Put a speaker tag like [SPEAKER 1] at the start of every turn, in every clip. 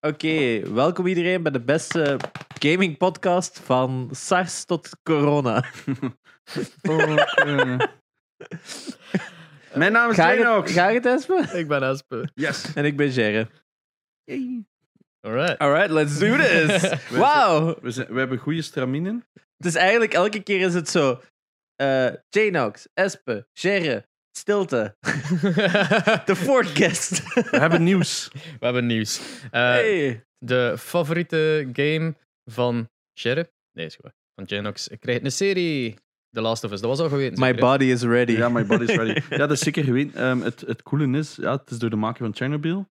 [SPEAKER 1] Oké, welkom iedereen bij de beste gaming podcast van SARS tot corona.
[SPEAKER 2] Mijn naam is
[SPEAKER 1] Ga je
[SPEAKER 2] Janox.
[SPEAKER 1] het, ga je het Espen?
[SPEAKER 3] Ik ben Aspe.
[SPEAKER 2] Yes.
[SPEAKER 1] En ik ben Jerre.
[SPEAKER 3] Alright.
[SPEAKER 1] Alright, let's do this. Wauw.
[SPEAKER 2] We, zijn, we hebben goede straminen.
[SPEAKER 1] Het is eigenlijk elke keer is het zo. eh Janox, Espe, Jerre, stilte. De forecast.
[SPEAKER 2] We hebben nieuws.
[SPEAKER 3] We hebben nieuws. Eh,
[SPEAKER 1] Hey.
[SPEAKER 3] De favoriete game van Sheriff. Nee, is goed. Van Genox. Ik krijg een serie. The Last of Us. Dat was al geweten.
[SPEAKER 1] My
[SPEAKER 3] zeker, hè?
[SPEAKER 1] body is ready.
[SPEAKER 2] Ja, my body's ready. Ja, dat is zeker geweten. Ehm, het, het coole is, ja, het is door de maker van Chernobyl.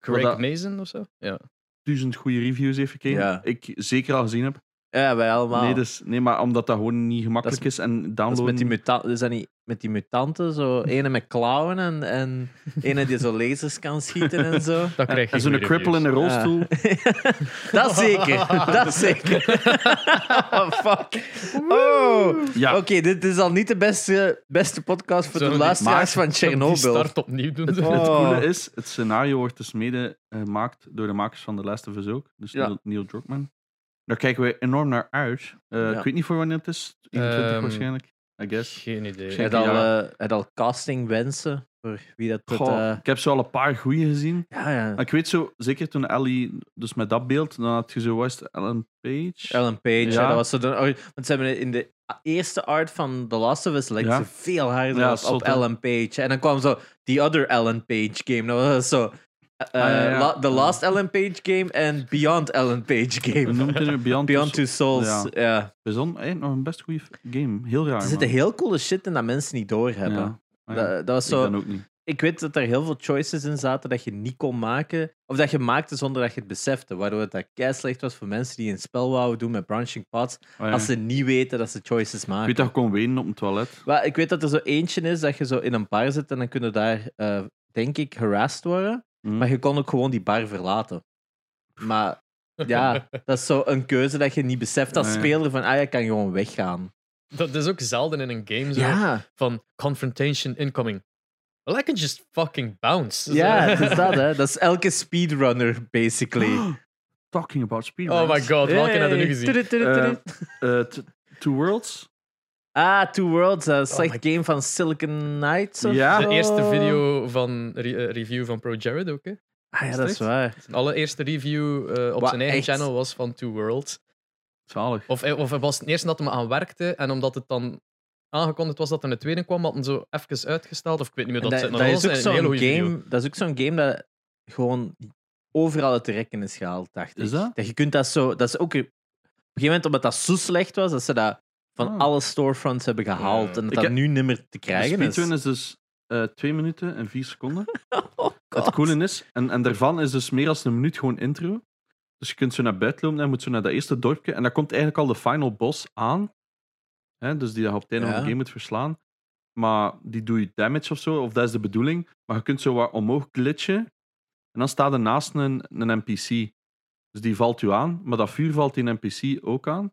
[SPEAKER 3] Craig
[SPEAKER 2] dat-
[SPEAKER 3] Mason of zo? Ja.
[SPEAKER 2] Duizend goede reviews heeft gekregen.
[SPEAKER 1] Ja.
[SPEAKER 2] Ik zeker al gezien heb.
[SPEAKER 1] Ja, wij allemaal.
[SPEAKER 2] Nee, dus, nee, maar omdat dat gewoon niet gemakkelijk
[SPEAKER 1] Dat
[SPEAKER 2] is, en
[SPEAKER 1] Dat is,
[SPEAKER 2] downloaden...
[SPEAKER 1] met die muta- is dat niet met die mutanten? Zo, ene met klauwen en, en ene die zo lasers kan schieten en zo.
[SPEAKER 3] Dat krijg je.
[SPEAKER 2] en zo'n cripple in een rolstoel.
[SPEAKER 1] dat zeker, dat zeker. Oh, fuck. Oh.
[SPEAKER 2] Ja,
[SPEAKER 1] Oké, dit is al niet de beste, beste podcast voor de
[SPEAKER 3] Zullen we die
[SPEAKER 1] luisteraars van
[SPEAKER 3] Chernobyl.
[SPEAKER 1] Chernobyl.
[SPEAKER 3] start opnieuw doen.
[SPEAKER 2] het
[SPEAKER 1] Oh.
[SPEAKER 2] coole is, het scenario wordt dus mede eh, gemaakt door de makers van The Last of Us ook. Dus
[SPEAKER 1] Ja.
[SPEAKER 2] Neil, Neil Druckmann. Daar kijken we enorm naar uit. Eh,
[SPEAKER 1] Ja.
[SPEAKER 2] Ik weet niet voor wanneer het is. 21
[SPEAKER 3] Ehm,
[SPEAKER 2] waarschijnlijk, I guess.
[SPEAKER 3] Geen idee.
[SPEAKER 1] Heb
[SPEAKER 2] Check.
[SPEAKER 1] je al, eh, heb je al casting wensen voor wie dat. dat
[SPEAKER 2] Goh,
[SPEAKER 1] eh,
[SPEAKER 2] ik heb zo al een paar goeie gezien.
[SPEAKER 1] ja, ja.
[SPEAKER 2] Maar ik weet zo, zeker toen Ellie, dus met dat beeld, dan had je zo West Ellen Page.
[SPEAKER 1] Ellen Page, ja.
[SPEAKER 2] Ja.
[SPEAKER 1] dat was zo de, oh, want ze hebben in de eerste art van The Last of Us lijkt
[SPEAKER 2] Ja.
[SPEAKER 1] ze veel harder
[SPEAKER 2] Ja,
[SPEAKER 1] op, op
[SPEAKER 2] zot, hè.
[SPEAKER 1] Ellen Page. En dan kwam zo The Other Ellen Page game. Dat was zo eh,
[SPEAKER 2] Ah, ja, ja.
[SPEAKER 1] La- The Last Ellen Page game en Beyond Ellen Page
[SPEAKER 2] We
[SPEAKER 1] game.
[SPEAKER 2] noemen het nu Beyond,
[SPEAKER 1] Beyond Two Souls, ja.
[SPEAKER 2] Ja. Bezon, eh, nog een best goede game. Heel raar.
[SPEAKER 1] Er zitten
[SPEAKER 2] man.
[SPEAKER 1] heel coole shit in dat mensen niet doorhebben.
[SPEAKER 2] Ja. Ah, ja.
[SPEAKER 1] Dat, dat was
[SPEAKER 2] Ik
[SPEAKER 1] zo...
[SPEAKER 2] dan ook niet.
[SPEAKER 1] ik weet dat er heel veel choices in zaten dat je niet kon maken. Of dat je maakte zonder dat je het besefte. Waardoor het dat kei slecht was voor mensen die een spel wouden doen met branching paths.
[SPEAKER 2] Ah, ja.
[SPEAKER 1] Als ze niet weten dat ze choices
[SPEAKER 2] Ik
[SPEAKER 1] maken.
[SPEAKER 2] weet dat je kon wenen op een toilet.
[SPEAKER 1] Wel, ik weet dat er zo eentje is dat je zo in een bar zit en dan kunnen daar, eh, denk ik, harassed worden.
[SPEAKER 2] Hm.
[SPEAKER 1] Maar je kon ook gewoon die bar verlaten. Maar ja, dat is zo een keuze dat je niet beseft als
[SPEAKER 2] Nee.
[SPEAKER 1] speler van, ah, je kan gewoon weggaan.
[SPEAKER 3] Dat is ook zelden in een game zo.
[SPEAKER 1] Ja,
[SPEAKER 3] Van confrontation incoming. Well, I can just fucking bounce.
[SPEAKER 1] ja,
[SPEAKER 3] Zo.
[SPEAKER 1] het is dat, hè. Dat is elke speedrunner, basically.
[SPEAKER 2] Oh, Talking about speedruns.
[SPEAKER 3] Oh my god, welke
[SPEAKER 1] Hey.
[SPEAKER 3] hadden we nu gezien?
[SPEAKER 1] Tudu, tudu, tudu.
[SPEAKER 2] Eh, Eh, t- Two Worlds.
[SPEAKER 1] ah, Two Worlds, een slecht
[SPEAKER 3] my-
[SPEAKER 1] game van Silicon Knights of
[SPEAKER 2] Ja.
[SPEAKER 1] zo.
[SPEAKER 3] De eerste video van re- eh, review van Pro Jared ook. Hè?
[SPEAKER 1] Ah ja, dat is waar.
[SPEAKER 3] Zijn allereerste review eh, op
[SPEAKER 1] Wa-
[SPEAKER 3] zijn eigen
[SPEAKER 1] echt?
[SPEAKER 3] channel was van Two Worlds.
[SPEAKER 2] Zalig.
[SPEAKER 3] Of, eh, of het was het eerste dat hem aan werkte en omdat het dan aangekondigd was dat er een tweede kwam, had hem zo even uitgesteld. Of ik weet niet meer
[SPEAKER 1] En
[SPEAKER 3] dat
[SPEAKER 1] Dat,
[SPEAKER 3] het
[SPEAKER 1] dat,
[SPEAKER 3] nog was.
[SPEAKER 1] is ook
[SPEAKER 3] een
[SPEAKER 1] zo'n
[SPEAKER 3] hele
[SPEAKER 1] game,
[SPEAKER 3] goeie video.
[SPEAKER 1] dat is ook zo'n game dat gewoon overal uit de rekken is gehaald, dacht ik.
[SPEAKER 2] Is dat?
[SPEAKER 1] je kunt dat zo... Dat is ook... Op een gegeven moment, omdat dat zo slecht was, dat ze dat van
[SPEAKER 2] Ah.
[SPEAKER 1] alle storefronts hebben gehaald.
[SPEAKER 3] Ja.
[SPEAKER 1] En dat
[SPEAKER 2] Ik
[SPEAKER 1] dat
[SPEAKER 2] heb-
[SPEAKER 1] nu niet meer te
[SPEAKER 2] De
[SPEAKER 1] krijgen is.
[SPEAKER 2] speedrun is dus eh 2 minuten en 4 seconden.
[SPEAKER 1] Oh,
[SPEAKER 2] Het
[SPEAKER 1] God.
[SPEAKER 2] coole is, en, en daarvan is dus meer dan een minuut gewoon intro. Dus je kunt zo naar buiten lopen en je moet zo naar dat eerste dorpje. En daar komt eigenlijk al de final boss aan. Hè, dus die je op het einde
[SPEAKER 1] Ja.
[SPEAKER 2] van de game moet verslaan. Maar die doe je damage of zo, of dat is de bedoeling. Maar je kunt zo wat omhoog glitchen. En dan staat er naast een, een NPC. Dus die valt u aan, maar dat vuur valt die NPC ook aan.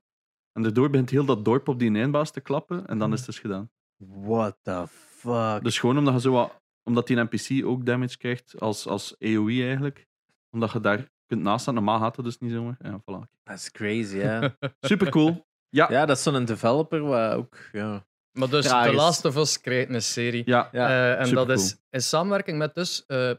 [SPEAKER 2] En daardoor begint heel dat dorp op die eindbaas te klappen.
[SPEAKER 1] Mhm.
[SPEAKER 2] En dan is het dus gedaan.
[SPEAKER 1] What the fuck?
[SPEAKER 2] Dus gewoon omdat je zo wat, omdat die NPC ook damage krijgt als, als AoE eigenlijk. Omdat je daar kunt naast staan. Normaal gaat dat dus niet zomaar. Ja, voilà.
[SPEAKER 1] Dat is crazy, hè?
[SPEAKER 2] Super cool. Ja, ja.
[SPEAKER 1] ja, dat is zo'n developer waar ook... Ja.
[SPEAKER 3] Maar dus,
[SPEAKER 1] Traag
[SPEAKER 3] The
[SPEAKER 1] is.
[SPEAKER 3] Last of Us krijgt een serie.
[SPEAKER 1] Ja,
[SPEAKER 3] Eh, en dat
[SPEAKER 2] supercool.
[SPEAKER 3] is in samenwerking met dus eh, eh,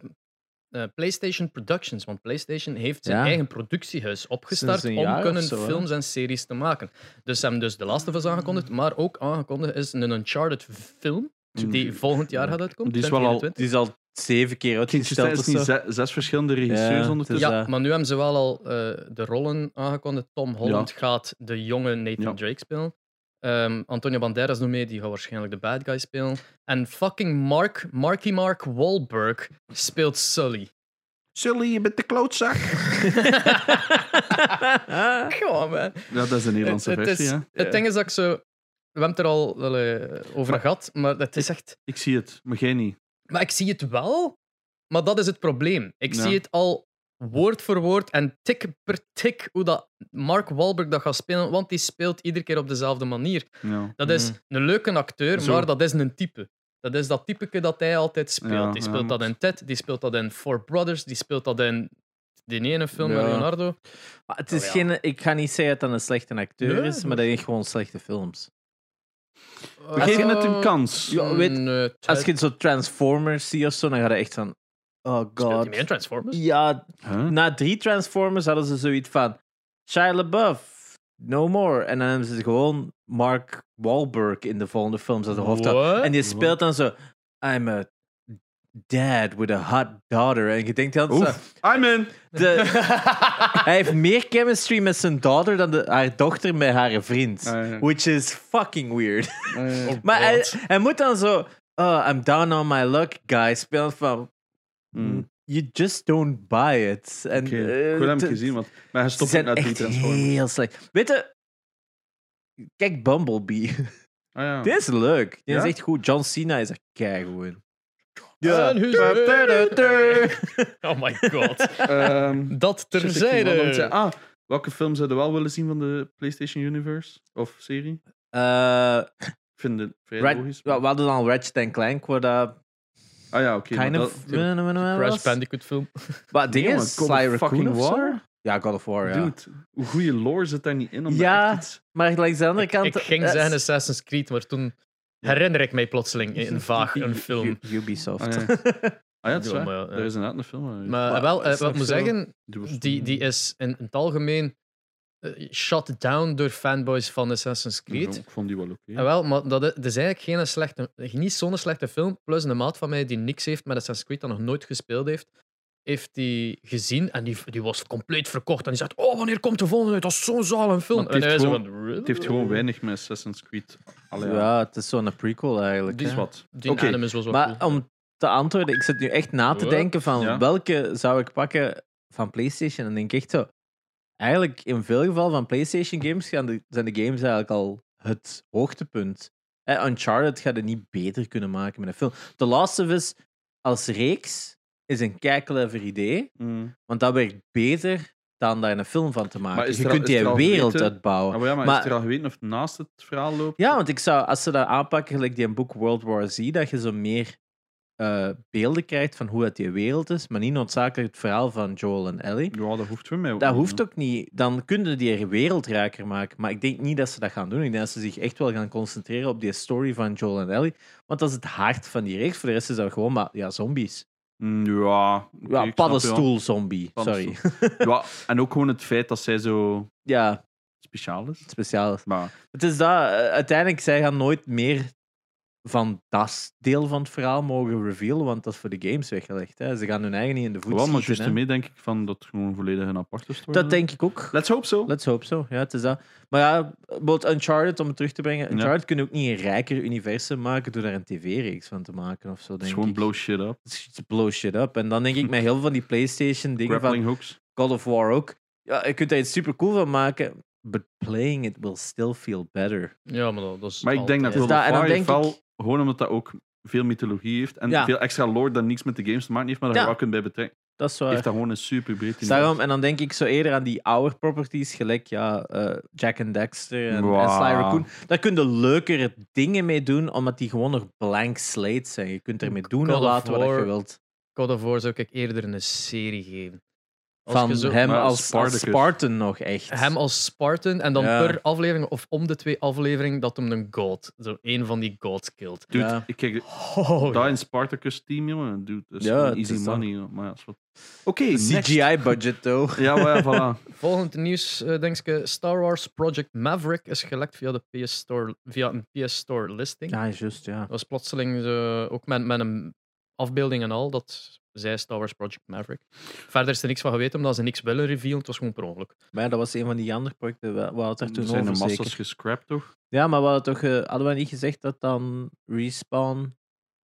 [SPEAKER 3] PlayStation Productions. Want PlayStation heeft zijn
[SPEAKER 1] Ja.
[SPEAKER 3] eigen productiehuis opgestart
[SPEAKER 1] Sinds een jaar
[SPEAKER 3] om
[SPEAKER 1] of
[SPEAKER 3] kunnen
[SPEAKER 1] zo, hè?
[SPEAKER 3] films en series te maken. Dus ze hebben dus The Last of Us aangekondigd, maar ook aangekondigd is een Uncharted film die volgend jaar gaat uitkomen.
[SPEAKER 2] Die is wel al-
[SPEAKER 1] Mm.
[SPEAKER 3] 2021.
[SPEAKER 1] Die is al zeven keer
[SPEAKER 2] Kindjes,
[SPEAKER 1] uitgesteld of
[SPEAKER 2] dat is
[SPEAKER 1] zo.
[SPEAKER 2] dus niet ze- zes verschillende regisseurs
[SPEAKER 1] Ja,
[SPEAKER 2] ondertussen.
[SPEAKER 1] het is,
[SPEAKER 3] ja,
[SPEAKER 1] eh,
[SPEAKER 3] maar nu hebben ze wel al eh, de rollen aangekondigd. Tom Holland gaat de jonge Nathan
[SPEAKER 2] Ja.
[SPEAKER 3] Drake spelen. Ehm, Antonio Banderas doet mee, die gaat waarschijnlijk de bad guy spelen. En fucking Mark, Marky Mark Wahlberg speelt Sully.
[SPEAKER 2] Sully, je bent de klootzak.
[SPEAKER 1] Ah.
[SPEAKER 3] Come on, man.
[SPEAKER 2] Ja, dat is de Nederlandse
[SPEAKER 3] het,
[SPEAKER 2] versie.
[SPEAKER 3] is,
[SPEAKER 2] hè.
[SPEAKER 3] het ding is dat ik zo... We hebben het er al wel, eh, over
[SPEAKER 2] Maar-
[SPEAKER 3] gehad, maar het is echt...
[SPEAKER 2] Ik zie het, maar jij niet.
[SPEAKER 3] Maar ik zie het wel, maar dat is het probleem. Ik
[SPEAKER 2] Ja.
[SPEAKER 3] zie het al woord voor woord en tik per tik hoe dat Mark Wahlberg dat gaat spelen, want die speelt iedere keer op dezelfde manier.
[SPEAKER 2] Ja.
[SPEAKER 3] Dat is een leuke acteur,
[SPEAKER 2] Mm. Zo.
[SPEAKER 3] maar dat is een type. Dat is dat typeke dat hij altijd speelt.
[SPEAKER 2] Ja,
[SPEAKER 3] die
[SPEAKER 2] ja,
[SPEAKER 3] speelt dat
[SPEAKER 2] maar-
[SPEAKER 3] in Ted, die speelt dat in Four Brothers, die speelt dat in die ene film
[SPEAKER 1] Ja.
[SPEAKER 3] met Leonardo.
[SPEAKER 1] Maar het is
[SPEAKER 3] Oh, ja.
[SPEAKER 1] geen, ik ga niet zeggen dat het een slechte acteur
[SPEAKER 3] Nee,
[SPEAKER 1] is, maar dat zijn gewoon slechte films.
[SPEAKER 2] We geven het een kans.
[SPEAKER 1] Ja, weet-
[SPEAKER 3] Nee,
[SPEAKER 1] Als je zo Transformers ziet of zo, dan ga je echt van. Oh
[SPEAKER 3] Speelt hij
[SPEAKER 1] god.
[SPEAKER 3] mee in Transformers?
[SPEAKER 1] Ja,
[SPEAKER 2] Huh?
[SPEAKER 1] na drie Transformers hadden ze zoiets van. Shia LaBeouf, no more. En dan hebben ze gewoon Mark Wahlberg in de volgende films als de hoofdrol.
[SPEAKER 3] What?
[SPEAKER 1] En die speelt dan zo. I'm a dad with a hot daughter. En je denkt altijd zo.
[SPEAKER 2] Oef. I'm in.
[SPEAKER 1] de-
[SPEAKER 3] Oh
[SPEAKER 1] hij heeft meer chemistry met zijn daughter dan de, haar dochter met haar vriend.
[SPEAKER 2] Ah, ja. Ah,
[SPEAKER 1] Which is fucking weird.
[SPEAKER 3] Oh
[SPEAKER 1] Maar hij,
[SPEAKER 3] God.
[SPEAKER 1] hij moet dan zo. Oh, I'm down on my luck, guy. Spelen van.
[SPEAKER 2] Mm.
[SPEAKER 1] You just don't buy it. En,
[SPEAKER 2] Oké,
[SPEAKER 1] eh,
[SPEAKER 2] ik wil hem
[SPEAKER 1] het-
[SPEAKER 2] gezien, want maar hij
[SPEAKER 1] Ze
[SPEAKER 2] stopt
[SPEAKER 1] zijn
[SPEAKER 2] uit die
[SPEAKER 1] echt
[SPEAKER 2] Transformers.
[SPEAKER 1] heel slecht. Weet je, kijk Bumblebee.
[SPEAKER 2] Ah, ja.
[SPEAKER 1] Dit is leuk. Dit is
[SPEAKER 2] Ja?
[SPEAKER 1] echt goed. John Cena is echt keigoed.
[SPEAKER 3] Ja. En Hugo-
[SPEAKER 1] Du-du-du-du.
[SPEAKER 3] Oh my god.
[SPEAKER 2] Ehm,
[SPEAKER 3] Dat
[SPEAKER 2] shit, ik ging wel aan het
[SPEAKER 3] terzijde.
[SPEAKER 2] zeggen. Ah, welke film zouden we wel willen zien van de PlayStation Universe? Of serie?
[SPEAKER 1] Eh,
[SPEAKER 2] Ik vind het vrij
[SPEAKER 1] Rat-
[SPEAKER 2] logisch.
[SPEAKER 1] we hadden dan Ratchet Clank, waar dat
[SPEAKER 2] Ah ja, oké.
[SPEAKER 1] kind
[SPEAKER 2] maar
[SPEAKER 1] of...
[SPEAKER 2] dat-
[SPEAKER 3] Crash Bandicoot film.
[SPEAKER 1] Wat ding
[SPEAKER 2] Nee,
[SPEAKER 1] is,
[SPEAKER 2] man, God
[SPEAKER 1] Sly
[SPEAKER 2] of
[SPEAKER 1] Raccoon
[SPEAKER 2] fucking
[SPEAKER 1] of zo?
[SPEAKER 2] War?
[SPEAKER 1] Ja, God of War, ja.
[SPEAKER 2] Dude, hoe goede lore zit daar niet in? Om daar
[SPEAKER 1] Ja.
[SPEAKER 2] echt iets-
[SPEAKER 1] Maar langs de andere kant...
[SPEAKER 3] Ik ging
[SPEAKER 1] eh,
[SPEAKER 3] zeggen Assassin's Creed, maar toen herinner ik mij plotseling in vaag een film.
[SPEAKER 1] U- Ubisoft.
[SPEAKER 2] Ah, ja. Ah ja, dat is
[SPEAKER 3] Ja,
[SPEAKER 2] waar.
[SPEAKER 3] maar ja, ja.
[SPEAKER 2] Er is inderdaad een film.
[SPEAKER 3] Maar
[SPEAKER 1] Maar
[SPEAKER 3] eh, wel, eh,
[SPEAKER 1] is
[SPEAKER 3] wat
[SPEAKER 1] er
[SPEAKER 3] ik moet
[SPEAKER 1] veel-
[SPEAKER 3] zeggen, die, die is in, in het algemeen eh, shut down door fanboys van Assassin's Creed.
[SPEAKER 2] Ik vond die wel oké.
[SPEAKER 1] Ah,
[SPEAKER 3] Eh, wel, maar dat is, dat is eigenlijk geen slechte, niet zo'n slechte film. Plus een maat van mij die niks heeft met Assassin's Creed, dat nog nooit gespeeld heeft, heeft die gezien en die, die was compleet verkocht. En die zegt, oh, wanneer komt de volgende uit? Dat is zo'n zalig film.
[SPEAKER 2] Maar het
[SPEAKER 3] en
[SPEAKER 2] heeft
[SPEAKER 3] zo
[SPEAKER 2] gewoon-
[SPEAKER 3] van,
[SPEAKER 2] Het heeft gewoon weinig met Assassin's Creed. Allee, ja.
[SPEAKER 1] Ja, het is zo'n prequel eigenlijk.
[SPEAKER 3] Die
[SPEAKER 1] hè.
[SPEAKER 2] is wat.
[SPEAKER 3] Die
[SPEAKER 2] Oké.
[SPEAKER 3] animus was wel
[SPEAKER 1] Maar
[SPEAKER 3] cool.
[SPEAKER 1] om te antwoorden, ik zit nu echt na te
[SPEAKER 3] Wat?
[SPEAKER 1] denken van
[SPEAKER 2] Ja.
[SPEAKER 1] welke zou ik pakken van PlayStation. En dan denk ik echt zo, eigenlijk in veel gevallen van PlayStation games gaan de, zijn de games eigenlijk al het hoogtepunt. Hè, Uncharted gaat het niet beter kunnen maken met een film. The Last of Us als reeks is een kijklever idee,
[SPEAKER 2] Mm.
[SPEAKER 1] want dat werkt beter dan daar een film van te maken.
[SPEAKER 2] Maar is
[SPEAKER 1] Je
[SPEAKER 2] er al-
[SPEAKER 1] kunt
[SPEAKER 2] is
[SPEAKER 1] die
[SPEAKER 2] er al
[SPEAKER 1] wereld
[SPEAKER 2] geweten-
[SPEAKER 1] uitbouwen.
[SPEAKER 2] Ah, maar ja, maar,
[SPEAKER 1] Maar-
[SPEAKER 2] is er al geweten of het naast het verhaal loopt?
[SPEAKER 1] Ja, want ik zou, als ze dat aanpakken, gelijk die boek World War Z, dat je zo meer eh, beelden krijgt van hoe dat die wereld is, maar niet noodzakelijk het verhaal van Joel en Ellie.
[SPEAKER 2] Ja, dat hoeft voor mij ook
[SPEAKER 1] Dat
[SPEAKER 2] niet,
[SPEAKER 1] hoeft
[SPEAKER 2] ja.
[SPEAKER 1] ook niet. Dan kunnen die er wereldrijker maken. Maar ik denk niet dat ze dat gaan doen. Ik denk dat ze zich echt wel gaan concentreren op die story van Joel en Ellie. Want dat is het hart van die reeks. Voor de rest is dat gewoon maar ja, zombies.
[SPEAKER 2] Mm, Ja, oké,
[SPEAKER 1] Ja,
[SPEAKER 2] ik snap wel.
[SPEAKER 1] paddenstoel-zombie. Sorry.
[SPEAKER 2] Paddenstoel. Ja, en ook gewoon het feit dat zij zo
[SPEAKER 1] ja,
[SPEAKER 2] speciaal is.
[SPEAKER 1] speciaal.
[SPEAKER 2] Maar
[SPEAKER 1] Het is dat, eh, uiteindelijk, zij gaan nooit meer van dat deel van het verhaal mogen revealen, want dat is voor de games weggelegd. Hè. Ze gaan hun eigen niet in de voet
[SPEAKER 2] wel, maar
[SPEAKER 1] schieten,
[SPEAKER 2] juist
[SPEAKER 1] hè.
[SPEAKER 2] ermee denk ik van dat het gewoon volledig een aparte story
[SPEAKER 1] Dat
[SPEAKER 2] is.
[SPEAKER 1] denk ik ook.
[SPEAKER 2] Let's hope so.
[SPEAKER 1] Let's hope so. Ja, het is dat. Maar ja, bijvoorbeeld Uncharted, om het terug te brengen. Uncharted kunnen ook niet een rijker universum maken door daar een tv-reeks van te maken of zo,
[SPEAKER 2] Het is
[SPEAKER 1] denk
[SPEAKER 2] gewoon
[SPEAKER 1] ik.
[SPEAKER 2] blow shit up.
[SPEAKER 1] Het is blow shit up. En dan denk ik met heel veel van die PlayStation-dingen van
[SPEAKER 2] Grappling hooks.
[SPEAKER 1] God of War ook. Ja, je kunt daar iets super cool van maken, but playing it will still feel better.
[SPEAKER 3] Ja, maar dat, dat is
[SPEAKER 2] Maar ik denk dat
[SPEAKER 1] Dus
[SPEAKER 2] God
[SPEAKER 3] altijd-
[SPEAKER 1] dat- en dan
[SPEAKER 2] of War
[SPEAKER 1] denk
[SPEAKER 2] wel,
[SPEAKER 1] ik-
[SPEAKER 2] gewoon omdat dat ook veel mythologie heeft en
[SPEAKER 1] Ja.
[SPEAKER 2] veel extra lore dat niks met de games te maken heeft, maar daar
[SPEAKER 1] Ja.
[SPEAKER 2] je wel kunt bij betrekken,
[SPEAKER 1] Dat is waar.
[SPEAKER 2] heeft dat gewoon een super breed
[SPEAKER 1] Dus Daarom, en dan denk ik zo eerder aan die ouder properties, gelijk ja, eh, Jack and Dexter en,
[SPEAKER 2] Wow.
[SPEAKER 1] en Sly Raccoon. Daar kun je leukere dingen mee doen, omdat die gewoon nog blank slate zijn. Je kunt ermee doen en
[SPEAKER 3] God of
[SPEAKER 1] laten wat je
[SPEAKER 3] War.
[SPEAKER 1] wilt.
[SPEAKER 3] God of War zou ik eerder een serie geven. Als
[SPEAKER 1] Van
[SPEAKER 3] je zo-
[SPEAKER 1] hem
[SPEAKER 2] Maar
[SPEAKER 1] als als
[SPEAKER 2] Spartacus.
[SPEAKER 1] Spartan nog echt.
[SPEAKER 3] Hem als Spartan en dan
[SPEAKER 1] Ja.
[SPEAKER 3] per aflevering of om de twee afleveringen dat hem een god, zo één van die gods killt.
[SPEAKER 2] Dude,
[SPEAKER 1] Ja.
[SPEAKER 2] ik kijk,
[SPEAKER 3] Oh,
[SPEAKER 2] dat in Spartacus team, jongen, dude, dat is
[SPEAKER 1] Ja,
[SPEAKER 2] gewoon
[SPEAKER 1] het
[SPEAKER 2] easy
[SPEAKER 1] is dat.
[SPEAKER 2] money. joh. Maar ja, dat is wat... Oké, next.
[SPEAKER 1] CGI-budget, though.
[SPEAKER 2] Ja, maar ja, voilà.
[SPEAKER 3] Volgend nieuws, eh, denk ik, eh, Star Wars Project Maverick is gelekt via, de PS Store, via een PS Store listing.
[SPEAKER 1] Ja, juist, ja.
[SPEAKER 3] Dat was plotseling eh, ook met, met een afbeelding en al, dat zij Star Wars Project Maverick. Verder is er niks van geweten, omdat ze niks willen revealen. Het was gewoon per ongeluk.
[SPEAKER 1] Maar ja, dat was een van die andere projecten. We, we hadden het er
[SPEAKER 2] Er
[SPEAKER 1] toen
[SPEAKER 2] zijn de
[SPEAKER 1] over,
[SPEAKER 2] massas
[SPEAKER 1] zeker.
[SPEAKER 2] gescrapt, toch?
[SPEAKER 1] Ja, maar we hadden, toch, eh, hadden we niet gezegd dat dan Respawn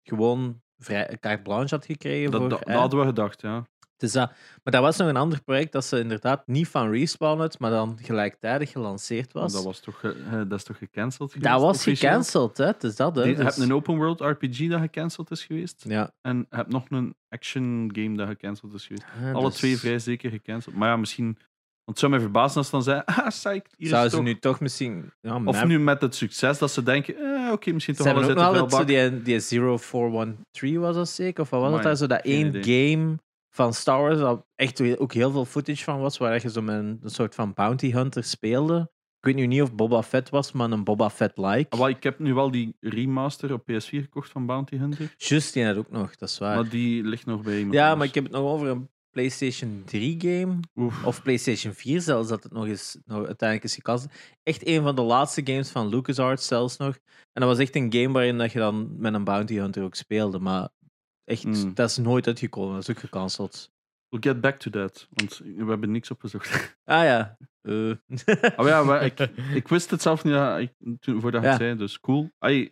[SPEAKER 1] gewoon vrij, carte blanche had gekregen?
[SPEAKER 2] Dat,
[SPEAKER 1] voor,
[SPEAKER 2] dat, dat
[SPEAKER 1] eh,
[SPEAKER 2] hadden we gedacht, ja.
[SPEAKER 1] Dus dat, maar dat was nog een ander project dat ze inderdaad niet van Respawn had, maar dan gelijktijdig gelanceerd
[SPEAKER 2] Maar
[SPEAKER 1] was.
[SPEAKER 2] Dat was toch, ge- eh, dat is toch gecanceld geweest?
[SPEAKER 1] Dat was
[SPEAKER 2] officieel?
[SPEAKER 1] gecanceld, hè? Dus dat, hè?
[SPEAKER 2] Die- Je
[SPEAKER 1] Dus-
[SPEAKER 2] hebt een open world RPG dat gecanceld is geweest.
[SPEAKER 1] ja.
[SPEAKER 2] En je hebt nog een action game dat gecanceld is geweest.
[SPEAKER 1] Ja,
[SPEAKER 2] Alle
[SPEAKER 1] dus
[SPEAKER 2] twee vrij zeker gecanceld. Maar ja, misschien. Want het zou mij verbazen als ze dan zei. Ah, psyched, hier
[SPEAKER 1] Zouden
[SPEAKER 2] is
[SPEAKER 1] ze
[SPEAKER 2] toch-
[SPEAKER 1] nu toch misschien. Ja,
[SPEAKER 2] Of nu met het succes dat ze denken. Eh, Oké, misschien
[SPEAKER 1] Ze
[SPEAKER 2] toch wel
[SPEAKER 1] hebben
[SPEAKER 2] eens
[SPEAKER 1] ook
[SPEAKER 2] uit
[SPEAKER 1] nog
[SPEAKER 2] de
[SPEAKER 1] altijd zo
[SPEAKER 2] vuilbak.
[SPEAKER 1] die, die 0413 was dat zeker? Of wat was dat
[SPEAKER 2] Amai,
[SPEAKER 1] daar? Zo dat
[SPEAKER 2] geen
[SPEAKER 1] één
[SPEAKER 2] idee.
[SPEAKER 1] game van Star Wars, dat echt heel- ook heel veel footage van was, waar je zo met een, een soort van bounty hunter speelde. Ik weet nu niet of Boba Fett was, maar een Boba Fett-like.
[SPEAKER 2] Maar ik heb nu Ah, wel die remaster op PS4 gekocht van Bounty Hunter.
[SPEAKER 1] Juist, die had ook nog, dat is waar.
[SPEAKER 2] Maar die ligt nog bij iemand.
[SPEAKER 1] Ah. ja,
[SPEAKER 2] anders.
[SPEAKER 1] maar ik heb het nog over een PlayStation 3-game.
[SPEAKER 2] Oef.
[SPEAKER 1] Of PlayStation 4 zelfs, dat het nog eens nog uiteindelijk is gekast. Echt een van de laatste games van LucasArts zelfs nog. En dat was echt een game waarin dat je dan met een bounty hunter ook speelde. Maar echt,
[SPEAKER 2] Mm.
[SPEAKER 1] dat is nooit uitgekomen. Dat is ook gecanceld.
[SPEAKER 2] We'll get back to that. Want we hebben niks opgezocht.
[SPEAKER 1] Ah ja. Eh.
[SPEAKER 2] Oh ja, maar ik, ik wist het zelf niet ja, ik, toen, voordat je het
[SPEAKER 1] Ja.
[SPEAKER 2] zei, dus cool. Ai,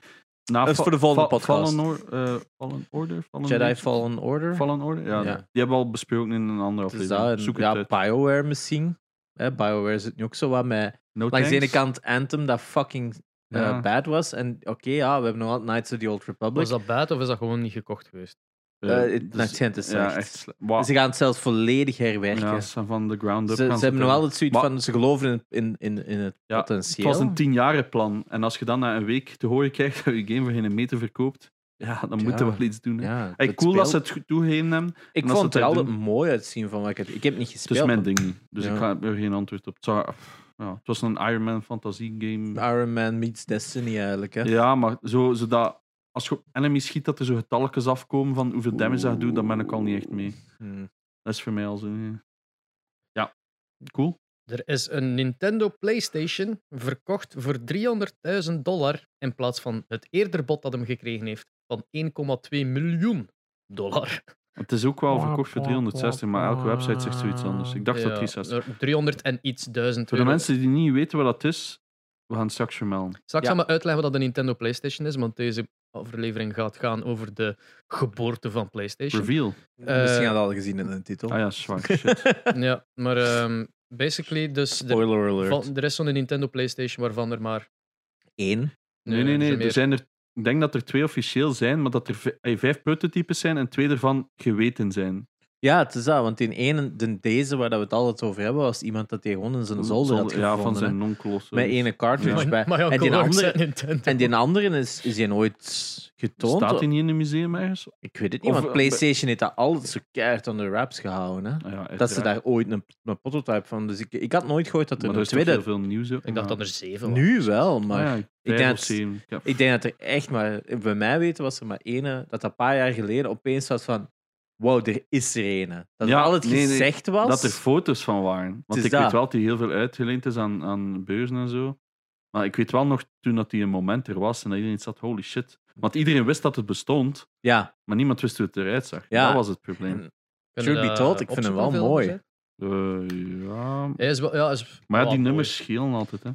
[SPEAKER 2] na
[SPEAKER 1] Dat is
[SPEAKER 2] Fa-
[SPEAKER 1] voor de volgende
[SPEAKER 2] Fa-
[SPEAKER 1] podcast.
[SPEAKER 2] Fallen, Or- eh, Fallen Order? Fallen
[SPEAKER 1] Jedi
[SPEAKER 2] Order?
[SPEAKER 1] Fallen Order.
[SPEAKER 2] Fallen Order? Ja,
[SPEAKER 1] Ja.
[SPEAKER 2] die hebben we al besproken in een andere
[SPEAKER 1] Het is
[SPEAKER 2] aflevering.
[SPEAKER 1] dat. En
[SPEAKER 2] Zoek het
[SPEAKER 1] ja,
[SPEAKER 2] uit.
[SPEAKER 1] Bioware misschien. Hè, Bioware zit nu ook zo wat met...
[SPEAKER 2] No
[SPEAKER 1] Langs de ene
[SPEAKER 2] thanks.
[SPEAKER 1] kant Anthem, dat fucking eh,
[SPEAKER 2] Ja.
[SPEAKER 1] bad was. En oké, ja, we hebben nog altijd Knights of the Old Republic.
[SPEAKER 3] Was dat buiten of is dat gewoon niet gekocht geweest?
[SPEAKER 2] Eh,
[SPEAKER 1] Eh, het-
[SPEAKER 2] dus-
[SPEAKER 1] dat zijn het
[SPEAKER 2] Ja,
[SPEAKER 1] slecht.
[SPEAKER 2] echt slecht. Wow.
[SPEAKER 1] Ze gaan het zelfs volledig herwerken.
[SPEAKER 2] Ja, ze zijn van de ground
[SPEAKER 1] Ze,
[SPEAKER 2] up.
[SPEAKER 1] eh, ze
[SPEAKER 2] gaan
[SPEAKER 1] hebben nog
[SPEAKER 2] het-
[SPEAKER 1] altijd zoiets
[SPEAKER 2] Maar-
[SPEAKER 1] van, ze geloven in, in, in, in het
[SPEAKER 2] Ja,
[SPEAKER 1] potentieel.
[SPEAKER 2] Het was een tienjaren plan. En als je dan na een week te horen krijgt dat je game voor geen meter verkoopt, ja, dan moeten we
[SPEAKER 1] Ja.
[SPEAKER 2] wel iets doen. hè.
[SPEAKER 1] ja,
[SPEAKER 2] Hey,
[SPEAKER 1] het
[SPEAKER 2] cool dat ze
[SPEAKER 1] speelt-
[SPEAKER 2] het goed toegeven hebben.
[SPEAKER 1] Ik
[SPEAKER 2] en
[SPEAKER 1] vond
[SPEAKER 2] als ze
[SPEAKER 1] het
[SPEAKER 2] het
[SPEAKER 1] er altijd
[SPEAKER 2] doen-
[SPEAKER 1] mooi uitzien van wat ik het... Ik heb het niet
[SPEAKER 2] Het is
[SPEAKER 1] gespeeld.
[SPEAKER 2] mijn ding niet. Dus
[SPEAKER 1] Ja.
[SPEAKER 2] ik ga er geen antwoord op. Het, zou- pff, ja, het was een Iron Man fantasie game.
[SPEAKER 1] Iron Man meets Destiny eigenlijk. Hè.
[SPEAKER 2] Ja, maar zo, zodat als je op enemies schiet, dat er zo getalletjes afkomen van hoeveel damage dat je doet, dan ben ik al niet echt mee.
[SPEAKER 1] Hm.
[SPEAKER 2] Dat is voor mij al zo. ja. Ja, cool.
[SPEAKER 3] Er is een Nintendo PlayStation verkocht voor 300.000 dollar in plaats van het eerder bod dat hem gekregen heeft van 1,2 miljoen dollar.
[SPEAKER 2] Het is ook wel verkocht voor 360, maar elke website zegt zoiets anders. Ik dacht dat het 360
[SPEAKER 3] er- 300 en iets duizend
[SPEAKER 2] Voor de
[SPEAKER 3] euro.
[SPEAKER 2] mensen die niet weten wat dat is, we gaan het straks vermelden.
[SPEAKER 3] Straks
[SPEAKER 1] Ja.
[SPEAKER 3] gaan we uitleggen wat dat een Nintendo PlayStation is, want deze aflevering gaat gaan over de geboorte van PlayStation.
[SPEAKER 2] Reveal.
[SPEAKER 3] Eh,
[SPEAKER 1] Misschien hadden we al gezien in de titel.
[SPEAKER 2] Ah ja, zwaar. Shit.
[SPEAKER 3] Ja, maar ehm, basically, dus er,
[SPEAKER 1] Spoiler alert.
[SPEAKER 3] van- er is zo'n Nintendo PlayStation waarvan er maar... eh,
[SPEAKER 1] Eén.
[SPEAKER 2] Nee,
[SPEAKER 1] Eh,
[SPEAKER 2] nee, nee.
[SPEAKER 3] meer-
[SPEAKER 2] Er zijn er, ik denk dat er twee officieel zijn, maar dat er v- eh, vijf prototypes zijn en twee ervan geweten zijn.
[SPEAKER 1] Ja, het is dat. Want in één, de, deze waar dat we het altijd over hebben, was iemand dat die gewoon in zijn zolder had
[SPEAKER 2] Ja,
[SPEAKER 1] gevonden.
[SPEAKER 2] van zijn
[SPEAKER 1] hè.
[SPEAKER 2] nonkel of zo. Dus
[SPEAKER 1] Met ene cartridge
[SPEAKER 2] Ja.
[SPEAKER 1] bij.
[SPEAKER 3] Maar ja,
[SPEAKER 1] en die
[SPEAKER 3] Colorado
[SPEAKER 1] andere,
[SPEAKER 3] zijn Nintendo.
[SPEAKER 1] en die andere is, is die nooit getoond.
[SPEAKER 2] Staat hij niet in een museum ergens?
[SPEAKER 1] Ik weet het niet,
[SPEAKER 2] Of,
[SPEAKER 1] want
[SPEAKER 2] eh,
[SPEAKER 1] PlayStation heeft dat altijd zo keihard onder wraps gehouden. Hè?
[SPEAKER 2] Ah ja,
[SPEAKER 1] Dat ze daar ooit een, een prototype van... Dus ik, ik had nooit gehoord dat er
[SPEAKER 2] maar er
[SPEAKER 1] een
[SPEAKER 2] is toch heel
[SPEAKER 1] tweede...
[SPEAKER 2] veel nieuws. Ah
[SPEAKER 3] Ik dacht dat er zeven waren.
[SPEAKER 1] Nu wel, maar...
[SPEAKER 2] ja, vijf
[SPEAKER 1] denk
[SPEAKER 2] of
[SPEAKER 1] dat-
[SPEAKER 2] zeven. Ik heb-
[SPEAKER 1] Ik denk dat er echt maar... Bij mij weten was er maar ene... Dat dat een paar jaar geleden opeens was van... Wow, er is er ene. Dat
[SPEAKER 2] Ja,
[SPEAKER 1] al het
[SPEAKER 2] nee, nee,
[SPEAKER 1] gezegd was...
[SPEAKER 2] dat er foto's van waren.
[SPEAKER 1] Het
[SPEAKER 2] Want
[SPEAKER 1] is
[SPEAKER 2] ik
[SPEAKER 1] dat.
[SPEAKER 2] weet wel dat die heel veel uitgeleend is aan, aan beurzen en zo. Maar ik weet wel nog toen dat die een moment er was en dat iedereen zat, holy shit. Want iedereen wist dat het bestond,
[SPEAKER 1] Ja.
[SPEAKER 2] maar niemand wist hoe het eruit zag.
[SPEAKER 1] Ja.
[SPEAKER 2] Dat was het probleem.
[SPEAKER 1] En
[SPEAKER 3] Kunnen
[SPEAKER 1] Truth be
[SPEAKER 3] dat
[SPEAKER 1] told, ik vind hem wel
[SPEAKER 3] opzoeken,
[SPEAKER 1] mooi.
[SPEAKER 3] filmpjes,
[SPEAKER 2] Eh, ja.
[SPEAKER 3] hè? Hij is wel, ja, hij is
[SPEAKER 2] Maar ja,
[SPEAKER 3] wel
[SPEAKER 2] die
[SPEAKER 3] mooi.
[SPEAKER 2] nummers schelen altijd, hè.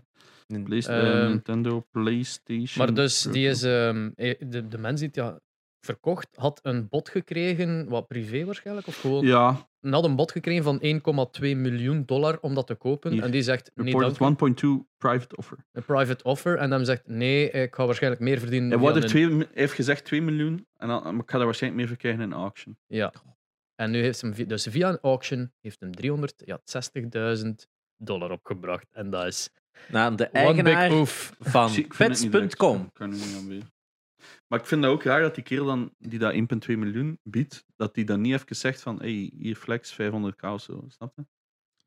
[SPEAKER 2] Playst- eh,
[SPEAKER 3] Ehm,
[SPEAKER 2] Nintendo, PlayStation.
[SPEAKER 3] Maar dus, die
[SPEAKER 2] Pro.
[SPEAKER 3] is, ehm, eh, de, de mens die het ja, verkocht, had een bod gekregen, wat privé waarschijnlijk, of gewoon...
[SPEAKER 2] Ja,
[SPEAKER 3] Had een bod gekregen van 1,2 miljoen dollar om dat te kopen.
[SPEAKER 2] Hier.
[SPEAKER 3] En die zegt, nee dank
[SPEAKER 2] reported
[SPEAKER 3] u.
[SPEAKER 2] 1.2 private offer.
[SPEAKER 3] Een private offer. En dan zegt, nee, ik ga waarschijnlijk meer verdienen.
[SPEAKER 2] Hij,
[SPEAKER 3] via
[SPEAKER 2] wou er
[SPEAKER 3] een-
[SPEAKER 2] twee, hij heeft gezegd 2 miljoen, en dan, maar ik ga daar waarschijnlijk meer voor krijgen in auction.
[SPEAKER 3] Ja. En nu heeft ze hem, vi- dus via een auction, heeft hem 300, ja, 60.000 dollar opgebracht. En dat is
[SPEAKER 1] Nou, de
[SPEAKER 3] one
[SPEAKER 1] eigenaar
[SPEAKER 3] big oof.
[SPEAKER 1] van
[SPEAKER 2] Ik zie- ik vind het niet direct.
[SPEAKER 1] pets.com.
[SPEAKER 2] Ik kan er niet aan mee. Maar ik vind dat ook raar dat die kerel dan, die dat 1,2 miljoen biedt, dat die dan niet even zegt van, hey, hier flex 500k of zo, snap je?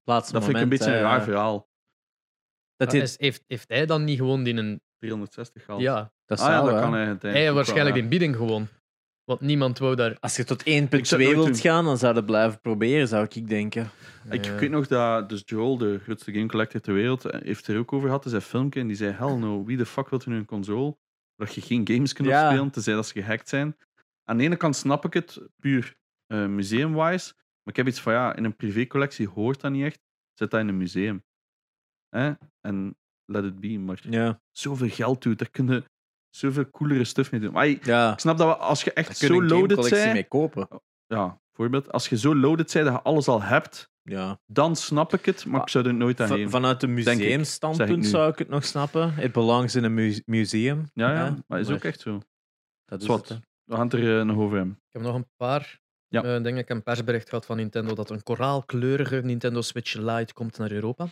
[SPEAKER 1] Laatste
[SPEAKER 2] Dat vind ik
[SPEAKER 1] moment,
[SPEAKER 2] een beetje een
[SPEAKER 1] eh,
[SPEAKER 2] raar Ah, verhaal.
[SPEAKER 1] Dat,
[SPEAKER 3] Ja,
[SPEAKER 1] dit,
[SPEAKER 3] is- heeft, heeft hij dan niet gewoon die een...
[SPEAKER 2] 360 gehaald.
[SPEAKER 3] Ja,
[SPEAKER 1] dat
[SPEAKER 2] Ah ja,
[SPEAKER 1] zou,
[SPEAKER 2] dat
[SPEAKER 1] hè.
[SPEAKER 2] kan hij uiteindelijk
[SPEAKER 3] hij heeft
[SPEAKER 2] ook wel,
[SPEAKER 3] waarschijnlijk
[SPEAKER 2] ja.
[SPEAKER 3] die bidding gewoon. Want niemand wou daar...
[SPEAKER 1] Als je tot 1.2
[SPEAKER 2] Ik zou het nooit
[SPEAKER 1] wilt
[SPEAKER 2] doen.
[SPEAKER 1] gaan, dan zou je blijven proberen, zou ik denken.
[SPEAKER 2] Ik
[SPEAKER 3] Ja.
[SPEAKER 2] weet nog dat dus Joel, de grootste game collector ter wereld, eh, heeft er ook over gehad in zijn filmpje. En die zei: Hell no, wie de fuck wil er nu een console? Dat je geen games kunt
[SPEAKER 1] Ja.
[SPEAKER 2] spelen, tenzij dat ze gehackt zijn. Aan de ene kant snap ik het, puur eh, museum-wise. Maar ik heb iets van ja, in een privécollectie hoort dat niet echt. Zet dat in een museum. Hè? En let it be. Maar
[SPEAKER 1] Ja,
[SPEAKER 2] zoveel geld doet, daar kunnen zoveel coolere stuff mee doen. Maar ik
[SPEAKER 1] ja.
[SPEAKER 2] snap dat we, als je echt
[SPEAKER 1] Daar kun je
[SPEAKER 2] zo
[SPEAKER 1] een
[SPEAKER 2] loaded
[SPEAKER 1] gamecollectie
[SPEAKER 2] bent.
[SPEAKER 1] mee kopen.
[SPEAKER 2] Ja, voorbeeld. Als je zo loaded bent dat je alles al hebt
[SPEAKER 1] Ja.
[SPEAKER 2] dan snap ik het, maar ik zou er nooit aan
[SPEAKER 1] Va-
[SPEAKER 2] heen.
[SPEAKER 1] vanuit een
[SPEAKER 2] Denk ik. Zeg ik
[SPEAKER 1] museumstandpunt
[SPEAKER 2] nu.
[SPEAKER 1] zou ik het nog snappen. Het belongs in een mu- museum.
[SPEAKER 2] Ja, ja,
[SPEAKER 1] Hè?
[SPEAKER 2] maar is ook echt zo.
[SPEAKER 1] Dat is
[SPEAKER 2] Zwat.
[SPEAKER 1] dus het, hè.
[SPEAKER 2] We gaan het er eh, nog over hebben.
[SPEAKER 3] Ik heb nog een paar
[SPEAKER 2] Ja.
[SPEAKER 3] eh, dingen. Ik heb een persbericht gehad van Nintendo dat een koraalkleurige Nintendo Switch Lite komt naar Europa.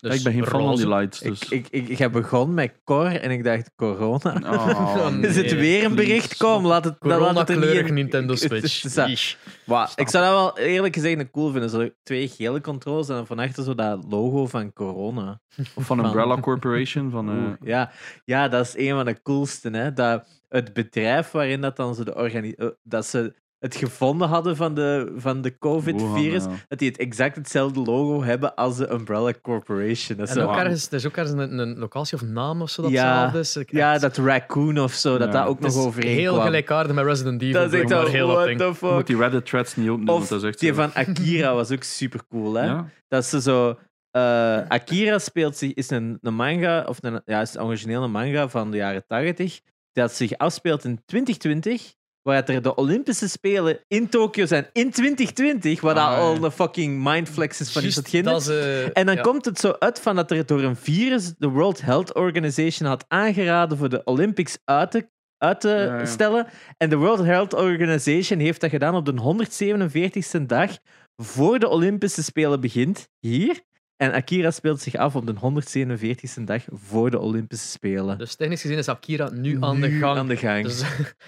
[SPEAKER 3] Dus
[SPEAKER 2] Ja, ik ben geen fan van die
[SPEAKER 3] roze.
[SPEAKER 2] lights.
[SPEAKER 1] Ik,
[SPEAKER 2] Dus.
[SPEAKER 1] ik, ik, ik heb begonnen met Cor en ik dacht corona.
[SPEAKER 2] Oh,
[SPEAKER 3] Is
[SPEAKER 1] Is het
[SPEAKER 3] nee,
[SPEAKER 1] weer een
[SPEAKER 2] please.
[SPEAKER 1] bericht? Kom, laat het dan laat
[SPEAKER 3] Corona
[SPEAKER 1] het er niet
[SPEAKER 3] kleurig
[SPEAKER 1] in.
[SPEAKER 3] Nintendo
[SPEAKER 1] Het is- het is
[SPEAKER 3] Switch.
[SPEAKER 1] dat.
[SPEAKER 3] Iech.
[SPEAKER 1] Maar
[SPEAKER 2] Snap
[SPEAKER 1] ik zou dat wel eerlijk gezegd een cool vinden. Zo twee gele controles en dan van achter zo dat logo van corona.
[SPEAKER 2] Of van
[SPEAKER 1] Van-
[SPEAKER 2] Umbrella Corporation. Van, eh,
[SPEAKER 1] Oeh, ja. ja, dat is een van de coolste. Hè? Dat het bedrijf waarin dat dan ze de organi- eh, dat ze het gevonden hadden van de, van de COVID-virus,
[SPEAKER 2] Wuhan, ja.
[SPEAKER 1] dat die het exact hetzelfde logo hebben als de Umbrella Corporation. Dat is zo-
[SPEAKER 3] En ook
[SPEAKER 2] waar.
[SPEAKER 3] ergens, er is ook ergens een, een locatie of naam of zo dat
[SPEAKER 1] Ja.
[SPEAKER 3] hetzelfde is. Ik-
[SPEAKER 1] ja,
[SPEAKER 3] echt,
[SPEAKER 1] dat raccoon of zo, dat
[SPEAKER 2] Ja.
[SPEAKER 1] daar ook
[SPEAKER 3] het is
[SPEAKER 1] nog overheen
[SPEAKER 3] Heel
[SPEAKER 1] kwam.
[SPEAKER 3] gelijkaardig met Resident Evil.
[SPEAKER 1] Dat is echt
[SPEAKER 3] blijkbaar,
[SPEAKER 1] zo,
[SPEAKER 3] heel dat
[SPEAKER 1] what
[SPEAKER 3] ding.
[SPEAKER 1] the
[SPEAKER 2] Je moet
[SPEAKER 1] fuck.
[SPEAKER 2] die Reddit threads niet opnemen, want
[SPEAKER 1] Of
[SPEAKER 2] dat is echt
[SPEAKER 1] die
[SPEAKER 2] zo-
[SPEAKER 1] van Akira was ook super cool. Hè?
[SPEAKER 2] Ja?
[SPEAKER 1] Dat ze zo. eh, Akira speelt zich, is een, een manga, of een, ja, is een originele manga van de jaren 80, dat zich afspeelt in 2020, waar het er de Olympische Spelen in Tokio zijn in 2020, waar dat
[SPEAKER 2] Ah, ja.
[SPEAKER 1] al de fucking mindflex is van iets
[SPEAKER 3] Juist
[SPEAKER 1] dat ginder.
[SPEAKER 3] dat ze-
[SPEAKER 1] En dan
[SPEAKER 3] ja.
[SPEAKER 1] komt het zo uit van dat er door een virus de World Health Organization had aangeraden voor de Olympics uit te, uit te
[SPEAKER 2] Ja, ja.
[SPEAKER 1] stellen. En de World Health Organization heeft dat gedaan op de 147ste dag voor de Olympische Spelen begint, hier. En Akira speelt zich af op de 147ste dag voor de Olympische Spelen.
[SPEAKER 3] Dus technisch gezien is Akira nu, aan de
[SPEAKER 1] Nu
[SPEAKER 3] gang.
[SPEAKER 1] Aan de gang.
[SPEAKER 3] Dus,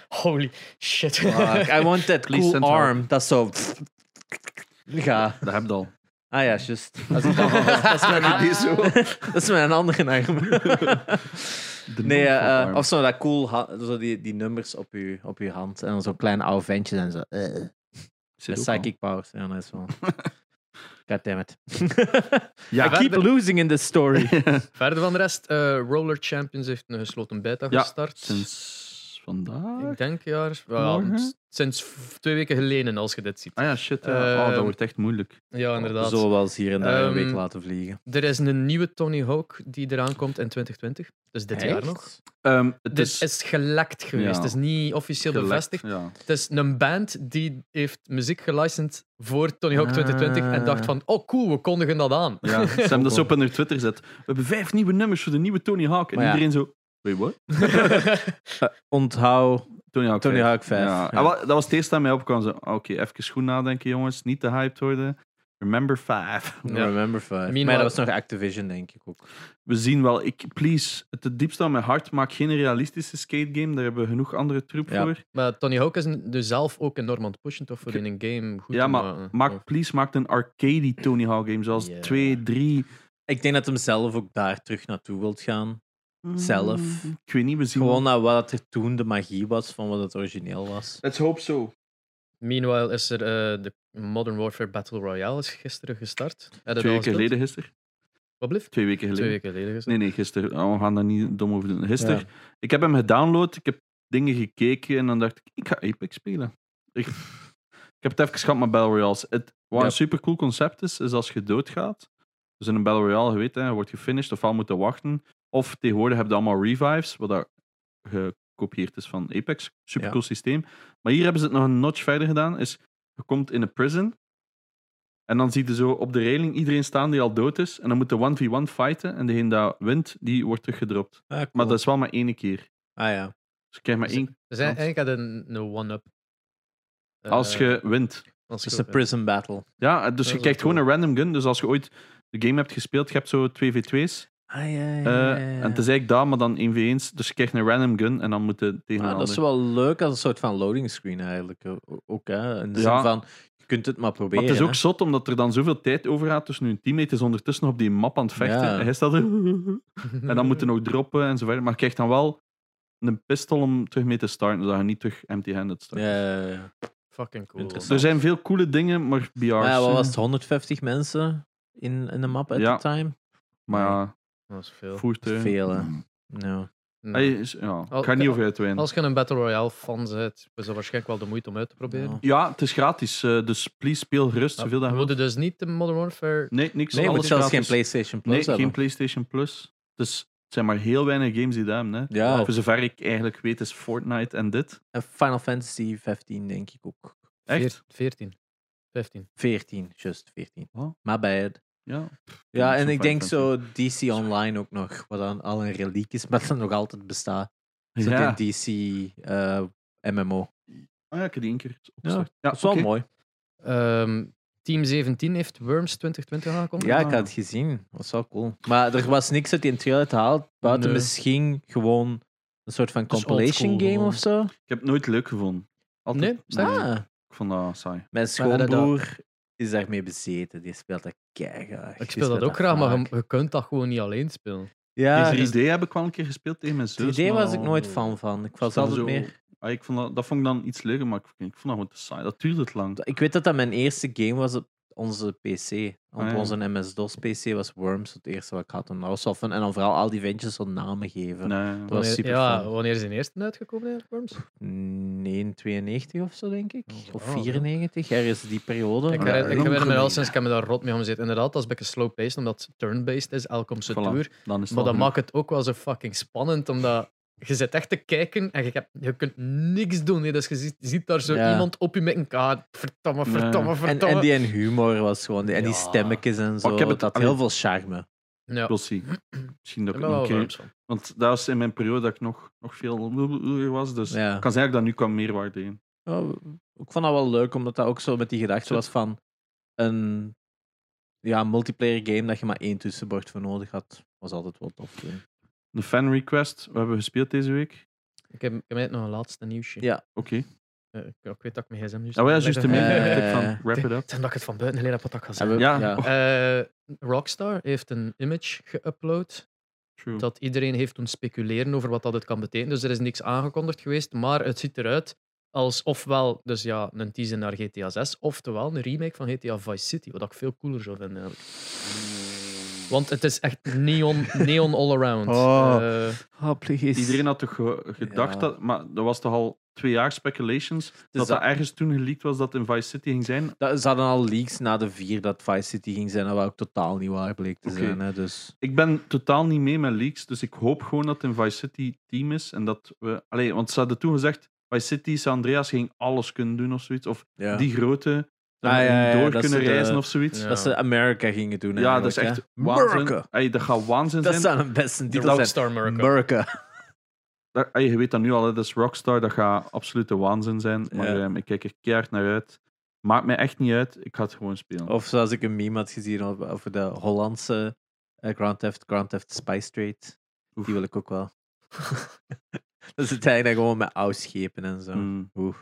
[SPEAKER 3] holy shit.
[SPEAKER 1] Fuck, I want that
[SPEAKER 2] Please
[SPEAKER 1] cool
[SPEAKER 2] send help.
[SPEAKER 1] arm. Dat is zo... Ga.
[SPEAKER 2] Dat heb je al.
[SPEAKER 1] Ah ja, juist. Dat is, dat is mijn,
[SPEAKER 2] Die zo.
[SPEAKER 1] dat is mijn andere arm.
[SPEAKER 2] De
[SPEAKER 1] Nee, eh,
[SPEAKER 2] Norfolk
[SPEAKER 1] eh,
[SPEAKER 2] Arm.
[SPEAKER 1] of zo dat cool, ha- zo die, die nummers op je, op je hand en dan zo'n klein oude ventje en zo. eh, eh.
[SPEAKER 2] Zit ook al.
[SPEAKER 1] psychic powers. Ja, dat is wel. God damn it.
[SPEAKER 2] Ja,
[SPEAKER 1] I keep
[SPEAKER 3] verder-
[SPEAKER 1] losing in this story.
[SPEAKER 3] Verder van de rest, eh, Roller Champions heeft een gesloten beta
[SPEAKER 2] Ja,
[SPEAKER 3] gestart.
[SPEAKER 2] sinds vandaag.
[SPEAKER 3] Ik denk ja,
[SPEAKER 2] Morgen?
[SPEAKER 3] s- sinds v- twee weken geleden als je dit ziet.
[SPEAKER 2] Ah ja, shit. ja. oh,
[SPEAKER 1] Eh,
[SPEAKER 2] dat
[SPEAKER 3] Ehm,
[SPEAKER 2] wordt echt moeilijk.
[SPEAKER 3] Ja, inderdaad.
[SPEAKER 1] Zo wel eens hier en daar een
[SPEAKER 3] Ehm,
[SPEAKER 1] week laten vliegen.
[SPEAKER 3] Er is een nieuwe Tony Hawk die eraan komt in 2020. Dus dit jaar nog.
[SPEAKER 2] Ehm, het
[SPEAKER 3] Dus
[SPEAKER 2] is
[SPEAKER 3] het is gelekt geweest.
[SPEAKER 2] Ja.
[SPEAKER 3] Het is niet officieel
[SPEAKER 2] gelekt,
[SPEAKER 3] bevestigd.
[SPEAKER 2] Ja.
[SPEAKER 3] Het is een band die heeft muziek gelicensed voor Tony Hawk 2020 en
[SPEAKER 2] Ah.
[SPEAKER 3] dacht van, oh cool, we kondigen dat aan.
[SPEAKER 2] Ja, Sam dat zo op hun Twitter zet. We hebben vijf nieuwe nummers voor de nieuwe Tony Hawk. En
[SPEAKER 1] Maar ja.
[SPEAKER 2] iedereen zo... Wait, what?
[SPEAKER 1] Onthoud.
[SPEAKER 2] Tony Hawk
[SPEAKER 1] Tony
[SPEAKER 2] 5.
[SPEAKER 1] Hawk 5,
[SPEAKER 2] Ja.
[SPEAKER 1] ja.
[SPEAKER 2] En wat- dat was het eerste dat mij opkwam. Zo, ah, Oké, even goed nadenken, jongens. Niet te hyped worden. Remember 5.
[SPEAKER 3] Ja.
[SPEAKER 1] Remember 5. Maar
[SPEAKER 3] Meanwhile-
[SPEAKER 1] dat was nog Activision, denk ik ook.
[SPEAKER 2] We zien wel. Ik, please, het het diepste aan mijn hart. Maak geen realistische skategame. Daar hebben we genoeg andere troep
[SPEAKER 1] Ja.
[SPEAKER 2] voor.
[SPEAKER 3] Maar Tony Hawk is nu zelf ook enorm aan het pushen toch voor in een game goed
[SPEAKER 2] ja,
[SPEAKER 3] te
[SPEAKER 2] maar
[SPEAKER 3] maken.
[SPEAKER 2] maak, please, maak een arcade Tony Hawk game. Zoals
[SPEAKER 1] Ja.
[SPEAKER 2] 2, 3...
[SPEAKER 1] Ik denk dat hem zelf ook daar terug naartoe wilt gaan. Zelf.
[SPEAKER 2] Ik weet niet, we zien...
[SPEAKER 1] Gewoon naar wat er toen de magie was van wat het origineel was.
[SPEAKER 2] Let's hope so.
[SPEAKER 3] Meanwhile is er eh, de Modern Warfare Battle Royale is gisteren gestart. Heb je dat al
[SPEAKER 2] Twee weken
[SPEAKER 3] gespeeld?
[SPEAKER 2] geleden, gisteren.
[SPEAKER 3] Wat blieft?
[SPEAKER 2] Twee weken
[SPEAKER 3] Twee
[SPEAKER 2] geleden.
[SPEAKER 3] weken geleden gestart.
[SPEAKER 2] Nee, nee, gisteren. Oh, we gaan daar niet dom over doen. Gisteren, ik heb hem gedownload, ik heb dingen gekeken en dan dacht ik, ik ga Apex spelen. Ik, ik heb het even gehad met Battle Royales. Het, wat
[SPEAKER 1] Ja.
[SPEAKER 2] een super cool concept is, is als je doodgaat. Dus in een Battle Royale, je weet, hè, je wordt gefinished ofwel moet je wachten. Of tegenwoordig heb je allemaal revives, wat dat gekopieerd is van Apex. Super cool systeem. Maar hier hebben ze het nog een notch verder gedaan. Is, je komt in een prison. En dan zie je zo op de railing iedereen staan die al dood is. En dan moet de 1v1 fighten. En degene dat wint, die wordt teruggedropt.
[SPEAKER 1] Ah, cool.
[SPEAKER 2] Maar dat is wel maar één keer.
[SPEAKER 1] Ah ja.
[SPEAKER 2] Dus je krijgt maar
[SPEAKER 3] Dus-
[SPEAKER 2] één
[SPEAKER 3] Dus hij- eigenlijk had een, een one-up. Eh,
[SPEAKER 2] als je wint.
[SPEAKER 3] als
[SPEAKER 1] Het is
[SPEAKER 3] je-
[SPEAKER 1] een prison dus battle.
[SPEAKER 2] Ja, dus
[SPEAKER 3] is
[SPEAKER 2] je
[SPEAKER 3] wel
[SPEAKER 2] krijgt
[SPEAKER 3] cool.
[SPEAKER 2] gewoon een random gun. Dus als je ooit de game hebt gespeeld, je hebt zo 2v2's.
[SPEAKER 1] Ah ja, ja,
[SPEAKER 2] eh,
[SPEAKER 1] ja, ja,
[SPEAKER 2] En het is eigenlijk daar, maar dan 1v1's. Dus je krijgt een random gun en dan moet je tegen
[SPEAKER 1] Ah,
[SPEAKER 2] een
[SPEAKER 1] dat is
[SPEAKER 2] ander.
[SPEAKER 1] wel leuk als een soort van loading screen eigenlijk. eh, o- Ook hè? in de
[SPEAKER 2] Ja.
[SPEAKER 1] zin van, je kunt het maar proberen.
[SPEAKER 2] Maar het is ook
[SPEAKER 1] hè.
[SPEAKER 2] zot, omdat er dan zoveel tijd over gaat tussen hun teammate is ondertussen op die map aan het vechten.
[SPEAKER 1] Ja. Hmm.
[SPEAKER 2] En hij staat er... En dan moeten nog droppen en zo verder. Maar je krijgt dan wel een pistool om terug mee te starten, zodat je niet terug empty-handed start.
[SPEAKER 1] Ja, ja, ja.
[SPEAKER 3] Fucking cool.
[SPEAKER 2] Er zijn veel coole dingen, maar BR's...
[SPEAKER 1] Maar ja, wat
[SPEAKER 2] eh,
[SPEAKER 1] was het, 150 mensen in, in de map at
[SPEAKER 2] Ja.
[SPEAKER 1] the time?
[SPEAKER 2] Maar ja,
[SPEAKER 3] Dat is veel.
[SPEAKER 2] voertuigen.
[SPEAKER 1] Veel, hè. Nou,
[SPEAKER 2] Hey, is- ja,
[SPEAKER 3] Al-
[SPEAKER 2] ik ga er niet over uitweiden.
[SPEAKER 3] Als je een Battle Royale fan bent, is dat waarschijnlijk wel de moeite om uit te proberen.
[SPEAKER 1] Ja.
[SPEAKER 2] Ja, het is gratis, eh, dus please speel gerust zoveel dat je
[SPEAKER 3] we
[SPEAKER 2] wilt.
[SPEAKER 3] moeten dus niet de Modern Warfare.
[SPEAKER 2] Nee, niks.
[SPEAKER 1] Nee, je moet
[SPEAKER 2] alles
[SPEAKER 1] zelfs
[SPEAKER 2] gratis.
[SPEAKER 1] geen PlayStation Plus
[SPEAKER 2] Nee,
[SPEAKER 1] hebben.
[SPEAKER 2] geen PlayStation Plus. Dus het zijn maar heel weinig games die dat hebben. Hè.
[SPEAKER 1] ja,
[SPEAKER 2] Voor zover ik eigenlijk weet is Fortnite en dit.
[SPEAKER 1] en Final Fantasy 15 denk ik ook.
[SPEAKER 2] Echt?
[SPEAKER 3] Veer- 14. 15.
[SPEAKER 1] 14, just 14.
[SPEAKER 2] Wat?
[SPEAKER 1] Maar bij het.
[SPEAKER 2] Ja.
[SPEAKER 1] Ja,
[SPEAKER 2] niet
[SPEAKER 1] en
[SPEAKER 2] zo
[SPEAKER 1] ik
[SPEAKER 2] Final
[SPEAKER 1] denk zo DC Online ook nog, wat dan al een reliek is, maar dat nog altijd bestaat. Zo
[SPEAKER 2] Ja.
[SPEAKER 1] die DC eh, MMO.
[SPEAKER 2] Oh ja, ik heb die één keer
[SPEAKER 1] Ja,
[SPEAKER 2] opgezegd.
[SPEAKER 1] dat is wel
[SPEAKER 2] oké.
[SPEAKER 1] mooi.
[SPEAKER 3] Ehm, Team 17 heeft Worms 2020 aangekondigd.
[SPEAKER 1] Ja, ik had het gezien. Dat was wel cool. Maar er was niks uit die trailer te halen, buiten
[SPEAKER 3] Nee.
[SPEAKER 1] misschien gewoon een soort van
[SPEAKER 3] Dus
[SPEAKER 1] compilation
[SPEAKER 3] oldschool
[SPEAKER 1] game
[SPEAKER 3] gewoon.
[SPEAKER 1] of zo.
[SPEAKER 2] Ik heb het nooit leuk gevonden. Altijd,
[SPEAKER 3] Nee, snap
[SPEAKER 1] Ah,
[SPEAKER 2] Ik vond dat saai.
[SPEAKER 1] mijn
[SPEAKER 3] Maar dat-
[SPEAKER 1] schoonbroer is daarmee bezeten. Die speelt dat keihard.
[SPEAKER 3] Ik speel dat ook graag, maar je, je kunt dat gewoon niet alleen spelen.
[SPEAKER 1] Ja,
[SPEAKER 2] die
[SPEAKER 1] het
[SPEAKER 2] 3D heb ik wel een keer gespeeld tegen mijn zus.
[SPEAKER 3] dus
[SPEAKER 1] idee
[SPEAKER 2] maar
[SPEAKER 1] was ik nooit fan van. Ik was
[SPEAKER 2] stel
[SPEAKER 1] altijd
[SPEAKER 2] zo-
[SPEAKER 1] meer...
[SPEAKER 2] Ah, ik vond dat, dat vond ik dan iets leuker, maar ik, ik vond dat gewoon te saai. Dat duurde het lang.
[SPEAKER 1] Ik weet dat dat mijn eerste game was op onze PC. Op
[SPEAKER 2] Ah, ja.
[SPEAKER 1] onze MS-DOS PC was Worms het eerste wat ik had. En dat was wel fun. En dan vooral al die ventjes zo'n namen geven.
[SPEAKER 2] Nee,
[SPEAKER 1] was
[SPEAKER 3] Wanneer-
[SPEAKER 1] super
[SPEAKER 3] ja,
[SPEAKER 1] fun.
[SPEAKER 3] wanneer is de eerste uitgekomen eigenlijk, Worms?
[SPEAKER 1] Nee, 92 of zo, denk ik.
[SPEAKER 3] Oh,
[SPEAKER 1] Of
[SPEAKER 3] wauw, ja.
[SPEAKER 1] 94, ergens die periode.
[SPEAKER 3] Ik
[SPEAKER 2] Ja,
[SPEAKER 3] herinner-
[SPEAKER 2] dat is
[SPEAKER 3] ik herinner me al
[SPEAKER 1] ongemeen.
[SPEAKER 3] sinds ik heb me daar rot mee omgezet. Inderdaad, dat is een beetje slow-paced, omdat het turn-based is, elk om zijn
[SPEAKER 2] Voilà,
[SPEAKER 3] toer.
[SPEAKER 2] dan is het
[SPEAKER 3] Maar
[SPEAKER 2] al
[SPEAKER 3] dat maakt het ook wel zo fucking spannend, omdat je zit echt te kijken en je, hebt, je kunt niks doen. Hè. Dus je ziet, je ziet daar zo
[SPEAKER 1] Ja.
[SPEAKER 3] iemand op je met een kaart. Verdomme,
[SPEAKER 2] Nee.
[SPEAKER 3] verdomme,
[SPEAKER 1] En,
[SPEAKER 3] verdomme.
[SPEAKER 1] en die en humor was gewoon... En die
[SPEAKER 3] Ja.
[SPEAKER 1] stemmetjes en zo.
[SPEAKER 2] ik heb het-
[SPEAKER 1] dat had heel veel charme.
[SPEAKER 3] ja.
[SPEAKER 2] Ik wil zien. Misschien dat ik
[SPEAKER 3] Ik ben
[SPEAKER 2] het nog
[SPEAKER 3] wel
[SPEAKER 2] een keer...
[SPEAKER 3] Worms van.
[SPEAKER 2] Want dat was in mijn periode dat ik nog, nog veel was. Dus
[SPEAKER 1] Ja.
[SPEAKER 2] ik kan zeggen dat ik daar nu kwam meerwaarde in.
[SPEAKER 1] Ja, ik vond dat wel leuk, omdat dat ook zo met die gedachte was van... Een ja, multiplayer game dat je maar één tussenbord voor nodig had. Was altijd wel tof. toen.
[SPEAKER 2] De fan request, we hebben gespeeld deze week.
[SPEAKER 3] Ik heb, ik heb net nog een laatste nieuwsje.
[SPEAKER 1] Ja.
[SPEAKER 2] Oké. Ja,
[SPEAKER 3] Eh, ik, ik weet dat ik mijn gsm nu...
[SPEAKER 2] wij Ah, juist de
[SPEAKER 1] mee.
[SPEAKER 3] Eh,
[SPEAKER 2] mededeling
[SPEAKER 1] Eh,
[SPEAKER 2] van wrap it up.
[SPEAKER 3] Toen dat ik het van buiten alleen heb wat ik ga
[SPEAKER 1] Hebben
[SPEAKER 3] zeggen.
[SPEAKER 1] we-
[SPEAKER 2] Ja.
[SPEAKER 1] ja.
[SPEAKER 2] Oh,
[SPEAKER 3] Eh, Rockstar heeft een image geüpload
[SPEAKER 2] true.
[SPEAKER 1] Hm.
[SPEAKER 3] dat iedereen heeft doen speculeren over wat dat het kan betekenen. Dus er is niks aangekondigd geweest, maar het ziet eruit als ofwel dus ja, een teaser naar GTA 6, oftewel een remake van GTA Vice City, wat ik veel cooler zou vinden eigenlijk. Want het is echt neon, neon all around.
[SPEAKER 1] Oh.
[SPEAKER 3] Eh,
[SPEAKER 2] Iedereen had toch ge- gedacht
[SPEAKER 1] Ja.
[SPEAKER 2] dat, maar dat was toch al twee jaar speculations, dat
[SPEAKER 1] dat-
[SPEAKER 2] dat ergens toen geleakt was dat in Vice City ging zijn.
[SPEAKER 1] Dat, ze hadden al leaks na de vier dat Vice City ging zijn, wat ook totaal niet waar bleek te
[SPEAKER 2] Oké.
[SPEAKER 1] zijn. Hè, dus.
[SPEAKER 2] Ik ben totaal niet mee met leaks, dus ik hoop gewoon dat het in Vice City team is en dat we. Allee, want ze hadden toen gezegd: Vice City, San Andreas ging alles kunnen doen of zoiets, of
[SPEAKER 1] Ja.
[SPEAKER 2] die grote
[SPEAKER 1] Ah, ja, ja, ja,
[SPEAKER 2] door
[SPEAKER 1] dat
[SPEAKER 2] kunnen
[SPEAKER 1] ze de-
[SPEAKER 2] reizen of zoiets.
[SPEAKER 3] ja.
[SPEAKER 2] Ja,
[SPEAKER 1] Dat ze America gingen doen.
[SPEAKER 2] dat is echt
[SPEAKER 1] eigenlijk, hè.
[SPEAKER 2] waanzin.
[SPEAKER 1] America.
[SPEAKER 2] Ey, dat gaat waanzin
[SPEAKER 1] Dat
[SPEAKER 2] zijn.
[SPEAKER 1] zou een beste
[SPEAKER 3] de
[SPEAKER 1] titel zijn.
[SPEAKER 3] Rockstar America.
[SPEAKER 1] America.
[SPEAKER 2] Daar- ey, je weet dat nu al, hè, dat is Rockstar, dat gaat absolute waanzin zijn. Maar
[SPEAKER 1] Ja.
[SPEAKER 2] ehm, ik kijk er keihard naar uit. Maakt mij echt niet uit, ik ga het gewoon spelen.
[SPEAKER 1] Of zoals ik een meme had gezien over- over de Hollandse eh, Grand Theft, Grand Theft Spice Trade.
[SPEAKER 2] Oef.
[SPEAKER 1] Die wil ik ook wel. dat is het eigenlijk gewoon met oude schepen en zo.
[SPEAKER 2] Mm.
[SPEAKER 1] Oeh.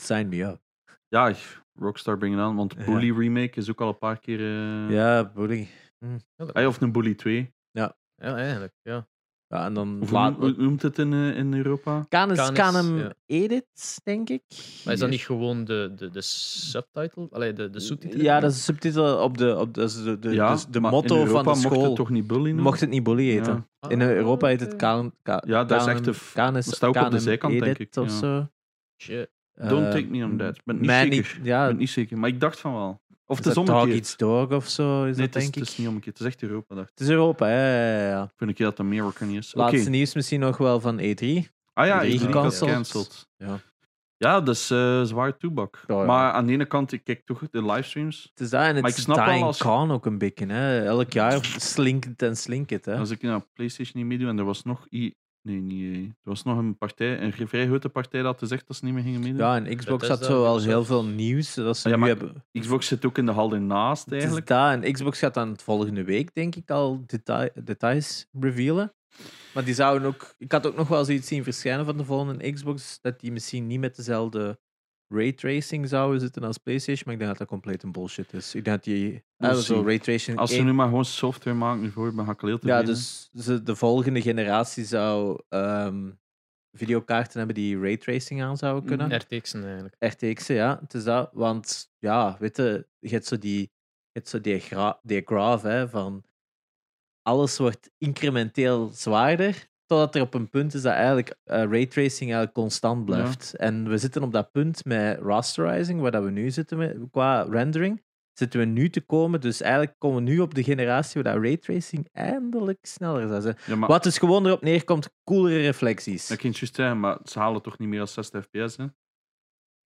[SPEAKER 1] Sign me up.
[SPEAKER 2] Ja, ik- Rockstar brengen aan, want
[SPEAKER 1] Ja.
[SPEAKER 2] Bully Remake is ook al een paar keer. eh,
[SPEAKER 1] Ja, boeling. Ah,
[SPEAKER 2] ey, of een Bully 2.
[SPEAKER 3] Ja, eigenlijk. Ja.
[SPEAKER 1] Ja, en dan
[SPEAKER 2] Of hoe,
[SPEAKER 1] laat-
[SPEAKER 2] hoe noemt het in, eh, in Europa?
[SPEAKER 1] Canis
[SPEAKER 3] Canis,
[SPEAKER 1] Canem
[SPEAKER 3] ja.
[SPEAKER 1] Edit, denk ik.
[SPEAKER 3] Maar is dat niet gewoon de, de, de subtitle? Allee, de, de subtitel?
[SPEAKER 1] Ja, dat is een subtitel op de, op de, dat is de, de,
[SPEAKER 2] ja,
[SPEAKER 1] dus de
[SPEAKER 2] maar in
[SPEAKER 1] motto
[SPEAKER 2] Europa
[SPEAKER 1] van de
[SPEAKER 2] mocht
[SPEAKER 1] school.
[SPEAKER 2] het toch niet Bully noemen?
[SPEAKER 1] Mocht het niet bully
[SPEAKER 2] Ja.
[SPEAKER 1] eten.
[SPEAKER 3] Ah,
[SPEAKER 1] In
[SPEAKER 3] Oh,
[SPEAKER 1] Europa heet het Kan. Ka,
[SPEAKER 2] Ja, dat is echt
[SPEAKER 1] Kanem-
[SPEAKER 2] de f-
[SPEAKER 1] Kanis-
[SPEAKER 2] dat staat ook op de
[SPEAKER 1] Kanem
[SPEAKER 2] zijkant, denk
[SPEAKER 1] Edit
[SPEAKER 2] ik,
[SPEAKER 1] Of
[SPEAKER 2] ja.
[SPEAKER 1] zo.
[SPEAKER 3] Shit.
[SPEAKER 2] Don't
[SPEAKER 1] Eh,
[SPEAKER 2] take me on that. Ik ben niet
[SPEAKER 1] mij
[SPEAKER 2] zeker.
[SPEAKER 1] niet- ja.
[SPEAKER 2] Ik ben niet zeker, maar ik dacht van wel. Of het
[SPEAKER 1] is
[SPEAKER 2] is
[SPEAKER 1] dat Dog
[SPEAKER 2] omgekeerd.
[SPEAKER 1] Eats Dog of zo, is
[SPEAKER 2] nee,
[SPEAKER 1] dat
[SPEAKER 2] het is,
[SPEAKER 1] denk
[SPEAKER 2] het
[SPEAKER 1] ik.
[SPEAKER 2] is niet omgekeerd. Het is echt Europa, dacht ik.
[SPEAKER 1] Het is Europa, ja. ja, ja, ja.
[SPEAKER 2] Ik vind een keer dat dat America niet is. Oké.
[SPEAKER 1] Laatste nieuws misschien nog wel van E3.
[SPEAKER 2] Ah ja,
[SPEAKER 1] Drie
[SPEAKER 2] ik
[SPEAKER 1] gecanceld.
[SPEAKER 2] gecanceld.
[SPEAKER 1] Ja.
[SPEAKER 2] Ja, dat is eh, zwaar toebak.
[SPEAKER 1] Ja, ja.
[SPEAKER 2] Maar aan de ene kant, ik kijk toch de livestreams.
[SPEAKER 1] Het is daar en
[SPEAKER 2] Maar
[SPEAKER 1] het
[SPEAKER 2] ik
[SPEAKER 1] is
[SPEAKER 2] snap wel
[SPEAKER 1] Dying
[SPEAKER 2] als-
[SPEAKER 1] Khan ook een beetje. Hè. Elk jaar slinkt het en slinkt het. Hè.
[SPEAKER 2] Als ik naar PlayStation niet meedoe en er was nog. I nee, niet. eh, Er was nog een partij, een vrij grote partij dat had gezegd dat ze niet meer gingen meedoen.
[SPEAKER 1] Ja, en Xbox had
[SPEAKER 3] Bethesda,
[SPEAKER 1] zo wel
[SPEAKER 3] Microsoft.
[SPEAKER 1] heel veel nieuws dat ze
[SPEAKER 2] Ah, ja,
[SPEAKER 1] nu
[SPEAKER 2] maar
[SPEAKER 1] hebben.
[SPEAKER 2] Xbox zit ook in de hal ernaast
[SPEAKER 1] Het is
[SPEAKER 2] eigenlijk.
[SPEAKER 1] dat. En Xbox gaat dan volgende week, denk ik, al detail, details revealen. Maar die zouden ook... Ik had ook nog wel zoiets zien verschijnen van de volgende Xbox, dat die misschien niet met dezelfde raytracing zouden zitten als PlayStation, maar ik denk dat dat compleet een bullshit is. Ik denk dat die...
[SPEAKER 2] We'll
[SPEAKER 1] eh, zo
[SPEAKER 2] see.
[SPEAKER 1] raytracing...
[SPEAKER 2] Als ze
[SPEAKER 1] één-
[SPEAKER 2] nu maar gewoon software maken voor, ben ik al heel
[SPEAKER 1] Ja,
[SPEAKER 2] tevreden.
[SPEAKER 1] dus ze, de volgende generatie zou ehm, videokaarten hebben die raytracing aan zouden kunnen.
[SPEAKER 2] Mm,
[SPEAKER 3] RTX'en eigenlijk.
[SPEAKER 1] RTX'en, ja. Het is dat. Want ja, weet je, je hebt zo die, je hebt zo die, gra die graaf hè, van alles wordt incrementeel zwaarder, totdat er op een punt is dat eigenlijk eh, raytracing eigenlijk constant blijft. En we zitten op dat punt met rasterizing, waar dat we nu zitten met, qua rendering, zitten we nu te komen. Dus eigenlijk komen we nu op de generatie waar dat raytracing eindelijk sneller zou zijn.
[SPEAKER 2] Ja, maar,
[SPEAKER 1] Wat dus gewoon erop neerkomt, coolere reflecties.
[SPEAKER 2] Dat kan je juist zeggen, maar ze halen toch niet meer dan 60 fps, hè?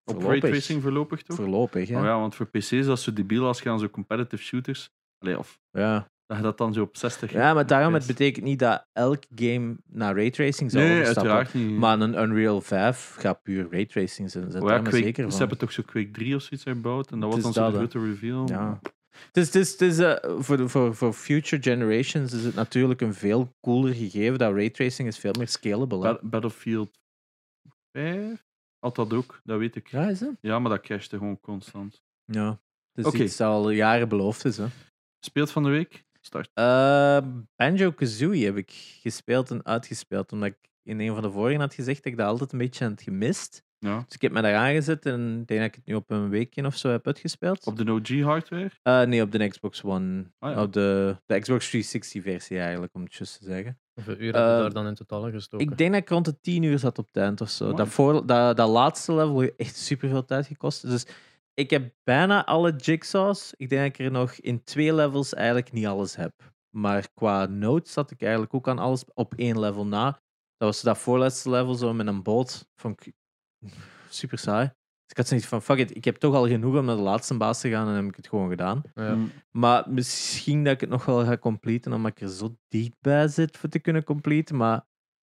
[SPEAKER 2] Op
[SPEAKER 1] Voorlopig.
[SPEAKER 2] raytracing voorlopig toch?
[SPEAKER 1] Voorlopig, hè.
[SPEAKER 2] Oh ja, want voor PC's is dat zo debiel als je aan zo'n competitive shooters. Allee, of
[SPEAKER 1] ja.
[SPEAKER 2] Dat je dat dan zo op 60
[SPEAKER 1] Ja, maar daarom, het
[SPEAKER 2] FPS.
[SPEAKER 1] betekent niet dat elk game naar raytracing zal
[SPEAKER 2] Nee,
[SPEAKER 1] overstappen.
[SPEAKER 2] uiteraard niet.
[SPEAKER 1] Maar een Unreal 5 gaat puur raytracing zijn. Zet
[SPEAKER 2] Oh ja,
[SPEAKER 1] daar maar
[SPEAKER 2] Quake-
[SPEAKER 1] zeker
[SPEAKER 2] ze
[SPEAKER 1] van.
[SPEAKER 2] hebben toch zo Quake 3 of zoiets herbouwd. En dat
[SPEAKER 1] Het
[SPEAKER 2] was dan
[SPEAKER 1] is
[SPEAKER 2] zo'n
[SPEAKER 1] dat, hè.
[SPEAKER 2] grote reveal.
[SPEAKER 1] Ja. Het is, het is, het is, eh, voor, de- voor, voor future generations is het natuurlijk een veel cooler gegeven dat raytracing is veel meer scalable. hè.
[SPEAKER 2] Ba- Battlefield 5 had dat ook, dat weet ik.
[SPEAKER 1] Ja, is het?
[SPEAKER 2] Ja, maar dat crashte gewoon constant.
[SPEAKER 1] Ja. Het is
[SPEAKER 2] Oké.
[SPEAKER 1] iets dat al jaren beloofd is. Hè. Eh,
[SPEAKER 2] Speelt van de week? Start.
[SPEAKER 1] Banjo Kazooie heb ik gespeeld en uitgespeeld. Omdat ik in een van de vorigen had gezegd dat ik dat altijd een beetje had gemist.
[SPEAKER 2] Ja.
[SPEAKER 1] Dus ik heb me daar aangezet en ik denk dat ik het nu op een weekje of zo heb uitgespeeld.
[SPEAKER 2] Op de OG-hardware?
[SPEAKER 1] Eh, nee, op de Xbox One.
[SPEAKER 2] Ah, ja.
[SPEAKER 1] Op de, de Xbox 360-versie eigenlijk, om het juist te zeggen.
[SPEAKER 3] Hoeveel uur hebben
[SPEAKER 1] Eh,
[SPEAKER 3] we daar dan in totaal in gestoken?
[SPEAKER 1] Ik denk dat ik rond de 10 uur zat op het eind of zo.
[SPEAKER 2] Amai.
[SPEAKER 1] Dat, voor, dat, dat laatste level heeft echt superveel tijd gekost. Dus ik heb bijna alle jigsaws. Ik denk dat ik er nog in twee levels eigenlijk niet alles heb. Maar qua notes zat ik eigenlijk ook aan alles op één level na. Dat was dat voorlaatste level zo met een boot. Vond ik super saai. Dus ik had zoiets van, fuck it, ik heb toch al genoeg om naar de laatste baas te gaan en heb ik het gewoon gedaan.
[SPEAKER 3] Ja.
[SPEAKER 2] Mm.
[SPEAKER 1] Maar misschien dat ik het nog wel ga completen, omdat ik er zo dicht bij zit voor te kunnen completen. Maar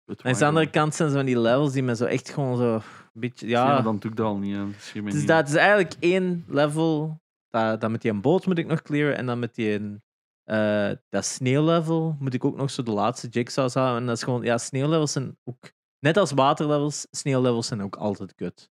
[SPEAKER 2] Het
[SPEAKER 1] aan de
[SPEAKER 2] waren-
[SPEAKER 1] andere kant zijn ze van die levels die me zo echt gewoon zo een beetje...
[SPEAKER 2] Zie je,
[SPEAKER 1] Ja,
[SPEAKER 2] maar dan doe ik dat al niet. hè. Dat zie je mij
[SPEAKER 1] het is,
[SPEAKER 2] niet.
[SPEAKER 1] dat, het is eigenlijk één level. Dat, dat met die boot moet ik nog clearen. En dan met die... eh dat sneeuwlevel moet ik ook nog zo de laatste jigsaws halen. En dat is gewoon... Ja, sneeuwlevels zijn ook... Net als waterlevels, sneeuwlevels zijn ook altijd kut.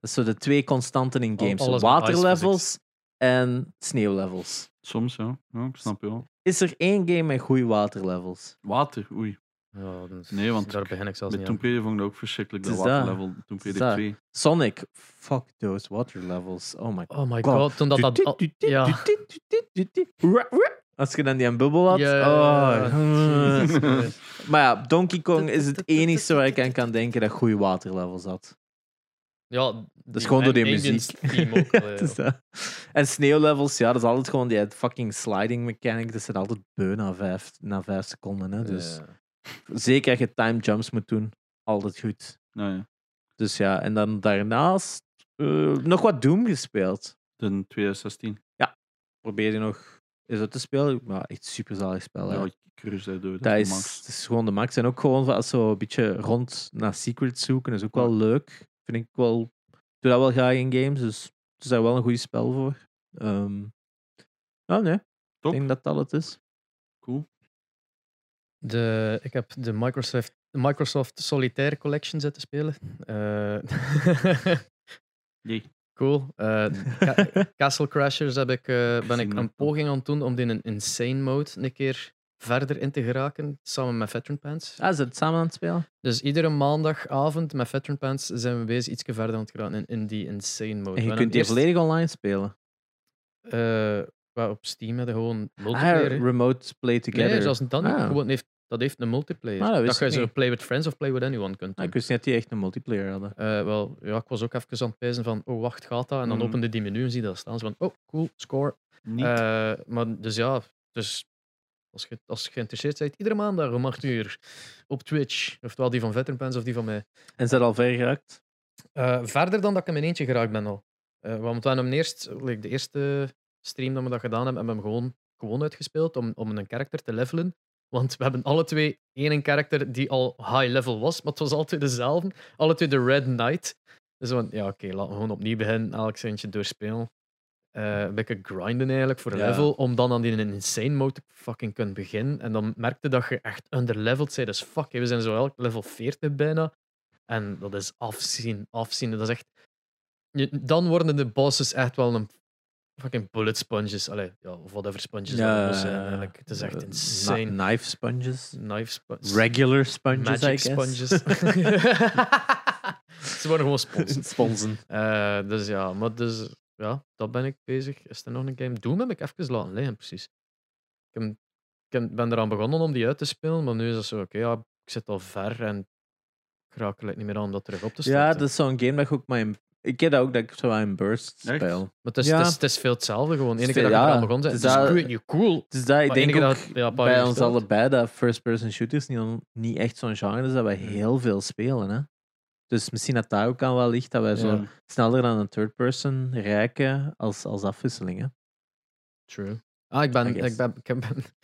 [SPEAKER 1] Dat zijn zo de twee constanten in
[SPEAKER 3] Al-
[SPEAKER 1] games. Zo
[SPEAKER 3] alles met ice
[SPEAKER 1] waterlevels en sneeuwlevels.
[SPEAKER 2] Soms, ja. ja. Ik snap je wel.
[SPEAKER 1] Is er één game met goede waterlevels?
[SPEAKER 2] Water, oei.
[SPEAKER 3] Ja, dan-
[SPEAKER 2] Nee, want
[SPEAKER 3] daar begin ik zelfs
[SPEAKER 2] Met
[SPEAKER 3] niet aan.
[SPEAKER 2] Tomb Raider vond ik dat ook verschrikkelijk,
[SPEAKER 1] Het
[SPEAKER 2] dat
[SPEAKER 1] is
[SPEAKER 2] waterlevel. Tomb
[SPEAKER 1] Het is
[SPEAKER 2] Raider
[SPEAKER 1] dat.
[SPEAKER 2] 2.
[SPEAKER 1] Sonic, fuck those waterlevels. Oh my
[SPEAKER 3] Oh my
[SPEAKER 1] Wow.
[SPEAKER 3] god, toen dat dat... al- Ja.
[SPEAKER 1] Als je dan die aan bubbel had.
[SPEAKER 3] Ja, ja,
[SPEAKER 1] oh.
[SPEAKER 3] ja. Jesus Christ.
[SPEAKER 1] Maar ja, Donkey Kong is het enige waar ik aan kan denken dat goede waterlevels had.
[SPEAKER 3] Ja,
[SPEAKER 1] is gewoon door die muziek. Het is
[SPEAKER 3] muziek.
[SPEAKER 1] dat. En sneeuwlevels, ja, dat is altijd gewoon die fucking sliding mechanic. Dat zit altijd beu na vijf, na vijf seconden. Hè. Dus zeker als je time jumps moet doen, altijd goed.
[SPEAKER 2] Nou ja,
[SPEAKER 1] Dus ja, en dan daarnaast eh, nog wat Doom gespeeld.
[SPEAKER 2] de 2016.
[SPEAKER 1] Probeer je nog eens uit te spelen. Maar echt super zalig spel. hè.
[SPEAKER 2] Ja, ik cruise daar door.
[SPEAKER 1] Dat is,
[SPEAKER 2] de
[SPEAKER 1] dat
[SPEAKER 2] max.
[SPEAKER 1] is gewoon de max. En ook gewoon van als zo een beetje rond naar secrets zoeken is ook wel leuk. Vind ik wel. Ik doe dat wel graag in games, dus het is daar wel een goed spel voor. Ehm nou, nee.
[SPEAKER 2] Top.
[SPEAKER 1] Ik denk dat dat het is.
[SPEAKER 2] Cool.
[SPEAKER 3] De, ik heb de Microsoft, Microsoft Solitaire Collection zitten spelen. Eh,
[SPEAKER 2] Jee.
[SPEAKER 3] cool. Eh,
[SPEAKER 1] Mm.
[SPEAKER 3] Ca- Castle Crashers heb ik, eh, ben
[SPEAKER 2] gezien
[SPEAKER 3] ik
[SPEAKER 2] dat.
[SPEAKER 3] een poging aan het doen om die in een insane mode een keer verder in te geraken, samen met Veteran Pants.
[SPEAKER 1] Ah, ze het samen aan het spelen?
[SPEAKER 3] Dus iedere maandagavond met Veteran Pants zijn we bezig iets verder aan het geraken in, in die insane mode.
[SPEAKER 1] En
[SPEAKER 3] We
[SPEAKER 1] je
[SPEAKER 3] hebben
[SPEAKER 1] kunt hier
[SPEAKER 3] eerst,
[SPEAKER 1] volledig online spelen.
[SPEAKER 3] eh, wel, op Steam hebben we gewoon
[SPEAKER 1] Ah,
[SPEAKER 3] multiplayer. hè.
[SPEAKER 1] remote play together.
[SPEAKER 3] Nee, zelfs dan niet.
[SPEAKER 1] Ah.
[SPEAKER 3] Gewoon heeft, dat heeft een multiplayer.
[SPEAKER 1] Ah, dat wist
[SPEAKER 3] dat je
[SPEAKER 1] ik
[SPEAKER 3] zo
[SPEAKER 1] niet.
[SPEAKER 3] play with friends of play with anyone kunt
[SPEAKER 1] Ah,
[SPEAKER 3] doen.
[SPEAKER 1] ik wist niet dat die echt een multiplayer hadden.
[SPEAKER 3] Eh, wel, ja, ik was ook even aan het pijzen van, oh wacht, gaat dat? En dan
[SPEAKER 1] Mm.
[SPEAKER 2] Mhm.
[SPEAKER 3] opende die menu en zie je dat staan. Zo van, oh, cool, score.
[SPEAKER 2] Niet.
[SPEAKER 3] Eh, maar dus ja, dus als je, als je geïnteresseerd bent, iedere maandag om 8 uur op Twitch. Oftewel die van Veteran Pants of die van mij.
[SPEAKER 1] En ze dat al ver geraakt?
[SPEAKER 3] Eh, verder dan dat ik hem in eentje geraakt ben al. Eh, want we hebben hem eerst, like, de eerste stream dat we dat gedaan hebben, hebben we hem gewoon, gewoon uitgespeeld om, om een karakter te levelen. Want we hebben alle twee één karakter die al high level was, maar het was altijd dezelfde. Alle twee de Red Knight. Dus we van, ja, oké, laten we gewoon opnieuw beginnen, elk centje doorspelen. Eh, een beetje grinden eigenlijk voor een
[SPEAKER 1] Ja.
[SPEAKER 3] level, om dan aan die in insane mode te fucking kunnen beginnen. En dan merkte dat je echt underleveled bent. Dus fuck, hè, we zijn zo elk level 40 bijna. En dat is afzien, afzien. Dat is echt... je- dan worden de bosses echt wel een fucking bullet sponges. Allee, ja, of whatever sponges dat ook zijn eigenlijk. Het is echt
[SPEAKER 1] Eh,
[SPEAKER 3] insane.
[SPEAKER 1] kni- Knife sponges.
[SPEAKER 3] Knife sponges.
[SPEAKER 1] Regular sponges,
[SPEAKER 3] Magic
[SPEAKER 1] I guess.
[SPEAKER 3] sponges. Ze worden gewoon sponsors.
[SPEAKER 1] Sponsen.
[SPEAKER 3] Eh, dus ja, maar dus, ja, dat ben ik bezig. Is er nog een game? Doom heb ik even laten liggen, precies. Ik, heb- ik heb- ben eraan begonnen om die uit te spelen, maar nu is dat zo, oké, ja, ik zit al ver en ik raak er like niet meer aan om dat terug op te starten.
[SPEAKER 1] Ja, dat is zo'n game dat ik ook maar in... Ik heb dat ook dat ik zo in bursts
[SPEAKER 2] Echt?
[SPEAKER 1] speel.
[SPEAKER 3] Maar het is,
[SPEAKER 1] ja.
[SPEAKER 3] het, is, het is veel hetzelfde gewoon.
[SPEAKER 1] Het is
[SPEAKER 3] Enige dat je
[SPEAKER 1] veel- ja,
[SPEAKER 3] eraan begonnen
[SPEAKER 1] het
[SPEAKER 3] bent, het
[SPEAKER 1] is
[SPEAKER 3] is
[SPEAKER 1] daar-
[SPEAKER 3] great new cool.
[SPEAKER 1] Dus dat, ik
[SPEAKER 3] Maar
[SPEAKER 1] denk
[SPEAKER 3] enige
[SPEAKER 1] ook
[SPEAKER 3] dat- ja, een paar
[SPEAKER 1] bij
[SPEAKER 3] uur
[SPEAKER 1] ons
[SPEAKER 3] gespeeld.
[SPEAKER 1] allebei dat first-person shooters niet, niet echt zo'n genre is dat wij
[SPEAKER 3] Hmm.
[SPEAKER 1] heel veel spelen. Hè? Dus misschien dat daar ook aan wel ligt dat wij zo
[SPEAKER 3] Ja.
[SPEAKER 1] sneller dan een third-person rijken als, als afwisseling. Hè?
[SPEAKER 3] True. Ah, ik ben,
[SPEAKER 1] I guess.
[SPEAKER 3] ik ben, ik ben,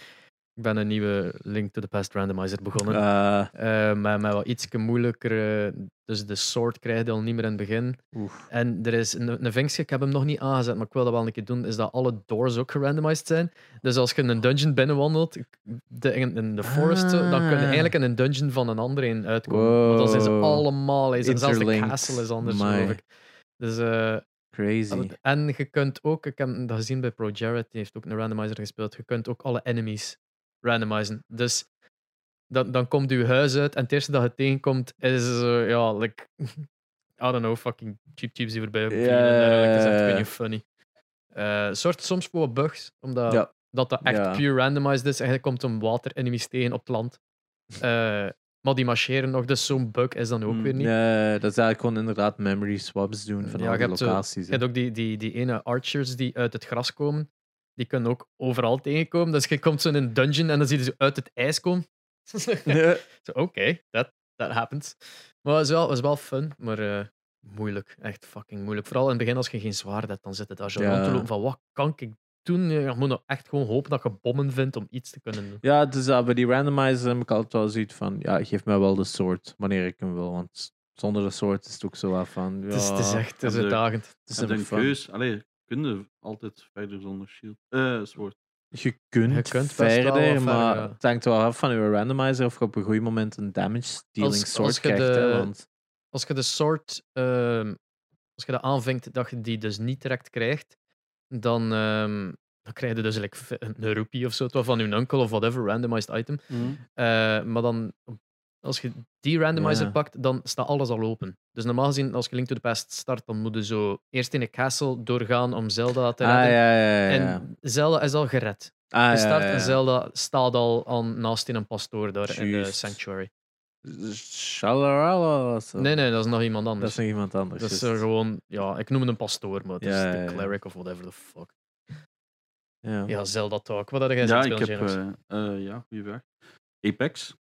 [SPEAKER 3] ik ben een nieuwe Link to the Past randomizer begonnen.
[SPEAKER 1] Eh,
[SPEAKER 3] Eh, maar met wat iets moeilijker. eh, dus de soort krijg je al niet meer in het begin.
[SPEAKER 1] oef.
[SPEAKER 3] En er is een, een vinkje, ik heb hem nog niet aangezet, maar ik wil dat wel een keer doen, is dat alle doors ook gerandomized zijn. Dus als je in een dungeon binnenwandelt, de, in, in de forest, zo, dan kun je
[SPEAKER 1] Ah.
[SPEAKER 3] eigenlijk in een dungeon van een andere een uitkomen. Want dan zijn ze
[SPEAKER 1] Wow.
[SPEAKER 3] allemaal, eens. en zelfs de
[SPEAKER 1] Interlinked.
[SPEAKER 3] castle is anders,
[SPEAKER 1] Amai.
[SPEAKER 3] geloof ik. Dus, eh,
[SPEAKER 1] Crazy.
[SPEAKER 3] en je kunt ook, ik heb dat gezien bij Pro Jared, die heeft ook een randomizer gespeeld. Je kunt ook alle enemies randomizen. Dus dan, dan komt je huis uit en het eerste dat je tegenkomt is, eh, ja, like, I don't know, fucking cheap cheaps die voorbij vliegen en dergelijke. Dat is echt
[SPEAKER 1] Ja.
[SPEAKER 3] fucking funny. Eh zorgt soms voor wat bugs, omdat
[SPEAKER 1] Ja.
[SPEAKER 3] dat, dat echt
[SPEAKER 1] Ja.
[SPEAKER 3] pure randomized is. En je komt een water-enemies tegen op het land. Eh, maar die marcheren nog, dus zo'n bug is dan ook
[SPEAKER 2] Mm,
[SPEAKER 3] weer niet.
[SPEAKER 1] Nee, dat is eigenlijk gewoon inderdaad memory swaps doen van
[SPEAKER 3] Ja,
[SPEAKER 1] alle
[SPEAKER 3] je hebt zo-
[SPEAKER 1] locaties.
[SPEAKER 3] Je hebt ook die, die, die ene archers die uit het gras komen. Die kunnen ook overal tegenkomen. Dus je komt zo in een dungeon en dan zie je ze uit het ijs komen. Zo,
[SPEAKER 1] Nee.
[SPEAKER 3] Oké, that, that happens. Maar het is wel, is wel fun, maar eh, moeilijk. Echt fucking moeilijk. Vooral in het begin als je geen zwaard hebt, dan zit het daar zo
[SPEAKER 1] Ja.
[SPEAKER 3] rond te lopen van wat kan ik doen? Je moet nou echt gewoon hopen dat je bommen vindt om iets te kunnen doen.
[SPEAKER 1] Ja, dus eh, bij die randomizer heb ik altijd wel zoiets van, ja, geef mij wel de soort wanneer ik hem wil, want zonder de soort is het ook zo wat van, ja,
[SPEAKER 3] Het, is, het is echt het is
[SPEAKER 2] en de-
[SPEAKER 3] uitdagend.
[SPEAKER 1] het is
[SPEAKER 2] En
[SPEAKER 1] een
[SPEAKER 2] de
[SPEAKER 1] fun.
[SPEAKER 2] keus, allee, kun je altijd verder zonder shield. Eh, soort.
[SPEAKER 1] Je kunt,
[SPEAKER 3] Je kunt best wel
[SPEAKER 1] verder,
[SPEAKER 3] wat verder,
[SPEAKER 1] maar
[SPEAKER 3] ja.
[SPEAKER 1] het hangt wel af van je randomizer of je op een goed moment een damage dealing
[SPEAKER 3] Als- als
[SPEAKER 1] soort
[SPEAKER 3] je
[SPEAKER 1] krijgt. hè,
[SPEAKER 3] de-
[SPEAKER 1] want,
[SPEAKER 3] Als je de soort, ehm, als je dat aanvinkt dat je die dus niet direct krijgt, dan, ehm, dan krijg je dus like, v- een rupee of zo, het was van je uncle of whatever, randomized item.
[SPEAKER 1] Mhm.
[SPEAKER 3] Eh, maar dan, als je die randomizer
[SPEAKER 1] Ja.
[SPEAKER 3] pakt, dan staat alles al open. Dus normaal gezien, als je Link to the Past start, dan moet je zo eerst in een castle doorgaan om Zelda te
[SPEAKER 1] ah, ja,
[SPEAKER 3] redden.
[SPEAKER 1] ja, ja. ja.
[SPEAKER 3] En Zelda is al gered.
[SPEAKER 1] ah,
[SPEAKER 3] je start
[SPEAKER 1] ja,
[SPEAKER 3] en
[SPEAKER 1] ja, ja.
[SPEAKER 3] Zelda staat al aan, naast in een pastoor daar in de
[SPEAKER 1] Juist.
[SPEAKER 3] sanctuary.
[SPEAKER 1] Shalarala. zo.
[SPEAKER 3] Nee, nee, dat is nog iemand
[SPEAKER 1] Dat
[SPEAKER 3] anders.
[SPEAKER 1] is nog iemand anders.
[SPEAKER 3] Dat is
[SPEAKER 1] juist.
[SPEAKER 3] eh, gewoon, ja, ik noem het een pastoor, maar het is
[SPEAKER 1] Ja, ja,
[SPEAKER 3] de
[SPEAKER 1] ja.
[SPEAKER 3] cleric of whatever the fuck.
[SPEAKER 1] ja.
[SPEAKER 3] Ja, Zelda Talk. Wat had jij
[SPEAKER 2] Ja,
[SPEAKER 3] zitten
[SPEAKER 2] ik heb.
[SPEAKER 3] spelen, James?
[SPEAKER 2] eh, eh, ja, goede vraag. Apex.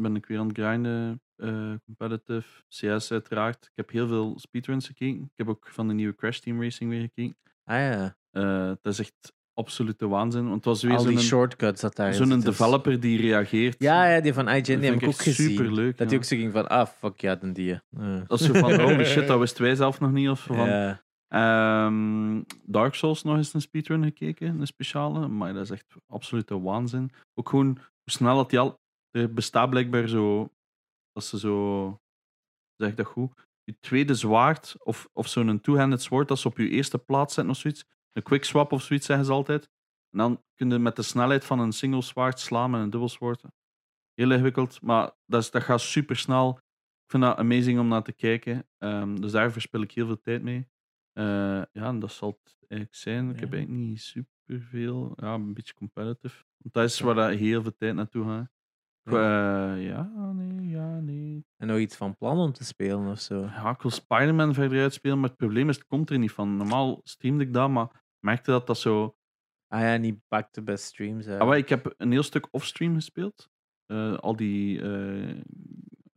[SPEAKER 2] Ben ik weer aan het grinden. eh, competitive. CS, uiteraard. Ik heb heel veel speedruns gekeken. Ik heb ook van de nieuwe Crash Team Racing weer gekeken.
[SPEAKER 1] Ah ja,
[SPEAKER 2] Eh dat is echt absolute waanzin. Want het was weer
[SPEAKER 1] al die
[SPEAKER 2] zo'n
[SPEAKER 1] shortcuts dat daar
[SPEAKER 2] zo'n
[SPEAKER 1] zitten.
[SPEAKER 2] developer die reageert.
[SPEAKER 1] Ja, ja, die van IGN die
[SPEAKER 2] vind
[SPEAKER 1] heb ik
[SPEAKER 2] ik
[SPEAKER 1] ook
[SPEAKER 2] echt
[SPEAKER 1] gezien.
[SPEAKER 2] superleuk,
[SPEAKER 1] dat
[SPEAKER 2] ja.
[SPEAKER 1] die ook zo ging van, ah, fuck ja, dan die. Ja.
[SPEAKER 2] Dat is zo van, holy shit, dat wisten wij zelf nog niet. Of van,
[SPEAKER 1] Ja.
[SPEAKER 2] Ehm, Dark Souls nog eens een speedrun gekeken, een speciale. Maar dat is echt absolute waanzin. Ook gewoon hoe snel dat die al. Er bestaat blijkbaar zo. Dat ze zo. Zeg ik dat goed? Je tweede zwaard of, of zo'n two-handed zwaard dat ze op je eerste plaats zetten of zoiets. Een quick swap of zoiets zeggen ze altijd. En dan kun je met de snelheid van een single zwaard slaan met een dubbel zwaard. Heel ingewikkeld, maar dat, is, dat gaat super snel. Ik vind dat amazing om naar te kijken. Ehm, dus daar verspil ik heel veel tijd mee. Eh, ja, en dat zal het eigenlijk zijn. Ik heb
[SPEAKER 1] Ja.
[SPEAKER 2] eigenlijk niet superveel. Ja, een beetje competitive. Want dat is waar dat heel veel tijd naartoe gaat. Ik, eh, ja, nee, ja, nee.
[SPEAKER 1] En nog iets van plan om te spelen of zo.
[SPEAKER 2] Ja, ik wil Spider-Man verder uitspelen, maar het probleem is, het komt er niet van. Normaal streamde ik dat, maar ik merkte dat dat zo...
[SPEAKER 1] Ah ja, niet back to best streams. hè.
[SPEAKER 2] Ah, wel, ik heb een heel stuk offstream gespeeld. Eh, al die... eh,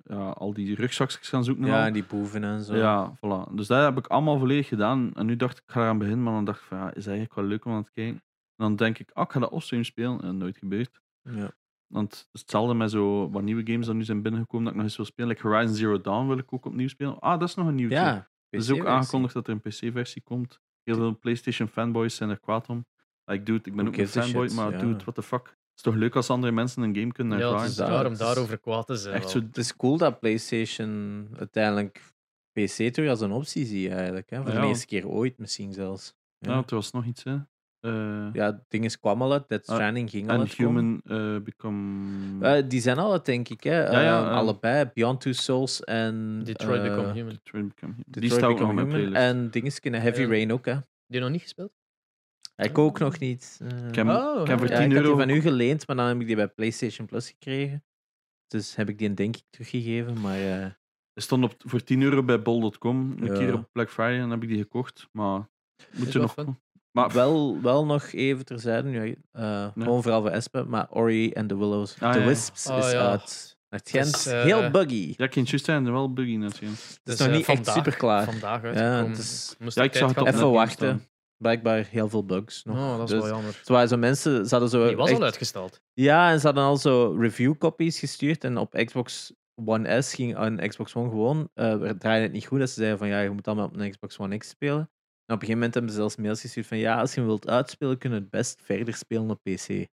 [SPEAKER 2] ja, al die rugzakjes gaan zoeken en al.
[SPEAKER 1] ja, en die boeven en zo.
[SPEAKER 2] Ja, voilà. Dus dat heb ik allemaal volledig gedaan. En nu dacht ik, ik ga eraan beginnen, maar dan dacht ik van, ja, is eigenlijk wel leuk om aan te kijken. En dan denk ik, ah, ik ga dat offstream spelen. En nooit gebeurd.
[SPEAKER 1] Ja.
[SPEAKER 2] Want het is hetzelfde met zo wat nieuwe games dat nu zijn binnengekomen dat ik nog eens wil spelen. Like Horizon Zero Dawn wil ik ook opnieuw spelen. Ah, dat is nog een nieuwtje.
[SPEAKER 1] Ja,
[SPEAKER 2] er is
[SPEAKER 1] PC
[SPEAKER 2] ook
[SPEAKER 1] versie.
[SPEAKER 2] aangekondigd dat er een PC-versie komt. Heel veel PlayStation fanboys zijn er kwaad om. Like, dude, ik ben
[SPEAKER 1] Who
[SPEAKER 2] ook een
[SPEAKER 1] gives a
[SPEAKER 2] fanboy,
[SPEAKER 1] shit?
[SPEAKER 2] maar
[SPEAKER 1] Ja.
[SPEAKER 2] dude, what the fuck. Het is toch leuk als andere mensen een game kunnen
[SPEAKER 3] Ja, het
[SPEAKER 2] ervaren.
[SPEAKER 3] is
[SPEAKER 1] daar-
[SPEAKER 3] daarom
[SPEAKER 1] het is
[SPEAKER 3] daarover kwaad te zijn.
[SPEAKER 2] Echt
[SPEAKER 3] wel.
[SPEAKER 2] zo
[SPEAKER 1] Het is cool dat PlayStation uiteindelijk PC toch als een optie zie eigenlijk. Hè? Voor
[SPEAKER 2] Ja.
[SPEAKER 1] de eerste keer ooit misschien zelfs. Ja,
[SPEAKER 2] Nou, er was nog iets, hè. Eh,
[SPEAKER 1] ja het ding is kwam al uit, Dead
[SPEAKER 2] Ah,
[SPEAKER 1] Stranding ging al
[SPEAKER 2] en
[SPEAKER 1] uit. komen.
[SPEAKER 2] Human eh, Become...
[SPEAKER 1] Eh, die zijn al uit, denk ik. Hè?
[SPEAKER 2] Ja, ja,
[SPEAKER 1] Ehm,
[SPEAKER 2] eh.
[SPEAKER 1] allebei. Beyond Two Souls en...
[SPEAKER 3] Detroit
[SPEAKER 1] eh,
[SPEAKER 3] Become Human.
[SPEAKER 2] Detroit Become Human.
[SPEAKER 1] Detroit
[SPEAKER 2] die staat ook nog
[SPEAKER 1] Become
[SPEAKER 2] op mijn
[SPEAKER 1] Human.
[SPEAKER 2] playlist.
[SPEAKER 1] En dingen Heavy
[SPEAKER 3] Ja.
[SPEAKER 1] Rain ook, hè.
[SPEAKER 3] Die nog niet gespeeld?
[SPEAKER 1] Ik ook nog niet. eh.
[SPEAKER 2] Ik heb,
[SPEAKER 3] Oh,
[SPEAKER 2] ik heb voor
[SPEAKER 1] Ja, ik
[SPEAKER 2] 10
[SPEAKER 1] had die
[SPEAKER 2] euro...
[SPEAKER 1] van u geleend, maar dan heb ik die bij PlayStation Plus gekregen. Dus heb ik die denk ik teruggegeven, maar eh,
[SPEAKER 2] die stond op, voor 10 euro bij bol.com. Een
[SPEAKER 1] Ja.
[SPEAKER 2] keer op Black Friday en heb ik die gekocht. Maar moet je
[SPEAKER 3] wel
[SPEAKER 2] nog...
[SPEAKER 3] fun.
[SPEAKER 2] Maar
[SPEAKER 1] wel, wel nog even terzijde, nu, eh, gewoon vooral voor Espen, maar Ori and the Willows,
[SPEAKER 2] Ah,
[SPEAKER 1] The
[SPEAKER 2] ja.
[SPEAKER 1] Wisps
[SPEAKER 3] Ah,
[SPEAKER 1] is
[SPEAKER 3] ja.
[SPEAKER 1] uit. Het
[SPEAKER 3] is,
[SPEAKER 1] Gent,
[SPEAKER 3] eh,
[SPEAKER 1] heel buggy.
[SPEAKER 2] Ja, kindjes zijn er wel buggy natuurlijk.
[SPEAKER 1] is nog
[SPEAKER 3] eh,
[SPEAKER 1] niet echt
[SPEAKER 3] vandaag-
[SPEAKER 1] superklaar.
[SPEAKER 3] Vandaag
[SPEAKER 1] Ja,
[SPEAKER 3] uitgekomen.
[SPEAKER 1] het is-
[SPEAKER 3] Moest
[SPEAKER 2] Ja,
[SPEAKER 3] op
[SPEAKER 2] ik
[SPEAKER 3] tijd
[SPEAKER 2] zag het op
[SPEAKER 3] gaan-
[SPEAKER 1] Even
[SPEAKER 2] Netflix
[SPEAKER 1] wachten.
[SPEAKER 2] staan.
[SPEAKER 1] blijkbaar heel veel bugs nog.
[SPEAKER 3] Oh, dat is
[SPEAKER 1] Dus-
[SPEAKER 3] wel jammer.
[SPEAKER 1] Het waren zo mensen, ze hadden zo
[SPEAKER 3] Die was
[SPEAKER 1] echt-
[SPEAKER 3] al uitgesteld.
[SPEAKER 1] Ja, en ze hadden al zo review-copies gestuurd. En op Xbox One S ging eh, en Xbox One gewoon. eh we draaien het niet goed. Dat ze zeiden van ja, je moet allemaal op een Xbox One X spelen. En op een gegeven moment hebben ze zelfs mails gestuurd van ja, als je hem wilt uitspelen, kun je het best verder spelen op PC.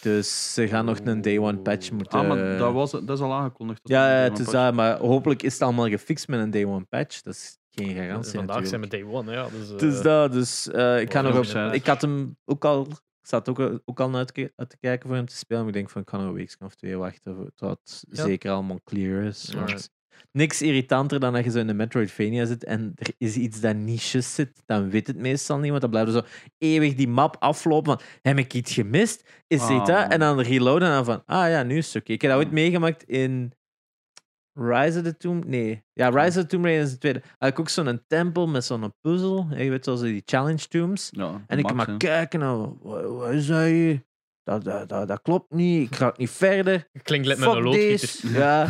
[SPEAKER 1] Dus ze gaan nog een day one patch moeten.
[SPEAKER 2] Ah, maar dat, was, dat is al aangekondigd. dat
[SPEAKER 1] eh, Ja,
[SPEAKER 2] er
[SPEAKER 1] ja,
[SPEAKER 2] een
[SPEAKER 1] het is
[SPEAKER 2] patch-
[SPEAKER 1] dat, maar hopelijk is het allemaal gefixt met een day one patch. Dat is
[SPEAKER 2] Eh,
[SPEAKER 1] geen garantie.
[SPEAKER 3] Vandaag zijn we
[SPEAKER 1] natuurlijk.
[SPEAKER 3] day one, ja. Dus,
[SPEAKER 1] Het is dat, dus eh, ik,
[SPEAKER 3] Wat
[SPEAKER 1] ga nog
[SPEAKER 2] een
[SPEAKER 1] op-
[SPEAKER 2] cijfer.
[SPEAKER 1] ik had hem ook al, ik zat ook, eh, ook al uit, uit te kijken voor hem te spelen, maar ik denk van ik kan nog een week of twee wachten voor- tot het
[SPEAKER 3] Ja.
[SPEAKER 1] zeker allemaal clear is. want
[SPEAKER 3] Alright.
[SPEAKER 1] Niks irritanter dan dat je zo in de Metroidvania zit en er is iets dat niches zit, dan weet het meestal niet, want dan blijven zo eeuwig die map aflopen van heb ik iets gemist? Is dit
[SPEAKER 2] Ah,
[SPEAKER 1] dat?
[SPEAKER 2] man.
[SPEAKER 1] En dan reloaden en dan van ah ja, nu is het oké. Ik heb dat ooit meegemaakt in Rise of the Tomb... Nee. Ja, Rise of the Tomb Raider is de tweede. Had ik ook zo'n tempel met zo'n puzzel. Ja, Je weet, zoals die challenge tombs.
[SPEAKER 2] Ja,
[SPEAKER 1] En ik
[SPEAKER 2] max,
[SPEAKER 1] kan maar
[SPEAKER 2] hè.
[SPEAKER 1] kijken naar... wa- wa- Wat is dat hier? Dat, dat, dat, dat klopt niet. Ik ga niet verder.
[SPEAKER 3] Klinkt
[SPEAKER 1] Let
[SPEAKER 3] net met een loodgieter.
[SPEAKER 1] loodgieter. Ja.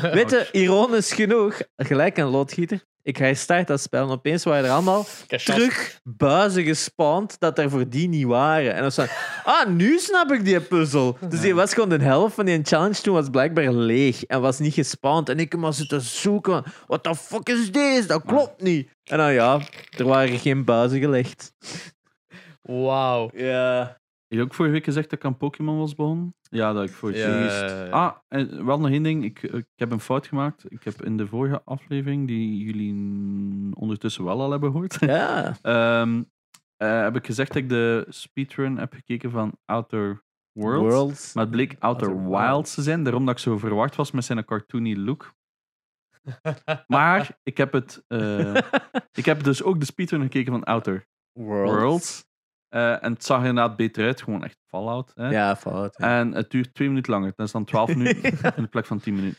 [SPEAKER 1] Weet je, ironisch genoeg, gelijk een loodgieter, ik herstart dat spel en opeens waren er allemaal terug buizen gespawnd dat er voor die niet waren. En dan zo, ah, nu snap ik die puzzel. Dus die was gewoon de helft van die challenge toen was blijkbaar leeg en was niet gespawnd. En ik hem maar zitten zoeken, what the fuck is deze?
[SPEAKER 2] Ah.
[SPEAKER 1] Dat klopt niet. En dan ja, er waren geen buizen gelegd. Oh,
[SPEAKER 3] Wauw.
[SPEAKER 1] Ja.
[SPEAKER 2] Heb je ook vorige week gezegd dat ik aan Pokémon was begonnen? Ja, dat ik voor het
[SPEAKER 3] Ja,
[SPEAKER 2] eerst-
[SPEAKER 3] ja, ja, ja.
[SPEAKER 2] Ah, en wel nog één ding. Ik, ik heb een fout gemaakt. Ik heb in de vorige aflevering, die jullie mm, ondertussen wel al hebben gehoord,
[SPEAKER 1] Ja.
[SPEAKER 2] ehm, eh, heb ik gezegd dat ik de speedrun heb gekeken van Outer Worlds.
[SPEAKER 1] Worlds.
[SPEAKER 2] Maar het bleek Outer,
[SPEAKER 1] Outer
[SPEAKER 2] Wilds.
[SPEAKER 1] Wilds.
[SPEAKER 2] te zijn, daarom dat ik zo verwaard was met zijn cartoony look. Maar ik heb, het, eh, ik heb dus ook de speedrun gekeken van Outer Worlds. Eh, en het zag inderdaad beter uit, gewoon echt Fallout. Hè?
[SPEAKER 1] Ja, fout. Ja.
[SPEAKER 2] En het duurt twee minuten langer. Dat is dan 12 minuten in de plek van 10 minuten.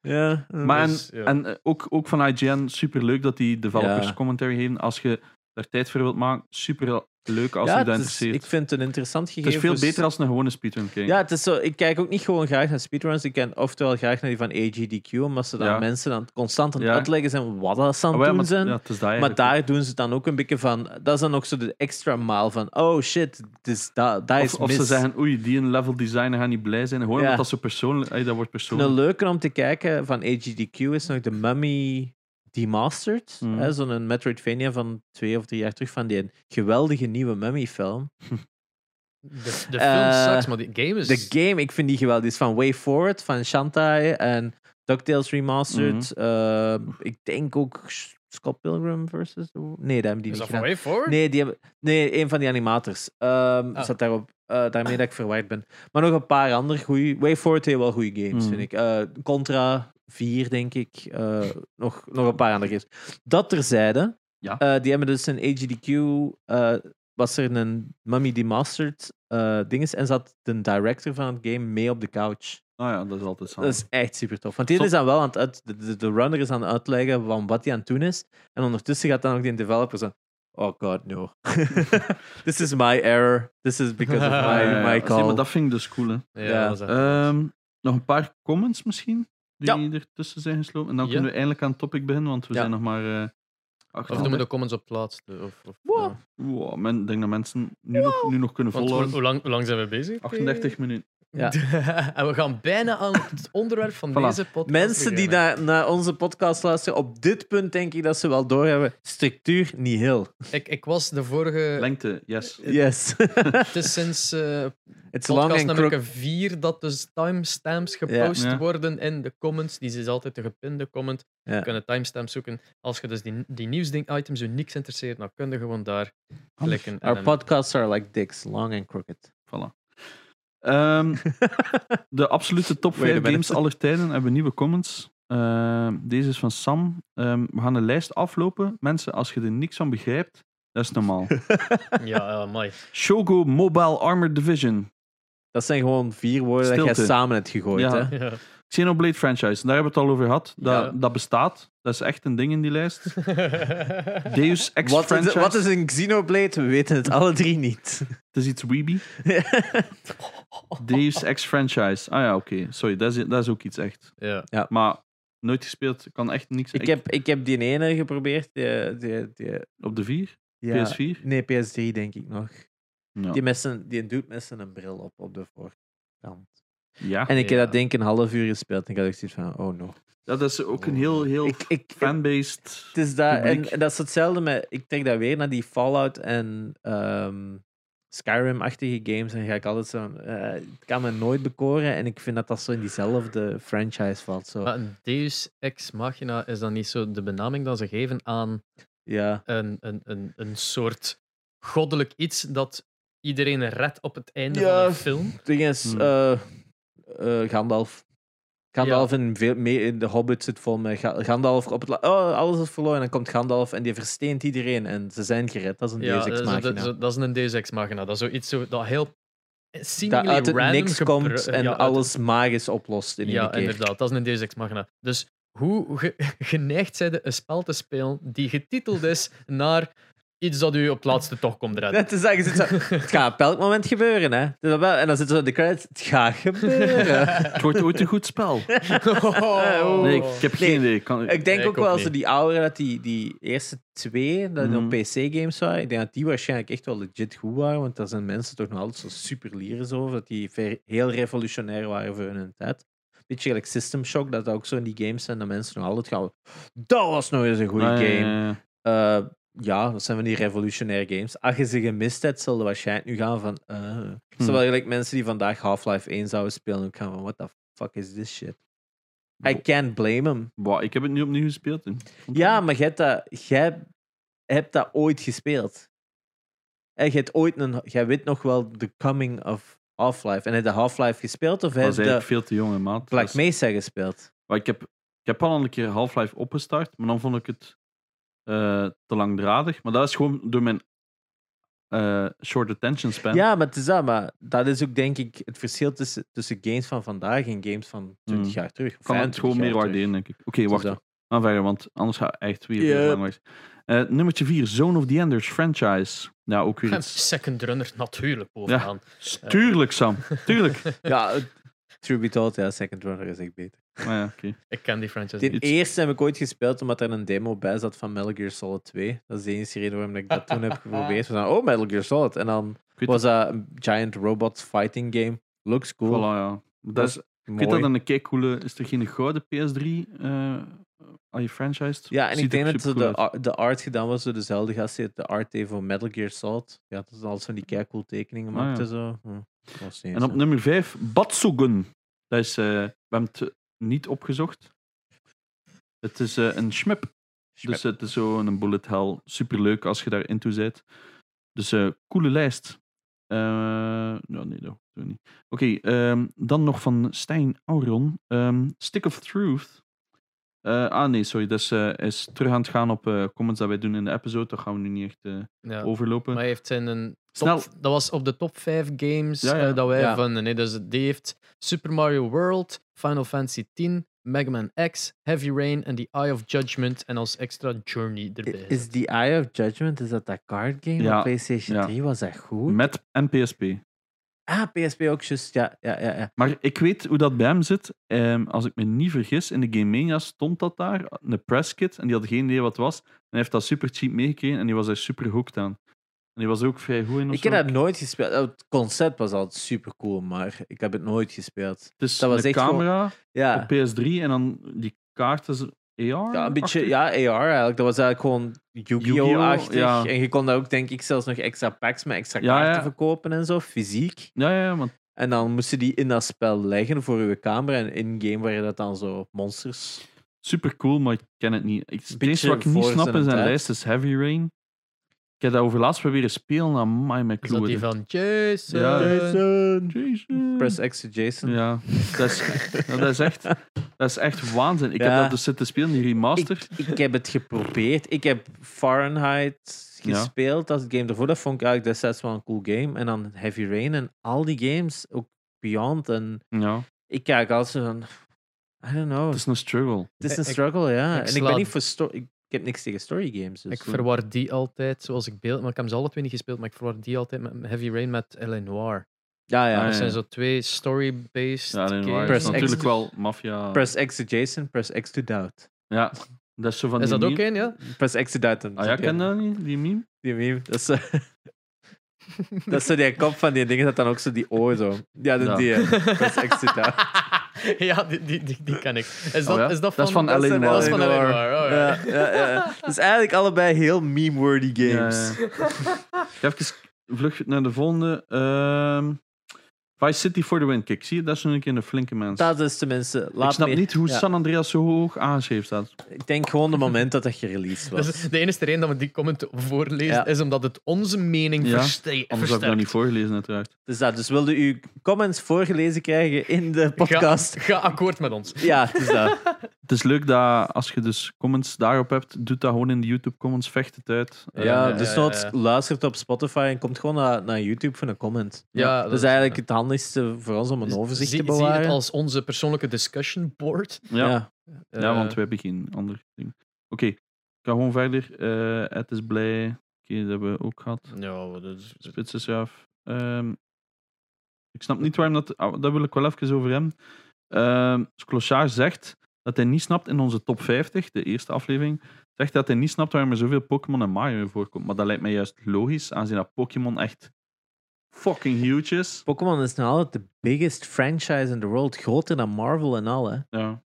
[SPEAKER 1] Ja, eh,
[SPEAKER 2] Maar
[SPEAKER 3] Dus,
[SPEAKER 2] en,
[SPEAKER 3] ja.
[SPEAKER 2] en eh, ook, ook van IGN, super leuk dat die developers
[SPEAKER 1] Ja.
[SPEAKER 2] commentary geven. Als je daar tijd voor wilt maken, super leuk als
[SPEAKER 1] ja,
[SPEAKER 2] je dat
[SPEAKER 1] het is,
[SPEAKER 2] interesseert.
[SPEAKER 1] ik vind het een interessant
[SPEAKER 2] het
[SPEAKER 1] gegeven.
[SPEAKER 2] is veel
[SPEAKER 1] dus-
[SPEAKER 2] beter als een gewone speedrun kijken.
[SPEAKER 1] Ja, het is zo, ik kijk ook niet gewoon graag naar speedruns. Ik ken oftewel graag naar die van AGDQ, omdat ze dan
[SPEAKER 2] Ja.
[SPEAKER 1] mensen dan constant aan het
[SPEAKER 2] Ja.
[SPEAKER 1] uitleggen zijn wat dat ze aan
[SPEAKER 2] Ah,
[SPEAKER 1] het doen
[SPEAKER 2] wel, maar,
[SPEAKER 1] zijn.
[SPEAKER 2] ja, het is dat
[SPEAKER 1] maar
[SPEAKER 2] eigenlijk.
[SPEAKER 1] daar doen ze het dan ook een beetje van... Dat is dan ook zo de extra maal van... Oh shit, het is dat, dat is
[SPEAKER 2] Of, of
[SPEAKER 1] mis.
[SPEAKER 2] ze zeggen, oei, die een level designer gaan niet blij zijn. Gewoon
[SPEAKER 1] Ja.
[SPEAKER 2] omdat dat zo persoonlijk... ey, dat wordt
[SPEAKER 1] Een
[SPEAKER 2] persoonlijk.
[SPEAKER 1] leuke om te kijken van AGDQ is nog de Mummy Demastered.
[SPEAKER 3] Mm.
[SPEAKER 2] Mhm.
[SPEAKER 1] hè, Zo'n Metroidvania van twee of drie jaar terug van die geweldige nieuwe Mummy-film.
[SPEAKER 3] De, de film
[SPEAKER 1] Eh,
[SPEAKER 3] sucks, maar die game is...
[SPEAKER 1] De game, ik vind die geweldig. Die is van Way Forward, van Shantae en DuckTales Remastered.
[SPEAKER 3] Mm.
[SPEAKER 1] Eh, ik denk ook S- Scott Pilgrim versus... Nee, dat hebben die niet
[SPEAKER 3] is dat van
[SPEAKER 1] gedaan.
[SPEAKER 3] Way Forward?
[SPEAKER 1] Nee, die hebben, nee, een van die animators. Ehm
[SPEAKER 3] Ah.
[SPEAKER 1] Zat daarop. Eh, daarmee dat ik verwaard ben. Maar nog een paar andere goede. Way Forward heeft wel goede games,
[SPEAKER 2] Mhm.
[SPEAKER 1] vind ik. Eh, Contra 4, denk ik. Eh, nog, nog een paar andere games. Dat terzijde.
[SPEAKER 2] Ja.
[SPEAKER 1] Eh, die hebben dus een AGDQ. eh, was er een Mummy Demastered eh dinges. En zat de director van het game mee op de couch.
[SPEAKER 2] Nou ja, dat is altijd zo.
[SPEAKER 1] Dat is echt super tof. Want die
[SPEAKER 2] Zo-
[SPEAKER 1] is dan wel aan het uit, de, de, de runner is aan het uitleggen van wat hij aan het doen is. En ondertussen gaat dan ook die developer zo. Oh god, no. This is my error. This is because of
[SPEAKER 2] Ah, Ja,
[SPEAKER 1] my,
[SPEAKER 2] ja, ja.
[SPEAKER 1] my
[SPEAKER 2] Zie,
[SPEAKER 1] call.
[SPEAKER 2] maar dat vind ik dus cool, hè.
[SPEAKER 3] Ja,
[SPEAKER 1] Ja.
[SPEAKER 3] dat is echt-
[SPEAKER 2] Ehm, nog een paar comments misschien, die ertussen zijn geslopen. En dan
[SPEAKER 3] Ja.
[SPEAKER 2] kunnen we eindelijk aan het topic beginnen, want we
[SPEAKER 1] Ja.
[SPEAKER 2] zijn nog maar... eh achter
[SPEAKER 3] Of doen we de comments op plaats? eh, Of, of,
[SPEAKER 1] Wow.
[SPEAKER 3] ja.
[SPEAKER 2] Wow, men, ik denk dat mensen nu, nog, nu nog kunnen
[SPEAKER 3] Want hoe,
[SPEAKER 2] volhouden.
[SPEAKER 3] hoe lang, hoe lang zijn we bezig?
[SPEAKER 2] 38 minuten.
[SPEAKER 1] Ja.
[SPEAKER 3] en we gaan bijna aan het onderwerp van
[SPEAKER 2] Voilà.
[SPEAKER 3] deze podcast.
[SPEAKER 1] Mensen die
[SPEAKER 3] beginnen.
[SPEAKER 1] naar, naar onze podcast luisteren, op dit punt denk ik dat ze wel doorhebben. Structuur niet heel.
[SPEAKER 3] Ik, ik was de vorige...
[SPEAKER 2] Lengte, yes.
[SPEAKER 1] Yes.
[SPEAKER 3] Het is sinds eh
[SPEAKER 1] It's long
[SPEAKER 3] podcast
[SPEAKER 1] and crook.
[SPEAKER 3] nummer 4 dat dus timestamps gepost
[SPEAKER 2] Ja. Ja.
[SPEAKER 3] worden in de comments. Die is altijd de gepinde comment.
[SPEAKER 1] Ja.
[SPEAKER 3] Je kunt timestamps zoeken. Als je dus die, die nieuwsding items je niks interesseert, dan kun je gewoon daar klikken. en
[SPEAKER 1] Our
[SPEAKER 3] dan-
[SPEAKER 1] podcasts are like dicks, long and crooked.
[SPEAKER 2] Voilà. Ehm, de absolute top
[SPEAKER 1] Wait a
[SPEAKER 2] 5
[SPEAKER 1] minute.
[SPEAKER 2] games aller tijden hebben we nieuwe comments. Ehm, deze is van Sam. Ehm, we gaan een lijst aflopen. Mensen, als je er niks van begrijpt, dat is normaal.
[SPEAKER 3] Ja, mooi.
[SPEAKER 2] Shogo Mobile Armored Division.
[SPEAKER 1] Dat zijn gewoon vier woorden dat jij
[SPEAKER 2] Stilte.
[SPEAKER 1] samen hebt gegooid.
[SPEAKER 2] Ja.
[SPEAKER 1] Hè?
[SPEAKER 3] Ja.
[SPEAKER 2] Xenoblade franchise, daar hebben we het al over gehad. Dat,
[SPEAKER 3] Ja.
[SPEAKER 2] dat bestaat. Dat is echt een ding in die lijst. Deus Ex
[SPEAKER 1] Wat is,
[SPEAKER 2] franchise.
[SPEAKER 1] wat is een Xenoblade? We weten het alle drie niet.
[SPEAKER 2] Het is iets weeby. Deus Ex franchise. Ah ja, oké. Sorry, dat is, dat is ook iets echt.
[SPEAKER 3] ja.
[SPEAKER 2] Maar nooit gespeeld, kan echt niks.
[SPEAKER 1] ik, heb, ik heb die ene geprobeerd, die, die, die,
[SPEAKER 2] op de vier.
[SPEAKER 1] Ja.
[SPEAKER 2] PS4?
[SPEAKER 1] Nee, PS3 denk ik nog.
[SPEAKER 2] Ja.
[SPEAKER 1] Die, met zijn, die doet met zijn bril op op de voorkant.
[SPEAKER 2] Ah, ja.
[SPEAKER 1] En ik heb
[SPEAKER 3] Ja.
[SPEAKER 1] dat denk ik een half uur gespeeld en ik had echt zoiets van, oh no.
[SPEAKER 2] Dat is ook een heel, heel
[SPEAKER 1] Ik, ik,
[SPEAKER 2] fan-based...
[SPEAKER 1] het is dat, en,
[SPEAKER 2] publiek.
[SPEAKER 1] en dat is hetzelfde met, ik trek dat weer naar die Fallout en ehm, Skyrim-achtige games en ga ik altijd zo, eh, het kan me nooit bekoren en ik vind dat dat zo in diezelfde franchise valt. Zo.
[SPEAKER 2] Ah.
[SPEAKER 3] Maar een Deus Ex Machina is dan niet zo de benaming dat ze geven aan
[SPEAKER 1] ja.
[SPEAKER 3] een, een, een, een soort goddelijk iets dat iedereen redt op het einde
[SPEAKER 1] Ja.
[SPEAKER 3] van een film.
[SPEAKER 1] Het ding is,
[SPEAKER 2] Hmm.
[SPEAKER 1] eh, eh, Gandalf. Gandalf in, veel, meer in de Hobbit zit vol met Ga- Gandalf op het la- Oh, alles is verloren. En dan komt Gandalf en die versteent iedereen. En ze zijn gered. Dat is een
[SPEAKER 3] Ja,
[SPEAKER 1] Deus
[SPEAKER 3] eh, dat
[SPEAKER 1] Ex
[SPEAKER 3] is, dat,
[SPEAKER 1] Machina.
[SPEAKER 3] is- dat is een Deus Ex Machina. Dat is zoiets zo, dat heel
[SPEAKER 1] Dat
[SPEAKER 3] seemingly
[SPEAKER 1] uit het
[SPEAKER 3] random
[SPEAKER 1] niks
[SPEAKER 3] gebru-
[SPEAKER 1] komt en
[SPEAKER 3] ja, uit-
[SPEAKER 1] alles magisch oplost in één
[SPEAKER 3] Ja,
[SPEAKER 1] keer.
[SPEAKER 3] inderdaad. Dat is een Deus Ex Machina. Dus hoe ge- geneigd zijn de een spel te spelen die getiteld is naar iets dat u op het laatste toch komt redden?
[SPEAKER 1] Dat is dat, je zit zo, het gaat op elk moment gebeuren. Hè. Dus dat wel, en dan zitten ze in de credits. Het gaat gebeuren.
[SPEAKER 2] Het wordt ooit een goed spel.
[SPEAKER 1] Oh.
[SPEAKER 2] Nee, ik ik heb geen idee. Ik Kan,
[SPEAKER 1] Ik denk
[SPEAKER 3] Nee, ik
[SPEAKER 1] ook
[SPEAKER 3] ook
[SPEAKER 1] wel
[SPEAKER 3] niet.
[SPEAKER 1] zo die oude, dat die, die eerste twee, dat die
[SPEAKER 2] Mhm.
[SPEAKER 1] op PC-games waren, ik denk dat die waarschijnlijk echt wel legit goed waren, want daar zijn mensen toch nog altijd zo super lyrisch over, dat die ver- heel revolutionair waren voor hun tijd. Beetje gelijk System Shock, dat dat ook zo in die games zijn, dat mensen nog altijd gaan, dat was nog eens een goede
[SPEAKER 2] Ah, ja,
[SPEAKER 1] game.
[SPEAKER 2] ja, ja.
[SPEAKER 1] Eh, ja, dat zijn van die revolutionaire games. Als je ze gemist hebt, zullen waarschijnlijk nu gaan van... eh.
[SPEAKER 2] Hm.
[SPEAKER 1] Zowel gelijk mensen die vandaag Half-Life 1 zouden spelen, ook gaan van, what the fuck is this shit? I can't blame them.
[SPEAKER 2] Wow, ik heb het nu opnieuw gespeeld. en ik vond het
[SPEAKER 1] Ja,
[SPEAKER 2] wel-
[SPEAKER 1] maar jij hebt dat, jij hebt dat ooit gespeeld. En jij, hebt ooit een, jij weet nog wel The Coming of Half-Life. En heb je Half-Life gespeeld of
[SPEAKER 2] Ik
[SPEAKER 1] heb
[SPEAKER 2] was
[SPEAKER 1] je
[SPEAKER 2] eigenlijk
[SPEAKER 1] de
[SPEAKER 2] veel te jong, hè, maat.
[SPEAKER 1] Black
[SPEAKER 2] Dus-
[SPEAKER 1] Mesa gespeeld?
[SPEAKER 2] maar ik, heb, ik heb al een keer Half-Life opgestart, maar dan vond ik het eh, te langdradig. Maar dat is gewoon door mijn eh, short attention span.
[SPEAKER 1] Ja, maar het is dat. Maar dat is ook denk ik het verschil tussen, tussen games van vandaag en games van 20
[SPEAKER 2] Mm.
[SPEAKER 1] jaar terug.
[SPEAKER 2] kan het
[SPEAKER 1] 25
[SPEAKER 2] gewoon
[SPEAKER 1] jaar
[SPEAKER 2] meer
[SPEAKER 1] terug.
[SPEAKER 2] waarderen, denk ik. Oké,
[SPEAKER 1] is
[SPEAKER 2] wacht.
[SPEAKER 1] dat.
[SPEAKER 2] Dan verder, want anders ga ik echt weer heel
[SPEAKER 1] Yep.
[SPEAKER 2] lang weg. Eh, nummertje 4, Zone of the Enders franchise. Ja, ook weer
[SPEAKER 3] En
[SPEAKER 2] iets.
[SPEAKER 3] Second Runner natuurlijk bovenaan.
[SPEAKER 2] Tuurlijk, Sam. Tuurlijk.
[SPEAKER 1] Ja, het- true be told, ja, Second Runner is echt beter.
[SPEAKER 2] Ah, ja, oké.
[SPEAKER 3] Ik ken die franchise
[SPEAKER 1] De
[SPEAKER 2] Iets-
[SPEAKER 1] eerste heb ik ooit gespeeld omdat er een demo bij zat van Metal Gear Solid 2. Dat is de enige reden waarom ik dat toen heb geprobeerd. We zeiden, oh, Metal Gear Solid. En dan
[SPEAKER 2] weet
[SPEAKER 1] was dat een giant robot fighting game. Looks cool.
[SPEAKER 2] Voilà, ja. Dat is, ik
[SPEAKER 1] Mooi.
[SPEAKER 2] weet dat een keicoole... Is er geen gouden PS3 eh aan je franchise?
[SPEAKER 1] ja, en
[SPEAKER 2] Ziet
[SPEAKER 1] ik
[SPEAKER 2] er
[SPEAKER 1] denk dat zo
[SPEAKER 2] supercool
[SPEAKER 1] de,
[SPEAKER 2] uit.
[SPEAKER 1] ar- de art gedaan was door dezelfde gast die de art deed voor Metal Gear Solid. Ja, dat is al van die kei cool tekeningen
[SPEAKER 2] Ah, ja.
[SPEAKER 1] maakte zo. Hm, was niet
[SPEAKER 2] En
[SPEAKER 1] eens,
[SPEAKER 2] op
[SPEAKER 1] hè.
[SPEAKER 2] nummer 5, Batsugun. Dat is... eh, we hebben het niet opgezocht. Het is eh, een schmip. Dus het is zo een bullet hell. Superleuk als je daar into zit. Dus eh, coole lijst. Eh, nou, nee, dat doen we niet. Oké, ehm, dan nog van Stijn Auron. Ehm, Stick of Truth. Eh, ah, nee, sorry. Dat is, eh, is terug aan het gaan op eh, comments dat wij doen in de episode. Dat gaan we nu niet echt eh,
[SPEAKER 3] Ja.
[SPEAKER 2] overlopen.
[SPEAKER 3] Maar hij heeft zijn een
[SPEAKER 2] Snel.
[SPEAKER 3] top, dat was op de top 5 games
[SPEAKER 2] Ja, ja.
[SPEAKER 3] eh, dat wij
[SPEAKER 1] Ja.
[SPEAKER 3] vonden. hè. Dus die heeft Super Mario World, Final Fantasy X, Mega Man X, Heavy Rain en The Eye of Judgment en als extra Journey erbij.
[SPEAKER 1] Is The Eye of Judgment, is dat dat card game
[SPEAKER 2] Ja,
[SPEAKER 1] op PlayStation
[SPEAKER 2] ja.
[SPEAKER 1] 3? Was dat goed?
[SPEAKER 2] Met en PSP.
[SPEAKER 1] Ah, PSP ook, juist. Ja, ja, ja. ja.
[SPEAKER 2] Maar ik weet hoe dat bij hem zit. Ehm, als ik me niet vergis, in de Game Mania stond dat daar, een presskit, en die had geen idee wat het was. En hij heeft dat super cheap meegekregen en die was daar super hooked aan. En die was er ook vrij goed in. of
[SPEAKER 1] Ik
[SPEAKER 2] zo.
[SPEAKER 1] heb dat nooit gespeeld. Oh, Het concept was altijd super cool, maar ik heb het nooit gespeeld.
[SPEAKER 2] Het is
[SPEAKER 1] dat was
[SPEAKER 2] een
[SPEAKER 1] echt
[SPEAKER 2] camera
[SPEAKER 1] Ja,
[SPEAKER 2] op PS3 en dan die kaart is AR.
[SPEAKER 1] ja een beetje
[SPEAKER 2] -achtig.
[SPEAKER 1] ja, AR eigenlijk. Dat was eigenlijk gewoon Yu-Gi-Oh-achtig.
[SPEAKER 2] Yu-Gi-Oh, ja.
[SPEAKER 1] En je kon daar ook, denk ik, zelfs nog extra packs met extra
[SPEAKER 2] Ja,
[SPEAKER 1] kaarten
[SPEAKER 2] ja.
[SPEAKER 1] verkopen en zo, fysiek.
[SPEAKER 2] Ja, ja, ja, want
[SPEAKER 1] En dan moesten die in dat spel leggen voor uw camera. En in-game waren dat dan zo monsters.
[SPEAKER 2] super cool, maar ik ken het niet. Ik, het
[SPEAKER 1] Beetje
[SPEAKER 2] enige wat ik niet
[SPEAKER 1] voor
[SPEAKER 2] snap
[SPEAKER 1] zijn
[SPEAKER 2] in zijn
[SPEAKER 1] tijd.
[SPEAKER 2] lijst is Heavy Rain. Ik heb dat over laatst proberen spelen aan My
[SPEAKER 3] Is dat die
[SPEAKER 2] McClure.
[SPEAKER 3] van Jason?
[SPEAKER 2] Ja.
[SPEAKER 1] Jason!
[SPEAKER 2] Jason.
[SPEAKER 1] Press X to Jason.
[SPEAKER 2] Hmm. Ja, dat is, dat is echt, dat is echt waanzin. Ik heb
[SPEAKER 1] Ja.
[SPEAKER 2] dat dus zitten spelen, die remaster.
[SPEAKER 1] Ik, ik heb het geprobeerd. Ik heb Fahrenheit
[SPEAKER 2] Ja.
[SPEAKER 1] gespeeld als game daarvoor. Dat vond ik eigenlijk destijds wel een cool game. En dan Heavy Rain en al die games, ook Beyond. En
[SPEAKER 2] Ja,
[SPEAKER 1] ik kijk altijd zo van, I don't know.
[SPEAKER 2] het is een struggle.
[SPEAKER 1] Het is een
[SPEAKER 3] Ik-
[SPEAKER 1] struggle, ja.
[SPEAKER 3] ik
[SPEAKER 1] en ik ben
[SPEAKER 3] sla-
[SPEAKER 1] niet voor sto- ik, ik heb niks tegen story games. Dus.
[SPEAKER 3] Ik verwar die altijd, zoals ik beeld, maar ik heb ze alle twee niet gespeeld, maar ik verwar die altijd met Heavy Rain met L.A. Noir.
[SPEAKER 1] ja, ja.
[SPEAKER 2] Ah,
[SPEAKER 3] Dat
[SPEAKER 2] ja.
[SPEAKER 3] zijn zo twee story-based
[SPEAKER 2] Ja, alleen waar.
[SPEAKER 3] games.
[SPEAKER 2] Het
[SPEAKER 1] Press
[SPEAKER 2] is natuurlijk
[SPEAKER 1] X.
[SPEAKER 2] wel maffia.
[SPEAKER 1] Press X to Jason, press X to doubt.
[SPEAKER 2] Ja, Dat is zo van
[SPEAKER 3] Is
[SPEAKER 2] die
[SPEAKER 3] dat ook
[SPEAKER 2] meme.
[SPEAKER 3] één, ja?
[SPEAKER 1] Pas Exodatum.
[SPEAKER 2] Ah ja, ken dat niet, die meme?
[SPEAKER 1] Die meme. Dat is, zo- dat is zo die kop van die dingen, dat dan ook zo die oor zo. Ja, dat
[SPEAKER 2] Ja.
[SPEAKER 1] die. eh, Pas Exodatum.
[SPEAKER 3] ja, die, die, die, die ken ik. Is dat,
[SPEAKER 2] Oh ja?
[SPEAKER 3] is dat van...
[SPEAKER 2] Dat is van
[SPEAKER 1] Dat
[SPEAKER 2] L.A.
[SPEAKER 1] zijn
[SPEAKER 2] Noire.
[SPEAKER 1] wel
[SPEAKER 3] Dat is van
[SPEAKER 1] Noire.
[SPEAKER 3] Eleanor, oh ja.
[SPEAKER 1] Ja, ja, ja. Dus eigenlijk allebei heel meme-worthy games.
[SPEAKER 2] Ja, ja. Even vlug naar de volgende. Ehm, Vice City for the win, kijk. Zie je, dat is nu een keer een flinke mens.
[SPEAKER 1] Dat is dus tenminste. Laat
[SPEAKER 2] ik snap
[SPEAKER 1] me-
[SPEAKER 2] niet hoe
[SPEAKER 1] ja.
[SPEAKER 2] San Andreas zo hoog aangeschreven staat.
[SPEAKER 1] Ik denk gewoon het moment dat dat gereleased was.
[SPEAKER 3] Dat is de enige reden dat we die comment voorlezen,
[SPEAKER 1] Ja.
[SPEAKER 3] is omdat het onze mening
[SPEAKER 2] Ja,
[SPEAKER 3] verste-
[SPEAKER 2] Anders heb ik dat niet
[SPEAKER 3] versterkt.
[SPEAKER 2] voorgelezen, uiteraard.
[SPEAKER 1] Dus, dat, dus wilde u comments voorgelezen krijgen in de podcast?
[SPEAKER 3] Ga akkoord met ons.
[SPEAKER 1] Ja, het is dat.
[SPEAKER 2] Het is leuk dat als je dus comments daarop hebt, doet dat gewoon in de YouTube comments, vecht het uit. Eh,
[SPEAKER 1] Ja,
[SPEAKER 3] ja,
[SPEAKER 1] dus
[SPEAKER 3] ja,
[SPEAKER 1] noods
[SPEAKER 3] ja.
[SPEAKER 1] luistert op Spotify en komt gewoon naar, naar YouTube voor een comment.
[SPEAKER 3] Ja,
[SPEAKER 1] dat is eigenlijk het handigste voor ons om een overzicht
[SPEAKER 3] zie,
[SPEAKER 1] te
[SPEAKER 3] Zie
[SPEAKER 1] bewaren.
[SPEAKER 3] het als onze persoonlijke discussion board.
[SPEAKER 2] ja.
[SPEAKER 1] ja.
[SPEAKER 2] Ja,
[SPEAKER 3] Eh,
[SPEAKER 2] want we hebben geen ander ding. Oké, ik ga gewoon verder. Eh het is blij. Oké, dat hebben we ook gehad.
[SPEAKER 3] Ja, dat is...
[SPEAKER 2] Spits is af. Ehm, ik snap niet waarom dat... ah, dat wil ik wel even over hem. Ehm Clochard zegt dat hij niet snapt in onze top 50, de eerste aflevering, zegt dat hij niet snapt waarom er zoveel Pokémon en Mario voorkomt. Maar dat lijkt mij juist logisch, aangezien dat Pokémon echt fucking huge is.
[SPEAKER 1] Pokémon is nou altijd de biggest franchise in the world. Groter dan Marvel en al, hè.
[SPEAKER 2] Ja,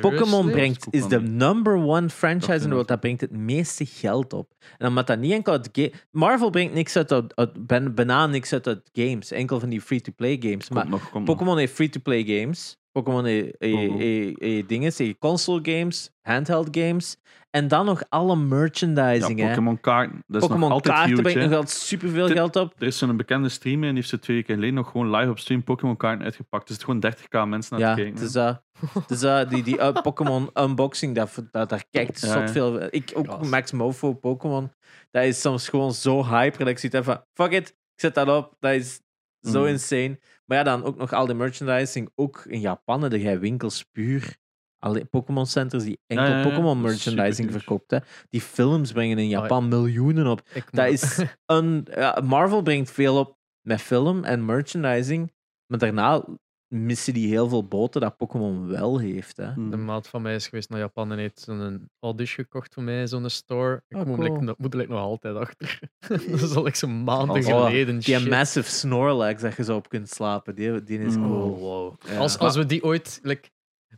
[SPEAKER 1] Pokémon
[SPEAKER 3] Seriously?
[SPEAKER 1] brengt,
[SPEAKER 2] Dat
[SPEAKER 1] is
[SPEAKER 2] is goed
[SPEAKER 1] de
[SPEAKER 2] van
[SPEAKER 1] number one
[SPEAKER 2] Dat
[SPEAKER 1] franchise in
[SPEAKER 2] vind
[SPEAKER 1] de
[SPEAKER 2] ik.
[SPEAKER 1] wereld. Dat brengt het meeste geld op. En omdat dat niet enkel uit ga- Marvel brengt niks uit, uit, uit ben- bijna niks uit, uit games. Enkel van die free-to-play games.
[SPEAKER 2] komt
[SPEAKER 1] Maar
[SPEAKER 2] nog, komt nog.
[SPEAKER 1] Pokémon heeft free-to-play games. Pokémon heeft, heeft,
[SPEAKER 2] Oh.
[SPEAKER 1] heeft- heeft dingen, heeft console games, handheld games. En dan nog alle
[SPEAKER 2] Ja,
[SPEAKER 1] merchandising, hè.
[SPEAKER 2] Pokémon kaarten. Dat is nog
[SPEAKER 1] Pokémon
[SPEAKER 2] altijd
[SPEAKER 1] kaarten
[SPEAKER 2] huge,
[SPEAKER 1] brengt nog
[SPEAKER 2] hè.
[SPEAKER 1] altijd superveel
[SPEAKER 2] Dit-
[SPEAKER 1] geld op.
[SPEAKER 2] Er is zo'n bekende streamer en die heeft ze twee weken geleden nog gewoon live op stream Pokémon kaarten uitgepakt. Dus het is gewoon 30k mensen naar
[SPEAKER 1] Ja,
[SPEAKER 2] te kijken.
[SPEAKER 1] het is dat. Het is dat, die, die eh, Pokémon unboxing, dat, dat, daar kijkt
[SPEAKER 2] Ja,
[SPEAKER 1] zot
[SPEAKER 2] ja.
[SPEAKER 1] veel. Ik, ook
[SPEAKER 3] Gast.
[SPEAKER 1] Max Mofo Pokémon, dat is soms gewoon zo hyper. Dat ik zoiets heb van, fuck it, ik zet dat op. Dat is zo
[SPEAKER 2] Mm.
[SPEAKER 1] insane. Maar ja, dan ook nog al die merchandising. Ook in Japan heb jij winkels puur. Alleen Pokémon centers die enkel
[SPEAKER 2] Ja, ja, ja.
[SPEAKER 1] Pokémon
[SPEAKER 2] Dat is
[SPEAKER 1] merchandising
[SPEAKER 2] superhuge.
[SPEAKER 1] verkoopt. Hè. Die films brengen in Japan miljoenen op.
[SPEAKER 3] Ik
[SPEAKER 1] Dat
[SPEAKER 3] moet-
[SPEAKER 1] is een, ja, Marvel brengt veel op met film en merchandising. Maar daarna missen die heel veel boten dat Pokémon wel heeft. Hè.
[SPEAKER 2] Hmm.
[SPEAKER 3] De maat van mij is geweest naar Japan en heeft zo'n Audish gekocht voor mij, zo'n store. Ik
[SPEAKER 1] Oh,
[SPEAKER 3] moet,
[SPEAKER 1] cool.
[SPEAKER 3] er like- moet er like nog altijd achter. dat is al like zo'n maanden
[SPEAKER 2] Oh,
[SPEAKER 3] geleden.
[SPEAKER 1] Die
[SPEAKER 3] shit.
[SPEAKER 1] massive Snorlax dat je zo op kunt slapen, die, die is
[SPEAKER 2] Mm.
[SPEAKER 1] cool.
[SPEAKER 3] Oh, wow.
[SPEAKER 2] Ja.
[SPEAKER 3] Als, als we die ooit... like,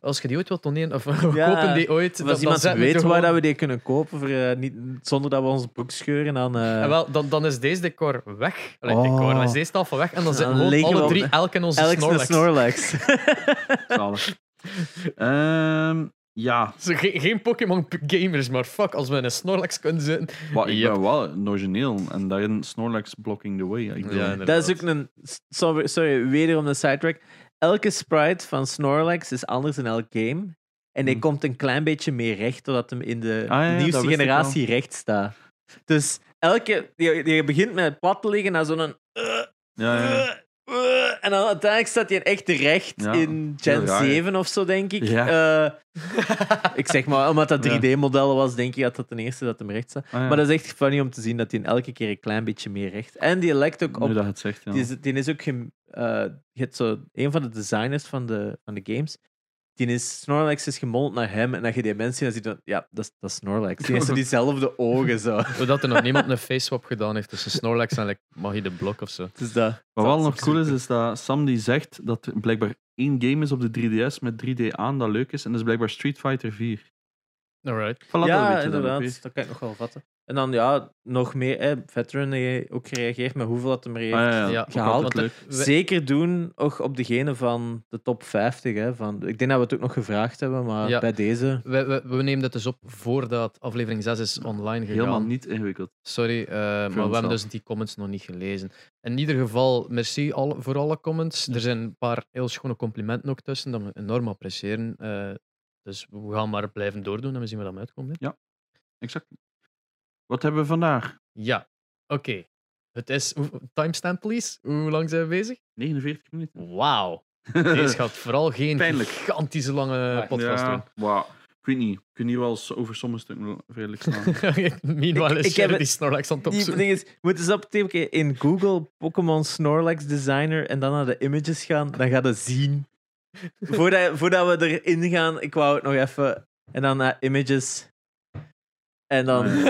[SPEAKER 3] als je die ooit wilt toneren, of we
[SPEAKER 1] Ja,
[SPEAKER 3] kopen die ooit... dan-
[SPEAKER 1] Als
[SPEAKER 3] dan
[SPEAKER 1] iemand
[SPEAKER 3] zetten we
[SPEAKER 1] weet
[SPEAKER 3] die
[SPEAKER 1] waar
[SPEAKER 3] gewoon-
[SPEAKER 1] dat we die kunnen kopen voor, eh, niet, zonder dat we onze broek scheuren aan... eh,
[SPEAKER 3] En wel, dan, dan is deze decor weg. Allee, decor, dan is deze tafel weg. En dan zitten
[SPEAKER 1] Oh. Dan
[SPEAKER 3] gewoon
[SPEAKER 1] liggen we
[SPEAKER 3] alle
[SPEAKER 1] op-
[SPEAKER 3] drie elk in onze
[SPEAKER 1] Alex en
[SPEAKER 3] Snorlax.
[SPEAKER 1] de Snorlax.
[SPEAKER 2] Zalig. Ehm, ja,
[SPEAKER 3] Zo, ge- geen Pokémon gamers, maar fuck, als we in een Snorlax kunnen zitten.
[SPEAKER 2] maar ik
[SPEAKER 3] Yep.
[SPEAKER 2] ben wel een origineel. En daarin Snorlax blocking the way. Ik bedoel,
[SPEAKER 1] dat is ook een... Sorry, sorry wederom de sidetrack. Elke sprite van Snorlax is anders in elk game. En die
[SPEAKER 2] Hmm.
[SPEAKER 1] komt een klein beetje meer recht, doordat hem in de
[SPEAKER 2] Ah, ja, ja, dat
[SPEAKER 1] nieuwste
[SPEAKER 2] wist ik
[SPEAKER 1] generatie recht staat. Dus elke... Je, je begint met plat te liggen naar zo'n... eh,
[SPEAKER 2] ja, Ah, ja.
[SPEAKER 1] eh, eh, en dan uiteindelijk staat hij echt recht
[SPEAKER 2] Ja,
[SPEAKER 1] in
[SPEAKER 2] heel
[SPEAKER 1] Gen
[SPEAKER 2] raar, hè.
[SPEAKER 1] 7 of zo, denk ik. Eh, ik zeg maar, omdat dat
[SPEAKER 2] Ja.
[SPEAKER 1] 3D-modellen was, denk ik dat dat de eerste dat hem recht staat.
[SPEAKER 2] Ah, ja.
[SPEAKER 1] Maar dat is echt funny om te zien dat hij elke keer een klein beetje meer recht. En die lijkt ook op.
[SPEAKER 2] Nu dat je het zegt, ja.
[SPEAKER 1] Die is, die is ook. gem- eh, je hebt zo, een van de designers van de, van de games. Die is, Snorlax is gemold naar hem. En dat je die mensen ziet, dan ziet je, ja, dat is, dat is Snorlax. Die heeft zo diezelfde ogen zo.
[SPEAKER 3] Doordat er nog niemand een face swap gedaan heeft tussen Snorlax en like, Magie de Blok of zo.
[SPEAKER 1] Dus dat.
[SPEAKER 2] Wat wel
[SPEAKER 1] dat
[SPEAKER 2] nog
[SPEAKER 1] is
[SPEAKER 2] cool is, is dat Sam die zegt dat er blijkbaar één game is op de 3DS met 3D aan dat leuk is. En dat is blijkbaar Street Fighter 4.
[SPEAKER 3] Alright.
[SPEAKER 2] Voilà, dat weet
[SPEAKER 1] ja,
[SPEAKER 2] je dan ook weer.
[SPEAKER 1] inderdaad. Dat kan ik nog wel vatten. En dan, ja, nog meer. Hè, Veteran heeft ook gereageerd met hoeveel dat hem er heeft.
[SPEAKER 2] Ah, ja,
[SPEAKER 3] Ja,
[SPEAKER 2] ja. Ook
[SPEAKER 1] gehaald,
[SPEAKER 2] altijd
[SPEAKER 3] want
[SPEAKER 2] leuk.
[SPEAKER 3] Wij-
[SPEAKER 1] Zeker doen, ook op degene van de top 50. Hè, van, ik denk dat we het ook nog gevraagd hebben, maar
[SPEAKER 3] Ja.
[SPEAKER 1] bij deze.
[SPEAKER 3] We, we, we nemen dit dus op voordat aflevering 6 is online gegaan.
[SPEAKER 2] Helemaal niet ingewikkeld.
[SPEAKER 3] Sorry, eh, maar we hebben
[SPEAKER 2] onszelf.
[SPEAKER 3] dus die comments nog niet gelezen. In ieder geval, merci al, voor alle comments. Er zijn een paar heel schone complimenten ook tussen, dat we enorm appreciëren. Eh, dus we gaan maar blijven doordoen en we zien waar dat uitkomt. hè.
[SPEAKER 2] Exact. Wat hebben we vandaag?
[SPEAKER 3] Ja, oké. Het is... hoe- Timestamp, please. Hoe lang zijn we bezig?
[SPEAKER 2] 49 minuten.
[SPEAKER 3] Wauw. Deze gaat vooral geen
[SPEAKER 2] Pijnlijk.
[SPEAKER 3] gigantische lange podcast
[SPEAKER 2] ja,
[SPEAKER 3] doen.
[SPEAKER 2] wauw. Ik weet niet. Ik weet niet wel eens over sommige stukken redelijk staan.
[SPEAKER 3] Meanwhile
[SPEAKER 1] Ik-
[SPEAKER 3] is
[SPEAKER 1] ik heb
[SPEAKER 3] Sherry
[SPEAKER 1] het-
[SPEAKER 3] die Snorlax aan het
[SPEAKER 1] Die
[SPEAKER 3] opzoeken.
[SPEAKER 1] ding is, moeten ze optypen in Google Pokémon Snorlax Designer en dan naar de images gaan, dan gaat het zien. voordat, voordat we erin gaan, ik wou het nog even. En dan naar images. En dan.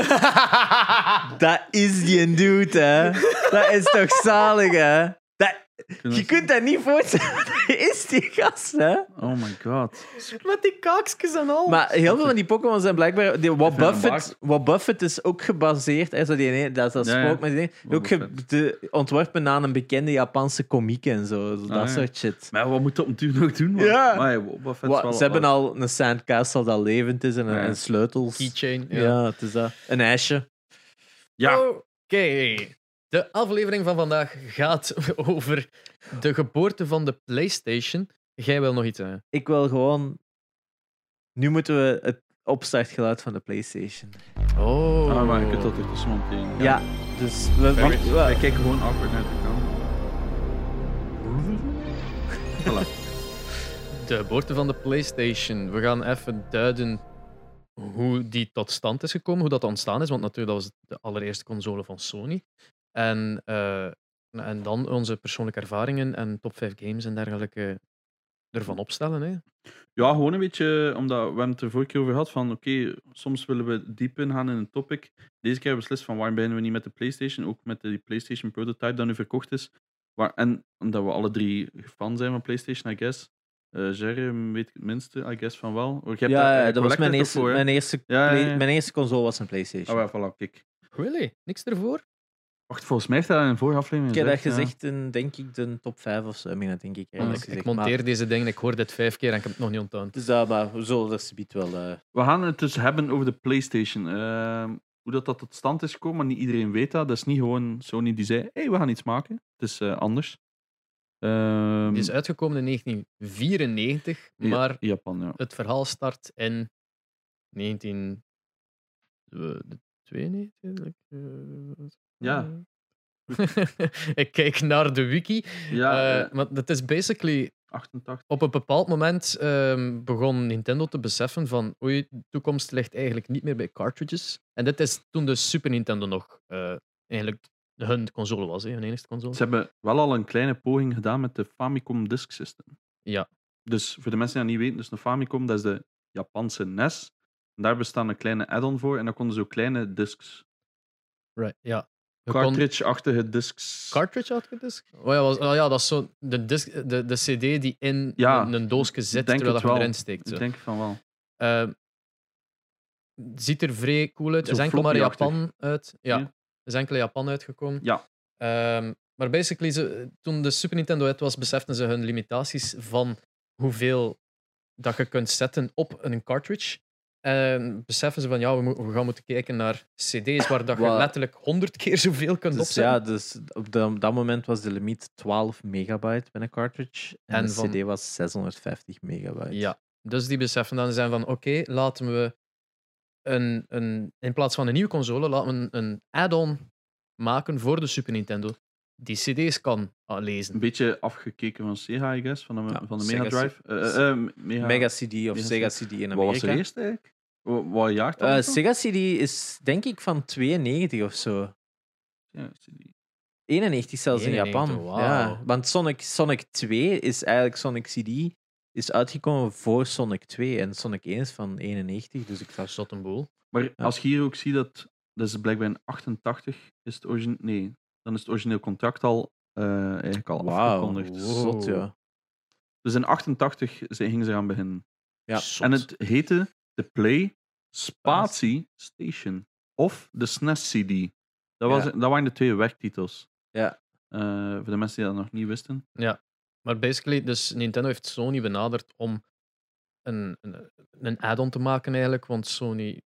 [SPEAKER 1] Dat is die dude, hè? Dat is toch zalig, hè? Dat, je kunt dat niet voorstellen. Dat is die gast, hè?
[SPEAKER 2] Oh my god.
[SPEAKER 3] Met die kaksjes en al.
[SPEAKER 1] Maar heel veel van die Pokémon zijn blijkbaar. Die, wat,
[SPEAKER 2] Even een
[SPEAKER 1] Buffett, wat Buffett is ook gebaseerd. Hè, zo die ene, dat is dat
[SPEAKER 2] Ja, ja.
[SPEAKER 1] spook met die ene, Ook ge-
[SPEAKER 2] Buffett.
[SPEAKER 1] de, ontworpen na een bekende Japanse komiek en zo. zo dat
[SPEAKER 2] Ah, ja.
[SPEAKER 1] soort shit.
[SPEAKER 2] Maar wat moet dat natuurlijk nog doen? man?
[SPEAKER 1] Ja.
[SPEAKER 2] Maar, wat, wat vet
[SPEAKER 1] Wa-
[SPEAKER 2] is wel-
[SPEAKER 1] ze hebben al een sandcastle dat levend is en,
[SPEAKER 2] Ja.
[SPEAKER 1] en sleutels.
[SPEAKER 3] Keychain.
[SPEAKER 1] Ja. het is dat. Een ijsje.
[SPEAKER 2] Ja,
[SPEAKER 3] Oké. De aflevering van vandaag gaat over de geboorte van de PlayStation. Jij wil nog iets zeggen?
[SPEAKER 1] Ik wil gewoon. Nu moeten we het opstartgeluid van de PlayStation.
[SPEAKER 3] Oh.
[SPEAKER 2] Ah, maar je kunt dat er tussen monteren.
[SPEAKER 1] Ja, dus we.
[SPEAKER 2] Wij,
[SPEAKER 1] we-
[SPEAKER 2] wij
[SPEAKER 1] we-
[SPEAKER 2] kijken gewoon awkward naar de camera. Voilà.
[SPEAKER 3] De geboorte van de PlayStation. We gaan even duiden hoe die tot stand is gekomen, hoe dat ontstaan is. Want natuurlijk, dat was de allereerste console van Sony. En, eh, en dan onze persoonlijke ervaringen en top 5 games en dergelijke ervan opstellen. Hè.
[SPEAKER 2] Ja, gewoon een beetje, eh, omdat we hem het er vorige keer over hadden van oké, soms willen we diep ingaan in een topic. Deze keer hebben we beslist van waarom beginnen we niet met de PlayStation, ook met de PlayStation prototype dat nu verkocht is. Waar, en omdat we alle drie fan zijn van PlayStation, I guess. Eh Jerry weet ik het minste, I guess van wel. Je hebt daar,
[SPEAKER 1] ja, ja, dat
[SPEAKER 2] eh,
[SPEAKER 1] was
[SPEAKER 2] collector
[SPEAKER 1] mijn
[SPEAKER 2] toch
[SPEAKER 1] eerste,
[SPEAKER 2] voor, hè?
[SPEAKER 1] mijn, eerste
[SPEAKER 2] Ja, ja,
[SPEAKER 1] play-
[SPEAKER 2] ja.
[SPEAKER 1] mijn eerste console was een PlayStation.
[SPEAKER 2] Ah, wel, voilà, kijk.
[SPEAKER 3] Really? Niks ervoor?
[SPEAKER 2] Wacht, volgens mij heeft hij dat in een vorige aflevering
[SPEAKER 1] Ik heb dat
[SPEAKER 2] ja.
[SPEAKER 1] gezegd in, denk ik, de top 5 of zo. Ik meen dat denk ik eigenlijk
[SPEAKER 3] ik, ik
[SPEAKER 1] gezegd,
[SPEAKER 3] monteer
[SPEAKER 1] maar-
[SPEAKER 3] deze dingen, ik hoor dit vijf keer en ik heb het nog niet ontdaan.
[SPEAKER 1] Dus dat, maar we zullen er subiet wel... eh,
[SPEAKER 2] We gaan het dus hebben over de PlayStation. Ehm, hoe dat, dat tot stand is gekomen, maar niet iedereen weet dat. Dat is niet gewoon Sony die zei: hé, hey, we gaan iets maken. Het is eh, anders. Ehm,
[SPEAKER 3] Die is uitgekomen in 1994,
[SPEAKER 2] Ja,
[SPEAKER 3] maar
[SPEAKER 2] Japan, ja.
[SPEAKER 3] het verhaal start in 19... eh, de 92? eh, wat-
[SPEAKER 2] Ja.
[SPEAKER 3] ik kijk naar de wiki.
[SPEAKER 2] Ja,
[SPEAKER 3] Eh,
[SPEAKER 2] eh,
[SPEAKER 3] maar dat is basically...
[SPEAKER 2] 88.
[SPEAKER 3] Op een bepaald moment ehm, begon Nintendo te beseffen van oei, de toekomst ligt eigenlijk niet meer bij cartridges. En dit is toen de Super Nintendo nog eh, eigenlijk hun console was, hè, hun enigste console.
[SPEAKER 2] Ze hebben wel al een kleine poging gedaan met de Famicom Disk System.
[SPEAKER 3] Ja.
[SPEAKER 2] Dus voor de mensen die dat niet weten, dus een Famicom, dat is de Japanse NES. En daar bestaan een kleine add-on voor en dan konden ze ook kleine discs.
[SPEAKER 3] Right, ja. Je kon-
[SPEAKER 2] Cartridge-achtige discs.
[SPEAKER 3] Cartridge had je dus? Oh ja, was, oh ja dat is zo de, disc, de, de CD die in
[SPEAKER 2] Ja,
[SPEAKER 3] een, een doosje zit
[SPEAKER 2] denk
[SPEAKER 3] terwijl
[SPEAKER 2] het
[SPEAKER 3] dat je
[SPEAKER 2] wel.
[SPEAKER 3] erin steekt. Zo.
[SPEAKER 2] Ik denk van wel.
[SPEAKER 3] Eh, ziet er vrij cool uit.
[SPEAKER 2] Zo
[SPEAKER 3] is enkel maar
[SPEAKER 2] floppy-achtig.
[SPEAKER 3] Japan uit. Ja,
[SPEAKER 2] Ja.
[SPEAKER 3] is enkel in Japan uitgekomen.
[SPEAKER 2] Ja.
[SPEAKER 3] Ehm, maar basically, ze, toen de Super Nintendo uit was, beseften ze hun limitaties van hoeveel dat je kunt zetten op een cartridge. En beseffen ze van ja, we, mo- we gaan moeten kijken naar CD's waar dat je
[SPEAKER 1] Wat-
[SPEAKER 3] letterlijk honderd keer zoveel kunt
[SPEAKER 1] dus
[SPEAKER 3] opzetten.
[SPEAKER 1] ja, dus op de- op dat moment was de limiet 12 megabyte bij een cartridge. En,
[SPEAKER 3] En
[SPEAKER 1] de
[SPEAKER 3] van-
[SPEAKER 1] cd was 650 megabyte.
[SPEAKER 3] Ja, dus die beseffen dan zijn van oké, laten we een, een, in plaats van een nieuwe console, laten we een, een add-on maken voor de Super Nintendo die CD's kan ah,
[SPEAKER 2] Een
[SPEAKER 3] lezen.
[SPEAKER 2] beetje afgekeken van Sega, I guess, van de,
[SPEAKER 1] Ja,
[SPEAKER 2] van de
[SPEAKER 1] Sega
[SPEAKER 2] Mega Drive. Eh, eh, eh, Mega,
[SPEAKER 1] Mega CD of
[SPEAKER 2] Mega
[SPEAKER 1] Sega CD in Amerika.
[SPEAKER 2] Wat was er eerst eigenlijk? Wat, wat jaartal
[SPEAKER 1] Eh,
[SPEAKER 2] was dat?
[SPEAKER 1] Sega CD is denk ik van 92 of zo.
[SPEAKER 2] Ja, CD.
[SPEAKER 1] 91 zelfs in
[SPEAKER 3] 91,
[SPEAKER 1] Japan.
[SPEAKER 3] wauw.
[SPEAKER 1] Ja, want Sonic, Sonic 2 is eigenlijk Sonic CD is uitgekomen voor Sonic 2 en Sonic 1 is van 91, dus ik zou
[SPEAKER 3] Zot een boel.
[SPEAKER 2] Maar als je hier ook ziet dat, dat is blijkbaar in 88 is het origineel, nee, dan is het origineel contract al eh, eigenlijk al afgekondigd.
[SPEAKER 3] Wow.
[SPEAKER 1] zot ja.
[SPEAKER 2] Dus in 88 ze- gingen ze gaan beginnen.
[SPEAKER 1] Ja.
[SPEAKER 3] Zot.
[SPEAKER 2] En het heette de Play Spatie Station of de E SNES CD. Dat, was,
[SPEAKER 1] Ja.
[SPEAKER 2] dat waren de twee werktitels.
[SPEAKER 1] Ja.
[SPEAKER 2] Eh, voor de mensen die dat nog niet wisten.
[SPEAKER 3] Maar basically, dus Nintendo heeft Sony benaderd om een, een, een add-on te maken eigenlijk, want Sony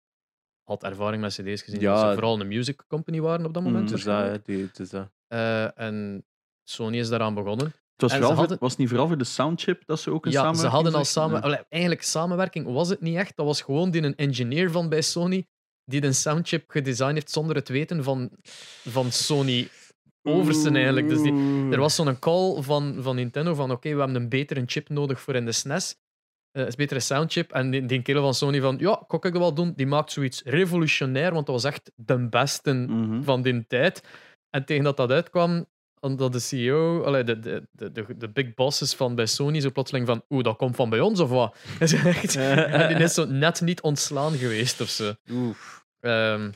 [SPEAKER 3] had ervaring met CD's gezien.
[SPEAKER 1] Ja.
[SPEAKER 3] dat ze vooral een music company waren op dat moment.
[SPEAKER 2] Mhm.
[SPEAKER 1] Dus dat,
[SPEAKER 3] waarschijnlijk.
[SPEAKER 1] hè, die- dus dat.
[SPEAKER 3] Eh, en Sony is daaraan begonnen.
[SPEAKER 2] Het was,
[SPEAKER 3] En ze
[SPEAKER 2] vooral voor-
[SPEAKER 3] hadden-
[SPEAKER 2] was het niet vooral voor de soundchip dat ze ook een
[SPEAKER 3] Ja, ze
[SPEAKER 2] samenwerking
[SPEAKER 3] hadden al
[SPEAKER 2] zochten?
[SPEAKER 3] samen...
[SPEAKER 2] Nee.
[SPEAKER 3] Allee, Eigenlijk samenwerking was het niet echt. Dat was gewoon die een engineer van bij Sony die een soundchip gedesigned heeft zonder het weten van, van Sony oversten eigenlijk. Dus die, er was zo'n call van, van Nintendo van oké, we hebben een betere chip nodig voor in de SNES. Eh, een betere soundchip. En die, die kerel van Sony van ja, kon ik dat wel doen. Die maakt zoiets revolutionair, want dat was echt de beste
[SPEAKER 2] Mhm.
[SPEAKER 3] van die tijd. En tegen dat dat uitkwam, omdat de CEO, allee, de, de, de, de, de big bosses van bij Sony, zo plotseling van, oeh, dat komt van bij ons of wat? En, ze echt, en die is zo net niet ontslaan geweest of zo.
[SPEAKER 1] Oef.
[SPEAKER 3] Ehm,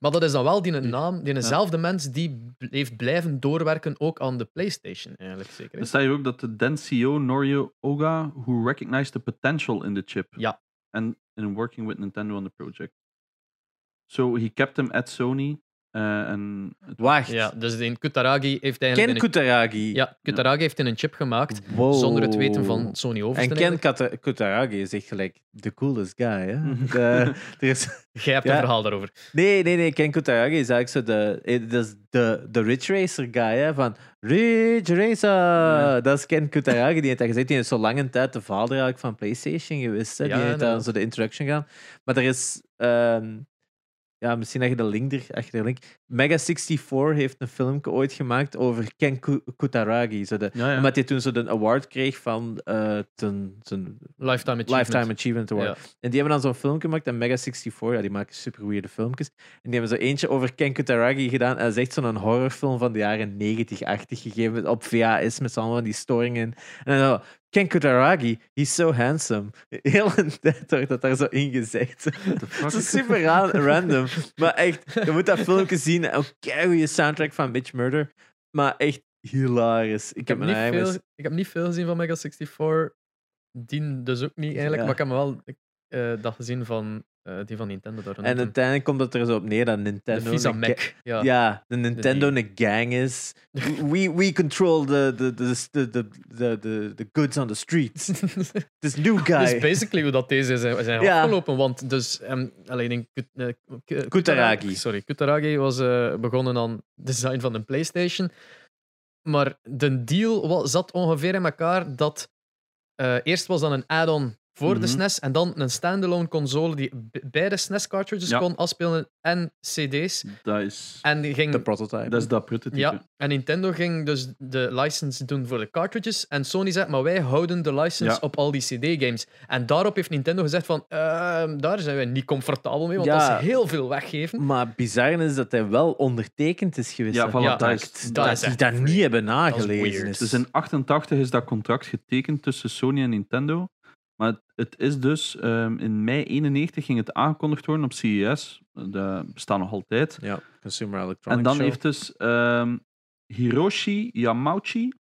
[SPEAKER 3] maar dat is dan wel die naam,
[SPEAKER 1] Ja.
[SPEAKER 3] diezelfde mens die bl- heeft blijven doorwerken ook aan de PlayStation, eigenlijk zeker. hè?
[SPEAKER 2] Dan staat hier ook dat de den CEO Norio Oga, who recognized the potential in the chip.
[SPEAKER 3] Ja.
[SPEAKER 2] And in working with Nintendo on the project. So he kept him at Sony. eh, en het-
[SPEAKER 1] Wacht.
[SPEAKER 3] Ja, dus de Kutaragi heeft eigenlijk.
[SPEAKER 1] Ken
[SPEAKER 3] in een-
[SPEAKER 1] Kutaragi.
[SPEAKER 3] ja, Kutaragi heeft in een chip gemaakt
[SPEAKER 1] Wow.
[SPEAKER 3] zonder het weten van Sony over.
[SPEAKER 1] En Ken Kata- Kutaragi is echt gelijk de coolest guy. Hè? De, er is,
[SPEAKER 3] Jij hebt
[SPEAKER 1] Ja.
[SPEAKER 3] een verhaal daarover.
[SPEAKER 1] nee, nee, nee. Ken Kutaragi is eigenlijk zo de, eh, dat is de, de Ridge Racer guy. Hè? Van Ridge Racer.
[SPEAKER 2] Ja.
[SPEAKER 1] Dat is Ken Kutaragi. Die heeft dat gezegd. Die is zo lang een tijd de vader eigenlijk van PlayStation geweest. Hè? Die
[SPEAKER 3] Ja,
[SPEAKER 1] heeft daar
[SPEAKER 3] inderdaad.
[SPEAKER 1] zo de introduction gedaan. Maar er is. ehm, ja, misschien dat je de link er, achter de link. Mega64 heeft een filmpje ooit gemaakt over Ken Ku- Kutaragi. Zo de,
[SPEAKER 2] ja, ja.
[SPEAKER 1] Omdat hij toen zo de award kreeg van eh ten, ten
[SPEAKER 3] Lifetime Achievement.
[SPEAKER 1] Lifetime Achievement Award. En die hebben dan zo'n film gemaakt, en Mega64, ja, die maken super weirde filmpjes. En die hebben zo eentje over Ken Kutaragi gedaan. En dat is echt zo'n horrorfilm van de jaren 90-achtig gegeven, met- op VHS met z'n allen van die storingen. En dan zo, Ken Kutaragi, he's so handsome. Heel een tijd wordt dat daar zo in gezegd.
[SPEAKER 2] What the fuck?
[SPEAKER 1] Het is super ra- random. Maar echt, je moet dat filmpje zien. En Ook je soundtrack van Bitch Murder. Maar echt hilarisch. Ik,
[SPEAKER 3] Ik heb,
[SPEAKER 1] mijn
[SPEAKER 3] niet
[SPEAKER 1] eigen-
[SPEAKER 3] veel, ik heb niet veel gezien van Mega 64. Dien dus ook niet
[SPEAKER 1] Ja.
[SPEAKER 3] eigenlijk. Maar ik heb wel ik, eh, dat gezien van eh, die van Nintendo. Daar
[SPEAKER 1] En uiteindelijk komt het er zo op neer dat
[SPEAKER 3] de
[SPEAKER 1] Nintendo...
[SPEAKER 3] Visa
[SPEAKER 1] een
[SPEAKER 3] Mac.
[SPEAKER 1] ga-
[SPEAKER 3] Ja.
[SPEAKER 1] Ja, de Nintendo een gang is. We, we control the, the, the, the, the, the, the, the goods on the streets. This new
[SPEAKER 3] Dat is
[SPEAKER 1] guy.
[SPEAKER 3] basically hoe dat deze zijn, zijn
[SPEAKER 1] Ja.
[SPEAKER 3] afgelopen. Want dus, ehm alleen in Kut- eh, K-
[SPEAKER 1] Kutaragi.
[SPEAKER 3] Sorry, Kutaragi was eh, begonnen aan design van een PlayStation. Maar de deal wa- zat ongeveer in elkaar dat eh, eerst was dan een add-on voor de
[SPEAKER 2] Mhm.
[SPEAKER 3] SNES en dan een standalone console die b- beide SNES cartridges
[SPEAKER 2] Ja.
[SPEAKER 3] kon afspelen en CD's.
[SPEAKER 2] Dat is
[SPEAKER 3] En die ging
[SPEAKER 1] De prototype.
[SPEAKER 2] dat, is dat prototype.
[SPEAKER 3] ja, en Nintendo ging dus de license doen voor de cartridges. En Sony zei, maar wij houden de license
[SPEAKER 2] Ja.
[SPEAKER 3] op al die CD-games. En daarop heeft Nintendo gezegd van, ehm, daar zijn wij niet comfortabel mee, want
[SPEAKER 1] Ja.
[SPEAKER 3] dat is heel veel weggeven.
[SPEAKER 1] Maar bizar is dat hij wel ondertekend is geweest.
[SPEAKER 2] Ja,
[SPEAKER 1] hè.
[SPEAKER 2] voilà,
[SPEAKER 3] Ja,
[SPEAKER 2] dat is-
[SPEAKER 1] Dat,
[SPEAKER 3] dat
[SPEAKER 1] dat
[SPEAKER 3] is
[SPEAKER 1] die
[SPEAKER 3] echt
[SPEAKER 1] dat
[SPEAKER 3] vreemd.
[SPEAKER 1] niet hebben
[SPEAKER 3] is
[SPEAKER 1] nagelezen.
[SPEAKER 3] weird.
[SPEAKER 1] is.
[SPEAKER 2] Dus in 88 is dat contract getekend tussen Sony en Nintendo. Maar het- het is dus ehm, in mei 91 ging het aangekondigd worden op CES. Dat bestaat nog altijd.
[SPEAKER 1] Ja, Consumer Electronics
[SPEAKER 2] En dan
[SPEAKER 1] Show.
[SPEAKER 2] heeft dus ehm, Hiroshi Yamauchi.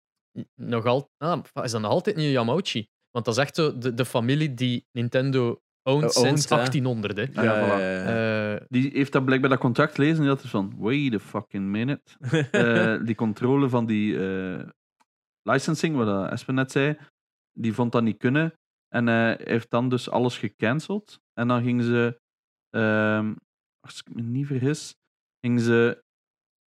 [SPEAKER 3] Nog al, ah, is dat nog altijd niet Yamauchi? Want dat is echt zo de, de familie die Nintendo owned
[SPEAKER 1] Eh, owned,
[SPEAKER 3] sinds
[SPEAKER 1] hè.
[SPEAKER 3] 1800. Hè.
[SPEAKER 1] Ja,
[SPEAKER 2] Ja,
[SPEAKER 1] ja, ja,
[SPEAKER 2] voilà.
[SPEAKER 1] ja.
[SPEAKER 3] Eh,
[SPEAKER 2] Die heeft dat blijkbaar dat contract gelezen en die had dus van, wait a fucking minute. Eh, die controle van die eh, licensing, wat dat Espen net zei, die vond dat niet kunnen. En eh, heeft dan dus alles gecanceld. En dan gingen ze, ehm, als ik me niet vergis, gingen ze,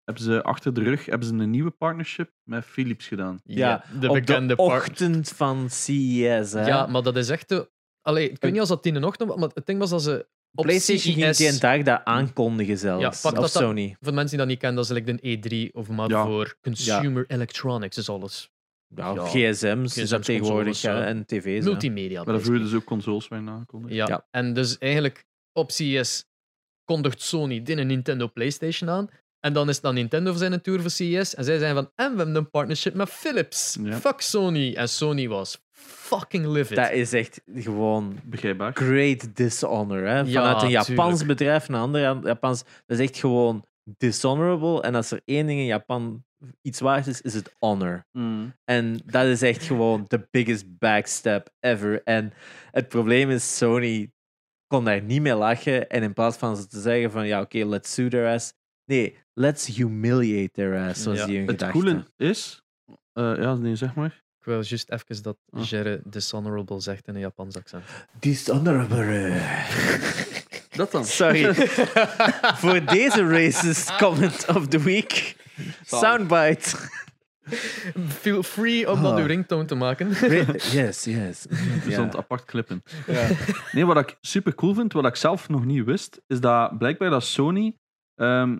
[SPEAKER 2] hebben ze achter de rug hebben ze een nieuwe partnership met Philips gedaan.
[SPEAKER 1] Ja,
[SPEAKER 3] de
[SPEAKER 1] Op
[SPEAKER 3] bekende
[SPEAKER 1] de
[SPEAKER 3] part.
[SPEAKER 1] ochtend van CES. Hè.
[SPEAKER 3] Ja, maar dat is echt... de- Allee, ik weet niet als dat in de ochtend was, maar het ding was dat ze... Op
[SPEAKER 1] PlayStation ging
[SPEAKER 3] CES
[SPEAKER 1] die een dag dat aankondigen zelfs.
[SPEAKER 3] pak
[SPEAKER 1] of
[SPEAKER 3] dat dat-
[SPEAKER 1] Sony.
[SPEAKER 3] Voor de mensen die dat niet kennen, dat is eigenlijk de E3 of maar
[SPEAKER 2] Ja.
[SPEAKER 3] voor consumer electronics is alles.
[SPEAKER 1] Ja,
[SPEAKER 3] Ja.
[SPEAKER 1] of GSM's,
[SPEAKER 3] GSM's,
[SPEAKER 1] dat tegenwoordig
[SPEAKER 3] consoles,
[SPEAKER 1] ja,
[SPEAKER 3] ja.
[SPEAKER 1] en tv's. hè.
[SPEAKER 3] Multimedia.
[SPEAKER 2] Maar daar vroegen
[SPEAKER 3] basically.
[SPEAKER 2] dus ook consoles bij aangekondigd.
[SPEAKER 3] ja.
[SPEAKER 1] Ja.
[SPEAKER 3] en dus eigenlijk op CES kondigt Sony dit een Nintendo PlayStation aan. En dan is dan Nintendo voor zijn tour voor CES. En zij zijn van, en we hebben een partnership met Philips.
[SPEAKER 2] Ja.
[SPEAKER 3] Fuck Sony. En Sony was fucking livid.
[SPEAKER 1] Dat is echt gewoon
[SPEAKER 2] Begrijpbaar.
[SPEAKER 1] great dishonor. Hè?
[SPEAKER 3] Ja,
[SPEAKER 1] Vanuit een Japans
[SPEAKER 3] tuurlijk.
[SPEAKER 1] bedrijf naar een ander Japans. Dat is echt gewoon dishonorable. En als er één ding in Japan iets waard is, is het honor.
[SPEAKER 2] Mm.
[SPEAKER 1] En dat is echt gewoon de biggest backstep ever. En het probleem is, Sony kon daar niet mee lachen. En in plaats van ze te zeggen van, ja, oké, let's sue their ass. Nee, let's humiliate their ass, zoals
[SPEAKER 3] Ja.
[SPEAKER 1] die hun
[SPEAKER 2] Het
[SPEAKER 1] gedachten.
[SPEAKER 2] coole is... eh, ja, nee, zeg maar.
[SPEAKER 3] Ik wil juist even dat
[SPEAKER 2] Ah.
[SPEAKER 3] Jerry dishonorable zegt in een Japans accent.
[SPEAKER 1] Dishonorable.
[SPEAKER 2] Dat dan.
[SPEAKER 1] Sorry. Voor deze racist comment of the week. Soundbite.
[SPEAKER 3] Feel free om dat
[SPEAKER 1] Ah.
[SPEAKER 3] uw ringtone te maken.
[SPEAKER 1] yes, yes.
[SPEAKER 2] Er stond apart klippen.
[SPEAKER 1] Ja.
[SPEAKER 2] Nee, wat ik super cool vind, wat ik zelf nog niet wist, is dat blijkbaar dat Sony ehm,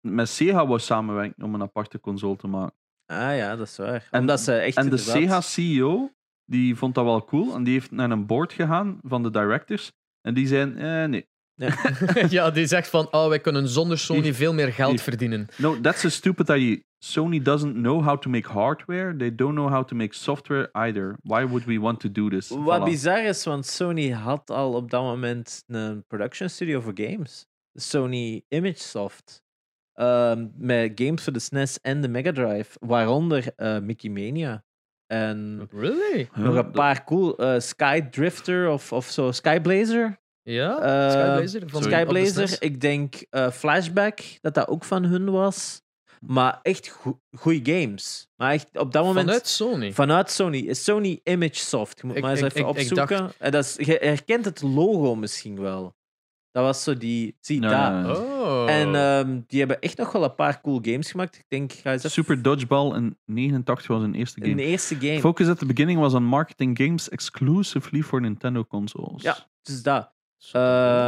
[SPEAKER 2] met Sega wou samenwerken om een aparte console te maken.
[SPEAKER 1] Ah ja, dat is waar.
[SPEAKER 2] En-
[SPEAKER 1] Omdat ze echt
[SPEAKER 2] En de E
[SPEAKER 1] inderdaad-
[SPEAKER 2] Sega-CEO, die vond dat wel cool en die heeft naar een board gegaan van de directors en die zijn, eh, nee,
[SPEAKER 3] ja, die zegt van, oh, wij kunnen zonder Sony
[SPEAKER 2] Die-
[SPEAKER 3] veel meer geld
[SPEAKER 2] die-
[SPEAKER 3] verdienen.
[SPEAKER 2] No, that's so stupid that you, Sony doesn't know how to make hardware. They don't know how to make software either. Why would we want to do this?
[SPEAKER 1] Wat
[SPEAKER 2] Voilà.
[SPEAKER 1] bizar is, want Sony had al op dat moment een production studio voor games. Sony ImageSoft. Ehm, met games voor de SNES en de Mega Drive. Waaronder eh, Mickey Mania. En
[SPEAKER 3] Really?
[SPEAKER 2] Huh?
[SPEAKER 1] nog een
[SPEAKER 2] Dat-
[SPEAKER 1] paar cool. eh, Sky Drifter of, of zo. Skyblazer.
[SPEAKER 3] Ja?
[SPEAKER 1] Eh,
[SPEAKER 3] Skyblazer? Oh, Van
[SPEAKER 2] sorry.
[SPEAKER 3] op de
[SPEAKER 1] Skyblazer.
[SPEAKER 3] SNES?
[SPEAKER 1] Ik denk eh, Flashback, dat dat ook van hun was. Maar echt goede games. Maar echt op dat moment.
[SPEAKER 3] Vanuit Sony.
[SPEAKER 1] Vanuit Sony. Is Sony Image Soft. Je moet
[SPEAKER 3] Ik-
[SPEAKER 1] maar eens
[SPEAKER 3] ik-
[SPEAKER 1] even
[SPEAKER 3] ik- ik dacht-
[SPEAKER 1] opzoeken. En dat is, je herkent het logo misschien wel. Dat was zo die... Zie,
[SPEAKER 2] Ja,
[SPEAKER 1] daar.
[SPEAKER 2] ja, ja.
[SPEAKER 3] Oh.
[SPEAKER 1] En ehm, die hebben echt nog wel een paar cool games gemaakt. Ik denk, ga eens even...
[SPEAKER 2] Super Dodgeball in 89 was hun eerste
[SPEAKER 1] Een
[SPEAKER 2] game.
[SPEAKER 1] eerste game.
[SPEAKER 2] Focus at the beginning was on marketing games exclusively for Nintendo consoles.
[SPEAKER 1] Ja. Dus dat. Eh,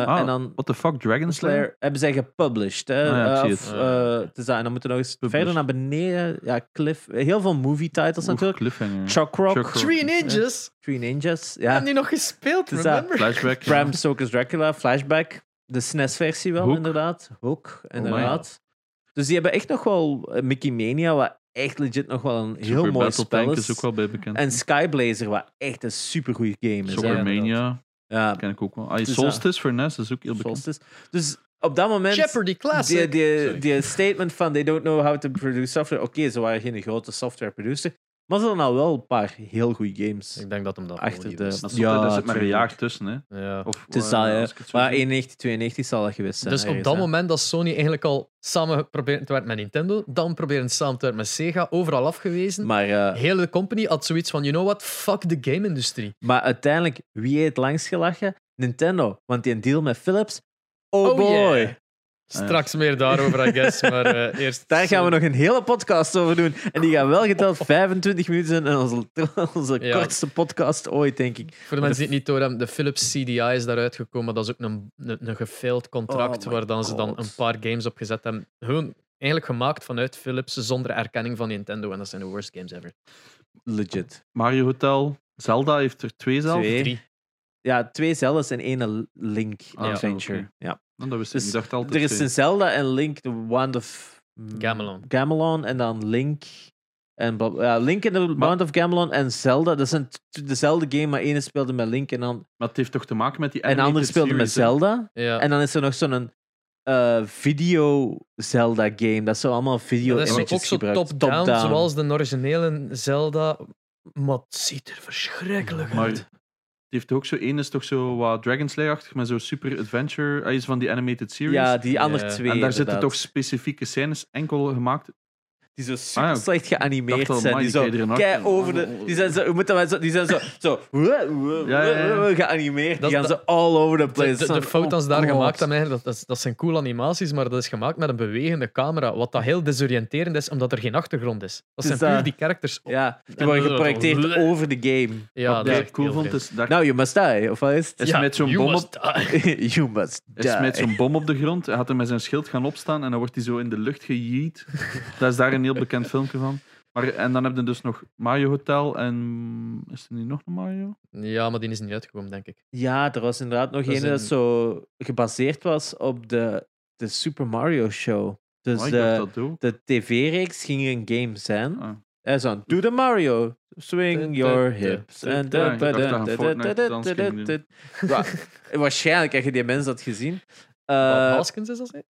[SPEAKER 2] Ah,
[SPEAKER 1] en dan...
[SPEAKER 2] What the fuck, Dragon Slayer?
[SPEAKER 1] Slayer hebben zij gepublished. Hè?
[SPEAKER 2] Ah ja, ik
[SPEAKER 1] Eh,
[SPEAKER 2] zie
[SPEAKER 1] of,
[SPEAKER 3] het.
[SPEAKER 1] eh, het is dat. En dan moeten we nog eens
[SPEAKER 2] Published.
[SPEAKER 1] verder naar beneden. Ja, Cliff. eh, Heel veel movie titles
[SPEAKER 2] Oef,
[SPEAKER 1] natuurlijk.
[SPEAKER 2] Cliffhanger.
[SPEAKER 1] Chuck Rock,
[SPEAKER 2] Chuck Rock.
[SPEAKER 3] Three Ninjas?
[SPEAKER 1] Three Ninjas.
[SPEAKER 3] Ja.
[SPEAKER 1] Ja.
[SPEAKER 3] Hebben die nog gespeeld,
[SPEAKER 1] Het is dat.
[SPEAKER 3] remember?
[SPEAKER 2] Flashback. ja.
[SPEAKER 1] Bram Stoker's Dracula, Flashback. De SNES-versie wel,
[SPEAKER 2] Hook.
[SPEAKER 1] inderdaad. Hook,
[SPEAKER 2] Oh,
[SPEAKER 1] inderdaad. dus die hebben echt nog wel eh, Mickey Mania, wat echt legit nog wel een heel
[SPEAKER 2] Super
[SPEAKER 1] mooi
[SPEAKER 2] Battle
[SPEAKER 1] spel
[SPEAKER 2] Tank
[SPEAKER 1] is.
[SPEAKER 2] is ook wel bij bekend.
[SPEAKER 1] En Skyblazer, wat echt een supergoeie game is. hè,
[SPEAKER 2] Soccer
[SPEAKER 1] inderdaad.
[SPEAKER 2] Mania
[SPEAKER 1] Ja,
[SPEAKER 2] ken ik ook wel. Ah,
[SPEAKER 1] Dus,
[SPEAKER 2] Solstice voor NES is ook heel bekend.
[SPEAKER 1] Solstice. Dus op dat moment...
[SPEAKER 3] Jeopardy Classic.
[SPEAKER 1] Die, die,
[SPEAKER 2] Sorry.
[SPEAKER 1] die statement van they don't know how to produce software. Oké, ze waren geen grote software producer. Maar ze hadden al wel een paar heel goede games.
[SPEAKER 3] Ik denk dat hem dat
[SPEAKER 1] Achter
[SPEAKER 3] gewoon niet
[SPEAKER 1] de-
[SPEAKER 3] wist.
[SPEAKER 2] Maar
[SPEAKER 1] Ja,
[SPEAKER 2] ja, is het maar een
[SPEAKER 1] tuurlijk.
[SPEAKER 2] jaar tussen, hè?
[SPEAKER 3] Ja.
[SPEAKER 2] Of,
[SPEAKER 1] Het is
[SPEAKER 2] eh,
[SPEAKER 1] dat, hè.
[SPEAKER 2] als ik het zo
[SPEAKER 1] Maar
[SPEAKER 2] zie.
[SPEAKER 1] 91, 92 zal dat geweest zijn.
[SPEAKER 3] Dus op
[SPEAKER 1] ergens,
[SPEAKER 3] dat
[SPEAKER 1] hè.
[SPEAKER 3] moment dat Sony eigenlijk al samen proberen te werken met Nintendo, dan proberen ze samen te werken met Sega, overal afgewezen.
[SPEAKER 1] Maar eh,
[SPEAKER 3] De hele company had zoiets van, you know what, fuck de game-industrie.
[SPEAKER 1] Maar uiteindelijk, wie heeft langs gelachen? Nintendo. Want die deal met Philips. Oh, boy.
[SPEAKER 3] yeah. Straks meer daarover, I guess, maar eh, eerst...
[SPEAKER 1] Daar gaan we nog een hele podcast over doen. En die gaan wel geteld 25 minuten zijn. En onze, onze
[SPEAKER 3] Ja.
[SPEAKER 1] kortste podcast ooit, denk ik.
[SPEAKER 3] Voor de mensen die het niet doorhebben, de Philips CDI is daaruit gekomen. Dat is ook een, een, een gefailed contract
[SPEAKER 1] Oh my
[SPEAKER 3] waar dan ze dan
[SPEAKER 1] God.
[SPEAKER 3] een paar games op gezet hebben. Gewoon eigenlijk gemaakt vanuit Philips zonder erkenning van Nintendo. En dat zijn de worst games ever.
[SPEAKER 1] Legit.
[SPEAKER 2] Mario Hotel, Zelda heeft er twee zelf.
[SPEAKER 1] Twee.
[SPEAKER 3] Drie.
[SPEAKER 1] Ja, twee Zelda's en één Link
[SPEAKER 2] Ah,
[SPEAKER 1] Adventure.
[SPEAKER 2] oké.
[SPEAKER 1] Ja.
[SPEAKER 2] Oh, dat wist
[SPEAKER 1] Dus
[SPEAKER 2] ik. niet. Ik dacht altijd
[SPEAKER 1] Er is
[SPEAKER 2] twee.
[SPEAKER 1] een Zelda en Link, The Wand of... mm,
[SPEAKER 3] Gamelon.
[SPEAKER 1] Gamelon en dan Link... En bla- ja, Link in The Wand of Gamelon en Zelda. Dat zijn t- dezelfde game, maar ene speelde met Link en dan...
[SPEAKER 2] Maar het heeft toch te maken met die
[SPEAKER 1] En de andere
[SPEAKER 2] animated
[SPEAKER 1] speelde met
[SPEAKER 2] series, hè?
[SPEAKER 1] Zelda.
[SPEAKER 3] Ja.
[SPEAKER 1] En dan is er nog zo'n eh, video Zelda game. Dat zo allemaal video
[SPEAKER 3] dat is
[SPEAKER 1] images
[SPEAKER 3] ook zo
[SPEAKER 1] gebruikt.
[SPEAKER 3] top-down, zoals de originele Zelda. Maar het ziet er verschrikkelijk
[SPEAKER 2] Maar
[SPEAKER 3] uit.
[SPEAKER 2] het heeft ook zo één is toch zo wat Dragon Slayer-achtig, maar zo super adventure. Hij is van die animated series.
[SPEAKER 1] Ja, die andere
[SPEAKER 3] Ja.
[SPEAKER 1] twee.
[SPEAKER 2] en daar zitten
[SPEAKER 1] inderdaad.
[SPEAKER 2] toch specifieke scènes enkel gemaakt.
[SPEAKER 1] Die zo super
[SPEAKER 2] Ah, ja.
[SPEAKER 1] slecht
[SPEAKER 2] Ik
[SPEAKER 1] geanimeerd
[SPEAKER 2] dacht al,
[SPEAKER 1] zijn.
[SPEAKER 2] amai,
[SPEAKER 1] Die
[SPEAKER 2] die
[SPEAKER 1] zo
[SPEAKER 2] krijgen er een
[SPEAKER 1] kei
[SPEAKER 2] hart
[SPEAKER 1] over
[SPEAKER 2] van.
[SPEAKER 1] de. Die zijn zo. Hoe moet dat wel zo? Die zijn zo. zo
[SPEAKER 2] Ja, ja, ja.
[SPEAKER 1] geanimeerd.
[SPEAKER 3] Dat-
[SPEAKER 1] die gaan
[SPEAKER 3] dat-
[SPEAKER 1] ze all over the place.
[SPEAKER 3] De, de, de
[SPEAKER 1] Zo'n-
[SPEAKER 3] fout als ze daar
[SPEAKER 1] oh,
[SPEAKER 3] gemaakt
[SPEAKER 1] God.
[SPEAKER 3] hebben, hè, dat, dat, is- dat zijn cool animaties, maar dat is gemaakt met een bewegende camera. Wat dat heel desoriënterend is, omdat er geen achtergrond is. Dat
[SPEAKER 1] Dus
[SPEAKER 3] zijn
[SPEAKER 1] dat-
[SPEAKER 3] puur die characters. op-
[SPEAKER 1] Ja, die
[SPEAKER 3] En eh,
[SPEAKER 1] worden
[SPEAKER 3] dat-
[SPEAKER 1] geprojecteerd over de game.
[SPEAKER 3] Ja,
[SPEAKER 2] wat
[SPEAKER 3] dat is
[SPEAKER 2] ik
[SPEAKER 3] echt
[SPEAKER 2] cool
[SPEAKER 3] heel
[SPEAKER 2] vond,
[SPEAKER 3] vreemd.
[SPEAKER 2] is, daar,
[SPEAKER 1] Nou, you must die. Of wat is het?
[SPEAKER 2] is
[SPEAKER 3] Ja,
[SPEAKER 2] met zo'n
[SPEAKER 3] you
[SPEAKER 2] bom,
[SPEAKER 3] must
[SPEAKER 2] op,
[SPEAKER 3] die.
[SPEAKER 1] you must die.
[SPEAKER 2] is met zo'n bom op de grond. Hij had hem met zijn schild gaan opstaan en dan wordt hij zo in de lucht gejeet. dat is daar een heel bekend filmpje van. Maar, en dan heb je dus nog Mario Hotel en... Is er niet nog een Mario?
[SPEAKER 3] Ja, maar die is niet uitgekomen, denk ik.
[SPEAKER 1] Ja, er was inderdaad nog
[SPEAKER 3] Dat is
[SPEAKER 1] een dat
[SPEAKER 3] een-
[SPEAKER 1] zo gebaseerd was op de, de Super Mario Show. Dus
[SPEAKER 2] Oh, ik dacht
[SPEAKER 1] de,
[SPEAKER 2] dat ook.
[SPEAKER 1] de tv-reeks ging een game zijn.
[SPEAKER 2] Ah.
[SPEAKER 1] En zo'n Do the Mario,
[SPEAKER 3] Dun,
[SPEAKER 1] swing
[SPEAKER 3] dun,
[SPEAKER 1] your
[SPEAKER 3] dun,
[SPEAKER 1] hips.
[SPEAKER 3] dun,
[SPEAKER 1] En
[SPEAKER 2] dun.
[SPEAKER 1] dun,
[SPEAKER 2] Ja, ik
[SPEAKER 1] dun,
[SPEAKER 2] dacht
[SPEAKER 1] dun,
[SPEAKER 2] dat een
[SPEAKER 1] dun,
[SPEAKER 2] Fortnite
[SPEAKER 1] dun,
[SPEAKER 2] dans
[SPEAKER 1] dun,
[SPEAKER 2] ging
[SPEAKER 1] dun, dun. Wa- Waarschijnlijk heb je die mensen dat gezien. Eh,
[SPEAKER 3] Bob Hoskins is dat zeker?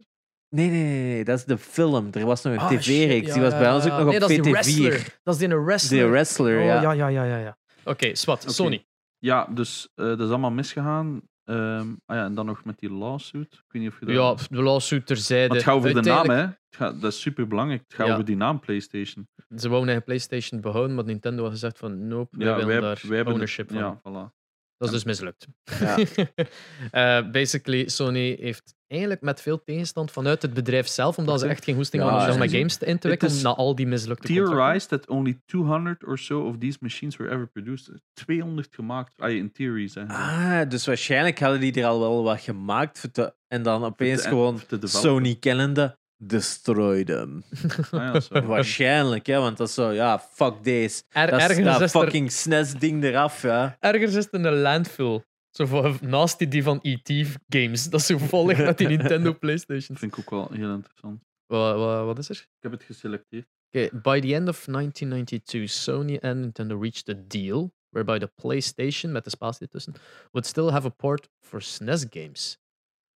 [SPEAKER 1] nee, nee, nee, nee, dat is de film. Er was nog een
[SPEAKER 3] Ah,
[SPEAKER 1] tv-reeks.
[SPEAKER 3] shit,
[SPEAKER 1] die
[SPEAKER 3] ja,
[SPEAKER 1] was bij
[SPEAKER 3] ja,
[SPEAKER 1] ons ook
[SPEAKER 3] ja.
[SPEAKER 1] nog
[SPEAKER 3] Nee,
[SPEAKER 1] op
[SPEAKER 3] dat is die
[SPEAKER 1] VT4.
[SPEAKER 3] wrestler. Dat is die een wrestler.
[SPEAKER 1] De wrestler,
[SPEAKER 3] Oh,
[SPEAKER 1] ja.
[SPEAKER 3] ja, ja, ja, ja. ja. Oké, zwart.
[SPEAKER 2] Oké.
[SPEAKER 3] Sony.
[SPEAKER 2] Ja, dus eh, dat is allemaal misgegaan. Ehm, ah ja, en dan nog met die lawsuit. Ik weet niet of je dat...
[SPEAKER 3] Ja, pff, de lawsuit terzijde.
[SPEAKER 2] Maar het gaat over de naam,
[SPEAKER 3] Uiteindelijk-
[SPEAKER 2] hè? Het gaat- dat is super belangrijk. Het gaat
[SPEAKER 3] Ja.
[SPEAKER 2] over die naam PlayStation.
[SPEAKER 3] Ze wouden eigen PlayStation behouden, maar Nintendo had gezegd van nope, wij
[SPEAKER 2] Ja,
[SPEAKER 3] willen
[SPEAKER 2] wij-
[SPEAKER 3] daar
[SPEAKER 2] wij hebben-
[SPEAKER 3] ownership van.
[SPEAKER 2] Ja, voilà.
[SPEAKER 3] Dat is dus mislukt.
[SPEAKER 1] Ja.
[SPEAKER 3] Eh, basically, Sony heeft eigenlijk met veel tegenstand vanuit het bedrijf zelf, omdat ze echt geen hoesting
[SPEAKER 1] Ja,
[SPEAKER 3] hadden om
[SPEAKER 1] ja.
[SPEAKER 3] nog met games te in te
[SPEAKER 2] Het
[SPEAKER 3] wikkelen,
[SPEAKER 2] is
[SPEAKER 3] na al die mislukte contracten.
[SPEAKER 2] Theorized that only 200 or so of these machines were ever produced. 200 gemaakt. Ah, in theories, hè.
[SPEAKER 1] Ah, dus waarschijnlijk hadden die er al wel wat gemaakt. voor te- en dan opeens
[SPEAKER 2] en-
[SPEAKER 1] gewoon
[SPEAKER 2] voor te developen.
[SPEAKER 1] Sony kennende, destroy them.
[SPEAKER 2] Ah, ja, sorry.
[SPEAKER 1] waarschijnlijk, hè, want dat is zo, ja, fuck this.
[SPEAKER 3] Er,
[SPEAKER 1] Dat is
[SPEAKER 3] ergens,
[SPEAKER 1] dat
[SPEAKER 3] is er,
[SPEAKER 1] fucking SNES-ding eraf, ja.
[SPEAKER 3] ergens is er een landfill Zo van, naast die, die van E.T.-games. Dat is zo vol ligt met die Nintendo PlayStation.
[SPEAKER 2] Dat vind ik ook wel heel interessant.
[SPEAKER 3] Wat, wat, wat is er?
[SPEAKER 2] Ik heb het geselecteerd.
[SPEAKER 3] Okay, by the end of 1992, Sony and Nintendo reached a deal whereby the PlayStation, met de spatie ertussen, would still have a port for SNES games.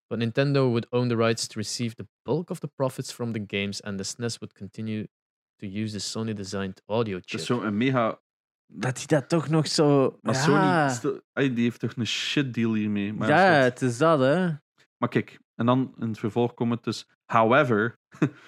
[SPEAKER 3] But Nintendo would own the rights to receive the bulk of the profits from the games, and the SNES would continue to use the Sony designed audio
[SPEAKER 2] Het
[SPEAKER 3] chip.
[SPEAKER 2] is zo'n mega.
[SPEAKER 1] Dat hij dat toch nog zo.
[SPEAKER 2] Maar
[SPEAKER 1] ja.
[SPEAKER 2] Sony, stel- ey, die heeft toch een shit deal hiermee. Maar,
[SPEAKER 1] ja,
[SPEAKER 2] ja,
[SPEAKER 1] het is dat, hè?
[SPEAKER 2] maar kijk, en dan in het vervolg komt het dus. However,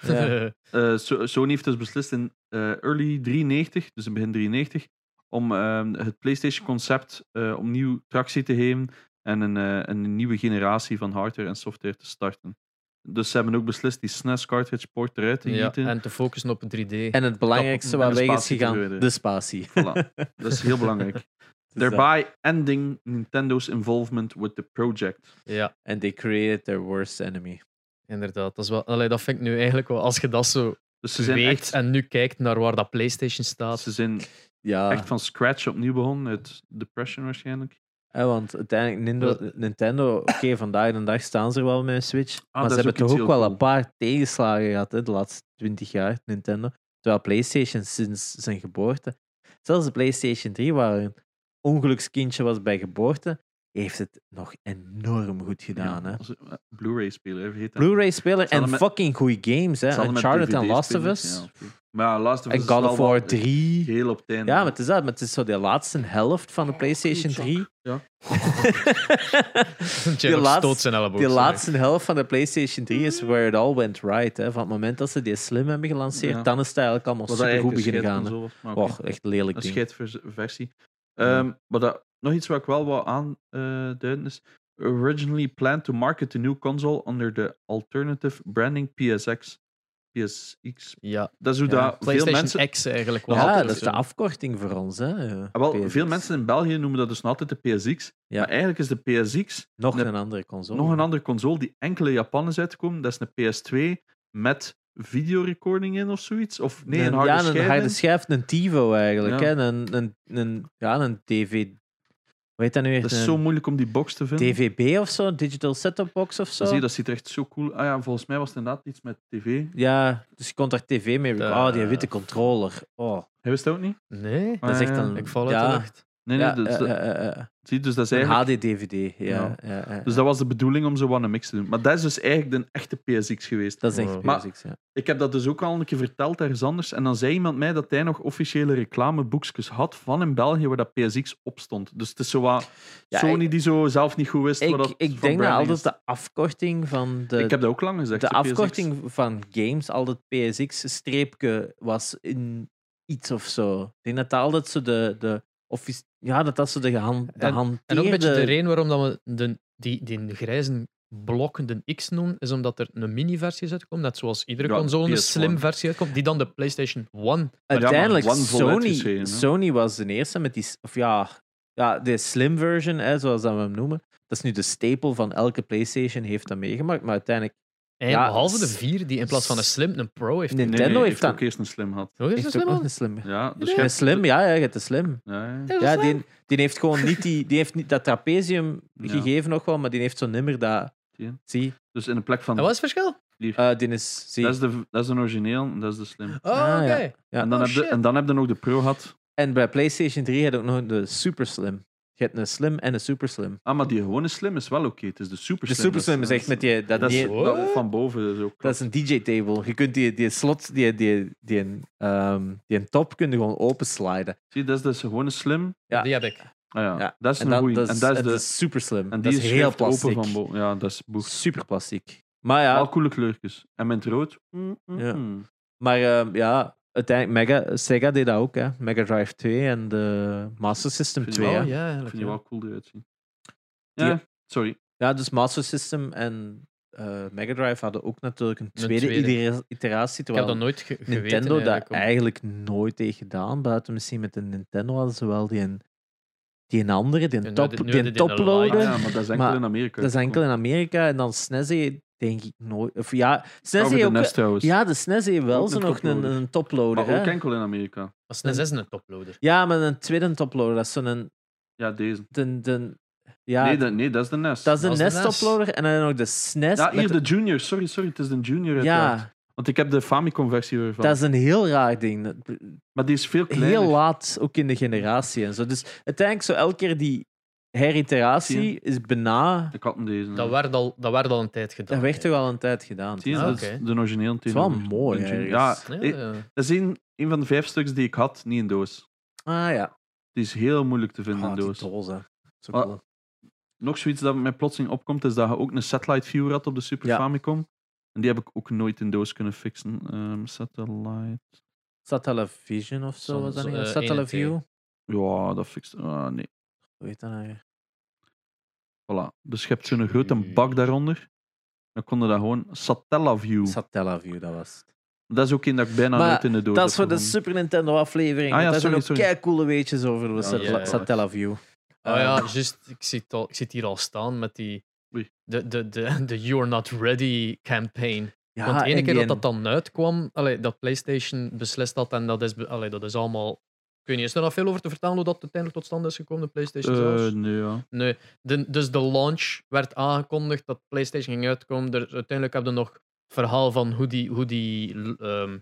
[SPEAKER 1] Ja.
[SPEAKER 2] Eh, So- Sony heeft dus beslist in eh, early 93, dus in begin 93, om ehm, het PlayStation-concept eh, opnieuw tractie te geven en een, eh, een nieuwe generatie van hardware en software te starten. Dus ze hebben ook beslist die SNES cartridge port eruit te
[SPEAKER 3] ja,
[SPEAKER 2] gieten.
[SPEAKER 3] en te focussen op 3D.
[SPEAKER 1] En het belangrijkste
[SPEAKER 3] en
[SPEAKER 1] waar
[SPEAKER 2] de
[SPEAKER 1] weg is
[SPEAKER 2] spatie te
[SPEAKER 1] gegaan,
[SPEAKER 2] verwijderen.
[SPEAKER 1] de spatie.
[SPEAKER 2] Voilà. Dat is heel belangrijk.
[SPEAKER 1] Dus dat.
[SPEAKER 2] Thereby ending Nintendo's involvement with the project.
[SPEAKER 3] Ja,
[SPEAKER 1] And they created their worst enemy.
[SPEAKER 3] inderdaad. Dat, is wel, allee, dat vind ik nu eigenlijk wel, als je dat zo
[SPEAKER 2] Dus ze zijn,
[SPEAKER 3] weet
[SPEAKER 2] echt,
[SPEAKER 3] en nu kijkt naar waar dat PlayStation staat.
[SPEAKER 2] ze zijn
[SPEAKER 1] Ja,
[SPEAKER 2] echt van scratch opnieuw begonnen, uit Depression waarschijnlijk.
[SPEAKER 1] hè, want uiteindelijk Nintendo, Nintendo oké, vandaag de dag staan ze er wel met een Switch. maar
[SPEAKER 2] Ah, dat
[SPEAKER 1] ze
[SPEAKER 2] is
[SPEAKER 1] hebben
[SPEAKER 2] ook
[SPEAKER 1] toch
[SPEAKER 2] iets
[SPEAKER 1] ook
[SPEAKER 2] heel
[SPEAKER 1] wel een
[SPEAKER 2] cool.
[SPEAKER 1] paar tegenslagen gehad hè, de laatste 20 jaar, Nintendo. Terwijl PlayStation sinds zijn geboorte, zelfs de PlayStation 3, waar een ongelukskindje was bij geboorte, heeft het nog enorm goed gedaan. hè.
[SPEAKER 2] Ja, als- eh, Blu-ray speler, hè, vergeet dat niet.
[SPEAKER 1] Blu-ray-speler en
[SPEAKER 2] hadden met-
[SPEAKER 1] fucking goede games. Hè.
[SPEAKER 2] Hetzelfde met
[SPEAKER 1] Uncharted en
[SPEAKER 2] DVD
[SPEAKER 1] Last of
[SPEAKER 2] spelers,
[SPEAKER 1] Us.
[SPEAKER 2] ja, oké. Maar ja, Last of Us
[SPEAKER 1] En
[SPEAKER 2] is
[SPEAKER 1] God
[SPEAKER 2] wel
[SPEAKER 1] of
[SPEAKER 2] wel
[SPEAKER 1] War 3.
[SPEAKER 2] Heel op het einde.
[SPEAKER 1] Ja, maar het is dat. Maar het is zo de laatste helft van de PlayStation 3.
[SPEAKER 2] Ja.
[SPEAKER 1] die,
[SPEAKER 3] Jacob stoot
[SPEAKER 1] laatste,
[SPEAKER 3] zijn elleboog,
[SPEAKER 1] die
[SPEAKER 3] sorry.
[SPEAKER 1] laatste helft van de PlayStation 3 is where it all went right. Hè. Van het moment dat ze die slim hebben gelanceerd,
[SPEAKER 2] Ja.
[SPEAKER 1] dan is het eigenlijk allemaal
[SPEAKER 2] Wat
[SPEAKER 1] super goed
[SPEAKER 2] eigenlijk een
[SPEAKER 1] beginnen gaan. hè.
[SPEAKER 2] scheidconsole was, maar oké.
[SPEAKER 1] Och, echt lelijk
[SPEAKER 2] Een
[SPEAKER 1] ding.
[SPEAKER 2] scheidversie.
[SPEAKER 1] Ja.
[SPEAKER 2] Ehm, maar dat, nog iets wat ik wel wil aanduiden is... Originally planned to market the new console under the alternative branding PSX. PSX.
[SPEAKER 3] Ja,
[SPEAKER 2] Dat is hoe
[SPEAKER 1] Ja,
[SPEAKER 2] dat veel
[SPEAKER 3] PlayStation
[SPEAKER 2] mensen...
[SPEAKER 3] X eigenlijk wel.
[SPEAKER 1] Ja,
[SPEAKER 3] altijd
[SPEAKER 1] dat is de
[SPEAKER 3] zo.
[SPEAKER 1] afkorting voor ons. Hè.
[SPEAKER 2] Ah, wel,
[SPEAKER 1] PSX.
[SPEAKER 2] veel mensen in België noemen dat dus nog altijd de PSX.
[SPEAKER 1] Ja.
[SPEAKER 2] Maar eigenlijk is de PSX
[SPEAKER 1] Nog
[SPEAKER 2] Nee.
[SPEAKER 1] een andere console.
[SPEAKER 2] nog een andere console die enkele Japan is uitgekomen. Dat is een PS2 met videorecording in of zoiets. Of nee, een harde
[SPEAKER 1] ja,
[SPEAKER 2] schijf
[SPEAKER 1] een
[SPEAKER 2] in.
[SPEAKER 1] harde schijf, een TiVo eigenlijk.
[SPEAKER 2] Ja.
[SPEAKER 1] Hè? Een, een, een, ja, een DV. Hoe heet dat nu weer?
[SPEAKER 2] Dat
[SPEAKER 1] een
[SPEAKER 2] is zo moeilijk om die box te vinden.
[SPEAKER 1] DVB of zo, een digital set-top box of zo.
[SPEAKER 2] Zie je, dat ziet er echt zo cool Ah ja, volgens mij was het inderdaad iets met tv.
[SPEAKER 1] Ja, dus je kon daar tv mee.
[SPEAKER 3] Eh,
[SPEAKER 1] Oh, die witte controller. Oh,
[SPEAKER 2] Hij wist dat ook niet?
[SPEAKER 3] Nee,
[SPEAKER 1] dat is echt
[SPEAKER 2] Ah, ja.
[SPEAKER 1] een.
[SPEAKER 3] ik val uit
[SPEAKER 1] ja,
[SPEAKER 3] de lucht.
[SPEAKER 2] Nee, nee.
[SPEAKER 1] Ja,
[SPEAKER 2] dus, dat,
[SPEAKER 1] eh, eh, eh, eh,
[SPEAKER 2] zie, je, dus dat is
[SPEAKER 1] een
[SPEAKER 2] eigenlijk...
[SPEAKER 1] HD-DVD. Ja,
[SPEAKER 2] Ja.
[SPEAKER 1] ja. ja, ja.
[SPEAKER 2] Dus dat was de bedoeling om zo wat een mix te doen. Maar dat is dus eigenlijk de echte PSX geweest.
[SPEAKER 1] dat is echt
[SPEAKER 3] Wow.
[SPEAKER 2] Maar-
[SPEAKER 1] basics. Ja.
[SPEAKER 2] Ik heb dat dus ook al een keer verteld ergens anders. En dan zei iemand mij dat hij nog officiële reclameboekjes had van in België waar dat PSX op stond. Dus het is zo wat
[SPEAKER 1] Ja,
[SPEAKER 2] Sony
[SPEAKER 1] ik-
[SPEAKER 2] die zo zelf niet goed wist wat dat
[SPEAKER 1] Ik, ik
[SPEAKER 2] van
[SPEAKER 1] denk dat
[SPEAKER 2] branding
[SPEAKER 1] altijd
[SPEAKER 2] is.
[SPEAKER 1] de afkorting van de.
[SPEAKER 2] Ik heb dat ook lang gezegd.
[SPEAKER 1] de
[SPEAKER 2] zo, PSX.
[SPEAKER 1] afkorting van games, altijd PSX-streepje, was in iets of zo. Ik denk dat dat altijd zo de. de offici- ja, dat dat zo de, gehan, de
[SPEAKER 3] En-
[SPEAKER 1] hanteerde...
[SPEAKER 3] En ook een beetje de reden waarom dat we de, die, die grijze blokken de X noemen, is omdat er een mini-versie is uitgekomen, net zoals iedere
[SPEAKER 2] Ja,
[SPEAKER 3] console een
[SPEAKER 2] PS1.
[SPEAKER 3] slim versie uitkomt, die dan de PlayStation 1.
[SPEAKER 2] maar
[SPEAKER 1] Uiteindelijk,
[SPEAKER 2] one voluit
[SPEAKER 1] Sony,
[SPEAKER 2] gezien, hè?
[SPEAKER 1] Sony was de eerste met die... s- Of ja, ja de slim version, hè, zoals dat we hem noemen. Dat is nu de staple van elke PlayStation, heeft dat meegemaakt. Maar uiteindelijk,
[SPEAKER 3] En
[SPEAKER 1] Ja,
[SPEAKER 3] behalve de
[SPEAKER 1] s-
[SPEAKER 3] 4, die in plaats van een slim een Pro heeft.
[SPEAKER 1] Nee,
[SPEAKER 2] Nee,
[SPEAKER 1] Nintendo
[SPEAKER 2] nee,
[SPEAKER 1] heeft dat-
[SPEAKER 2] ook eerst een slim gehad.
[SPEAKER 3] Nog eens een
[SPEAKER 1] heeft ook
[SPEAKER 3] slim
[SPEAKER 1] nog
[SPEAKER 3] aan?
[SPEAKER 1] een slim.
[SPEAKER 2] Ja, dus
[SPEAKER 3] Nee.
[SPEAKER 2] je
[SPEAKER 1] Een
[SPEAKER 2] hebt-
[SPEAKER 1] slim, ja, ja, je hebt de slim.
[SPEAKER 2] Ja, ja.
[SPEAKER 1] Ja, die, die heeft gewoon niet die, die heeft niet dat trapezium
[SPEAKER 2] Ja.
[SPEAKER 1] gegeven nog wel, maar die heeft zo nimmer dat.
[SPEAKER 2] Zie.
[SPEAKER 1] Zie,
[SPEAKER 2] Dus in de plek van.
[SPEAKER 3] En wat is het verschil? Oh,
[SPEAKER 1] eh, die is. Zie.
[SPEAKER 2] Dat is, de, dat is een origineel en dat is de slim.
[SPEAKER 3] Oh,
[SPEAKER 1] Ah,
[SPEAKER 3] oké.
[SPEAKER 1] ja.
[SPEAKER 2] En dan,
[SPEAKER 3] Oh,
[SPEAKER 2] heb je,
[SPEAKER 3] shit.
[SPEAKER 2] en dan heb je nog de Pro gehad.
[SPEAKER 1] En bij PlayStation 3 had je ook nog de Super Slim. Je hebt een Slim en een Super Slim.
[SPEAKER 2] Ah, maar die gewone slim is wel oké. Het is de super
[SPEAKER 1] De
[SPEAKER 2] slim.
[SPEAKER 1] Super Slim is echt met die. Dat,
[SPEAKER 2] Dat is,
[SPEAKER 1] die-
[SPEAKER 3] zo.
[SPEAKER 2] dat-
[SPEAKER 3] What?
[SPEAKER 2] van boven zo.
[SPEAKER 1] dat is een DJ-table. Je kunt die, die slot, die, die, die, een, ehm, die een top, kun je gewoon opensliden.
[SPEAKER 2] Zie, dat is dus gewoon een slim.
[SPEAKER 1] Ja.
[SPEAKER 3] Die heb ik.
[SPEAKER 2] Ah ja,
[SPEAKER 1] Ja,
[SPEAKER 2] dat is
[SPEAKER 1] En
[SPEAKER 2] een
[SPEAKER 1] dat,
[SPEAKER 2] goeie.
[SPEAKER 1] dat
[SPEAKER 2] En
[SPEAKER 1] is,
[SPEAKER 2] dat is
[SPEAKER 1] het
[SPEAKER 2] de.
[SPEAKER 1] is super slim.
[SPEAKER 2] en
[SPEAKER 1] dat
[SPEAKER 2] die
[SPEAKER 1] is heel
[SPEAKER 2] schuift
[SPEAKER 1] plastiek.
[SPEAKER 2] open van boven. Ja, dat is boeg.
[SPEAKER 1] Super plastiek. Maar ja,
[SPEAKER 2] Wel coole kleurtjes. En met rood. Mm, mm,
[SPEAKER 1] Ja.
[SPEAKER 2] mm.
[SPEAKER 1] Maar ehm, ja, uiteindelijk, Mega, Sega deed dat ook, hè. Mega Drive 2 en de Master System
[SPEAKER 2] Vind je
[SPEAKER 1] 2,
[SPEAKER 2] wel,
[SPEAKER 1] hè.
[SPEAKER 3] Oh,
[SPEAKER 1] ja.
[SPEAKER 3] ja,
[SPEAKER 2] Ik
[SPEAKER 3] eigenlijk.
[SPEAKER 2] vind die
[SPEAKER 3] ja.
[SPEAKER 2] wel cool eruit zien.
[SPEAKER 1] Die-
[SPEAKER 2] Ja, sorry.
[SPEAKER 1] dus Master System en eh Mega Drive hadden ook natuurlijk een
[SPEAKER 3] Een
[SPEAKER 1] tweede,
[SPEAKER 3] tweede.
[SPEAKER 1] idera- iteratie,
[SPEAKER 3] Ik heb
[SPEAKER 1] terwijl
[SPEAKER 3] dat nooit ge geweten.
[SPEAKER 1] Nintendo
[SPEAKER 3] eigenlijk,
[SPEAKER 1] dat
[SPEAKER 3] om-
[SPEAKER 1] eigenlijk nooit heeft gedaan, buiten misschien met de Nintendo hadden ze wel die, een- die een andere, die een
[SPEAKER 3] nu
[SPEAKER 1] top,
[SPEAKER 3] hadden- nu
[SPEAKER 1] die een
[SPEAKER 3] hadden die een
[SPEAKER 1] toploader.
[SPEAKER 2] Ah,
[SPEAKER 3] Light.
[SPEAKER 2] ja, maar dat is enkel
[SPEAKER 1] Maar
[SPEAKER 2] in Amerika.
[SPEAKER 1] Dat is enkel in Amerika, en dan SNES heeft, denk ik nooit... Of ja, SNES heeft
[SPEAKER 2] Over Oh, de
[SPEAKER 1] ook...
[SPEAKER 2] nest trouwens.
[SPEAKER 1] Ja, de SNES heeft wel
[SPEAKER 2] Ook
[SPEAKER 1] zo
[SPEAKER 2] een
[SPEAKER 1] nog een,
[SPEAKER 2] toploader.
[SPEAKER 1] een toploader,
[SPEAKER 2] maar ook
[SPEAKER 1] hè.
[SPEAKER 2] enkel in Amerika.
[SPEAKER 3] Als een 6 een toploader.
[SPEAKER 1] Ja, maar een tweede toploader, dat is zo'n...
[SPEAKER 2] Ja, deze.
[SPEAKER 1] de, de, Ja,
[SPEAKER 2] nee, dat, nee, dat is de NES.
[SPEAKER 1] dat is de
[SPEAKER 3] dat is de
[SPEAKER 1] NES-uploader en dan nog de SNES.
[SPEAKER 2] ja,
[SPEAKER 1] met
[SPEAKER 2] hier de Junior. Sorry, sorry. Het is de Junior. uiteraard.
[SPEAKER 1] ja
[SPEAKER 2] Want ik heb de Famicom-versie ervan.
[SPEAKER 1] dat is een heel raar ding. Dat-
[SPEAKER 2] Maar die is veel kleiner.
[SPEAKER 1] Heel laat, ook in de generatie en zo. Dus uiteindelijk, zo elke keer die
[SPEAKER 2] Zie
[SPEAKER 1] heriteratie is bijna...
[SPEAKER 2] Ik had hem deze.
[SPEAKER 3] Dat
[SPEAKER 2] hè.
[SPEAKER 3] werd al, dat werd al een tijd gedaan.
[SPEAKER 1] Hmm. Dat werd toch al een tijd gedaan.
[SPEAKER 2] Zie je,
[SPEAKER 3] Ah,
[SPEAKER 2] dat is
[SPEAKER 3] oké.
[SPEAKER 2] de originele
[SPEAKER 1] is wel
[SPEAKER 2] Teenager.
[SPEAKER 1] mooi,
[SPEAKER 2] De Junior. Ja,
[SPEAKER 1] ergens.
[SPEAKER 3] Ja,
[SPEAKER 2] eh,
[SPEAKER 3] ja.
[SPEAKER 2] dat is een, een van de vijf stuks die ik had, niet in doos.
[SPEAKER 1] Ah ja.
[SPEAKER 2] Die is heel moeilijk te vinden
[SPEAKER 1] Ah,
[SPEAKER 2] in
[SPEAKER 1] die
[SPEAKER 2] doos.
[SPEAKER 1] doos, hè. Zo
[SPEAKER 2] Maar-
[SPEAKER 1] cool.
[SPEAKER 2] Nog zoiets dat mij plotseling opkomt, is dat je ook een satellite viewer had op de Super
[SPEAKER 1] Ja.
[SPEAKER 2] Famicom. En die heb ik ook nooit in doos kunnen fixen. Ehm, satellite.
[SPEAKER 1] Satellivision of zo
[SPEAKER 3] Soms,
[SPEAKER 1] was dat niet?
[SPEAKER 3] eh,
[SPEAKER 1] Of Satellaview?
[SPEAKER 2] Ja, dat fixt. Ah, nee.
[SPEAKER 1] Hoe heet dat nou? weer?
[SPEAKER 2] Voilà. Dus je hebt zo'n grote bak daaronder. Dan konden dat gewoon Satellaview.
[SPEAKER 1] Satellaview, dat was het.
[SPEAKER 2] dat is ook een dat ik bijna
[SPEAKER 1] Maar
[SPEAKER 2] nooit in de doos
[SPEAKER 1] Dat is
[SPEAKER 2] heb
[SPEAKER 1] voor de
[SPEAKER 2] gevonden.
[SPEAKER 1] Super Nintendo aflevering.
[SPEAKER 2] Ah, ja,
[SPEAKER 1] want daar
[SPEAKER 2] sorry,
[SPEAKER 1] zijn ook
[SPEAKER 2] sorry.
[SPEAKER 1] kei coole weetjes over de
[SPEAKER 2] Ja,
[SPEAKER 1] Satella-
[SPEAKER 3] ja, ja.
[SPEAKER 1] Satellaview.
[SPEAKER 3] Ah ja,
[SPEAKER 1] Eh,
[SPEAKER 3] juist. Ik, zit al- ik zit hier al staan met die.
[SPEAKER 2] Oei.
[SPEAKER 3] De, de, de, de You're Not Ready campaign.
[SPEAKER 1] ja,
[SPEAKER 3] Want de ene
[SPEAKER 1] en
[SPEAKER 3] keer dat
[SPEAKER 1] die-
[SPEAKER 3] dat dan uitkwam, allee, dat PlayStation beslist dat en dat is, be- allee, dat is allemaal. Ik weet niet, is er nog veel over te vertellen hoe dat uiteindelijk tot stand is gekomen, de PlayStation
[SPEAKER 2] Eh,
[SPEAKER 3] zelfs?
[SPEAKER 2] nee, ja.
[SPEAKER 3] Nee. De- dus de launch werd aangekondigd dat PlayStation ging uitkomen. Er, uiteindelijk hebben we nog het verhaal van hoe die, hoe die ehm,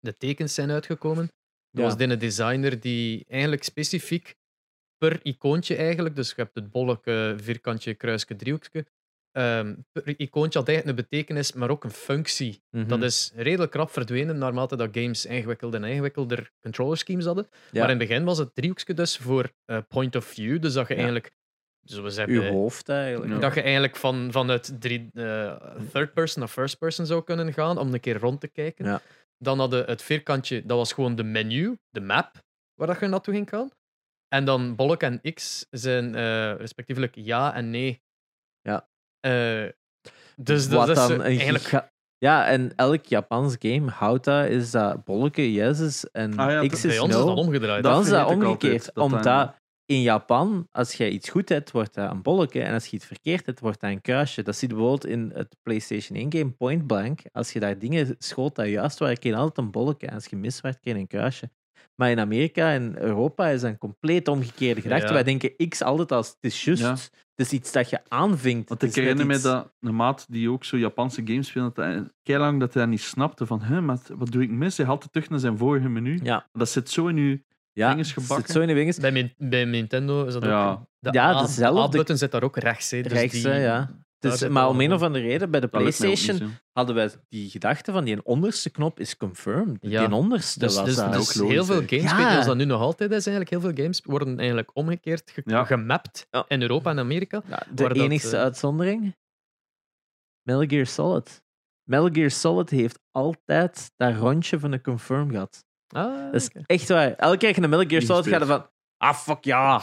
[SPEAKER 3] de tekens zijn uitgekomen.
[SPEAKER 1] Ja.
[SPEAKER 3] Dat was de designer die eigenlijk specifiek per icoontje eigenlijk, dus je hebt het bolletje, vierkantje, kruisje, driehoekje, ehm, per icoontje had eigenlijk een betekenis, maar ook een functie.
[SPEAKER 1] Mhm.
[SPEAKER 3] Dat is redelijk krap verdwenen naarmate dat games ingewikkelder en ingewikkelder controller schemes hadden.
[SPEAKER 1] Ja.
[SPEAKER 3] Maar in het begin was het driehoekje dus voor eh, point of view, dus dat je
[SPEAKER 1] Ja.
[SPEAKER 3] eigenlijk, zo we zeggen,
[SPEAKER 1] Uw hoofd eigenlijk.
[SPEAKER 2] Ja.
[SPEAKER 3] dat je eigenlijk van, vanuit drie, eh, third person naar first person zou kunnen gaan om een keer rond te kijken.
[SPEAKER 1] Ja.
[SPEAKER 3] Dan hadden het vierkantje, dat was gewoon de menu, de map, waar dat je naartoe ging gaan. En dan bolk en X zijn eh, respectievelijk ja en nee.
[SPEAKER 1] Ja.
[SPEAKER 3] Eh, dus dat
[SPEAKER 1] Wat
[SPEAKER 3] dat is
[SPEAKER 1] dan
[SPEAKER 3] eh,
[SPEAKER 1] een
[SPEAKER 3] eigenlijk
[SPEAKER 1] giga- Ja, en elk Japans game houdt dat, is dat bolleke yes is en
[SPEAKER 2] Ah ja,
[SPEAKER 1] X is
[SPEAKER 3] bij ons is
[SPEAKER 1] no.
[SPEAKER 3] dat omgedraaid.
[SPEAKER 1] Dan
[SPEAKER 2] Dat
[SPEAKER 1] is dat
[SPEAKER 2] vergeet ik
[SPEAKER 1] omgekeerd.
[SPEAKER 2] altijd, dat
[SPEAKER 1] omdat
[SPEAKER 2] dan-
[SPEAKER 1] in Japan, als jij iets goed hebt, wordt dat een bolletje. En als je iets verkeerd hebt, wordt dat een kruisje. Dat zit bijvoorbeeld in het PlayStation 1 game Point Blank. Als je daar dingen schoot dat juist waren, kreeg je altijd een bolletje. En als je mis werd, kreeg je een kruisje. Maar in Amerika en Europa is dat een compleet omgekeerde gedachte.
[SPEAKER 3] Ja.
[SPEAKER 1] Wij denken X altijd als het is juist.
[SPEAKER 2] Ja.
[SPEAKER 1] Het is iets dat je aanvinkt.
[SPEAKER 2] Want
[SPEAKER 1] Het is
[SPEAKER 2] ik
[SPEAKER 1] net
[SPEAKER 2] herinner me
[SPEAKER 1] iets-
[SPEAKER 2] dat een maat die ook zo Japanse games speelde, dat hij keilang dat hij dat niet snapte van, hè, maar wat doe ik mis? Hij haalt het terug naar zijn vorige menu.
[SPEAKER 1] Ja.
[SPEAKER 2] Dat zit zo in uw...
[SPEAKER 1] Ja,
[SPEAKER 2] vingers
[SPEAKER 1] het zit
[SPEAKER 2] gebakken.
[SPEAKER 1] zo in de vingers.
[SPEAKER 3] Bij, Min- bij Nintendo is dat
[SPEAKER 2] Ja.
[SPEAKER 3] ook... De
[SPEAKER 1] Ja,
[SPEAKER 3] A-
[SPEAKER 1] dezelfde-
[SPEAKER 3] De A-button zit daar ook rechts. Hè, dus
[SPEAKER 1] Rechts,
[SPEAKER 3] die,
[SPEAKER 1] hè, ja. Het is-
[SPEAKER 3] zit
[SPEAKER 1] maar
[SPEAKER 3] al
[SPEAKER 1] om een
[SPEAKER 3] een-
[SPEAKER 1] of andere reden, bij de
[SPEAKER 2] Dat lukt mij ook
[SPEAKER 1] PlayStation
[SPEAKER 2] niet, hè.
[SPEAKER 1] hadden wij die gedachte van die onderste knop is confirmed.
[SPEAKER 3] Ja.
[SPEAKER 1] Die onderste
[SPEAKER 3] Dus,
[SPEAKER 1] was
[SPEAKER 3] dus,
[SPEAKER 1] dat.
[SPEAKER 3] dus
[SPEAKER 2] ook logisch,
[SPEAKER 3] heel veel
[SPEAKER 2] hè.
[SPEAKER 3] games,
[SPEAKER 1] Ja.
[SPEAKER 3] weet je, als dat nu nog altijd is, eigenlijk, heel veel games worden eigenlijk omgekeerd ge-
[SPEAKER 2] Ja.
[SPEAKER 3] gemapt
[SPEAKER 1] Ja.
[SPEAKER 3] in Europa en Amerika.
[SPEAKER 1] Ja, de
[SPEAKER 3] waar dat,
[SPEAKER 1] enigste
[SPEAKER 3] eh,
[SPEAKER 1] uitzondering? Metal Gear Solid. Metal Gear Solid heeft altijd dat rondje van de confirm gehad.
[SPEAKER 3] Ah,
[SPEAKER 1] Dat is
[SPEAKER 3] oké.
[SPEAKER 1] echt waar. Elke keer dat je een Metal Gear
[SPEAKER 2] Niet
[SPEAKER 1] Solid gaat, dan van... Ah, fuck ja.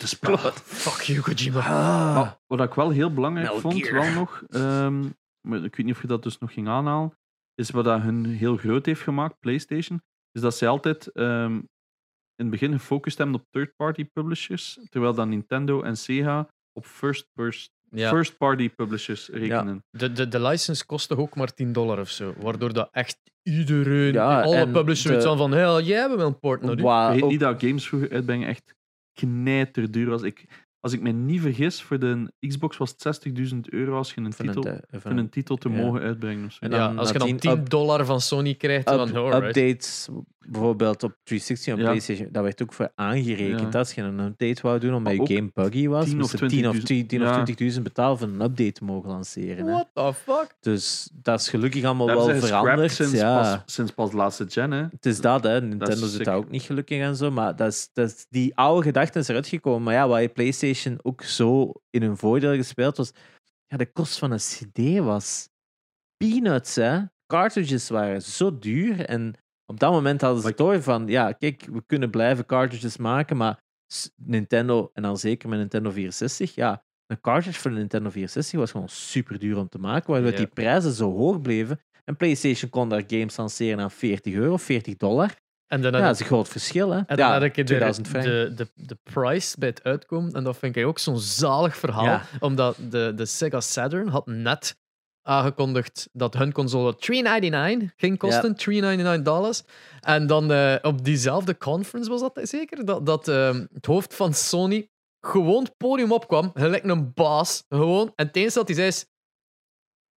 [SPEAKER 2] te spelen.
[SPEAKER 3] Fuck you, Kojima.
[SPEAKER 1] Ah,
[SPEAKER 2] Maar wat ik wel heel belangrijk
[SPEAKER 1] Metal
[SPEAKER 2] vond,
[SPEAKER 1] Gear.
[SPEAKER 2] wel nog, ehm, maar ik weet niet of je dat dus nog ging aanhalen, is wat dat hun heel groot heeft gemaakt, PlayStation, is dat zij altijd ehm, in het begin gefocust hebben op third-party publishers, terwijl dan Nintendo en Sega op first-party
[SPEAKER 3] Ja.
[SPEAKER 2] first party publishers rekenen.
[SPEAKER 3] De, de, de license kostte ook maar 10 dollar of zo. Waardoor dat echt iedereen,
[SPEAKER 1] Ja,
[SPEAKER 3] alle
[SPEAKER 1] en
[SPEAKER 3] publishers,
[SPEAKER 1] de-
[SPEAKER 3] zoiets hadden van: hell jij hebt wel een port nodig.
[SPEAKER 1] Waar
[SPEAKER 2] Vergeet
[SPEAKER 1] Ah, ook-
[SPEAKER 2] niet dat games vroeger uitbrengen echt knijterduur was. Ik, als ik me niet vergis, voor de Xbox was het 60.000 euro als je een
[SPEAKER 1] van een
[SPEAKER 2] titel,
[SPEAKER 1] te- van
[SPEAKER 2] voor een
[SPEAKER 1] een
[SPEAKER 2] titel te
[SPEAKER 1] ja.
[SPEAKER 2] mogen uitbrengen. Of zo.
[SPEAKER 1] En
[SPEAKER 3] Ja,
[SPEAKER 1] dan
[SPEAKER 3] als je dan
[SPEAKER 1] nadien
[SPEAKER 3] 10
[SPEAKER 1] up-
[SPEAKER 3] dollar van Sony krijgt, dan
[SPEAKER 1] up-
[SPEAKER 3] alright.
[SPEAKER 1] updates, bijvoorbeeld op 360 en
[SPEAKER 2] Ja.
[SPEAKER 1] PlayStation, daar werd ook voor aangerekend.
[SPEAKER 2] Ja.
[SPEAKER 1] Als je een update wou doen omdat
[SPEAKER 2] Maar
[SPEAKER 1] je
[SPEAKER 2] ook
[SPEAKER 1] game buggy was,
[SPEAKER 2] 10
[SPEAKER 1] moest je
[SPEAKER 2] of
[SPEAKER 1] 10 of
[SPEAKER 2] 20.000
[SPEAKER 1] 10
[SPEAKER 2] Ja.
[SPEAKER 1] of 20.000 betalen voor een update te mogen lanceren. hè.
[SPEAKER 3] What the fuck?
[SPEAKER 1] Dus dat is gelukkig allemaal
[SPEAKER 2] Daar
[SPEAKER 1] wel
[SPEAKER 2] hebben ze gescrapt
[SPEAKER 1] veranderd.
[SPEAKER 2] Sinds,
[SPEAKER 1] ja.
[SPEAKER 2] pas, sinds pas de laatste gen, hè.
[SPEAKER 1] Het is dat, hè. Nintendo
[SPEAKER 2] is
[SPEAKER 1] zit
[SPEAKER 2] sick.
[SPEAKER 1] daar ook niet gelukkig en zo. Maar dat is, dat is, die oude gedachte is eruit gekomen. Maar ja, waar je PlayStation ook zo in hun voordeel gespeeld was. Ja, de kost van een CD was peanuts, hè. Cartridges waren zo duur. En op dat moment hadden ze
[SPEAKER 2] Maar ik-
[SPEAKER 1] door van. Ja, kijk, we kunnen blijven cartridges maken. Maar s- Nintendo, en dan zeker met Nintendo 64, ja. Een cartridge voor de Nintendo 64 was gewoon super duur om te maken, waardoor
[SPEAKER 3] Ja.
[SPEAKER 1] die prijzen zo hoog bleven. En PlayStation kon daar games lanceren aan 40 euro, 40 dollar.
[SPEAKER 3] En dan
[SPEAKER 1] Ja,
[SPEAKER 3] had
[SPEAKER 1] dat is een groot verschil, hè?
[SPEAKER 3] En dan
[SPEAKER 1] ja,
[SPEAKER 3] had ik de,
[SPEAKER 1] 2000 frank.
[SPEAKER 3] de, de, de price bij het uitkomen. En dat vind ik ook zo'n zalig verhaal.
[SPEAKER 1] Ja.
[SPEAKER 3] Omdat de, de Sega Saturn had net aangekondigd dat hun console 399 ging kosten. 399 dollars. En dan eh, op diezelfde conference was dat zeker, dat, dat ehm, het hoofd van Sony gewoon het podium opkwam, gelijk een baas, gewoon. En het enige dat hij zei is...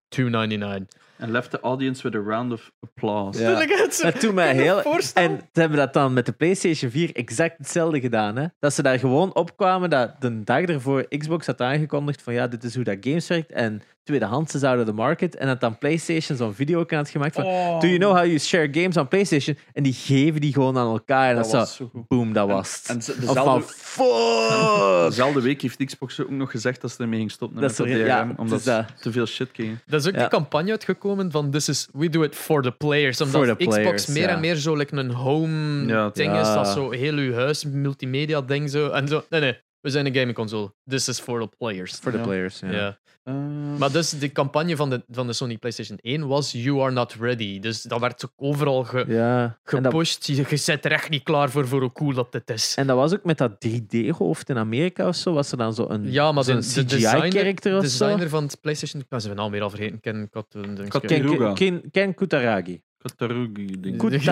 [SPEAKER 3] 299.
[SPEAKER 2] En left the audience with a round of applause.
[SPEAKER 1] Ja.
[SPEAKER 3] Tuurlijk, het zo-
[SPEAKER 1] Dat doet mij
[SPEAKER 3] kan je dat
[SPEAKER 1] heel.
[SPEAKER 3] voorstellen?
[SPEAKER 1] En ze hebben dat dan met de PlayStation 4 exact hetzelfde gedaan. Hè? Dat ze daar gewoon opkwamen dat de dag ervoor Xbox had aangekondigd van ja, dit is hoe dat games werkt. En tweedehands is out of the market. En dat dan PlayStation zo'n video had gemaakt van
[SPEAKER 2] Oh.
[SPEAKER 1] Do you know how you share games on PlayStation? En die geven die gewoon aan elkaar. En dat,
[SPEAKER 2] Dat was
[SPEAKER 1] zo,
[SPEAKER 2] zo goed.
[SPEAKER 1] boom, dat was het.
[SPEAKER 2] en ze-
[SPEAKER 1] Of van,
[SPEAKER 2] dezelfde,
[SPEAKER 1] fuck!
[SPEAKER 2] dezelfde week heeft Xbox ook nog gezegd dat ze ermee ging stoppen
[SPEAKER 1] Dat
[SPEAKER 2] met
[SPEAKER 1] ze
[SPEAKER 2] dat DRM,
[SPEAKER 1] er- ja, het
[SPEAKER 2] omdat
[SPEAKER 1] is
[SPEAKER 2] ze
[SPEAKER 1] dat.
[SPEAKER 2] te veel shit kregen.
[SPEAKER 3] Dat is ook
[SPEAKER 1] Ja.
[SPEAKER 3] die campagne uitgekomen van this is, we do it for the players. Omdat
[SPEAKER 1] For the
[SPEAKER 3] Xbox
[SPEAKER 1] players,
[SPEAKER 3] meer
[SPEAKER 1] ja.
[SPEAKER 3] en meer zo like, een home
[SPEAKER 2] Ja,
[SPEAKER 3] ding
[SPEAKER 1] ja.
[SPEAKER 3] is. Dat zo heel uw huis, multimedia ding zo. En zo, nee, nee, we zijn een gaming console. This is for the players.
[SPEAKER 1] For the
[SPEAKER 2] Ja.
[SPEAKER 1] players, ja.
[SPEAKER 3] ja.
[SPEAKER 2] Eh,
[SPEAKER 3] Maar dus de campagne van de, van de Sony PlayStation 1 was You Are Not Ready. Dus dat werd ook overal ge-
[SPEAKER 1] Ja. En, dat,
[SPEAKER 3] gepusht. Je, je zit er echt niet klaar voor, voor hoe cool dat dit is.
[SPEAKER 1] en dat was ook met dat 3D-hoofd in Amerika of zo. Was er dan zo een,
[SPEAKER 3] ja, maar de,
[SPEAKER 1] zo'n
[SPEAKER 3] de
[SPEAKER 1] CGI-character
[SPEAKER 3] designer,
[SPEAKER 1] of
[SPEAKER 3] designer van het PlayStation... Ik ben zijn naam weer al vergeten. Ken, Kat- eh,
[SPEAKER 2] Kat-
[SPEAKER 1] zo?
[SPEAKER 2] Kiruga.
[SPEAKER 1] Ken, Ken, Ken Kutaragi.
[SPEAKER 2] Katarugi, denk ik.
[SPEAKER 1] Goed.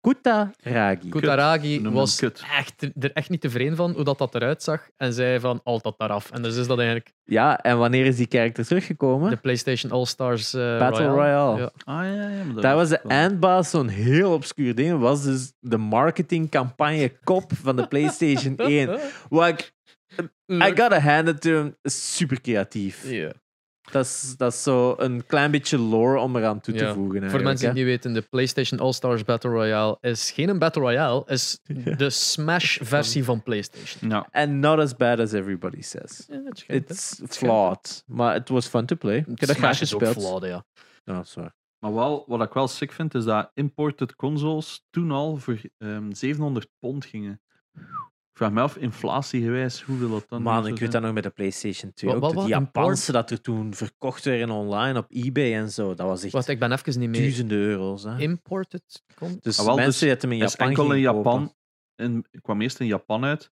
[SPEAKER 1] Kuta- Kutaragi.
[SPEAKER 3] Kutaragi
[SPEAKER 2] Noem hem
[SPEAKER 3] was
[SPEAKER 2] kut.
[SPEAKER 3] echt, er echt niet tevreden van hoe dat, dat eruit zag. En zei van, altijd dat daaraf. En dus is dat eigenlijk
[SPEAKER 1] Ja, en wanneer is die character teruggekomen?
[SPEAKER 3] de PlayStation All-Stars eh,
[SPEAKER 1] Battle Royale.
[SPEAKER 3] Ja.
[SPEAKER 2] Ah ja, ja. maar dat
[SPEAKER 1] Daar was de
[SPEAKER 2] weet ik wel.
[SPEAKER 1] eindbaas zo'n heel obscuur ding. was dus de marketingcampagne kop van de PlayStation 1. Wat ik I
[SPEAKER 3] Leuk.
[SPEAKER 1] gotta hand it to him. Is Super creatief.
[SPEAKER 3] Ja.
[SPEAKER 1] Dat, is, dat is zo een klein beetje lore om eraan toe te
[SPEAKER 3] Ja,
[SPEAKER 1] voegen.
[SPEAKER 3] Voor de mensen die
[SPEAKER 1] die
[SPEAKER 3] het niet weten, de PlayStation All-Stars Battle Royale is geen een Battle Royale, is de Smash-versie van PlayStation.
[SPEAKER 2] Ja.
[SPEAKER 1] And not as bad as everybody says.
[SPEAKER 3] Ja, dat is geen-
[SPEAKER 1] It's flawed. Maar it was fun to play. Ik heb dat graag
[SPEAKER 3] Smash is ook
[SPEAKER 1] gespeeld.
[SPEAKER 3] flawed, ja.
[SPEAKER 1] Oh, sorry.
[SPEAKER 2] Maar wel, wat ik wel sick vind, is dat imported consoles toen al voor ehm 700 pond gingen. Ik vraag me af, inflatiegewijs, hoeveel dat dan
[SPEAKER 1] Man,
[SPEAKER 2] zou
[SPEAKER 1] ik weet dat
[SPEAKER 2] zijn.
[SPEAKER 1] nog met de PlayStation 2.
[SPEAKER 3] Wat-
[SPEAKER 1] ook.
[SPEAKER 3] wat-
[SPEAKER 1] de
[SPEAKER 3] wat?
[SPEAKER 1] die
[SPEAKER 3] Import?
[SPEAKER 1] Japanse dat er toen verkocht werden online op eBay en zo. Dat was echt
[SPEAKER 3] Wacht, ik ben even niet mee.
[SPEAKER 1] duizenden euro's. Hè.
[SPEAKER 3] Imported? Kon-
[SPEAKER 1] Dus
[SPEAKER 2] Ah, wel,
[SPEAKER 1] mensen
[SPEAKER 2] dus
[SPEAKER 1] die het hem in
[SPEAKER 2] Hij is
[SPEAKER 1] Japan
[SPEAKER 2] enkel in
[SPEAKER 1] gingen kopen.
[SPEAKER 2] Japan. En ik kwam eerst in Japan uit.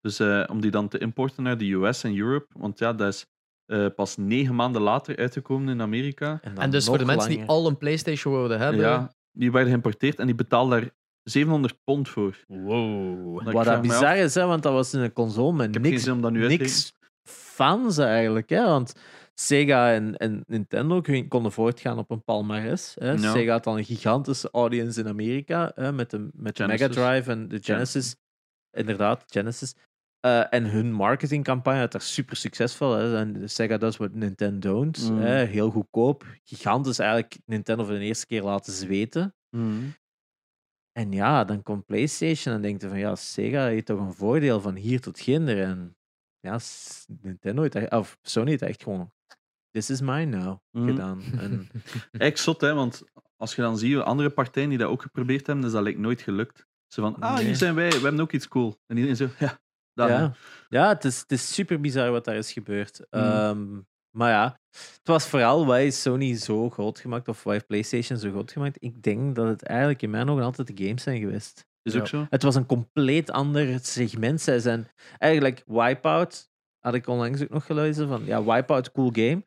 [SPEAKER 2] Dus eh, om die dan te importen naar de US en Europe. Want ja, dat is eh, pas negen maanden later uitgekomen in Amerika.
[SPEAKER 1] dan
[SPEAKER 3] En dus voor
[SPEAKER 1] nog
[SPEAKER 3] de mensen die
[SPEAKER 1] langer.
[SPEAKER 3] al een PlayStation wilden hebben.
[SPEAKER 2] Ja, die werden geïmporteerd en die betaalden daar 700 pond voor.
[SPEAKER 3] Wow.
[SPEAKER 2] Dat ik
[SPEAKER 1] Wat
[SPEAKER 2] vraag
[SPEAKER 1] dat
[SPEAKER 2] me af,
[SPEAKER 1] bizar is, hè, want dat was in een console met
[SPEAKER 2] Ik heb geen
[SPEAKER 1] niks,
[SPEAKER 2] zin om dat nu uit te rekenen.
[SPEAKER 1] niks fans eigenlijk. Hè, want Sega en, en Nintendo kun- konden voortgaan op een palmarès. Hè.
[SPEAKER 2] Ja.
[SPEAKER 1] Sega had al een gigantische audience in Amerika hè, met de, met de Mega
[SPEAKER 2] Genesis.
[SPEAKER 1] Drive en de Genesis. Inderdaad, Genesis. Eh, en hun marketingcampagne had daar super succesvol. Hè. En Sega does what Nintendo don't.
[SPEAKER 2] Mm.
[SPEAKER 1] Hè. Heel goedkoop. Gigantisch eigenlijk Nintendo voor de eerste keer laten zweten.
[SPEAKER 2] Mhm.
[SPEAKER 1] Hmm. En ja, dan komt PlayStation en denkt hij van ja, Sega heeft toch een voordeel van hier tot ginder. En ja, S- Nintendo heeft echt, of Sony heeft echt gewoon this is mine now
[SPEAKER 2] Mhm.
[SPEAKER 1] gedaan. En
[SPEAKER 2] Echt zot, hè? Want als je dan ziet, andere partijen die dat ook geprobeerd hebben, is dat lijkt nooit gelukt. Ze van, ah,
[SPEAKER 1] Nee.
[SPEAKER 2] hier zijn wij, we hebben ook iets cool. En iedereen zo, ja, dat. hè. Mm.
[SPEAKER 1] ja, ja het, is, het is super bizar wat daar is gebeurd. Ehm, maar ja, het was vooral wat heeft Sony zo groot gemaakt of wat heeft PlayStation zo groot gemaakt. Ik denk dat het eigenlijk in mijn ogen altijd de games zijn geweest.
[SPEAKER 2] Is Dus
[SPEAKER 3] Ja.
[SPEAKER 2] ook zo.
[SPEAKER 1] Het was een compleet ander segment. Zij zijn eigenlijk Wipeout, had ik onlangs ook nog gelezen van, ja, Wipeout, cool game.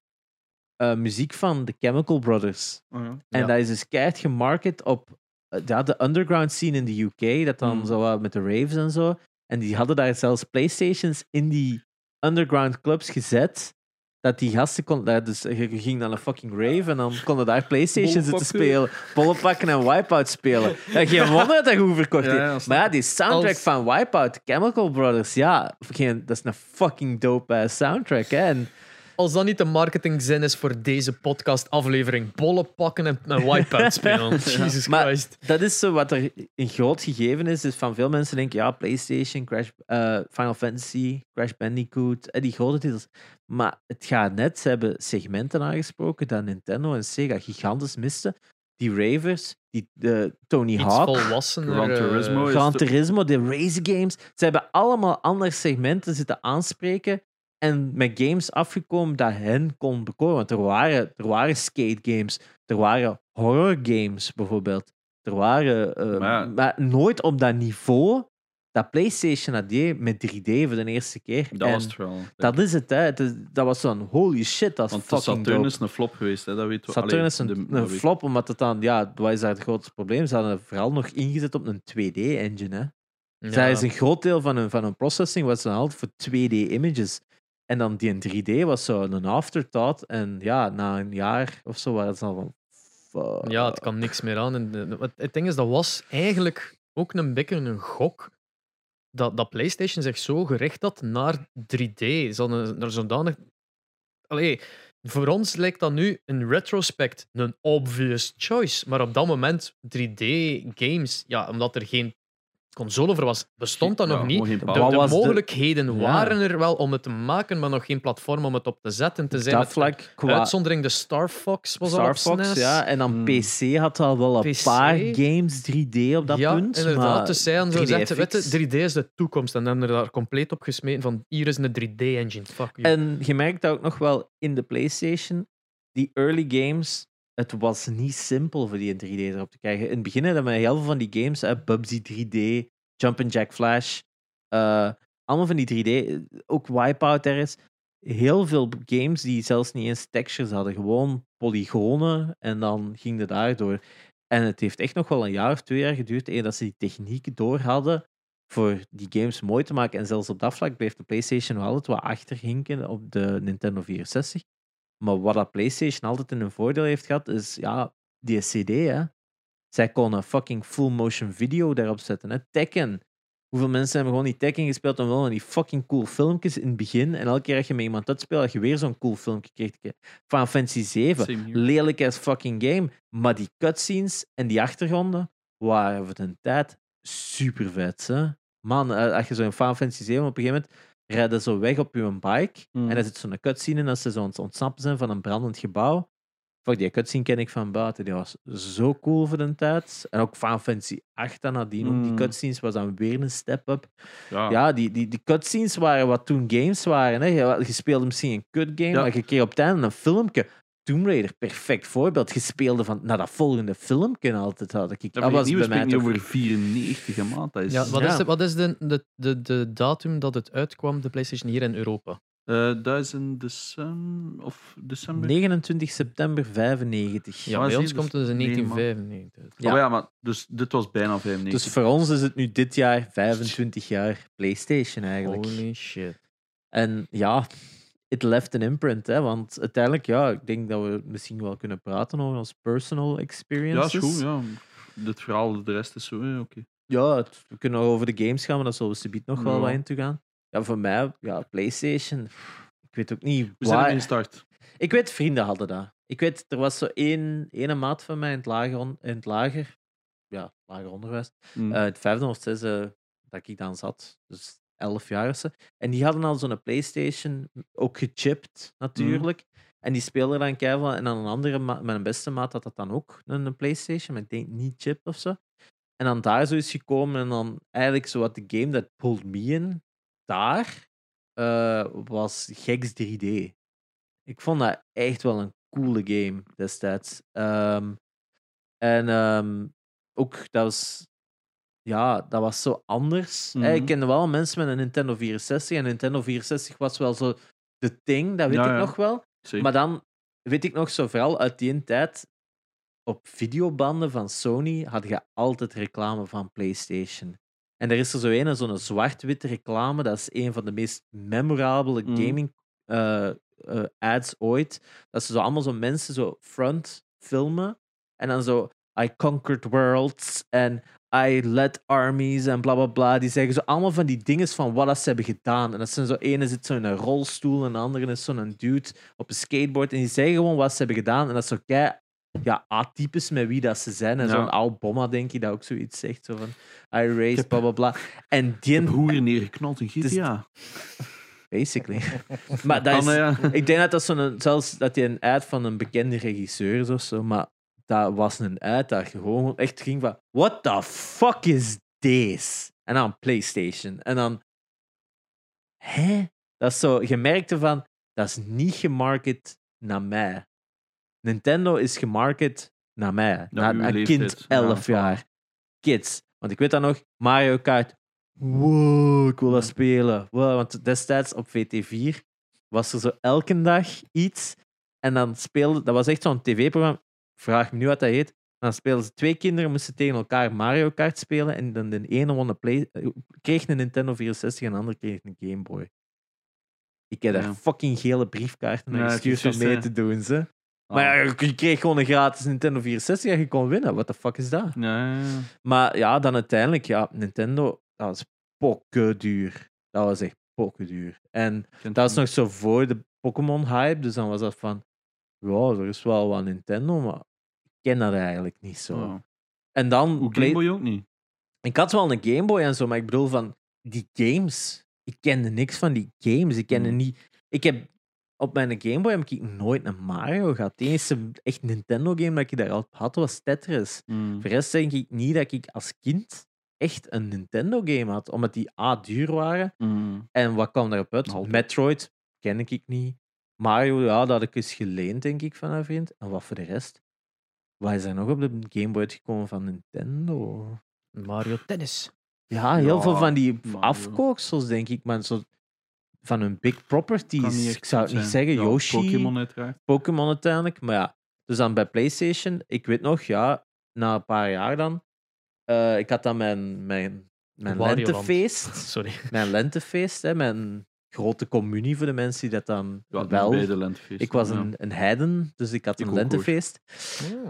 [SPEAKER 1] Eh, muziek van de Chemical Brothers.
[SPEAKER 2] Oh, ja.
[SPEAKER 1] En
[SPEAKER 3] Ja.
[SPEAKER 1] dat is dus keihard gemarket op eh, ja, de underground scene in de UK, dat dan
[SPEAKER 2] Mm.
[SPEAKER 1] zo wat met de raves en zo. En die hadden daar zelfs playstations in die underground clubs gezet. Dat die gasten kon, daar dus, je je ging naar een fucking rave en dan konden daar playstations
[SPEAKER 2] Bollen
[SPEAKER 1] zitten
[SPEAKER 2] pakken.
[SPEAKER 1] spelen. Bollen pakken en Wipeout spelen. En geen wonder dat dat goed verkocht
[SPEAKER 2] Ja,
[SPEAKER 1] heeft.
[SPEAKER 2] ja, snap
[SPEAKER 1] maar ja,
[SPEAKER 2] ik.
[SPEAKER 1] die soundtrack
[SPEAKER 3] Als-
[SPEAKER 1] van Wipeout, Chemical Brothers, ja, geen, dat is een fucking dope eh, soundtrack. Hè? En
[SPEAKER 3] Als dat niet de marketingzin is voor deze podcast-aflevering, bollen pakken en een wipeout spelen. Jesus
[SPEAKER 1] Maar-
[SPEAKER 3] Christ.
[SPEAKER 1] dat is zo wat er een groot gegeven is, is van veel mensen denken, ja, PlayStation, Crash, eh, Final Fantasy, Crash Bandicoot, eh, die grote titels. Maar het gaat net, ze hebben segmenten aangesproken dat Nintendo en Sega gigantisch misten. Die Ravers, die de Tony
[SPEAKER 3] Iets
[SPEAKER 1] Hawk,
[SPEAKER 3] volwassener.
[SPEAKER 2] Gran
[SPEAKER 3] eh,
[SPEAKER 2] Turismo is
[SPEAKER 1] Gran
[SPEAKER 2] de-
[SPEAKER 1] Turismo, de race games. Ze hebben allemaal andere segmenten zitten aanspreken en met games afgekomen dat hen kon bekoren. Want er waren, er waren skate games, er waren horror games bijvoorbeeld. Er waren, eh,
[SPEAKER 2] Maar ja.
[SPEAKER 1] maar nooit op dat niveau dat PlayStation dat deed met 3D voor de eerste keer.
[SPEAKER 2] Dat
[SPEAKER 1] En
[SPEAKER 2] was het wel.
[SPEAKER 1] dat is het, hè. Het is- dat was zo'n holy shit, dat is
[SPEAKER 2] Want de
[SPEAKER 1] fucking
[SPEAKER 2] Saturn
[SPEAKER 1] dope.
[SPEAKER 2] is een flop geweest, hè? dat weten we.
[SPEAKER 1] Saturn
[SPEAKER 2] Allee,
[SPEAKER 1] is een,
[SPEAKER 2] de-
[SPEAKER 1] een
[SPEAKER 2] dat weet-
[SPEAKER 1] flop, omdat het dan, ja, wat is daar het grootste probleem? Ze hadden vooral nog ingezet op een 2D-engine, hè? Zij is een groot deel van hun, van hun processing was dan altijd voor 2D-images. En dan die in 3D was zo een afterthought. En ja, na een jaar of zo waren ze al van... Fuck.
[SPEAKER 3] Ja, het kan niks meer aan. En de- de- wat- het ding is, dat was eigenlijk ook een beetje een gok. Dat, dat PlayStation zich zo gericht had naar 3D. Ze hadden er zodanig. Allee, voor ons lijkt dat nu in retrospect een obvious choice. Maar op dat moment, 3D-games, ja, omdat er geen console voor was, bestond dat
[SPEAKER 2] Ja,
[SPEAKER 3] nog niet.
[SPEAKER 2] gewoon geen
[SPEAKER 1] Maar
[SPEAKER 3] De,
[SPEAKER 1] wat
[SPEAKER 2] paal.
[SPEAKER 3] de
[SPEAKER 1] was de-
[SPEAKER 3] mogelijkheden
[SPEAKER 1] Ja.
[SPEAKER 3] waren er wel om het te maken, maar nog geen platform om het op te zetten. Te zijn
[SPEAKER 1] dat vlak qua
[SPEAKER 3] uitzondering de Star Fox was al
[SPEAKER 1] Star
[SPEAKER 3] op E
[SPEAKER 1] Fox,
[SPEAKER 3] SNES.
[SPEAKER 1] ja. En dan
[SPEAKER 2] Hmm.
[SPEAKER 1] PC had al wel een
[SPEAKER 3] PC?
[SPEAKER 1] paar games 3D op dat
[SPEAKER 3] ja,
[SPEAKER 1] punt.
[SPEAKER 3] inderdaad.
[SPEAKER 1] maar
[SPEAKER 3] dus zij hadden zo
[SPEAKER 1] 3D
[SPEAKER 3] gezegd, weet
[SPEAKER 1] effects.
[SPEAKER 3] je, 3D is de toekomst. En dan hebben we daar compleet op gesmeten van, hier is een 3D-engine. Fuck you.
[SPEAKER 1] En je merkt dat ook nog wel in de PlayStation, die early games, het was niet simpel voor die in 3D erop te krijgen. In het begin hadden we heel veel van die games, hè, Bubsy 3D, Jump and Jack Flash, eh, allemaal van die 3D, eh, ook Wipeout er is. Heel veel games die zelfs niet eens textures hadden, gewoon polygonen en dan ging het daardoor. En het heeft echt nog wel een jaar of twee jaar geduurd eer dat ze die techniek door hadden voor die games mooi te maken. En zelfs op dat vlak bleef de PlayStation wel altijd wat achterhinken op de Nintendo 64. Maar wat dat PlayStation altijd in hun voordeel heeft gehad, is ja, die CD. Hè. Zij konden fucking full motion video daarop zetten. Hè. Tekken. Hoeveel mensen hebben gewoon die Tekken gespeeld omwille van die fucking cool filmpjes in het begin. En elke keer dat je met iemand dat speelt, dat je weer zo'n cool filmpje kreeg. Van Fantasy 7
[SPEAKER 2] Same here.
[SPEAKER 1] lelijk as fucking game. Maar die cutscenes en die achtergronden waren voor de tijd super vet. Hè? Man, eh, als je zo'n Final Fantasy 7 op een gegeven moment rijden zo weg op je bike
[SPEAKER 2] Mm.
[SPEAKER 1] en er zit zo'n cutscene in als ze zo aan het ontsnappen zijn van een brandend gebouw. Fuck, die cutscene ken ik van buiten. Die was zo cool voor de tijd. En ook Final Fantasy 8 dan nadien. Ook die
[SPEAKER 2] Mm.
[SPEAKER 1] cutscenes was dan weer een step-up.
[SPEAKER 2] Ja.
[SPEAKER 1] Ja, die, die, die cutscenes waren wat toen games waren. Hè. Je, je speelde misschien een cut game,
[SPEAKER 2] Ja.
[SPEAKER 1] maar je kreeg op het einde een filmpje. Tomb Raider, perfect voorbeeld. Je speelde van naar dat volgende filmpje altijd. Had ik.
[SPEAKER 2] Dat
[SPEAKER 1] dat was
[SPEAKER 2] nieuwe
[SPEAKER 1] bij mij
[SPEAKER 2] spreekt niet
[SPEAKER 1] toch...
[SPEAKER 2] over 94 een maand. Dat is,
[SPEAKER 3] ja, wat
[SPEAKER 1] ja.
[SPEAKER 3] is, de, wat is de, de, de, de datum dat het uitkwam, de PlayStation, hier in Europa?
[SPEAKER 2] eh, dat is in december of december.
[SPEAKER 1] 29 september 95.
[SPEAKER 3] Ja,
[SPEAKER 2] Ah,
[SPEAKER 3] bij
[SPEAKER 2] zie
[SPEAKER 3] ons
[SPEAKER 2] je,
[SPEAKER 3] komt
[SPEAKER 2] dus
[SPEAKER 3] het in
[SPEAKER 2] nee, man.
[SPEAKER 3] 1995.
[SPEAKER 2] Ja. Oh, ja, maar dus dit was bijna 95.
[SPEAKER 1] Dus voor ons is het nu dit jaar 25 jaar PlayStation eigenlijk.
[SPEAKER 3] Holy shit.
[SPEAKER 1] En ja, it left an imprint. Hè, want uiteindelijk, ja, ik denk dat we misschien wel kunnen praten over ons personal
[SPEAKER 2] ja,
[SPEAKER 1] experiences.
[SPEAKER 2] is goed. Ja. Dit verhaal, de rest is zo. ja, Oké.
[SPEAKER 1] Ja, het- we kunnen nog over de games gaan, maar daar zullen we subiet nog wel
[SPEAKER 2] Ja.
[SPEAKER 1] wat in toe gaan. Ja, voor mij, ja, PlayStation. pff, Ik weet ook niet
[SPEAKER 2] We zijn
[SPEAKER 1] waar-
[SPEAKER 2] ermee gestart.
[SPEAKER 1] Ik weet, vrienden hadden dat. Ik weet, er was zo één, ene maat van mij in het lager, on- in het lager, ja, lager onderwijs,
[SPEAKER 2] Mm.
[SPEAKER 1] eh, het vijfde of zesde dat ik dan zat, dus elf jaar of zo. En die hadden al zo'n PlayStation, ook gechipt natuurlijk. En die speelden dan keihard. En dan een andere, ma- mijn beste maat had dat dan ook, een een PlayStation, maar ik denk niet chip of zo. En dan daar zo is gekomen en dan eigenlijk zo wat de game dat pulled me in, daar, eh, was Geks 3D. Ik vond dat echt wel een coole game destijds. Ehm, en ehm, ook, dat was ja, dat was zo anders. Hè,
[SPEAKER 2] Mhm.
[SPEAKER 1] Ik kende wel mensen met een Nintendo 64. En Nintendo 64 was wel zo de thing, dat weet
[SPEAKER 2] Ja,
[SPEAKER 1] ik
[SPEAKER 2] ja.
[SPEAKER 1] nog wel.
[SPEAKER 2] Zeker.
[SPEAKER 1] Maar dan weet ik nog zo vooral uit die tijd. Op videobanden van Sony had je altijd reclame van PlayStation. En er is er zo een, zo'n zwart-witte reclame. Dat is een van de meest memorabele
[SPEAKER 2] Mhm.
[SPEAKER 1] gaming eh, eh, ads ooit. Dat ze zo allemaal zo mensen zo front filmen. En dan zo, I conquered worlds. En I led armies en bla bla bla. Die zeggen zo allemaal van die dingen van wat dat ze hebben gedaan. En dat zijn zo, ene zit zo in een rolstoel en de andere is zo'n dude op een skateboard. En die zeggen gewoon wat ze hebben gedaan. En dat is zo kei, ja, atypisch met wie dat ze zijn. En
[SPEAKER 2] Ja.
[SPEAKER 1] zo'n oud bomma, denk ik, dat ook zoiets zegt. Zo van, I raced, bla bla bla. En die...
[SPEAKER 2] Hoer neergeknald in
[SPEAKER 1] is-
[SPEAKER 2] GTA.
[SPEAKER 1] Basically. maar dat
[SPEAKER 2] Kan, eh,
[SPEAKER 1] is...
[SPEAKER 2] ja.
[SPEAKER 1] Ik denk dat dat zo'n... Zelfs dat die een ad van een bekende regisseur is of zo, maar dat was een ad dat gewoon echt ging van... What the fuck is this? En dan PlayStation. En dan... Hè? Dat is zo... Je merkte van... Dat is niet gemarket naar mij. Nintendo is gemarket naar mij.
[SPEAKER 2] Naar
[SPEAKER 1] Naar,
[SPEAKER 2] uw
[SPEAKER 1] een
[SPEAKER 2] leeftijd.
[SPEAKER 1] kind
[SPEAKER 2] Ja,
[SPEAKER 1] 11
[SPEAKER 2] voilà.
[SPEAKER 1] jaar. Kids. Want ik weet dat nog. Mario Kart. Wow, ik wil dat spelen. Wow, want destijds op VT4 was er zo elke dag iets. En dan speelde... Dat was echt zo'n tv-programma. Vraag me nu wat dat heet. Dan speelden ze twee kinderen, moesten tegen elkaar Mario Kart spelen. En dan de ene won een play, eh, kreeg een Nintendo 64 en de andere kreeg een Game Boy. Ik heb daar
[SPEAKER 2] Ja.
[SPEAKER 1] fucking gele briefkaarten naar
[SPEAKER 2] Ja, het is
[SPEAKER 1] gestuurd om
[SPEAKER 2] juist, eh, ah.
[SPEAKER 1] mee
[SPEAKER 2] hè.
[SPEAKER 1] te doen. Ze. Maar ja, je kreeg gewoon een gratis Nintendo 64 en je kon winnen. What the fuck is dat?
[SPEAKER 2] Ja, ja, ja.
[SPEAKER 1] Maar ja, dan uiteindelijk, ja, Nintendo, dat was pokken duur. Dat was echt pokken duur. En
[SPEAKER 2] Ik ken
[SPEAKER 1] dat was
[SPEAKER 2] het
[SPEAKER 1] nog zo voor de Pokémon-hype, dus dan was dat van, ja, er is wel wat Nintendo, maar ik ken dat eigenlijk niet zo.
[SPEAKER 2] Ja.
[SPEAKER 1] En dan,
[SPEAKER 2] Ah. Hoe
[SPEAKER 1] Play-
[SPEAKER 2] Game Boy ook niet.
[SPEAKER 1] ik had wel een Game Boy en zo, maar ik bedoel van, die games, ik kende niks van die games. Ik kende
[SPEAKER 2] Hmm.
[SPEAKER 1] niet, ik heb, op mijn Game Boy heb ik nooit een Mario gehad. De enige echt Nintendo-game dat ik daarop had, was Tetris.
[SPEAKER 2] Mm.
[SPEAKER 1] Voor de rest denk ik niet dat ik als kind echt een Nintendo-game had, omdat die A duur waren.
[SPEAKER 2] Mm.
[SPEAKER 1] En wat kwam daarop uit?
[SPEAKER 2] Altijd.
[SPEAKER 1] Metroid ken ik niet. Mario, ja, dat had ik eens geleend, denk ik, van een vriend. En wat voor de rest? Wat is er nog op de Game Boy uitgekomen van Nintendo?
[SPEAKER 3] Mario Tennis.
[SPEAKER 1] Ja, heel
[SPEAKER 2] Ja,
[SPEAKER 1] veel van die
[SPEAKER 2] Mario.
[SPEAKER 1] afkooksels, denk ik, man. Zo van hun big
[SPEAKER 2] Kan niet
[SPEAKER 1] properties.
[SPEAKER 2] echt
[SPEAKER 1] Ik zou het
[SPEAKER 2] goed
[SPEAKER 1] niet
[SPEAKER 2] zijn.
[SPEAKER 1] zeggen,
[SPEAKER 2] Ja,
[SPEAKER 1] Yoshi.
[SPEAKER 2] Pokémon uiteraard.
[SPEAKER 1] Pokémon uiteindelijk. Maar ja, dus dan bij PlayStation, ik weet nog, ja, na een paar jaar dan, eh, ik had dan mijn, mijn, mijn
[SPEAKER 3] Wario Land.
[SPEAKER 1] lentefeest.
[SPEAKER 3] Sorry.
[SPEAKER 1] mijn lentefeest, hè, mijn grote communie voor de mensen die dat dan
[SPEAKER 2] Ja, die
[SPEAKER 1] wel...
[SPEAKER 2] beide lentefeesten,
[SPEAKER 1] Ik was
[SPEAKER 2] ja.
[SPEAKER 1] een, een heiden, dus ik had
[SPEAKER 2] Ik
[SPEAKER 1] een
[SPEAKER 2] ook, hoor.
[SPEAKER 1] lentefeest.
[SPEAKER 3] Oh.
[SPEAKER 1] Eh,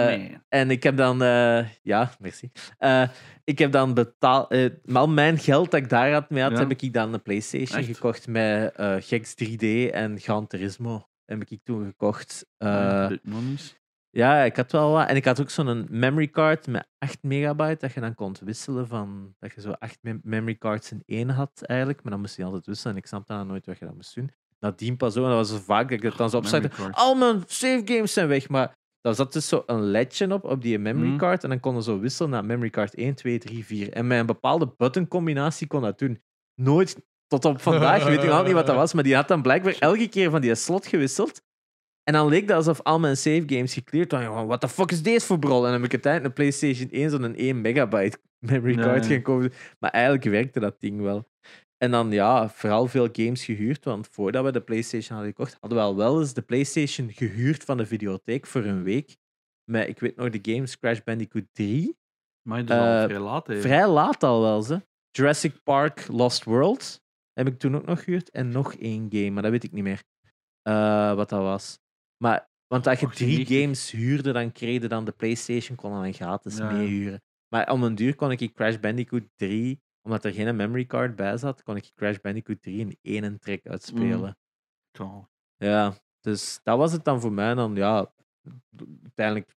[SPEAKER 2] Ah, nee.
[SPEAKER 1] en ik heb dan, eh, ja, merci. Eh, ik heb dan betaald, eh, maar al mijn geld dat ik daar had mee had,
[SPEAKER 2] Ja.
[SPEAKER 1] heb ik dan een PlayStation
[SPEAKER 2] Echt?
[SPEAKER 1] gekocht met eh Gex 3D en Gran Turismo. Heb ik toen gekocht. Eh,
[SPEAKER 2] Ah, dit nog niet.
[SPEAKER 1] ja, ik had wel wat. En ik had ook zo'n memory card met 8 megabyte dat je dan kon wisselen van. Dat je zo 8 mem- memory cards in één had eigenlijk. Maar dan moest je altijd wisselen. En ik snapte dan nooit wat je dat moest doen. Nadien pas ook. En dat was zo vaak dat ik het dan zo opzette
[SPEAKER 2] Memory card.
[SPEAKER 1] al mijn save games zijn weg. Maar daar zat dus zo een ledje op, op die memory
[SPEAKER 2] Mhm.
[SPEAKER 1] card. En dan konden zo wisselen naar memory card 1, 2, 3, 4. En met een bepaalde buttoncombinatie kon dat doen. Nooit tot op vandaag, weet ik nog niet wat dat was. Maar die had dan blijkbaar elke keer van die slot gewisseld. En dan leek dat alsof al mijn save games gecleared waren. Gewoon, What the fuck is deze voor brol? En dan heb ik uiteindelijk een PlayStation 1 zo'n 1 megabyte memory
[SPEAKER 2] Ja,
[SPEAKER 1] card
[SPEAKER 2] ja.
[SPEAKER 1] gaan kopen. Maar eigenlijk werkte dat ding wel. En dan ja, vooral veel games gehuurd. Want voordat we de PlayStation hadden gekocht, hadden we al wel eens de PlayStation gehuurd van de videotheek voor een week. Met, ik weet nog, de games Crash Bandicoot 3.
[SPEAKER 2] Maar dat is
[SPEAKER 1] eh,
[SPEAKER 2] al vrij laat, hè.
[SPEAKER 1] Vrij laat al wel, ze. Jurassic Park Lost World heb ik toen ook nog gehuurd. En nog één game, maar dat weet ik niet meer. eh, wat dat was. Maar, want als je drie
[SPEAKER 2] 98.
[SPEAKER 1] games huurde, dan kreeg je dan de PlayStation, kon dan gratis
[SPEAKER 2] Ja, ja.
[SPEAKER 1] meehuren. Maar om een duur kon ik Crash Bandicoot 3, omdat er geen memory card bij zat, kon ik Crash Bandicoot 3 in één trek uitspelen.
[SPEAKER 2] Ja.
[SPEAKER 1] Ja, dus dat was het dan voor mij. En Dan ja, uiteindelijk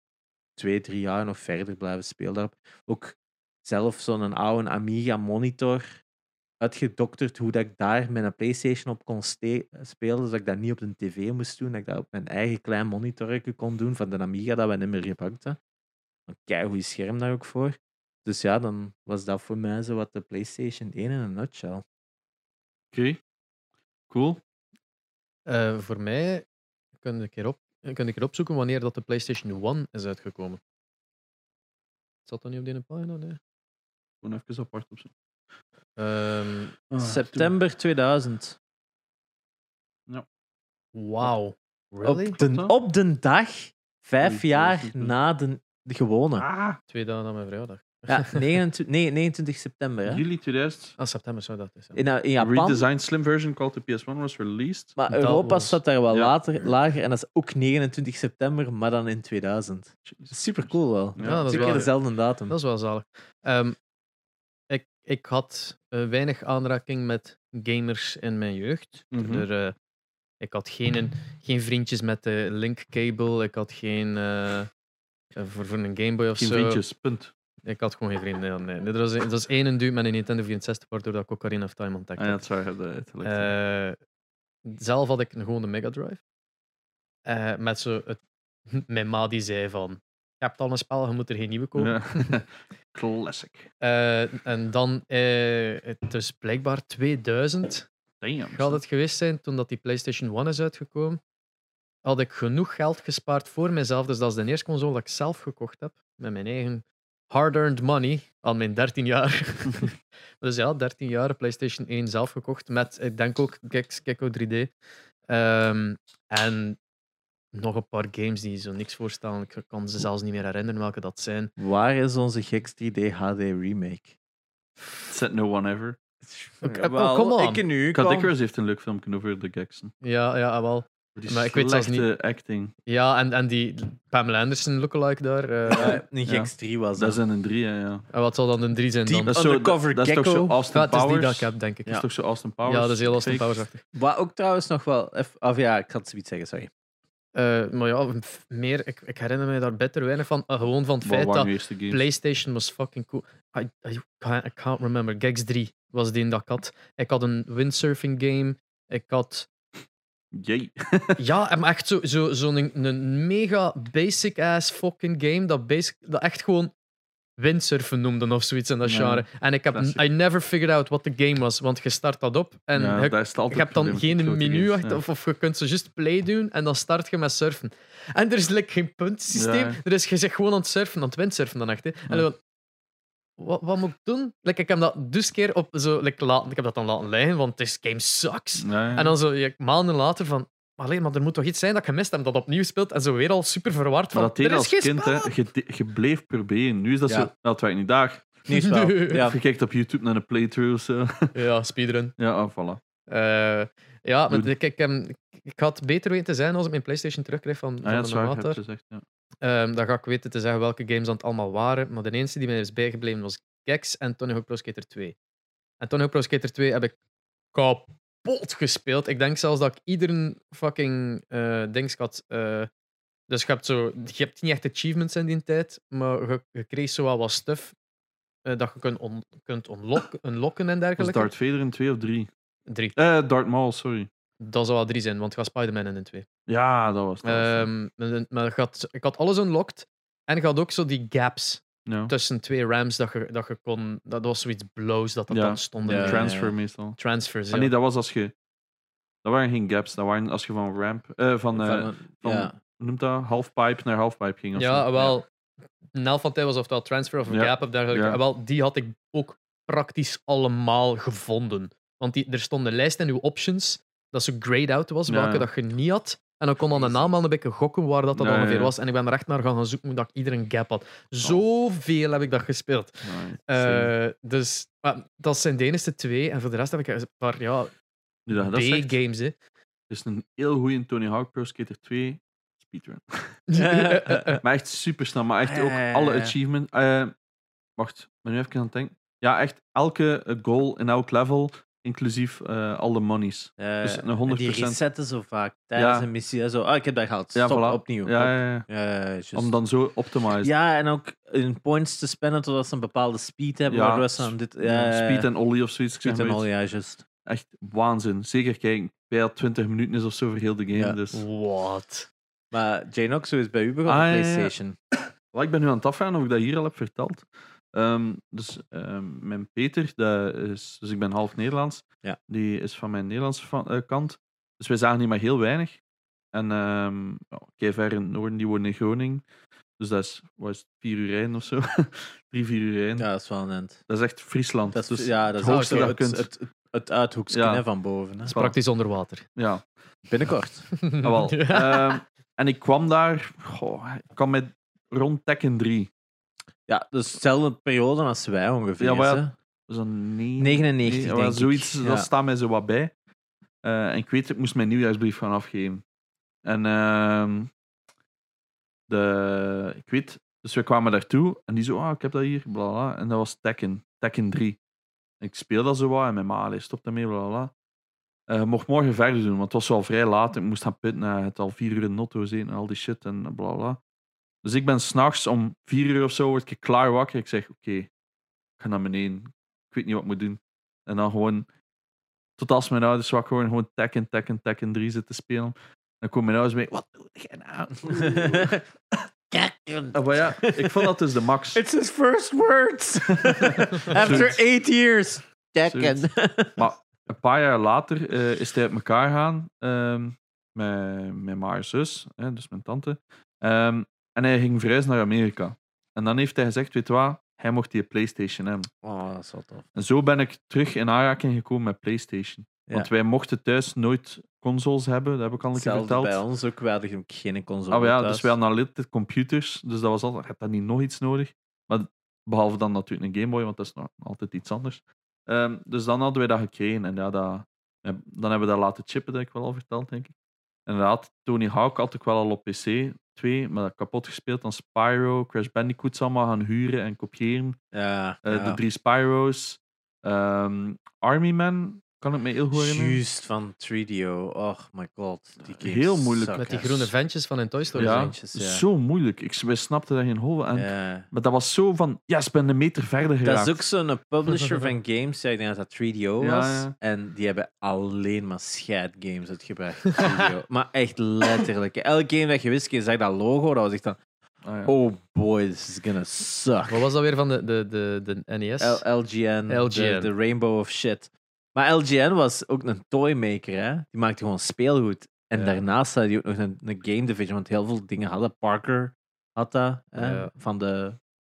[SPEAKER 1] twee, drie jaar nog verder blijven spelen daarop. Ook zelf zo'n oude Amiga monitor uitgedokterd hoe dat ik daar met een PlayStation op kon ste- spelen, dus dat ik dat niet op de tv moest doen, dat ik dat op mijn eigen klein monitorje kon doen van de Amiga dat we niet meer gebruikten. Een keigoed scherm daar ook voor. Dus ja, dan was dat voor mij zo wat de PlayStation 1 in een nutshell.
[SPEAKER 2] Oké. Cool.
[SPEAKER 3] Eh, voor mij kun ik, erop, kun ik erop zoeken wanneer dat de PlayStation 1 is uitgekomen. Zat dat niet op die pagina? Nee.
[SPEAKER 2] Gewoon even apart op zijn. Ah,
[SPEAKER 3] Ehm,
[SPEAKER 1] September 2000.
[SPEAKER 3] Wauw. Really?
[SPEAKER 1] Op, de,
[SPEAKER 2] Klopt dat?
[SPEAKER 1] op de dag, vijf
[SPEAKER 2] Oei,
[SPEAKER 1] jaar
[SPEAKER 2] jezus, man.
[SPEAKER 1] na de, de gewone.
[SPEAKER 2] Ah,
[SPEAKER 3] Twee dagen na mijn vrijdag.
[SPEAKER 1] Ja, 29, nee, 29 september. Hè?
[SPEAKER 2] juli 2000.
[SPEAKER 3] Ah, september zou dat zijn.
[SPEAKER 1] In, eh, in Japan.
[SPEAKER 2] Redesigned slim version called the PS1 was released.
[SPEAKER 1] Maar
[SPEAKER 3] Dat
[SPEAKER 1] Europa
[SPEAKER 3] was-
[SPEAKER 1] staat daar wel
[SPEAKER 2] Ja.
[SPEAKER 1] later, lager en dat is ook 29 september, maar dan in 2000.
[SPEAKER 2] Jezus.
[SPEAKER 1] Super cool wel.
[SPEAKER 2] Ja,
[SPEAKER 3] Ja, dat is
[SPEAKER 1] Twee
[SPEAKER 3] wel-
[SPEAKER 1] keer dezelfde datum.
[SPEAKER 3] Dat is wel zalig. Ehm, ik, ik had eh, weinig aanraking met gamers in mijn jeugd.
[SPEAKER 2] Mhm.
[SPEAKER 3] Er, eh, ik had geen, geen vriendjes met de link cable. Ik had geen. eh, eh, voor, voor een Game Boy of
[SPEAKER 2] Geen
[SPEAKER 3] zo.
[SPEAKER 2] vriendjes, punt. Ah,
[SPEAKER 3] Ik had gewoon geen vrienden. ja, Nee, nee, er was, er was één duw met een Nintendo 64, waardoor dat ik Ocarina of Time ontdekte.
[SPEAKER 2] Ah, ja, dat zou je hebben uitgelegd.
[SPEAKER 3] Eh, zelf had ik een- gewoon de Mega Drive. Eh, met zo het, mijn ma die zei van, je hebt al een spel, je moet er geen nieuwe kopen.
[SPEAKER 2] Ja. Classic.
[SPEAKER 3] Eh, en dan, eh, het is blijkbaar 2000
[SPEAKER 2] Damn.
[SPEAKER 3] gaat het geweest zijn, toen dat die PlayStation 1 is uitgekomen, had ik genoeg geld gespaard voor mezelf. Dus dat is de eerste console dat ik zelf gekocht heb, met mijn eigen hard-earned money, aan mijn 13 jaar. dus ja, 13 jaar PlayStation 1 zelf gekocht, met, ik denk ook, Gex- Gecko 3D. Ehm, en nog een paar games die zo niks voorstellen. Ik kan ze zelfs niet meer herinneren welke dat zijn.
[SPEAKER 1] Waar is onze Gex 3D HD remake?
[SPEAKER 2] Said no one ever.
[SPEAKER 3] eh, oh, come on.
[SPEAKER 1] ik en u.
[SPEAKER 2] Kat
[SPEAKER 1] kwam-
[SPEAKER 2] Icarus heeft een leuk filmpje over de Geksen.
[SPEAKER 3] Ja, ja, ah, wel.
[SPEAKER 2] Die
[SPEAKER 3] Maar ik weet zelfs
[SPEAKER 2] slechte acting.
[SPEAKER 3] Ja, en, en die Pamela Anderson lookalike daar. eh,
[SPEAKER 1] Ja, een Gex 3 was
[SPEAKER 2] Dat
[SPEAKER 1] dat.
[SPEAKER 2] zijn een drie, hè, ja.
[SPEAKER 3] en wat zal dan een 3 zijn
[SPEAKER 1] Diep
[SPEAKER 3] dan?
[SPEAKER 1] als
[SPEAKER 2] Dat is, zo,
[SPEAKER 1] Undercover
[SPEAKER 2] dat is toch
[SPEAKER 1] Gecko.
[SPEAKER 2] zo Austin
[SPEAKER 3] Ja, het is die
[SPEAKER 2] Powers?
[SPEAKER 3] dat ik heb, denk ik.
[SPEAKER 2] Dat is toch zo Austin Powers?
[SPEAKER 3] Ja, dat is heel Austin
[SPEAKER 2] Fake.
[SPEAKER 3] Powers-achtig.
[SPEAKER 1] Wat ook trouwens nog wel... eff- Of ja, ik had zoiets zeggen, sorry.
[SPEAKER 3] Eh, maar ja, f- meer, ik, ik herinner me daar beter weinig van. Eh, gewoon van het
[SPEAKER 2] Wat
[SPEAKER 3] feit
[SPEAKER 2] waren
[SPEAKER 3] dat
[SPEAKER 2] de eerste games?
[SPEAKER 3] PlayStation was fucking cool. I, I, can't, I can't remember. Gex 3 was die in dat ik had. Ik had een windsurfing game. Ik had.
[SPEAKER 2] Jee.
[SPEAKER 3] Ja, en maar echt zo'n zo, zo'n een, een mega basic ass fucking game. Dat, basic, dat echt gewoon windsurfen noemden of zoiets in dat
[SPEAKER 2] Ja,
[SPEAKER 3] genre. En ik heb.
[SPEAKER 2] classic.
[SPEAKER 3] I never figured out what the game was. Want je start dat op en
[SPEAKER 2] ja,
[SPEAKER 3] je
[SPEAKER 2] dat is het altijd
[SPEAKER 3] je hebt dan
[SPEAKER 2] probleem
[SPEAKER 3] geen
[SPEAKER 2] met grote
[SPEAKER 3] menu
[SPEAKER 2] games,
[SPEAKER 3] achter,
[SPEAKER 2] ja.
[SPEAKER 3] of, of je kunt ze just play doen en dan start je met surfen. En er is like, geen puntensysteem.
[SPEAKER 2] Ja.
[SPEAKER 3] Er is, je zegt gewoon aan het surfen, aan het windsurfen dan echt. Hè. En
[SPEAKER 2] Ja.
[SPEAKER 3] dan, wat, wat moet ik doen? Like, ik heb dat dus keer op zo, like, laten, ik heb dat dan laten liggen, want this game sucks.
[SPEAKER 2] Ja, ja.
[SPEAKER 3] En dan zo ja, maanden later van. Alleen, maar er moet toch iets zijn dat je mist hebt, dat opnieuw speelt en zo weer al super
[SPEAKER 2] Maar
[SPEAKER 3] verward van.
[SPEAKER 2] dat
[SPEAKER 3] er
[SPEAKER 2] deed
[SPEAKER 3] is
[SPEAKER 2] als
[SPEAKER 3] geen
[SPEAKER 2] kind, hè.
[SPEAKER 3] spel."
[SPEAKER 2] Je, de- je bleef proberen. Nu is dat
[SPEAKER 1] Ja.
[SPEAKER 2] zo... Dat werkt niet. Daar.
[SPEAKER 1] Nu wel. Ja.
[SPEAKER 2] Je kijkt op YouTube naar een playthrough of zo.
[SPEAKER 3] Ja, speedrun.
[SPEAKER 2] Ja, oh, voilà.
[SPEAKER 3] Eh, ja, maar
[SPEAKER 2] Doe-
[SPEAKER 3] ik, ik, ehm, ik had beter weten te zijn als ik mijn PlayStation terugkreeg van,
[SPEAKER 2] Ah,
[SPEAKER 3] van
[SPEAKER 2] ja, dat
[SPEAKER 3] de
[SPEAKER 2] is waar. je
[SPEAKER 3] maat
[SPEAKER 2] hebt
[SPEAKER 3] daar.
[SPEAKER 2] gezegd, ja.
[SPEAKER 3] Ehm, dan ga ik weten te zeggen welke games dat allemaal waren. Maar de enige die mij is bijgebleven was Gex en Tony Hawk Pro Skater 2. En Tony Hawk Pro Skater 2 heb ik kapot gespeeld. Ik denk zelfs dat ik iedere fucking eh dings had. eh, dus je hebt, zo, je hebt niet echt achievements in die tijd, maar je, je kreeg zo wel wat stuff eh, dat je kunt, on, kunt unlock- unlocken en
[SPEAKER 2] Was
[SPEAKER 3] dergelijke.
[SPEAKER 2] Dus Darth Vader in twee of drie?
[SPEAKER 3] Drie.
[SPEAKER 2] Eh, Darth Maul, sorry.
[SPEAKER 3] Dat zou wel drie zijn, want je gaat Spider-Man in in twee.
[SPEAKER 2] Ah, Ja, dat was het.
[SPEAKER 3] Ehm, maar- maar ik had, ik had alles unlocked en ik had ook zo die gaps
[SPEAKER 2] ja.
[SPEAKER 3] tussen twee Rams dat je, dat je kon. Dat was zoiets blows dat dat
[SPEAKER 2] Ja.
[SPEAKER 3] dan stond.
[SPEAKER 1] Ja, ja,
[SPEAKER 2] Transfer
[SPEAKER 1] ja.
[SPEAKER 2] meestal.
[SPEAKER 3] Transfers. Eh, Ja.
[SPEAKER 2] Ah, nee, dat was als je... Dat waren geen gaps. Dat waren als je van ramp... eh, van, eh, van-
[SPEAKER 1] ja.
[SPEAKER 2] hoe noemt dat? Halfpipe naar halfpipe ging. Of
[SPEAKER 3] ja,
[SPEAKER 1] ah,
[SPEAKER 2] zo.
[SPEAKER 3] wel. Een helft van tijd was oftewel transfer of een
[SPEAKER 2] Ja.
[SPEAKER 3] gap of dergelijke.
[SPEAKER 2] Ja.
[SPEAKER 3] Wel, die had ik ook praktisch allemaal gevonden. Want die, er stond een lijst in uw options dat zo grayed out was,
[SPEAKER 2] Ja,
[SPEAKER 3] welke
[SPEAKER 2] ja.
[SPEAKER 3] dat je niet had. En dan kon dan de naam aan een beetje gokken waar dat, dat
[SPEAKER 2] Ja, ja,
[SPEAKER 3] ongeveer
[SPEAKER 2] ja. Oh.
[SPEAKER 3] was. En ik ben er echt naar gaan gaan zoeken hoe dat ik iedereen gap had. Zoveel heb ik dat gespeeld.
[SPEAKER 2] Nice.
[SPEAKER 3] Eh, dus maar dat zijn de enige twee. En voor de rest heb ik een paar ja,
[SPEAKER 2] Nu dat je dat zegt,
[SPEAKER 3] B-games. hè.
[SPEAKER 2] is een heel goede Tony Hawk Pro Skater 2 speedrun. Maar echt super snel. Maar echt
[SPEAKER 1] Ja,
[SPEAKER 2] ook
[SPEAKER 1] ja, ja,
[SPEAKER 2] alle
[SPEAKER 1] ja.
[SPEAKER 2] achievements. eh, wacht, ben nu even aan het denken. Ja, echt elke eh, goal in elk level, inclusief eh, al de monies.
[SPEAKER 1] Eh,
[SPEAKER 2] Dus een
[SPEAKER 1] en
[SPEAKER 2] 100%.
[SPEAKER 1] Die resetten zo vaak tijdens
[SPEAKER 2] Ja.
[SPEAKER 1] een missie. hè, Zo, ah, ik heb dat gehaald.
[SPEAKER 2] Ja,
[SPEAKER 1] Stop,
[SPEAKER 2] voilà.
[SPEAKER 1] opnieuw.
[SPEAKER 2] Ja, ja, ja.
[SPEAKER 1] Ja, ja, ja, juist.
[SPEAKER 2] Om dan zo optimize.
[SPEAKER 1] Ja, en ook hun points te spannen totdat ze een bepaalde speed hebben.
[SPEAKER 2] Ja,
[SPEAKER 1] waardoor ze dan dit, ja, ja, ja.
[SPEAKER 2] Speed en ollie of zoiets. Ik zeg
[SPEAKER 1] speed en
[SPEAKER 2] maar
[SPEAKER 1] al,
[SPEAKER 2] iets.
[SPEAKER 1] ja, juist.
[SPEAKER 2] Echt waanzin. Zeker kijken, bij al 20 minuten is of zo voor heel de game.
[SPEAKER 1] Ja.
[SPEAKER 2] Dus.
[SPEAKER 3] Wat?
[SPEAKER 1] Maar Jane Oxo is bij u begonnen
[SPEAKER 2] Ah, ja,
[SPEAKER 1] op
[SPEAKER 2] ja, ja.
[SPEAKER 1] PlayStation.
[SPEAKER 2] Wel, ik ben nu aan het afgaan of ik dat hier al heb verteld. Ehm, dus ehm, mijn Peter, dat is, dus ik ben half Nederlands,
[SPEAKER 1] Ja.
[SPEAKER 2] die is van mijn Nederlandse va- eh, kant. Dus wij zagen die maar heel weinig. En ehm kei ver in het noorden, die woont in Groningen. Dus dat is, wat is het, vier uur rijden of zo? Drie, vier uur rijden.
[SPEAKER 1] Ja, dat is wel een end.
[SPEAKER 2] Dat is echt Friesland.
[SPEAKER 1] Dat is,
[SPEAKER 2] dus,
[SPEAKER 1] ja, dat is
[SPEAKER 2] het
[SPEAKER 1] ook
[SPEAKER 2] hoogste
[SPEAKER 1] zo
[SPEAKER 2] dat
[SPEAKER 1] het,
[SPEAKER 2] je
[SPEAKER 1] het,
[SPEAKER 2] kunt.
[SPEAKER 1] het, uithoekje
[SPEAKER 2] Ja.
[SPEAKER 1] hè, van boven. Hè.
[SPEAKER 3] Dat is praktisch onder water.
[SPEAKER 2] ja.
[SPEAKER 1] Binnenkort.
[SPEAKER 2] Ah, wel. Ehm, en ik kwam daar, goh, ik kwam met rond Tekken 3.
[SPEAKER 1] Ja, dus dezelfde periode als wij ongeveer.
[SPEAKER 2] Ja, maar ja,
[SPEAKER 1] hè.
[SPEAKER 2] Dus dan nee,
[SPEAKER 1] 99,
[SPEAKER 2] Nee,
[SPEAKER 1] denk
[SPEAKER 2] wel,
[SPEAKER 1] ik.
[SPEAKER 2] zoiets,
[SPEAKER 1] Ja.
[SPEAKER 2] dat staat mij zo wat bij. Eh, en ik weet, ik moest mijn nieuwjaarsbrief gaan afgeven. En ehm, de, ik weet, dus we kwamen daartoe en die zo, ah, ik heb dat hier, bla bla, bla. En dat was Tekken, Tekken 3. Ik speel dat zo wat en mijn ma, allee, stop daarmee, bla bla, bla. Eh, ik mocht morgen verder doen, want het was al vrij laat. Ik moest gaan pitten, eh, het al vier uur in de auto zitten en al die shit en bla bla, bla. Dus ik ben s'nachts om vier uur of zo, word ik klaar wakker. Ik zeg, oké, ik ga naar beneden. Ik weet niet wat ik moet doen. En dan gewoon, tot als mijn ouders wakker worden, gewoon Tekken, Tekken, Tekken 3 zitten spelen. Dan komen mijn ouders mee, wat doe jij nou?
[SPEAKER 1] Kijk.
[SPEAKER 2] Ah, maar ja, ik vond dat dus de max.
[SPEAKER 1] It's his first words. After eight years. Tekken.
[SPEAKER 2] Een paar jaar later eh, is hij uit elkaar gaan ehm, met, met mijn zus, hè, dus mijn tante. Ehm, en hij ging verhuizen naar Amerika. En dan heeft hij gezegd, weet je wat, hij mocht die Playstation hebben.
[SPEAKER 1] Oh, dat is wel tof.
[SPEAKER 2] En zo ben ik terug in aanraking gekomen met PlayStation. Want wij mochten thuis nooit consoles hebben, dat heb ik al een keer
[SPEAKER 1] Hetzelfde
[SPEAKER 2] verteld.
[SPEAKER 1] bij ons ook, we hadden geen console.
[SPEAKER 2] Ah ja,
[SPEAKER 1] thuis.
[SPEAKER 2] dus wij hadden altijd computers, dus dat was altijd, heb dan niet nog iets nodig? Maar behalve dan natuurlijk een Game Boy, want dat is nog altijd iets anders. Ehm, dus dan hadden wij dat gekregen en ja, dat, heb- dan hebben we dat laten chippen, dat heb ik wel al verteld, denk ik. Inderdaad, Tony Hawk had ik wel al op PC 2, maar dat kapot gespeeld. Dan Spyro, Crash Bandicoots allemaal gaan huren en kopiëren.
[SPEAKER 1] Ja,
[SPEAKER 2] Eh,
[SPEAKER 1] ja.
[SPEAKER 2] De drie Spyro's. Ehm, Army Man, kan ik me heel goed herinneren.
[SPEAKER 1] Juist van 3DO. Oh my god. Die games
[SPEAKER 2] Heel moeilijk.
[SPEAKER 1] suck
[SPEAKER 3] Met die
[SPEAKER 1] ass.
[SPEAKER 3] groene ventjes van in Toy Story.
[SPEAKER 2] Ja.
[SPEAKER 3] zijn.
[SPEAKER 1] Ventjes, ja.
[SPEAKER 2] Zo moeilijk. Ik, wij snapten daar geen hol aan.
[SPEAKER 1] Ja.
[SPEAKER 2] Maar dat was zo van, ja, ik ben een meter verder geraakt.
[SPEAKER 1] Dat is ook zo'n publisher van games. ja, Ik denk dat dat 3DO was.
[SPEAKER 2] Ja, ja.
[SPEAKER 1] En die hebben alleen maar scheid games uitgebracht. 3DO. maar echt letterlijk. Elke game dat je wist, je zag dat logo. Dat was echt dan...
[SPEAKER 2] Ah, ja.
[SPEAKER 1] Oh boy, this is gonna suck.
[SPEAKER 3] Wat was dat weer van de, de, de, de E NES?
[SPEAKER 1] L- LGN, de- De,
[SPEAKER 3] LGN.
[SPEAKER 1] Rainbow of Shit. Maar LGN was ook een toymaker, hè? Die maakte gewoon speelgoed. En
[SPEAKER 3] Ja.
[SPEAKER 1] daarnaast had hij ook nog een, een game division, want heel veel dingen hadden. Parker had dat, hè,
[SPEAKER 3] Ja.
[SPEAKER 1] van de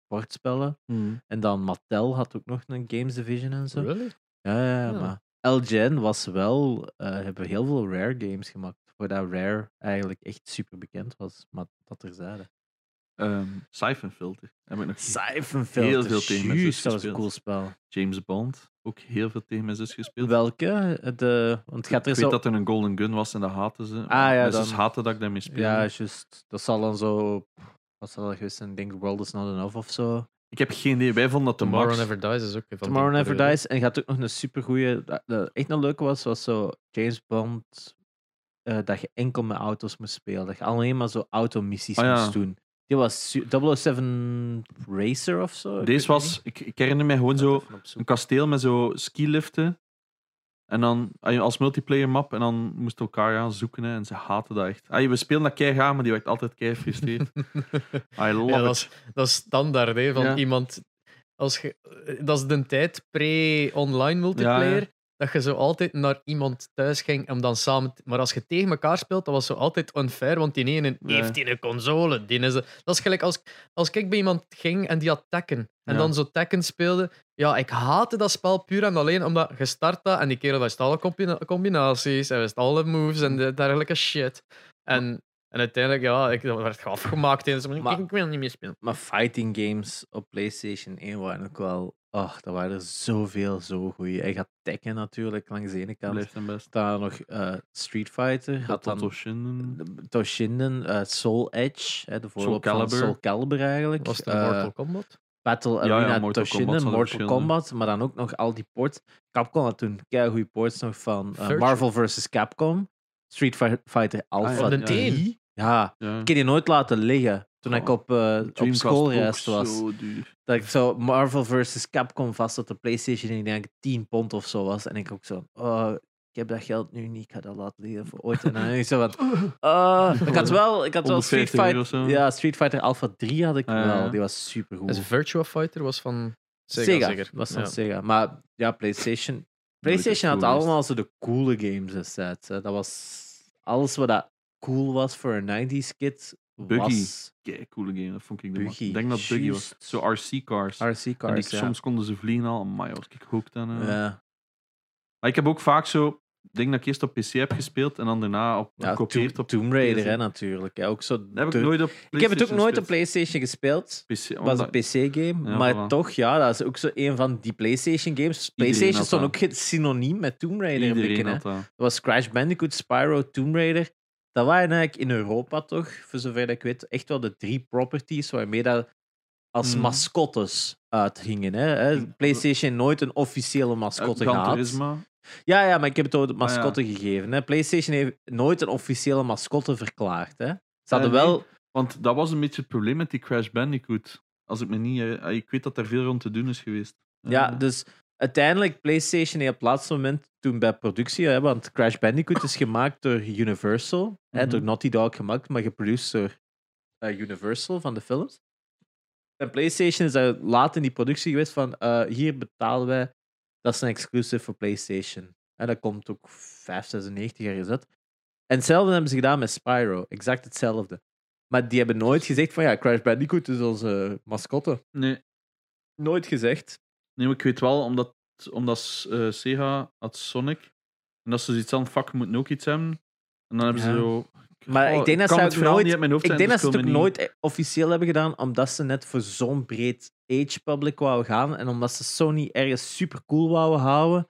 [SPEAKER 1] bordspellen.
[SPEAKER 2] Hmm.
[SPEAKER 1] En dan Mattel had ook nog een games division en zo.
[SPEAKER 3] Really?
[SPEAKER 1] Ja, ja, ja,
[SPEAKER 3] Ja.
[SPEAKER 1] maar LGN was wel, eh, hebben heel veel Rare games gemaakt. Voordat Rare eigenlijk echt super bekend was, maar dat terzijde.
[SPEAKER 2] Ehm, Siphonfilter. Heb ik nog
[SPEAKER 1] Siphonfilter,
[SPEAKER 2] Heel veel tegen mijn
[SPEAKER 1] juist,
[SPEAKER 2] zus
[SPEAKER 1] dat was een
[SPEAKER 2] gespeeld.
[SPEAKER 1] cool spel.
[SPEAKER 2] James Bond. Ook heel veel tegen mijn zus gespeeld.
[SPEAKER 1] Welke? Eh, De, want het gaat
[SPEAKER 2] ik
[SPEAKER 1] er
[SPEAKER 2] weet
[SPEAKER 1] zo... Ah,
[SPEAKER 2] dat er een Golden Gun was en dat haten ze.
[SPEAKER 1] ja,
[SPEAKER 2] mijn zus
[SPEAKER 1] dan-
[SPEAKER 2] haatte dat ik daarmee speelde.
[SPEAKER 1] Ja, juist. Dat zal dan zo... Wat zal dat geweest zijn? Ik denk World is Not Enough of zo.
[SPEAKER 2] ik heb geen idee. Wij vonden dat de
[SPEAKER 3] Tomorrow
[SPEAKER 2] max.
[SPEAKER 3] Never Dies is ook van die
[SPEAKER 1] Tomorrow Never
[SPEAKER 3] periode.
[SPEAKER 1] Dies. En gaat ook nog een supergoeie... dat- Dat echt een leuke was, was zo James Bond... eh, dat je enkel met auto's moest spelen. Dat je alleen maar zo automissies
[SPEAKER 2] Ah, ja.
[SPEAKER 1] moest doen. Die was su- 007 Racer of zo. ik weet
[SPEAKER 2] Deze
[SPEAKER 1] het niet.
[SPEAKER 2] was, ik, ik herinner mij gewoon
[SPEAKER 1] Ik
[SPEAKER 2] zo
[SPEAKER 1] ga het even opzoeken.
[SPEAKER 2] een kasteel met zo skiliften. En dan ah, als multiplayer map. En dan moesten we elkaar gaan zoeken. hè, En ze haten dat echt. Ah, we spelen dat keihard, aan, maar die werd altijd keihard gefrustreerd. I love
[SPEAKER 3] Ja,
[SPEAKER 2] it.
[SPEAKER 3] dat is, dat is standaard, hè, van
[SPEAKER 2] Ja.
[SPEAKER 3] iemand... Als je, dat is de tijd pre-online multiplayer,
[SPEAKER 2] Ja,
[SPEAKER 3] dat je zo altijd naar iemand thuis ging om dan samen... te- Maar als je tegen elkaar speelt, dat was zo altijd unfair, want die ene
[SPEAKER 2] Ja.
[SPEAKER 3] heeft die een console. Die is de- dat is gelijk als, als ik bij iemand ging en die had Tekken, en
[SPEAKER 2] Ja.
[SPEAKER 3] dan zo Tekken speelde... Ja, ik haatte dat spel puur en alleen omdat je start dat en die kerel wist alle combina- combinaties, hij wist alle moves en de- dergelijke shit. En... En uiteindelijk, ja, ik dat werd gewoon afgemaakt. En zo, van,
[SPEAKER 1] Maar-
[SPEAKER 3] ik wil niet meer spelen.
[SPEAKER 1] Maar fighting games op PlayStation 1 waren ook wel. Oh, dat waren er zoveel zo goeie. Hij gaat Tekken natuurlijk langs de ene kant.
[SPEAKER 2] blijft hem best.
[SPEAKER 1] Daar nog eh, Street Fighter. Had
[SPEAKER 2] Had
[SPEAKER 1] dan
[SPEAKER 2] Shin.
[SPEAKER 1] Toshinden, eh, Soul Edge, hè, de voorloop van
[SPEAKER 2] Calibur.
[SPEAKER 1] Soul Calibur eigenlijk.
[SPEAKER 3] Was het
[SPEAKER 1] Eh,
[SPEAKER 3] een Mortal Kombat?
[SPEAKER 1] Battle
[SPEAKER 2] Ja, ja,
[SPEAKER 1] Arena
[SPEAKER 2] Mortal Kombat
[SPEAKER 1] Toshinden,
[SPEAKER 2] hadden
[SPEAKER 1] Mortal
[SPEAKER 2] verschillende.
[SPEAKER 1] Kombat, maar dan ook nog al die ports. Capcom had toen goede ports nog van eh,
[SPEAKER 3] Virtua-
[SPEAKER 1] Marvel vs. Capcom, Street Fi- Fighter Alpha
[SPEAKER 2] Van de
[SPEAKER 1] 3. Ja,
[SPEAKER 2] Ja.
[SPEAKER 1] ik heb die nooit laten liggen toen
[SPEAKER 2] Oh,
[SPEAKER 1] ik op, eh op
[SPEAKER 2] Dreamcast
[SPEAKER 1] schoolreis
[SPEAKER 2] ook
[SPEAKER 1] was.
[SPEAKER 2] Zo duur.
[SPEAKER 1] Dat ik zo Marvel vs. Capcom vast op de PlayStation en ik denk 10 pond of zo was. En ik ook zo, oh, ik heb dat geld nu niet, ik ga dat laten leren voor ooit. En dan ik zo van,
[SPEAKER 2] Oh.
[SPEAKER 1] ah, ik had wel, ik had wel Street
[SPEAKER 2] 150 euro of zo.
[SPEAKER 1] Fighter, ja, Street Fighter Alpha 3 had ik
[SPEAKER 2] Ah, ja.
[SPEAKER 1] wel, die was super goed.
[SPEAKER 3] Dus Virtua Fighter was van Sega, zeker?
[SPEAKER 1] was van
[SPEAKER 3] Ja.
[SPEAKER 1] Sega. Maar ja, PlayStation, PlayStation had
[SPEAKER 2] cool geweest.
[SPEAKER 1] allemaal zo de coole games destijds. hè. Dat was alles wat dat cool was voor een 90s kid.
[SPEAKER 2] Buggy.
[SPEAKER 1] was
[SPEAKER 2] Kijk, coole game. Dat vond ik de man.
[SPEAKER 1] Buggy,
[SPEAKER 2] Ik denk dat Buggy
[SPEAKER 1] juist.
[SPEAKER 2] was. Zo RC-cars.
[SPEAKER 1] RC
[SPEAKER 2] En die,
[SPEAKER 1] cars. Ja.
[SPEAKER 2] soms konden ze vliegen al. Amai, was ik hooked aan. eh.
[SPEAKER 1] ja.
[SPEAKER 2] Maar ik heb ook vaak zo... Ik denk dat ik eerst op PC heb gespeeld en dan daarna op,
[SPEAKER 1] Ja,
[SPEAKER 2] gekopieerd
[SPEAKER 1] Tomb-
[SPEAKER 2] op
[SPEAKER 1] Tomb Raider,
[SPEAKER 2] PC.
[SPEAKER 1] hè, natuurlijk. hè. Ook zo
[SPEAKER 2] Dat heb
[SPEAKER 1] de-
[SPEAKER 2] ik nooit op
[SPEAKER 1] Ik heb het ook nooit op
[SPEAKER 2] PlayStation
[SPEAKER 1] PlayStation gespeeld.
[SPEAKER 2] gespeeld.
[SPEAKER 1] Het was een
[SPEAKER 2] omdat-
[SPEAKER 1] PC-game.
[SPEAKER 2] Ja,
[SPEAKER 1] maar
[SPEAKER 2] voilà.
[SPEAKER 1] toch, ja, dat is ook zo een van die PlayStation-games. PlayStation
[SPEAKER 2] had
[SPEAKER 1] stond
[SPEAKER 2] dat.
[SPEAKER 1] ook het synoniem met Tomb Raider. een
[SPEAKER 2] Iedereen
[SPEAKER 1] beetje, hè.
[SPEAKER 2] had dat.
[SPEAKER 1] Dat was Crash Bandicoot, Spyro, Tomb Raider. Dat waren eigenlijk in Europa toch, voor zover dat ik weet, echt wel de drie properties waarmee dat als
[SPEAKER 2] Mhm.
[SPEAKER 1] mascottes uithingen. Hè? hè. PlayStation nooit een officiële mascotte
[SPEAKER 2] Eh, Gran
[SPEAKER 1] gehad.
[SPEAKER 2] Turismo.
[SPEAKER 1] Ja, ja, maar ik heb het over de
[SPEAKER 2] Ah, ja.
[SPEAKER 1] mascotte gegeven. Hè. PlayStation heeft nooit een officiële mascotte verklaard. Hè. Ze hadden
[SPEAKER 2] Eh, nee.
[SPEAKER 1] wel
[SPEAKER 2] Want dat was een beetje het probleem met die Crash Bandicoot. Als ik me niet... eh, Ik weet dat er veel rond te doen is geweest.
[SPEAKER 1] Ja,
[SPEAKER 2] Eh,
[SPEAKER 1] dus uiteindelijk PlayStation heeft op het laatste moment toen bij productie, hè, want Crash Bandicoot is gemaakt door Universal, hè,
[SPEAKER 2] Mhm.
[SPEAKER 1] door Naughty Dog gemaakt, maar geproduceerd door eh, Universal van de films. En PlayStation is daar laat in die productie geweest van eh, hier betalen wij, dat is een exclusive voor PlayStation. En dat komt ook 596 ergens uit. En hetzelfde hebben ze gedaan met Spyro, exact hetzelfde. Maar die hebben nooit gezegd van ja, Crash Bandicoot is onze mascotte.
[SPEAKER 2] Nee,
[SPEAKER 1] Nooit gezegd.
[SPEAKER 2] Nee, maar ik weet wel, omdat, omdat eh, Sega had Sonic. En dat ze zoiets aan, fuck, we moeten ook iets hebben. En dan hebben ze
[SPEAKER 1] Ja.
[SPEAKER 2] zo... oh,
[SPEAKER 1] Maar ik denk dat
[SPEAKER 2] kan
[SPEAKER 1] ze ook
[SPEAKER 2] het verhaal
[SPEAKER 1] nooit-
[SPEAKER 2] niet uit mijn hoofd
[SPEAKER 1] Ik
[SPEAKER 2] zijn,
[SPEAKER 1] denk dat
[SPEAKER 2] dus
[SPEAKER 1] ze het
[SPEAKER 2] wil
[SPEAKER 1] ook
[SPEAKER 2] me niet-
[SPEAKER 1] nooit eh, officieel hebben gedaan, omdat ze net voor zo'n breed age public wouden gaan en omdat ze Sony ergens super cool wouden houden,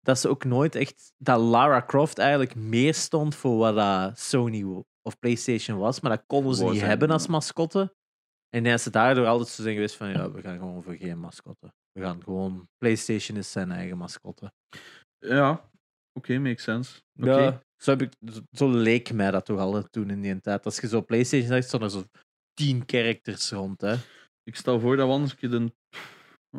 [SPEAKER 1] dat ze ook nooit echt dat Lara Croft eigenlijk meer stond voor wat dat Sony wo- of PlayStation was, maar dat konden ze
[SPEAKER 2] Wou
[SPEAKER 1] niet
[SPEAKER 2] zijn,
[SPEAKER 1] hebben
[SPEAKER 2] ja.
[SPEAKER 1] als mascotte. En dat ze daardoor altijd zo zijn geweest van ja, we gaan gewoon voor geen mascotte. We gaan gewoon PlayStation is zijn eigen mascotte.
[SPEAKER 2] Ja, oké, makes sense. Oké.
[SPEAKER 1] Ja, zo, heb ik, zo- zo leek mij dat toch al toen in die tijd. Als je zo PlayStation zag, stonden er zo tien characters rond. Hè.
[SPEAKER 2] Ik stel voor dat we anders een keer de...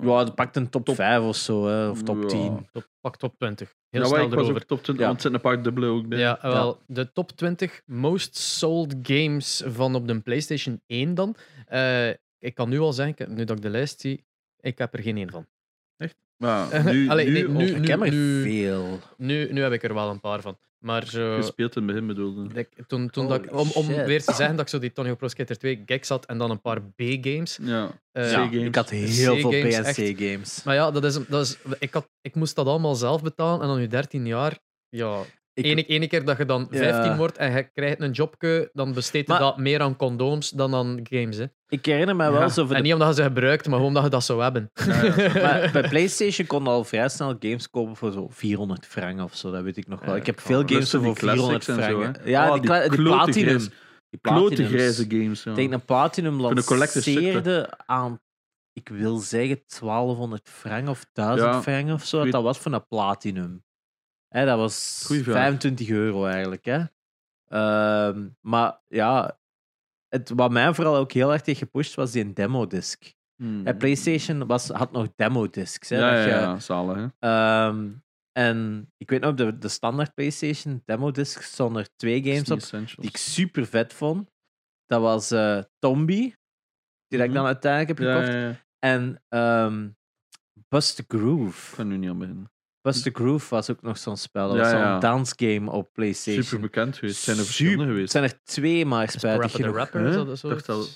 [SPEAKER 1] Ja, dat pakt een top, 5 of zo, hè, of top
[SPEAKER 2] Ja.
[SPEAKER 1] 10.
[SPEAKER 3] Top, pak top 20. Heel
[SPEAKER 2] Ja, maar
[SPEAKER 3] snel
[SPEAKER 2] Nou, ik was ook
[SPEAKER 3] erover.
[SPEAKER 2] top 20,
[SPEAKER 1] Ja.
[SPEAKER 2] want er zitten een paar dubbele ook bij.
[SPEAKER 3] Ja, wel, de top 20 most sold games van op de PlayStation 1 dan. Eh, ik kan nu al zeggen, ik- nu dat ik de lijst zie, ik heb er geen één van.
[SPEAKER 2] Maar nu,
[SPEAKER 3] Allee, nee,
[SPEAKER 2] nu,
[SPEAKER 3] nu-
[SPEAKER 2] of
[SPEAKER 1] Ik ken er
[SPEAKER 3] nu-
[SPEAKER 1] veel.
[SPEAKER 3] Nu, nu heb ik er wel een paar van. Maar zo,
[SPEAKER 2] gespeeld in het begin bedoelde.
[SPEAKER 3] ik- toen, toen dat ik- om, om
[SPEAKER 1] Holy shit.
[SPEAKER 3] weer te zeggen dat ik zo die Tony Hawk Pro Skater 2 gags had en dan een paar B-games.
[SPEAKER 2] Ja.
[SPEAKER 3] Eh,
[SPEAKER 1] ja,
[SPEAKER 2] C-games.
[SPEAKER 1] ik had heel veel
[SPEAKER 3] C-games,
[SPEAKER 1] PNC-games.
[SPEAKER 3] Maar ja, dat is, dat is, ik, had, ik moest dat allemaal zelf betalen en dan nu 13 jaar. Ja,
[SPEAKER 1] Ik-
[SPEAKER 3] ene, ene keer dat je dan
[SPEAKER 1] Ja.
[SPEAKER 3] 15 wordt en je krijgt een jobke, dan besteed je
[SPEAKER 1] Maar-
[SPEAKER 3] dat meer aan condooms dan aan games. Hè.
[SPEAKER 1] Ik herinner me wel
[SPEAKER 2] Ja,
[SPEAKER 1] zo van...
[SPEAKER 3] En
[SPEAKER 1] de-
[SPEAKER 3] niet omdat je ze gebruikt, maar gewoon omdat je dat zou hebben.
[SPEAKER 2] Ja, ja, snap
[SPEAKER 1] maar bij PlayStation kon je al vrij snel games kopen voor zo 400 frank of zo, dat weet ik nog wel.
[SPEAKER 2] Ja,
[SPEAKER 1] Oh, Ik heb
[SPEAKER 2] ja,
[SPEAKER 1] veel
[SPEAKER 2] dat
[SPEAKER 1] games
[SPEAKER 2] is zo
[SPEAKER 1] voor
[SPEAKER 2] die
[SPEAKER 1] 400
[SPEAKER 2] classics en zo,
[SPEAKER 1] frank.
[SPEAKER 2] hè.
[SPEAKER 1] Ja,
[SPEAKER 2] Oh,
[SPEAKER 1] die,
[SPEAKER 2] die
[SPEAKER 1] kla- die
[SPEAKER 2] klote
[SPEAKER 1] platinums.
[SPEAKER 2] grijze-
[SPEAKER 1] Die
[SPEAKER 2] Klote
[SPEAKER 1] platinums.
[SPEAKER 2] grijze games, ja.
[SPEAKER 1] Ik denk dat Platinum
[SPEAKER 2] Voor de collector's
[SPEAKER 1] lanceerde aan, ik wil zeggen, 1200 frank of 1000
[SPEAKER 2] Ja,
[SPEAKER 1] frank of zo. dat
[SPEAKER 2] ik weet-
[SPEAKER 1] Dat was voor een Platinum. Hè, dat was
[SPEAKER 2] Goeie vraag.
[SPEAKER 1] 25 euro eigenlijk. Hè? Ehm, maar ja, het, wat mij vooral ook heel erg tegen gepusht was die demo-disc.
[SPEAKER 2] Hmm.
[SPEAKER 1] Hè, PlayStation was, had nog demo-discs. Hè,
[SPEAKER 2] Ja,
[SPEAKER 1] dat
[SPEAKER 2] ja,
[SPEAKER 1] je-
[SPEAKER 2] ja, zalig, hè.
[SPEAKER 1] ehm, en ik weet nog, op de, de standaard PlayStation demo-disc stonden er twee games op die ik super vet vond. Dat was eh Tombi, die dat ik
[SPEAKER 2] Mhm.
[SPEAKER 1] dan uiteindelijk heb
[SPEAKER 2] Ja,
[SPEAKER 1] gekocht.
[SPEAKER 2] ja, ja. Ik
[SPEAKER 1] En ehm Bust the Groove.
[SPEAKER 2] ga nu niet aan beginnen.
[SPEAKER 1] Bust the Groove was ook nog zo'n spel. Dat
[SPEAKER 2] Ja,
[SPEAKER 1] was zo'n
[SPEAKER 2] ja.
[SPEAKER 1] dansgame op PlayStation.
[SPEAKER 2] Super bekend geweest. Zijn er
[SPEAKER 1] Super-
[SPEAKER 2] verschillende
[SPEAKER 1] Het
[SPEAKER 2] geweest?
[SPEAKER 1] zijn er twee, maar spijtig
[SPEAKER 3] Parappa de
[SPEAKER 1] genoeg.
[SPEAKER 3] Rapper,
[SPEAKER 2] Huh?
[SPEAKER 3] is dat zo?
[SPEAKER 2] Dacht dat-
[SPEAKER 1] eh,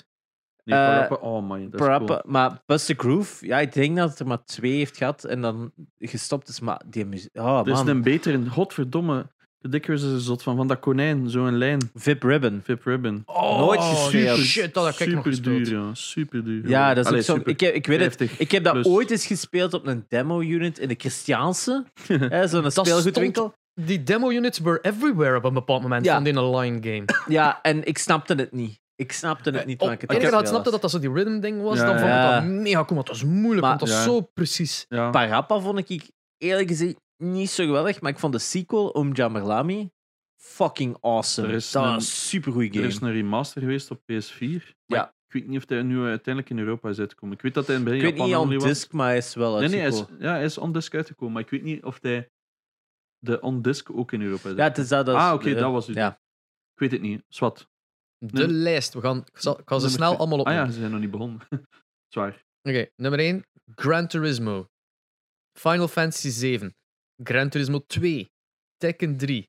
[SPEAKER 2] Nee, Parappa. Oh man, dat is
[SPEAKER 1] Parappa- Maar Bust the Groove, ja, ik denk dat het er maar twee heeft gehad en dan gestopt is. Maar die muziek... Oh,
[SPEAKER 2] cool. Er is
[SPEAKER 1] man.
[SPEAKER 2] een betere. Godverdomme. De dikkers is er zot van. Van dat konijn. Zo'n lijn.
[SPEAKER 1] Vip Ribbon.
[SPEAKER 2] Vip Ribbon.
[SPEAKER 3] Oh,
[SPEAKER 1] Nooit
[SPEAKER 3] nee,
[SPEAKER 1] gespeeld.
[SPEAKER 3] Shit, dat heb ik nog
[SPEAKER 2] super
[SPEAKER 3] gespeeld.
[SPEAKER 2] duur, ja. Super duur.
[SPEAKER 1] Ja, dat is
[SPEAKER 2] Allee,
[SPEAKER 1] ook zo'n...
[SPEAKER 2] super.
[SPEAKER 1] Ik, heb- ik weet het.
[SPEAKER 2] 50
[SPEAKER 1] Ik heb dat
[SPEAKER 2] plus.
[SPEAKER 1] ooit eens gespeeld op een demo-unit in de Christiaanse. hè, Zo'n
[SPEAKER 3] stond-
[SPEAKER 1] speelgoedwinkel.
[SPEAKER 3] Die demo-units were everywhere op een bepaald moment
[SPEAKER 1] Ja.
[SPEAKER 3] van die line game.
[SPEAKER 1] Ja, en ik snapte het niet. Ik snapte het niet.
[SPEAKER 3] Eh, Op
[SPEAKER 1] toen ik het
[SPEAKER 3] eerder had
[SPEAKER 1] speelde.
[SPEAKER 3] snapte dat dat zo die rhythm-ding was,
[SPEAKER 2] Ja,
[SPEAKER 3] dan vond ik
[SPEAKER 1] ja.
[SPEAKER 3] dat mega cool, want dat is moeilijk,
[SPEAKER 1] Maar-
[SPEAKER 3] want dat is
[SPEAKER 2] Ja.
[SPEAKER 3] zo precies.
[SPEAKER 2] Ja.
[SPEAKER 1] Parappa vond ik eerlijk gezegd niet zo geweldig, maar ik vond de sequel om Jamerlami fucking awesome.
[SPEAKER 2] Er is
[SPEAKER 1] dat
[SPEAKER 2] een-
[SPEAKER 1] was een supergoeie
[SPEAKER 2] Er is
[SPEAKER 1] game.
[SPEAKER 2] een remaster geweest op PS4. maar
[SPEAKER 1] Ja.
[SPEAKER 2] Ik weet niet of hij nu uiteindelijk in Europa is uitgekomen. Ik weet dat hij in
[SPEAKER 1] Ik
[SPEAKER 2] begin
[SPEAKER 1] weet niet
[SPEAKER 2] Japan
[SPEAKER 1] on
[SPEAKER 2] only was.
[SPEAKER 1] disc, maar hij is wel
[SPEAKER 2] Nee,
[SPEAKER 1] uit
[SPEAKER 2] nee, hij is,
[SPEAKER 1] sequel.
[SPEAKER 2] ja, hij is on disc uitgekomen. Maar ik weet niet of hij de on disc ook in Europa is.
[SPEAKER 1] Ja, het is dat. dat is- eh,
[SPEAKER 2] ah, oké, dat was het.
[SPEAKER 1] Ja.
[SPEAKER 2] Ik weet het niet. Zwat.
[SPEAKER 3] De
[SPEAKER 2] Nummer-
[SPEAKER 3] lijst, we gaan, ik zal, ik ga ze
[SPEAKER 2] Nummer
[SPEAKER 3] snel
[SPEAKER 2] twee.
[SPEAKER 3] allemaal op.
[SPEAKER 2] Ah ja, ze zijn nog niet begonnen. Zwaar.
[SPEAKER 3] Oké, nummer 1, Gran Turismo. Final Fantasy 7. Gran Turismo 2. Tekken 3.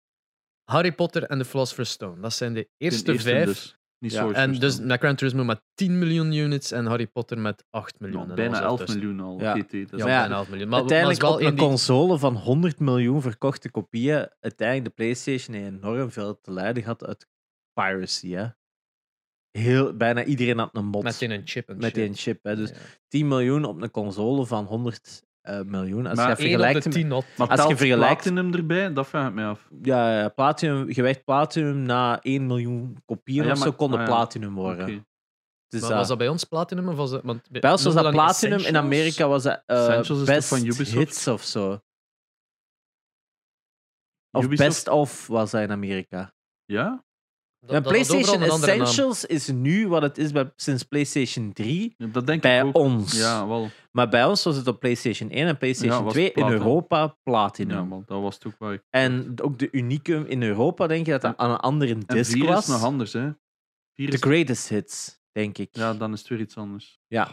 [SPEAKER 3] Harry Potter en de Philosopher's Stone. Dat zijn de eerste,
[SPEAKER 2] De
[SPEAKER 3] vijf.
[SPEAKER 2] dus. Niet
[SPEAKER 1] Ja,
[SPEAKER 2] zo
[SPEAKER 3] En dus naar Gran Turismo met 10 miljoen units en Harry Potter met 8 miljoen. En
[SPEAKER 2] Nou, bijna
[SPEAKER 3] alles
[SPEAKER 2] 11
[SPEAKER 3] ertussen.
[SPEAKER 2] miljoen al.
[SPEAKER 1] Ja.
[SPEAKER 2] GT. Dat is
[SPEAKER 3] Ja,
[SPEAKER 1] Maar ja,
[SPEAKER 3] bijna 11 miljoen. Maar,
[SPEAKER 1] uiteindelijk
[SPEAKER 3] maar het
[SPEAKER 1] op
[SPEAKER 3] is wel
[SPEAKER 1] een
[SPEAKER 3] in die-
[SPEAKER 1] console van 100 miljoen verkochte kopieën, uiteindelijk de PlayStation heeft enorm veel te lijden had uit piracy. Hè. Heel, bijna iedereen had een mod
[SPEAKER 3] met in een chip en
[SPEAKER 1] met
[SPEAKER 3] shit.
[SPEAKER 1] die chip. Hè. Dus
[SPEAKER 3] Ja.
[SPEAKER 1] 10 miljoen op een console van 100 eh, miljoen. Als
[SPEAKER 2] Maar
[SPEAKER 1] je
[SPEAKER 2] één op
[SPEAKER 3] Eén op
[SPEAKER 1] vergelijkt
[SPEAKER 3] de
[SPEAKER 1] met-
[SPEAKER 3] 10 had.
[SPEAKER 2] Maar
[SPEAKER 1] Als je
[SPEAKER 2] telt
[SPEAKER 1] vergelijkt-
[SPEAKER 2] Platinum erbij, dat vraag ik mij af.
[SPEAKER 1] Ja, ja, platinum, gewicht platinum na 1 miljoen kopieën
[SPEAKER 2] Ah, ja,
[SPEAKER 1] of zo
[SPEAKER 2] maar-
[SPEAKER 1] kon de
[SPEAKER 2] ah, ja.
[SPEAKER 1] platinum worden.
[SPEAKER 2] Oké.
[SPEAKER 1] Dus,
[SPEAKER 3] Maar was dat bij ons platinum? Of was dat, want bij
[SPEAKER 1] bij ons was
[SPEAKER 3] noemde
[SPEAKER 1] dat
[SPEAKER 3] niet
[SPEAKER 1] platinum, in
[SPEAKER 3] Essentials?
[SPEAKER 1] Amerika was dat eh,
[SPEAKER 2] Essentials is toch
[SPEAKER 1] best
[SPEAKER 2] van Ubisoft?
[SPEAKER 1] hits of zo. Of
[SPEAKER 2] Ubisoft?
[SPEAKER 1] best of was dat in Amerika.
[SPEAKER 2] Ja?
[SPEAKER 3] Dat-
[SPEAKER 1] En
[SPEAKER 3] dat was
[SPEAKER 1] PlayStation
[SPEAKER 3] overal een andere naam.
[SPEAKER 1] Essentials is nu wat het is bij, sinds PlayStation 3
[SPEAKER 2] Ja, Dat denk
[SPEAKER 1] bij
[SPEAKER 2] ik ook.
[SPEAKER 1] ons.
[SPEAKER 2] Ja, wel.
[SPEAKER 1] Maar bij ons was het op PlayStation 1 en PlayStation
[SPEAKER 2] Ja, was
[SPEAKER 1] 2 in
[SPEAKER 2] platinum.
[SPEAKER 1] Europa platinum.
[SPEAKER 2] Ja, wel. Dat was het ook waar ik...
[SPEAKER 1] En ook de unicum in Europa, denk je dat dat aan een andere
[SPEAKER 2] En
[SPEAKER 1] disc
[SPEAKER 2] vier
[SPEAKER 1] was?
[SPEAKER 2] is nog anders, hè. Vier
[SPEAKER 1] De
[SPEAKER 2] is...
[SPEAKER 1] greatest hits, denk ik.
[SPEAKER 2] Ja, dan is het weer iets anders.
[SPEAKER 1] Ja.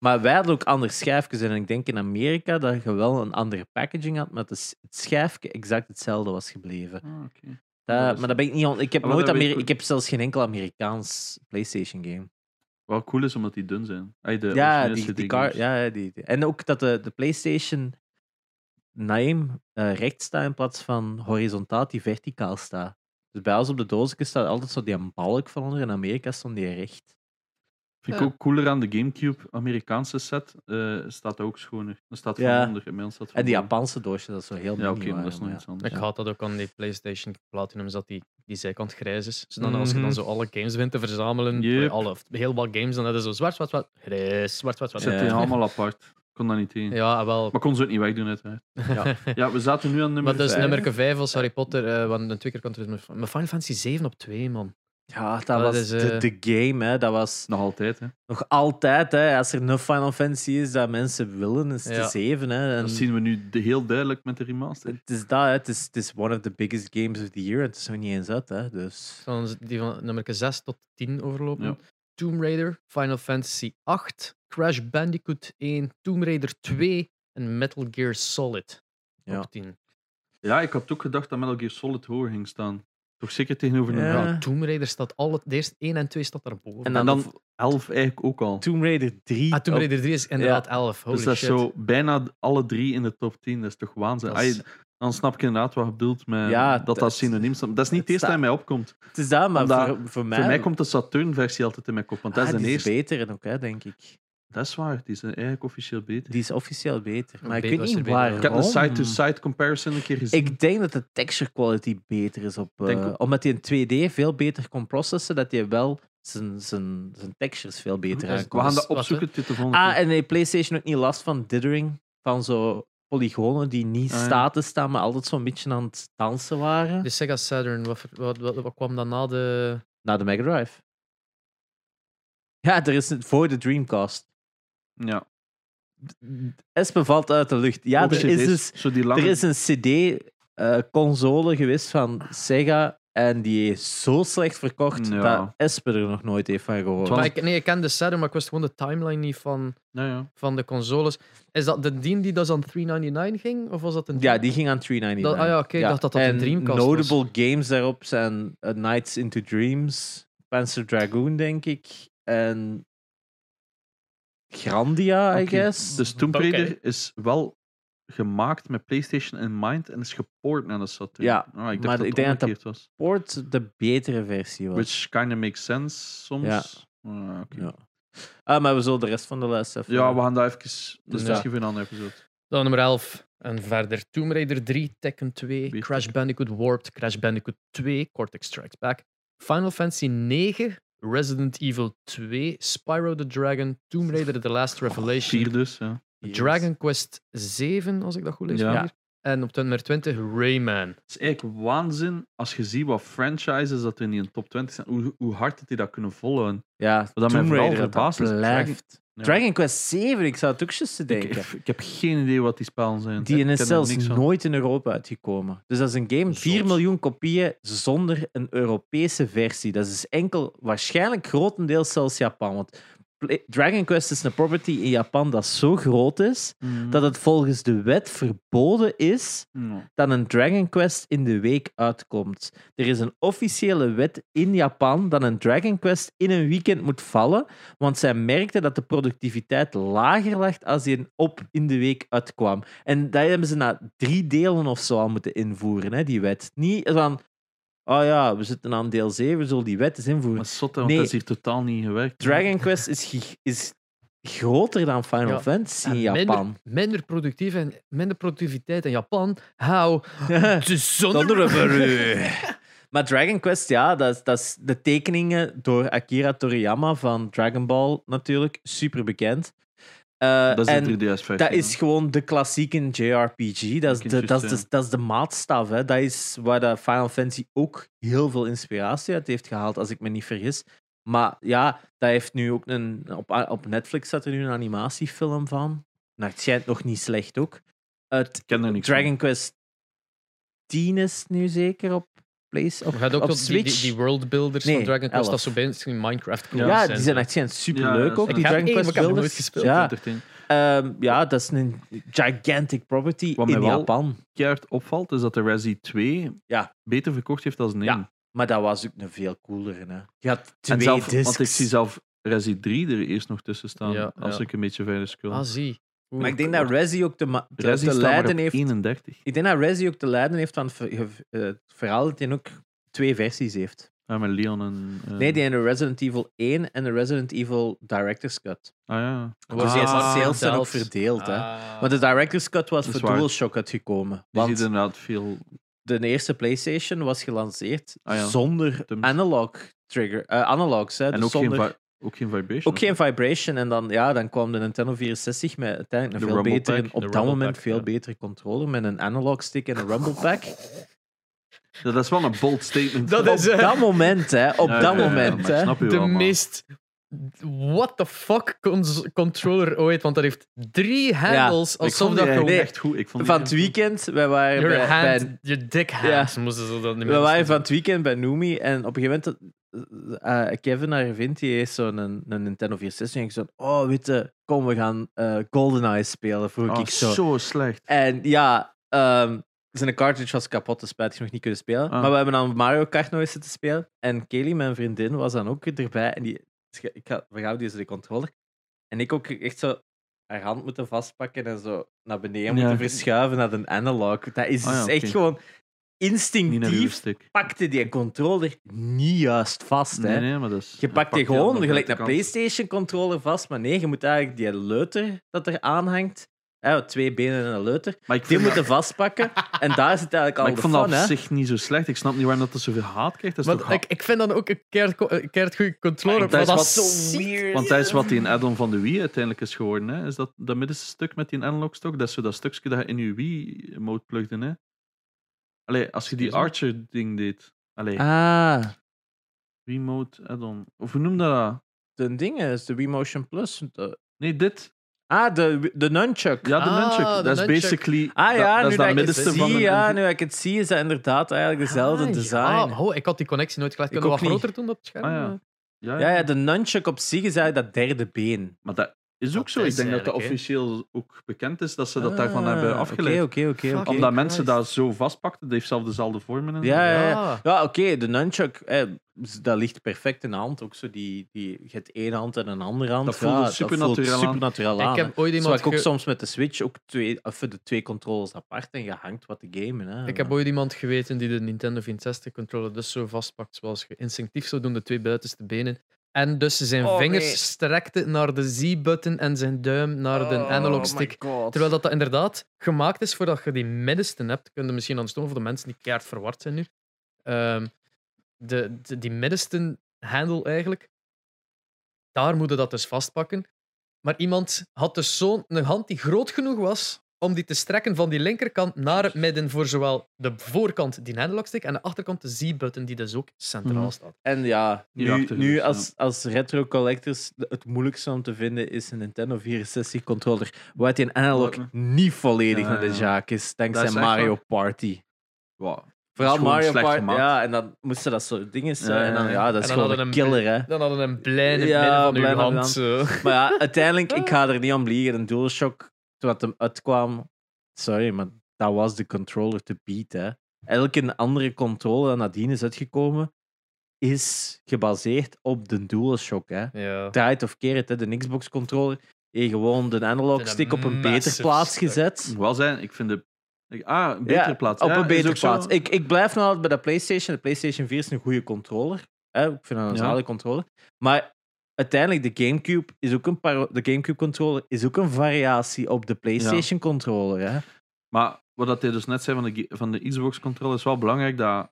[SPEAKER 1] Maar wij hadden ook andere schijfjes. En ik denk in Amerika dat je wel een andere packaging had, maar het is- het schijfje exact hetzelfde was gebleven.
[SPEAKER 2] Ah, oké.
[SPEAKER 1] Dat-
[SPEAKER 2] dat is-
[SPEAKER 1] maar dat ben ik niet... on- Ik heb,
[SPEAKER 2] Maar wat
[SPEAKER 1] nooit
[SPEAKER 2] dat weet
[SPEAKER 1] Ameri-
[SPEAKER 2] ik-
[SPEAKER 1] ik heb zelfs geen enkel Amerikaans PlayStation-game.
[SPEAKER 2] Wel cool is omdat die dun zijn. Ay, de
[SPEAKER 1] Ja,
[SPEAKER 2] originele
[SPEAKER 1] die, die
[SPEAKER 2] CD
[SPEAKER 1] car,
[SPEAKER 2] games.
[SPEAKER 1] ja, ja, die, die- En ook dat de, de PlayStation... Naim eh recht staat in plaats van horizontaal die verticaal staat. Dus bij ons op de doosje staat altijd zo die een balk van onder. In Amerika stond die recht.
[SPEAKER 2] Vind ik
[SPEAKER 3] Ja.
[SPEAKER 2] ook cooler aan de Gamecube Amerikaanse set. eh, staat dat ook schoner. Dan staat van
[SPEAKER 1] Ja.
[SPEAKER 2] onder. En bij ons staat van
[SPEAKER 1] En die
[SPEAKER 2] boven.
[SPEAKER 1] Japanse doosje, dat is zo heel
[SPEAKER 2] Mhm. Ja, oké,
[SPEAKER 1] mini
[SPEAKER 2] maar dat is
[SPEAKER 1] waren,
[SPEAKER 2] nog
[SPEAKER 1] maar
[SPEAKER 2] iets anders.
[SPEAKER 3] Ik haat dat ook aan die PlayStation Platinum, dat die, die zijkant grijs is. Dus dan als je dan
[SPEAKER 1] Mhm.
[SPEAKER 3] zo alle games wint te verzamelen,
[SPEAKER 2] Yep.
[SPEAKER 3] alle, heel wat games, dan hebben ze zo zwart, zwart, zwart, grijs, zwart, zwart, zwart.
[SPEAKER 2] Zet die
[SPEAKER 1] Ja.
[SPEAKER 2] allemaal apart. Ik kon dat niet in.
[SPEAKER 3] Ja, ah, wel.
[SPEAKER 2] Maar kon ze ook niet wegdoen, uiteraard.
[SPEAKER 1] Ja.
[SPEAKER 2] Ja, we zaten nu aan nummer
[SPEAKER 3] Maar dus
[SPEAKER 2] vijf.
[SPEAKER 3] nummer 5 was Harry Potter, eh, want een twee keer kan het dus- Maar Final Fantasy 7 op 2, man.
[SPEAKER 1] Ja, dat,
[SPEAKER 3] Dat
[SPEAKER 1] was
[SPEAKER 3] is, eh,
[SPEAKER 1] de, de game, hè. Dat was
[SPEAKER 2] Nog altijd, hè.
[SPEAKER 1] nog altijd, hè. Als er een Final Fantasy is dat mensen willen, is het
[SPEAKER 3] Ja.
[SPEAKER 1] de zeven, hè. En
[SPEAKER 2] Dat zien we nu de- heel duidelijk met de remaster.
[SPEAKER 1] Het is dat, hè. Het is, het is one of the biggest games of the year. En het is nog niet eens uit, hè. Dus...
[SPEAKER 3] Dan die van nummer 6 tot 10 overlopen.
[SPEAKER 2] Ja.
[SPEAKER 3] Tomb Raider, Final Fantasy 8, Crash Bandicoot 1, Tomb Raider 2 en Metal Gear Solid
[SPEAKER 1] Ja.
[SPEAKER 3] op 10.
[SPEAKER 2] Ja, ik had ook gedacht dat Metal Gear Solid hoger ging staan. Toch zeker tegenover een
[SPEAKER 1] Ja.
[SPEAKER 2] elf.
[SPEAKER 3] Ja, Tomb Raider staat alle, de eerste 1 en 2 staat daarboven.
[SPEAKER 1] En
[SPEAKER 2] En
[SPEAKER 1] dan,
[SPEAKER 2] dan elf eigenlijk ook al.
[SPEAKER 1] Tomb Raider 3.
[SPEAKER 3] Ah, Tomb Raider 3 is inderdaad 11. Holy
[SPEAKER 2] dus dat is
[SPEAKER 3] shit.
[SPEAKER 2] zo bijna alle drie in de top 10. Dat is toch waanzin.
[SPEAKER 3] Dat is-
[SPEAKER 2] Ah, je- dan snap ik inderdaad wat je bedoelt met
[SPEAKER 1] Ja,
[SPEAKER 2] dat dat
[SPEAKER 1] dat-
[SPEAKER 2] synoniem staat. Dat is niet
[SPEAKER 1] het
[SPEAKER 2] het eerste dat
[SPEAKER 1] staat-
[SPEAKER 2] mij opkomt.
[SPEAKER 1] Het is dat, maar
[SPEAKER 2] Omdat-
[SPEAKER 1] voor, voor mij...
[SPEAKER 2] Voor mij komt de Saturn-versie altijd in mijn kop, want dat
[SPEAKER 1] Ah,
[SPEAKER 2] is de
[SPEAKER 1] die
[SPEAKER 2] eerste.
[SPEAKER 1] beter en ook, hè, denk ik.
[SPEAKER 2] dat is waar, die is eigenlijk officieel beter.
[SPEAKER 1] Die is officieel beter. Maar ik
[SPEAKER 3] Beter
[SPEAKER 1] weet
[SPEAKER 3] was
[SPEAKER 1] niet
[SPEAKER 3] er beter,
[SPEAKER 1] waar.
[SPEAKER 3] ja.
[SPEAKER 2] Ik heb een side-to-side comparison een keer gezien.
[SPEAKER 1] Ik denk dat de texture quality beter is op. eh,
[SPEAKER 2] Denk ook.
[SPEAKER 1] omdat hij in 2D veel beter kon processen, dat hij wel zijn, zijn, zijn textures veel beter
[SPEAKER 3] Dus-
[SPEAKER 2] We
[SPEAKER 1] aankomt.
[SPEAKER 2] gaan dat
[SPEAKER 3] Wat, hè?
[SPEAKER 2] opzoeken tot de volgende
[SPEAKER 1] Ah,
[SPEAKER 2] keer.
[SPEAKER 1] en heeft PlayStation ook niet last van dithering? Van zo polygonen die niet
[SPEAKER 2] Ah, ja.
[SPEAKER 1] staten staan, maar altijd zo'n beetje aan het dansen waren.
[SPEAKER 3] De Sega Saturn, wat, wat, wat, wat kwam dan na de...
[SPEAKER 1] Na de Mega Drive. Ja, er is het voor de Dreamcast.
[SPEAKER 2] Ja,
[SPEAKER 1] Espen valt uit de lucht. Ja,
[SPEAKER 2] Ook
[SPEAKER 1] er is
[SPEAKER 2] CD's.
[SPEAKER 1] dus
[SPEAKER 2] Zo die lange...
[SPEAKER 1] Er is een CD-console geweest van Sega. En die is zo slecht verkocht
[SPEAKER 2] Ja.
[SPEAKER 1] dat Espen er nog nooit heeft van gehoord.
[SPEAKER 2] Want-
[SPEAKER 3] Maar ik, nee, ik ken de Saturn, maar ik wist gewoon de timeline niet van,
[SPEAKER 2] Ja, ja.
[SPEAKER 3] van de consoles. Is dat de dien die dus aan 399 ging? Of was dat een...
[SPEAKER 1] Ja, die ging aan 399.
[SPEAKER 3] Dat- ah ja, oké, ik dacht dat dat een
[SPEAKER 1] en
[SPEAKER 3] Dreamcast was.
[SPEAKER 1] notable games daarop zijn eh, Nights into Dreams, Panzer Dragoon, denk ik. En Grandia, I
[SPEAKER 2] Oké,
[SPEAKER 1] guess.
[SPEAKER 2] Dus Tomb
[SPEAKER 3] Oké.
[SPEAKER 2] Raider is wel gemaakt met PlayStation in mind en is geport naar de Saturn.
[SPEAKER 1] Ja,
[SPEAKER 2] Ah, ik dacht
[SPEAKER 1] maar
[SPEAKER 2] dat
[SPEAKER 1] ik
[SPEAKER 2] het
[SPEAKER 1] denk dat dat-
[SPEAKER 2] omgekeerd was.
[SPEAKER 1] Poort de betere versie was.
[SPEAKER 2] Which kind of makes sense soms.
[SPEAKER 1] Ja.
[SPEAKER 2] Ah, oké.
[SPEAKER 1] Ja. Ah, maar we zullen de rest van de lijst even...
[SPEAKER 2] Ja, we gaan daar even... Dat is
[SPEAKER 1] Ja.
[SPEAKER 2] misschien voor een andere episode.
[SPEAKER 3] Dan nummer 11. En verder Tomb Raider 3, Tekken 2,
[SPEAKER 2] Weer
[SPEAKER 3] Crash Bandicoot Warped, Crash Bandicoot 2, Cortex Strikes Back, Final Fantasy 9, Resident Evil 2, Spyro the Dragon, Tomb Raider The Last Revelation,
[SPEAKER 2] Vier dus, ja.
[SPEAKER 1] Yes.
[SPEAKER 3] Dragon Quest 7, als ik dat goed lees.
[SPEAKER 2] Ja.
[SPEAKER 3] van hier. En op nummer 20 Rayman.
[SPEAKER 2] Het is eigenlijk waanzin als je ziet wat franchises dat er in die top 20 zijn, hoe, hoe hard dat die dat kunnen volhouden.
[SPEAKER 1] Ja,
[SPEAKER 2] mij
[SPEAKER 1] Tomb Raider,
[SPEAKER 2] vooral
[SPEAKER 1] dat dat
[SPEAKER 2] verbaast is, Dragon-
[SPEAKER 1] blijft.
[SPEAKER 2] Ja.
[SPEAKER 1] Dragon Quest 7, ik zou het ook eens te
[SPEAKER 2] Ik,
[SPEAKER 1] denken.
[SPEAKER 2] ik, ik heb geen idee wat die spellen zijn.
[SPEAKER 1] Die
[SPEAKER 2] Ik ken
[SPEAKER 1] is
[SPEAKER 2] er niks
[SPEAKER 1] zelfs
[SPEAKER 2] van.
[SPEAKER 1] nooit in Europa uitgekomen. Dus dat is een game, 4
[SPEAKER 3] Zot.
[SPEAKER 1] miljoen kopieën zonder een Europese versie. Dat is dus enkel, waarschijnlijk grotendeels zelfs Japan. Want Pla- Dragon Quest is een property in Japan dat zo groot is
[SPEAKER 2] Mm.
[SPEAKER 1] dat het volgens de wet verboden is
[SPEAKER 3] Mm.
[SPEAKER 2] Ja.
[SPEAKER 1] dat een Dragon Quest in de week uitkomt. Er is een officiële wet in Japan dat een Dragon Quest in een weekend moet vallen, want zij merkten dat de productiviteit lager lag als die een op in de week uitkwam. En dat hebben ze na drie delen of zo al moeten invoeren, hè, die wet. Niet van, oh ja, we zitten aan deel 7, we zullen die wet eens invoeren.
[SPEAKER 2] Maar zot, hè, want
[SPEAKER 1] Nee.
[SPEAKER 2] dat is hier totaal niet gewerkt.
[SPEAKER 1] Dragon Quest is, gig- is groter dan Final
[SPEAKER 3] Ja.
[SPEAKER 1] Fantasy in
[SPEAKER 3] En
[SPEAKER 1] Japan.
[SPEAKER 3] Minder, productief en minder productiviteit in Japan. How? De
[SPEAKER 1] Zonder
[SPEAKER 3] zonder...
[SPEAKER 1] Maar Dragon Quest, ja, dat is, dat is de tekeningen door Akira Toriyama van Dragon Ball natuurlijk, super bekend.
[SPEAKER 2] Dat is
[SPEAKER 1] eh, en
[SPEAKER 2] de 3DS-versie.
[SPEAKER 1] dat is gewoon de klassieke JRPG. Dat is
[SPEAKER 2] Ik
[SPEAKER 1] de, dat is
[SPEAKER 2] juist,
[SPEAKER 1] de, dat is de maatstaf. Hè. Dat is waar de Final Fantasy ook heel veel inspiratie uit heeft gehaald, als ik me niet vergis. Maar ja, dat heeft nu ook een. Op, op Netflix staat er nu een animatiefilm van. Nou, het schijnt nog niet slecht ook. Het
[SPEAKER 2] Ik ken er niks van.
[SPEAKER 1] Dragon Quest 10 is nu zeker op, place, op,
[SPEAKER 3] We gaan ook
[SPEAKER 1] op
[SPEAKER 3] tot die,
[SPEAKER 1] Switch.
[SPEAKER 3] die, die worldbuilders van
[SPEAKER 1] Nee,
[SPEAKER 3] Dragon Quest, dat
[SPEAKER 1] elf.
[SPEAKER 3] zo bijna misschien Minecraft
[SPEAKER 1] ja,
[SPEAKER 3] clones
[SPEAKER 1] die zijn echt zijn
[SPEAKER 2] Ja,
[SPEAKER 1] superleuk ook.
[SPEAKER 2] dat is waar.
[SPEAKER 1] Die
[SPEAKER 3] Ik heb
[SPEAKER 1] Dragon
[SPEAKER 3] één,
[SPEAKER 1] Quest
[SPEAKER 3] maar ik heb hem
[SPEAKER 1] builders.
[SPEAKER 3] nooit gespeeld.
[SPEAKER 1] Ja,
[SPEAKER 2] 2013.
[SPEAKER 1] ehm, ja, dat is een gigantic property
[SPEAKER 2] Wat mij
[SPEAKER 1] in
[SPEAKER 2] wel-
[SPEAKER 1] Japan.
[SPEAKER 2] keihard opvalt, is dat de Resi 2
[SPEAKER 1] Ja.
[SPEAKER 2] beter verkocht heeft dan 1.
[SPEAKER 1] Ja, Maar dat was ook een veel coolere. Hè. Je had twee
[SPEAKER 2] en zelf,
[SPEAKER 1] discs.
[SPEAKER 2] Want ik zie zelf Resi 3 er eerst nog tussen staan,
[SPEAKER 3] Ja,
[SPEAKER 2] als
[SPEAKER 3] ja.
[SPEAKER 2] ik een beetje verder scroll.
[SPEAKER 3] Ah, zie. Oeh,
[SPEAKER 1] Maar ik denk dat Resi ook te, ma- te-
[SPEAKER 2] Resi
[SPEAKER 1] te
[SPEAKER 2] staat maar
[SPEAKER 1] lijden
[SPEAKER 2] op
[SPEAKER 1] heeft.
[SPEAKER 2] 31.
[SPEAKER 1] Ik denk dat Resi ook te lijden heeft van het ver- ge- eh, het verhaal dat hij ook twee versies heeft.
[SPEAKER 2] Ja, met Ah, Leon en... eh,
[SPEAKER 1] Nee, die hebben de Resident Evil 1 en de Resident Evil Director's Cut.
[SPEAKER 2] Ah ja.
[SPEAKER 3] Wordt
[SPEAKER 1] Dus die
[SPEAKER 2] ah,
[SPEAKER 1] heeft
[SPEAKER 3] Ah,
[SPEAKER 1] sales zijn ook
[SPEAKER 3] zelfs.
[SPEAKER 1] verdeeld. Hè.
[SPEAKER 3] Ah.
[SPEAKER 1] Want de Director's Cut was
[SPEAKER 2] Dat
[SPEAKER 1] voor
[SPEAKER 2] is waar.
[SPEAKER 1] DualShock uitgekomen.
[SPEAKER 2] die
[SPEAKER 1] Want
[SPEAKER 2] ziet inderdaad veel...
[SPEAKER 1] de eerste PlayStation was gelanceerd
[SPEAKER 2] Ah ja.
[SPEAKER 1] zonder
[SPEAKER 2] Thumbs.
[SPEAKER 1] analog trigger, eh, analogs. Hè,
[SPEAKER 2] En
[SPEAKER 1] dus
[SPEAKER 2] ook,
[SPEAKER 1] zonder,
[SPEAKER 2] geen vi- ook geen vibration.
[SPEAKER 1] ook geen vibration. En dan, ja, dan kwam de Nintendo 64 met uiteindelijk
[SPEAKER 2] De
[SPEAKER 1] een veel
[SPEAKER 2] Rumble
[SPEAKER 1] betere,
[SPEAKER 2] Pack.
[SPEAKER 1] op
[SPEAKER 3] De
[SPEAKER 1] dat
[SPEAKER 3] Rumble
[SPEAKER 1] moment
[SPEAKER 3] Pack,
[SPEAKER 1] veel
[SPEAKER 3] ja.
[SPEAKER 1] betere controller met een analog stick en een rumble pack.
[SPEAKER 2] Dat is wel een bold statement.
[SPEAKER 3] Dat is,
[SPEAKER 1] op
[SPEAKER 3] eh,
[SPEAKER 1] dat moment, hè. Op
[SPEAKER 2] Ja,
[SPEAKER 1] dat
[SPEAKER 2] ja, ja, maar
[SPEAKER 1] moment,
[SPEAKER 2] ik
[SPEAKER 1] hè.
[SPEAKER 2] snap je
[SPEAKER 3] de
[SPEAKER 2] wel, maar-
[SPEAKER 3] meest. What the fuck cons- controller ooit? Want dat heeft drie handles
[SPEAKER 2] Ik
[SPEAKER 3] alsof
[SPEAKER 2] vond die
[SPEAKER 3] dat
[SPEAKER 2] eigenlijk
[SPEAKER 3] gewoon.
[SPEAKER 2] echt goed. Ik vond die
[SPEAKER 1] Van het weekend, wij waren
[SPEAKER 3] Your
[SPEAKER 1] bij, bij-
[SPEAKER 3] hand, je dik hand, moesten ze dat niet
[SPEAKER 1] we waren van het weekend bij Noemi en op een gegeven moment eh, Kevin haar vindt, die heeft zo'n een, een Nintendo 64 en ik zo, oh witte, kom we gaan eh, GoldenEye spelen, vroeg
[SPEAKER 2] Ah,
[SPEAKER 1] ik zo.
[SPEAKER 2] slecht.
[SPEAKER 1] En ja, ehm, zijn cartridge was kapot, dus spijtig nog niet kunnen spelen.
[SPEAKER 2] Ah.
[SPEAKER 1] Maar we hebben dan Mario Kart nog eens zitten spelen. En Kelly, mijn vriendin, was dan ook erbij. En die, dus ik ga, we gaan deze de controller. En ik ook echt zo haar hand moeten vastpakken en zo naar beneden
[SPEAKER 2] Ja.
[SPEAKER 1] moeten verschuiven naar een analog. Dat is
[SPEAKER 2] Ah ja,
[SPEAKER 1] dus
[SPEAKER 2] oké.
[SPEAKER 1] echt gewoon
[SPEAKER 2] Niet naar uw
[SPEAKER 1] instinctief.
[SPEAKER 2] stick.
[SPEAKER 1] Pakte die controller niet juist vast.
[SPEAKER 2] Nee,
[SPEAKER 1] hè.
[SPEAKER 2] nee, maar dat is...
[SPEAKER 1] Je pakt die
[SPEAKER 2] aan
[SPEAKER 1] gewoon
[SPEAKER 2] de
[SPEAKER 1] gelijk een
[SPEAKER 2] buitenkant.
[SPEAKER 1] PlayStation-controller vast, maar nee, je moet eigenlijk die leuter dat er aanhangt, hè, twee benen en een leuter,
[SPEAKER 2] Maar ik
[SPEAKER 1] die
[SPEAKER 2] vind
[SPEAKER 1] moeten
[SPEAKER 2] dat,
[SPEAKER 1] vastpakken. En daar zit eigenlijk al
[SPEAKER 2] maar ik
[SPEAKER 1] de
[SPEAKER 2] vond dat
[SPEAKER 1] fun,
[SPEAKER 2] op
[SPEAKER 1] hè.
[SPEAKER 2] zich niet zo slecht. Ik snap niet waarom dat er zoveel haat krijgt. Dat is toch
[SPEAKER 3] Want ik, ik vind dan ook een keert, co- een keert goede controller.
[SPEAKER 2] Dat is
[SPEAKER 3] maar
[SPEAKER 2] wat
[SPEAKER 1] zo
[SPEAKER 3] ziet-
[SPEAKER 1] weird.
[SPEAKER 2] Want dat is wat die add-on van de Wii uiteindelijk is geworden. Hè? Is dat, dat middenste stuk met die analog stok? Dat is zo dat stukje dat je in je Wii-mode plugde. Hè? Allee, als je die
[SPEAKER 3] Excuse me?
[SPEAKER 2] Archer-ding deed. Allee,
[SPEAKER 1] Ah,
[SPEAKER 2] Wii-mode add-on. Of hoe noemde dat?
[SPEAKER 1] de ding is de Wii Motion Plus. De-
[SPEAKER 2] Nee, dit.
[SPEAKER 1] ah, de, de Nunchuck.
[SPEAKER 2] Ja, de
[SPEAKER 3] Ah,
[SPEAKER 2] nunchuck.
[SPEAKER 3] de
[SPEAKER 2] Dat is
[SPEAKER 3] nunchuck.
[SPEAKER 2] basically...
[SPEAKER 1] Ah ja,
[SPEAKER 2] dat, dat
[SPEAKER 1] nu dat,
[SPEAKER 2] is
[SPEAKER 1] ik
[SPEAKER 2] dat
[SPEAKER 1] het
[SPEAKER 2] middenste van
[SPEAKER 1] zie,
[SPEAKER 2] een...
[SPEAKER 1] ja, nu dat ik het zie, is dat inderdaad eigenlijk dezelfde
[SPEAKER 3] Ah,
[SPEAKER 1] design.
[SPEAKER 3] ja.
[SPEAKER 1] Ja.
[SPEAKER 3] Oh, ik had die connectie nooit gelegd.
[SPEAKER 1] Ik
[SPEAKER 3] Kunnen we
[SPEAKER 1] ook
[SPEAKER 3] wat
[SPEAKER 1] niet.
[SPEAKER 3] groter doen op het scherm?
[SPEAKER 2] Ah, ja. ja,
[SPEAKER 1] Ja, de Nunchuck op zich is eigenlijk dat derde been.
[SPEAKER 2] Maar dat is ook
[SPEAKER 3] Dat
[SPEAKER 2] zo.
[SPEAKER 3] is
[SPEAKER 2] ik denk dat dat
[SPEAKER 3] eigenlijk, hè.
[SPEAKER 2] officieel ook bekend is dat ze dat daarvan
[SPEAKER 1] Ah,
[SPEAKER 2] hebben afgeleid.
[SPEAKER 1] Oké, oké, oké,
[SPEAKER 3] Fuck,
[SPEAKER 1] oké.
[SPEAKER 3] om
[SPEAKER 2] Omdat
[SPEAKER 3] Christ.
[SPEAKER 2] mensen dat zo vastpakten, dat heeft zelf dezelfde vormen. En
[SPEAKER 1] Ja,
[SPEAKER 2] zo.
[SPEAKER 1] ja, ja. Ja, oké, de nunchuck, eh, z- dat ligt perfect in de hand. Ook zo, die, die, je hebt één hand en een andere hand.
[SPEAKER 2] Dat voelde
[SPEAKER 1] ja,
[SPEAKER 2] supernaturaal aan.
[SPEAKER 1] supernaturaal aan.
[SPEAKER 3] Ik
[SPEAKER 1] hè.
[SPEAKER 3] heb ooit
[SPEAKER 1] Zo
[SPEAKER 3] iemand
[SPEAKER 1] had ik ook
[SPEAKER 3] ge-
[SPEAKER 1] soms met de Switch ook twee, of de twee controllers apart en je hangt wat te gamen. Hè.
[SPEAKER 3] Ik heb ooit iemand geweten die de Nintendo 64 controller dus zo vastpakt, zoals je instinctief zou doen, de twee buitenste benen. En dus zijn
[SPEAKER 1] Oh,
[SPEAKER 3] vingers
[SPEAKER 1] nee.
[SPEAKER 3] strekte naar de Z-button en zijn duim naar de
[SPEAKER 2] Oh
[SPEAKER 1] Oh,
[SPEAKER 3] analog stick. Terwijl dat, dat inderdaad gemaakt is voordat je die middenste hebt. Kun je misschien aan stoom voor de mensen die keihard verward zijn nu. Ehm, de, de- die middenste handle eigenlijk, daar moeten dat dus vastpakken. Maar iemand had dus zo'n een hand die groot genoeg was om die te strekken van die linkerkant naar het midden voor zowel de voorkant, die handlockstick, en de achterkant, de Z-button, die dus ook centraal
[SPEAKER 2] Mhm.
[SPEAKER 3] staat.
[SPEAKER 1] En ja, nu,
[SPEAKER 2] Hierachter dus,
[SPEAKER 1] nu
[SPEAKER 2] ja.
[SPEAKER 1] als, als retro collectors de- het moeilijkste om te vinden is een Nintendo 64 controller. Waar die analog
[SPEAKER 2] Wat?
[SPEAKER 1] niet volledig
[SPEAKER 2] Ja,
[SPEAKER 1] naar de
[SPEAKER 2] ja.
[SPEAKER 1] jaak is,
[SPEAKER 2] Dat
[SPEAKER 1] dankzij
[SPEAKER 2] is echt
[SPEAKER 1] Mario
[SPEAKER 2] waar.
[SPEAKER 1] Party.
[SPEAKER 2] Wow.
[SPEAKER 1] Vooral
[SPEAKER 2] gewoon
[SPEAKER 1] Mario
[SPEAKER 2] slecht
[SPEAKER 1] Party.
[SPEAKER 2] gemaakt.
[SPEAKER 1] Ja, en dan moesten dat soort dingen zijn.
[SPEAKER 2] Ja, ja,
[SPEAKER 1] En dan,
[SPEAKER 2] ja.
[SPEAKER 1] ja, dat is
[SPEAKER 3] En dan
[SPEAKER 1] gewoon
[SPEAKER 3] hadden
[SPEAKER 1] een
[SPEAKER 3] een
[SPEAKER 1] killer, hè.
[SPEAKER 3] Dan hadden we een blij in het
[SPEAKER 1] Ja,
[SPEAKER 3] midden van uw
[SPEAKER 1] blij in het
[SPEAKER 3] hand. zo.
[SPEAKER 1] Maar ja, uiteindelijk, ik ga er niet om liegen. Een DualShock, toen dat hem uitkwam... Sorry, maar dat was de controller te beat, hè. Elke andere controller dat nadien is uitgekomen, is gebaseerd op de DualShock, hè.
[SPEAKER 3] Ja.
[SPEAKER 1] Draait of keert, hè. De Xbox-controller heeft gewoon de analog
[SPEAKER 3] Met een
[SPEAKER 1] stick op een beter
[SPEAKER 3] massive
[SPEAKER 1] plaats
[SPEAKER 3] stuk.
[SPEAKER 1] gezet.
[SPEAKER 2] Wel zijn, ik vind de... ik- Ah, een betere
[SPEAKER 1] Ja,
[SPEAKER 2] plaats.
[SPEAKER 1] Op
[SPEAKER 2] Ja,
[SPEAKER 1] een
[SPEAKER 2] is
[SPEAKER 1] betere
[SPEAKER 2] ook zo.
[SPEAKER 1] plaats. Ik, ik blijf nog altijd bij de PlayStation. De PlayStation 4 is een goede controller. Hè? Ik vind dat een
[SPEAKER 2] Ja.
[SPEAKER 1] zalige controller. Maar uiteindelijk, de GameCube, is ook een paro- de GameCube controller is ook een variatie op de PlayStation controller. Hè?
[SPEAKER 2] Maar wat dat hij dus net zei van de, ge- van de Xbox controller is wel belangrijk dat...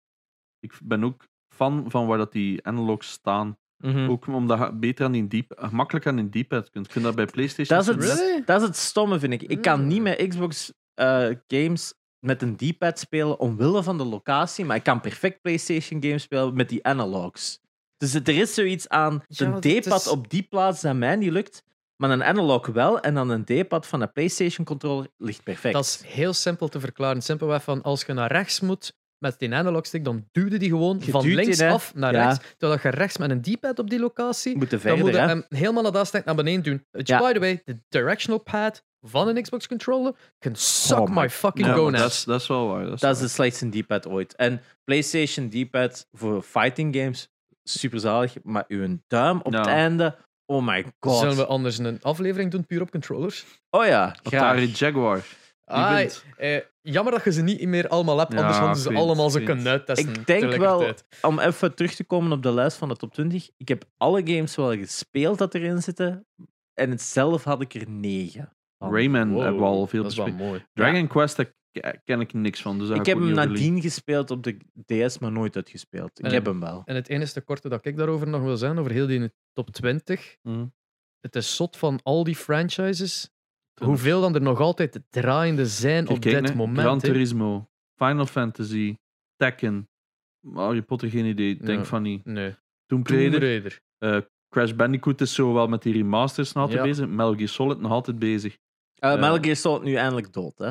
[SPEAKER 2] Ik ben ook fan van waar dat die analogs staan.
[SPEAKER 1] Hm.
[SPEAKER 2] Ook omdat je beter aan die diep, makkelijk aan die diepheid kunt. Je kunt dat bij PlayStation...
[SPEAKER 1] Dat is het,
[SPEAKER 3] Really?
[SPEAKER 1] dat is het stomme, vind ik. Ik kan
[SPEAKER 3] Mm.
[SPEAKER 1] niet met Xbox eh, games met een D-pad spelen omwille van de locatie, maar ik kan perfect PlayStation games spelen met die analogs. Dus het- er is zoiets aan
[SPEAKER 3] Ja,
[SPEAKER 1] een
[SPEAKER 3] dat is-
[SPEAKER 1] D-pad op die plaats dat mij niet lukt, maar een analog wel en dan een D-pad van de PlayStation controller ligt perfect.
[SPEAKER 3] Dat is heel simpel te verklaren. Simpelweg van als je naar rechts moet met die analogstick, dan duwde die gewoon
[SPEAKER 1] Je
[SPEAKER 3] van
[SPEAKER 1] duwt die,
[SPEAKER 3] links
[SPEAKER 1] hè?
[SPEAKER 3] af naar
[SPEAKER 1] Ja.
[SPEAKER 3] rechts. Terwijl je rechts met een D-pad op die locatie,
[SPEAKER 1] moeten
[SPEAKER 3] dan moet je
[SPEAKER 1] verder, hè?
[SPEAKER 3] hem helemaal naar dat stek naar beneden doen. Which,
[SPEAKER 1] Ja.
[SPEAKER 3] by the way, de directional pad van een Xbox controller can suck
[SPEAKER 1] Oh my-
[SPEAKER 3] my fucking
[SPEAKER 2] Ja, maar dat, is,
[SPEAKER 3] gonads.
[SPEAKER 2] dat is wel waar.
[SPEAKER 1] Dat is
[SPEAKER 2] waar.
[SPEAKER 1] de slechtste D-pad ooit. En PlayStation D-pad voor fighting games, super zalig, maar uw duim op
[SPEAKER 2] Ja.
[SPEAKER 1] het einde Oh my god.
[SPEAKER 3] Zullen we anders een aflevering doen, puur op controllers?
[SPEAKER 1] Oh ja, graag.
[SPEAKER 2] Atari Jaguar. Die
[SPEAKER 3] Ah,
[SPEAKER 2] wint.
[SPEAKER 3] eh, jammer dat je ze niet meer allemaal hebt,
[SPEAKER 2] Ja,
[SPEAKER 3] anders hadden ze
[SPEAKER 2] vriend,
[SPEAKER 3] allemaal ze
[SPEAKER 2] vriend.
[SPEAKER 3] kunnen uittesten.
[SPEAKER 1] Ik denk wel-
[SPEAKER 3] tegelijkertijd.
[SPEAKER 1] Om even terug te komen op de lijst van de top 20. Ik heb alle games wel gespeeld dat erin zitten. En het zelf had ik er negen. van.
[SPEAKER 2] Rayman
[SPEAKER 3] Wow,
[SPEAKER 2] hebben we al veel
[SPEAKER 3] Dat is wel
[SPEAKER 2] besproken.
[SPEAKER 3] mooi.
[SPEAKER 2] Dragon Quest, daar ke- ken ik niks van. Dus daar
[SPEAKER 1] Ik
[SPEAKER 2] ga
[SPEAKER 1] heb
[SPEAKER 2] ook
[SPEAKER 1] hem
[SPEAKER 2] niet over liegen.
[SPEAKER 1] nadien gespeeld op de DS, maar nooit uitgespeeld. Ik
[SPEAKER 3] Eh.
[SPEAKER 1] heb hem wel.
[SPEAKER 3] En het enige korte dat ik daarover nog wil zeggen, over heel die top 20.
[SPEAKER 2] Mm.
[SPEAKER 3] Het is zot van al die franchises. Hoeveel dan er nog altijd draaiende zijn op
[SPEAKER 2] Kijk,
[SPEAKER 3] dit
[SPEAKER 2] hè. Gran
[SPEAKER 3] moment. hè.
[SPEAKER 2] Turismo, Final Fantasy, Tekken. Harry Potter, geen idee. Denk
[SPEAKER 3] Ja.
[SPEAKER 2] van niet.
[SPEAKER 3] Nee,
[SPEAKER 2] Tomb
[SPEAKER 3] Tomb
[SPEAKER 2] Raider.
[SPEAKER 3] Raider.
[SPEAKER 2] eh, Crash Bandicoot is zo wel met die remasters nog altijd
[SPEAKER 3] Ja.
[SPEAKER 2] bezig. Metal Gear Solid nog altijd bezig.
[SPEAKER 1] Eh
[SPEAKER 2] Eh.
[SPEAKER 1] Metal Gear Solid nu eindelijk dood, hè?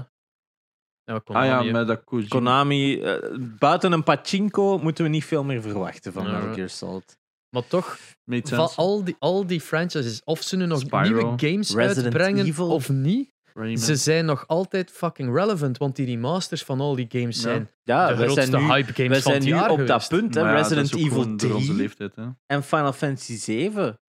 [SPEAKER 3] Ja, Konami,
[SPEAKER 2] ah
[SPEAKER 3] hè.
[SPEAKER 2] ja, met dat Koji-
[SPEAKER 1] Konami, eh, buiten een pachinko moeten we niet veel meer verwachten van
[SPEAKER 3] Ja.
[SPEAKER 1] Metal Gear Solid.
[SPEAKER 3] Maar toch,
[SPEAKER 2] Made
[SPEAKER 3] van
[SPEAKER 2] sense.
[SPEAKER 3] al die, al die franchises, of ze nu nog
[SPEAKER 2] Spyro,
[SPEAKER 3] nieuwe games
[SPEAKER 1] Resident
[SPEAKER 3] uitbrengen
[SPEAKER 1] Evil.
[SPEAKER 3] of niet,
[SPEAKER 2] Rayman.
[SPEAKER 3] ze zijn nog altijd fucking relevant, want die remasters van al die games
[SPEAKER 2] Ja.
[SPEAKER 3] zijn
[SPEAKER 1] Ja, Ah,
[SPEAKER 3] de
[SPEAKER 1] we
[SPEAKER 3] grootste
[SPEAKER 1] zijn nu,
[SPEAKER 3] hype games
[SPEAKER 1] we
[SPEAKER 3] van
[SPEAKER 1] zijn
[SPEAKER 3] het
[SPEAKER 1] nu op
[SPEAKER 3] jaar
[SPEAKER 1] dat
[SPEAKER 3] geweest.
[SPEAKER 1] punt, hè?
[SPEAKER 2] Maar ja, dat is
[SPEAKER 1] Resident
[SPEAKER 2] ook
[SPEAKER 1] Evil
[SPEAKER 2] gewoon door onze
[SPEAKER 1] 3
[SPEAKER 2] leeftijd, hè.
[SPEAKER 1] en Final Fantasy 7,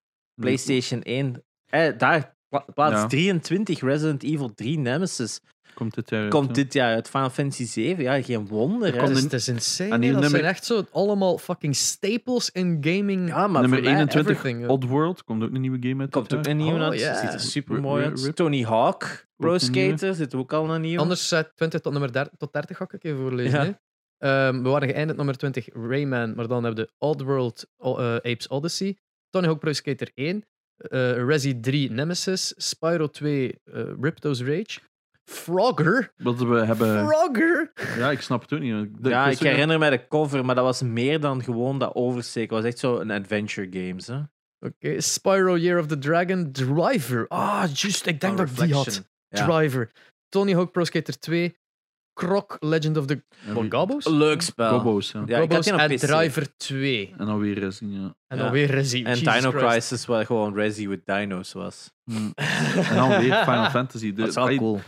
[SPEAKER 1] PlayStation 1. Eh, daar, pla- plaats
[SPEAKER 2] Hm. Ja.
[SPEAKER 1] 23, Resident Evil 3 Nemesis.
[SPEAKER 2] Komt dit jaar uit,
[SPEAKER 1] Komt
[SPEAKER 2] hè.
[SPEAKER 1] dit jaar uit Final Fantasy 7? Ja, geen wonder. hè. Dus-
[SPEAKER 2] komt
[SPEAKER 3] Het is,
[SPEAKER 2] een-
[SPEAKER 3] het is insane.
[SPEAKER 2] en
[SPEAKER 3] hè.
[SPEAKER 2] die
[SPEAKER 3] dat
[SPEAKER 2] nummer-
[SPEAKER 3] zijn echt zo allemaal fucking staples in gaming.
[SPEAKER 1] ja, maar
[SPEAKER 2] Nummer
[SPEAKER 1] voor mij
[SPEAKER 2] 21,
[SPEAKER 3] everything, ja.
[SPEAKER 2] Oddworld. Komt ook een nieuwe game uit.
[SPEAKER 1] komt
[SPEAKER 2] dit
[SPEAKER 1] ook
[SPEAKER 2] jaar.
[SPEAKER 1] een nieuwe
[SPEAKER 3] Oh,
[SPEAKER 1] uit. Dus
[SPEAKER 3] ja.
[SPEAKER 1] Ziet er super mooi
[SPEAKER 2] Rip, rip,
[SPEAKER 1] uit.
[SPEAKER 2] rip.
[SPEAKER 1] Tony Hawk, Pro
[SPEAKER 2] Ook een nieuwe.
[SPEAKER 1] Skater, zit ook al een nieuwe.
[SPEAKER 3] Anders eh, 20 tot nummer 30, tot 30 ga ik even voorlezen.
[SPEAKER 1] Ja.
[SPEAKER 3] hè. Ehm, we waren geëindigd nummer 20 Rayman, maar dan hebben we Oddworld o- eh, Apes Odyssey, Tony Hawk Pro Skater 1, eh Resi 3 Nemesis, Spyro 2 eh, Ripto's Rage, Frogger.
[SPEAKER 2] Wat we hebben...
[SPEAKER 3] Frogger!
[SPEAKER 2] Ja, ik snap het ook niet. Ik-
[SPEAKER 1] ja, ik
[SPEAKER 2] wist ook niet-
[SPEAKER 1] herinner mij de cover, maar dat was meer dan gewoon dat oversteken. Het was echt zo'n adventure games. Hè?
[SPEAKER 3] Oké, Spyro Year of the Dragon, Driver. Ah, juist, ik denk dat ik die had.
[SPEAKER 1] Oh, Ja.
[SPEAKER 3] Driver. Tony Hawk Pro Skater 2, Croc Legend of the
[SPEAKER 2] Ja,
[SPEAKER 3] Bongabos?
[SPEAKER 1] Leuk spel.
[SPEAKER 2] Gobo's, ja.
[SPEAKER 1] Ja, ik had die op
[SPEAKER 3] en
[SPEAKER 1] PC.
[SPEAKER 3] Driver 2.
[SPEAKER 2] En dan weer eh, eens, ja.
[SPEAKER 3] En
[SPEAKER 1] Ja.
[SPEAKER 3] dan weer Resi.
[SPEAKER 1] En
[SPEAKER 3] Jesus
[SPEAKER 1] Dino
[SPEAKER 3] Christ.
[SPEAKER 1] Crisis, waar gewoon Resi with dino's was.
[SPEAKER 2] Mm. En dan weer Final Fantasy. De-
[SPEAKER 1] Dat is wel
[SPEAKER 2] Ai,
[SPEAKER 1] cool.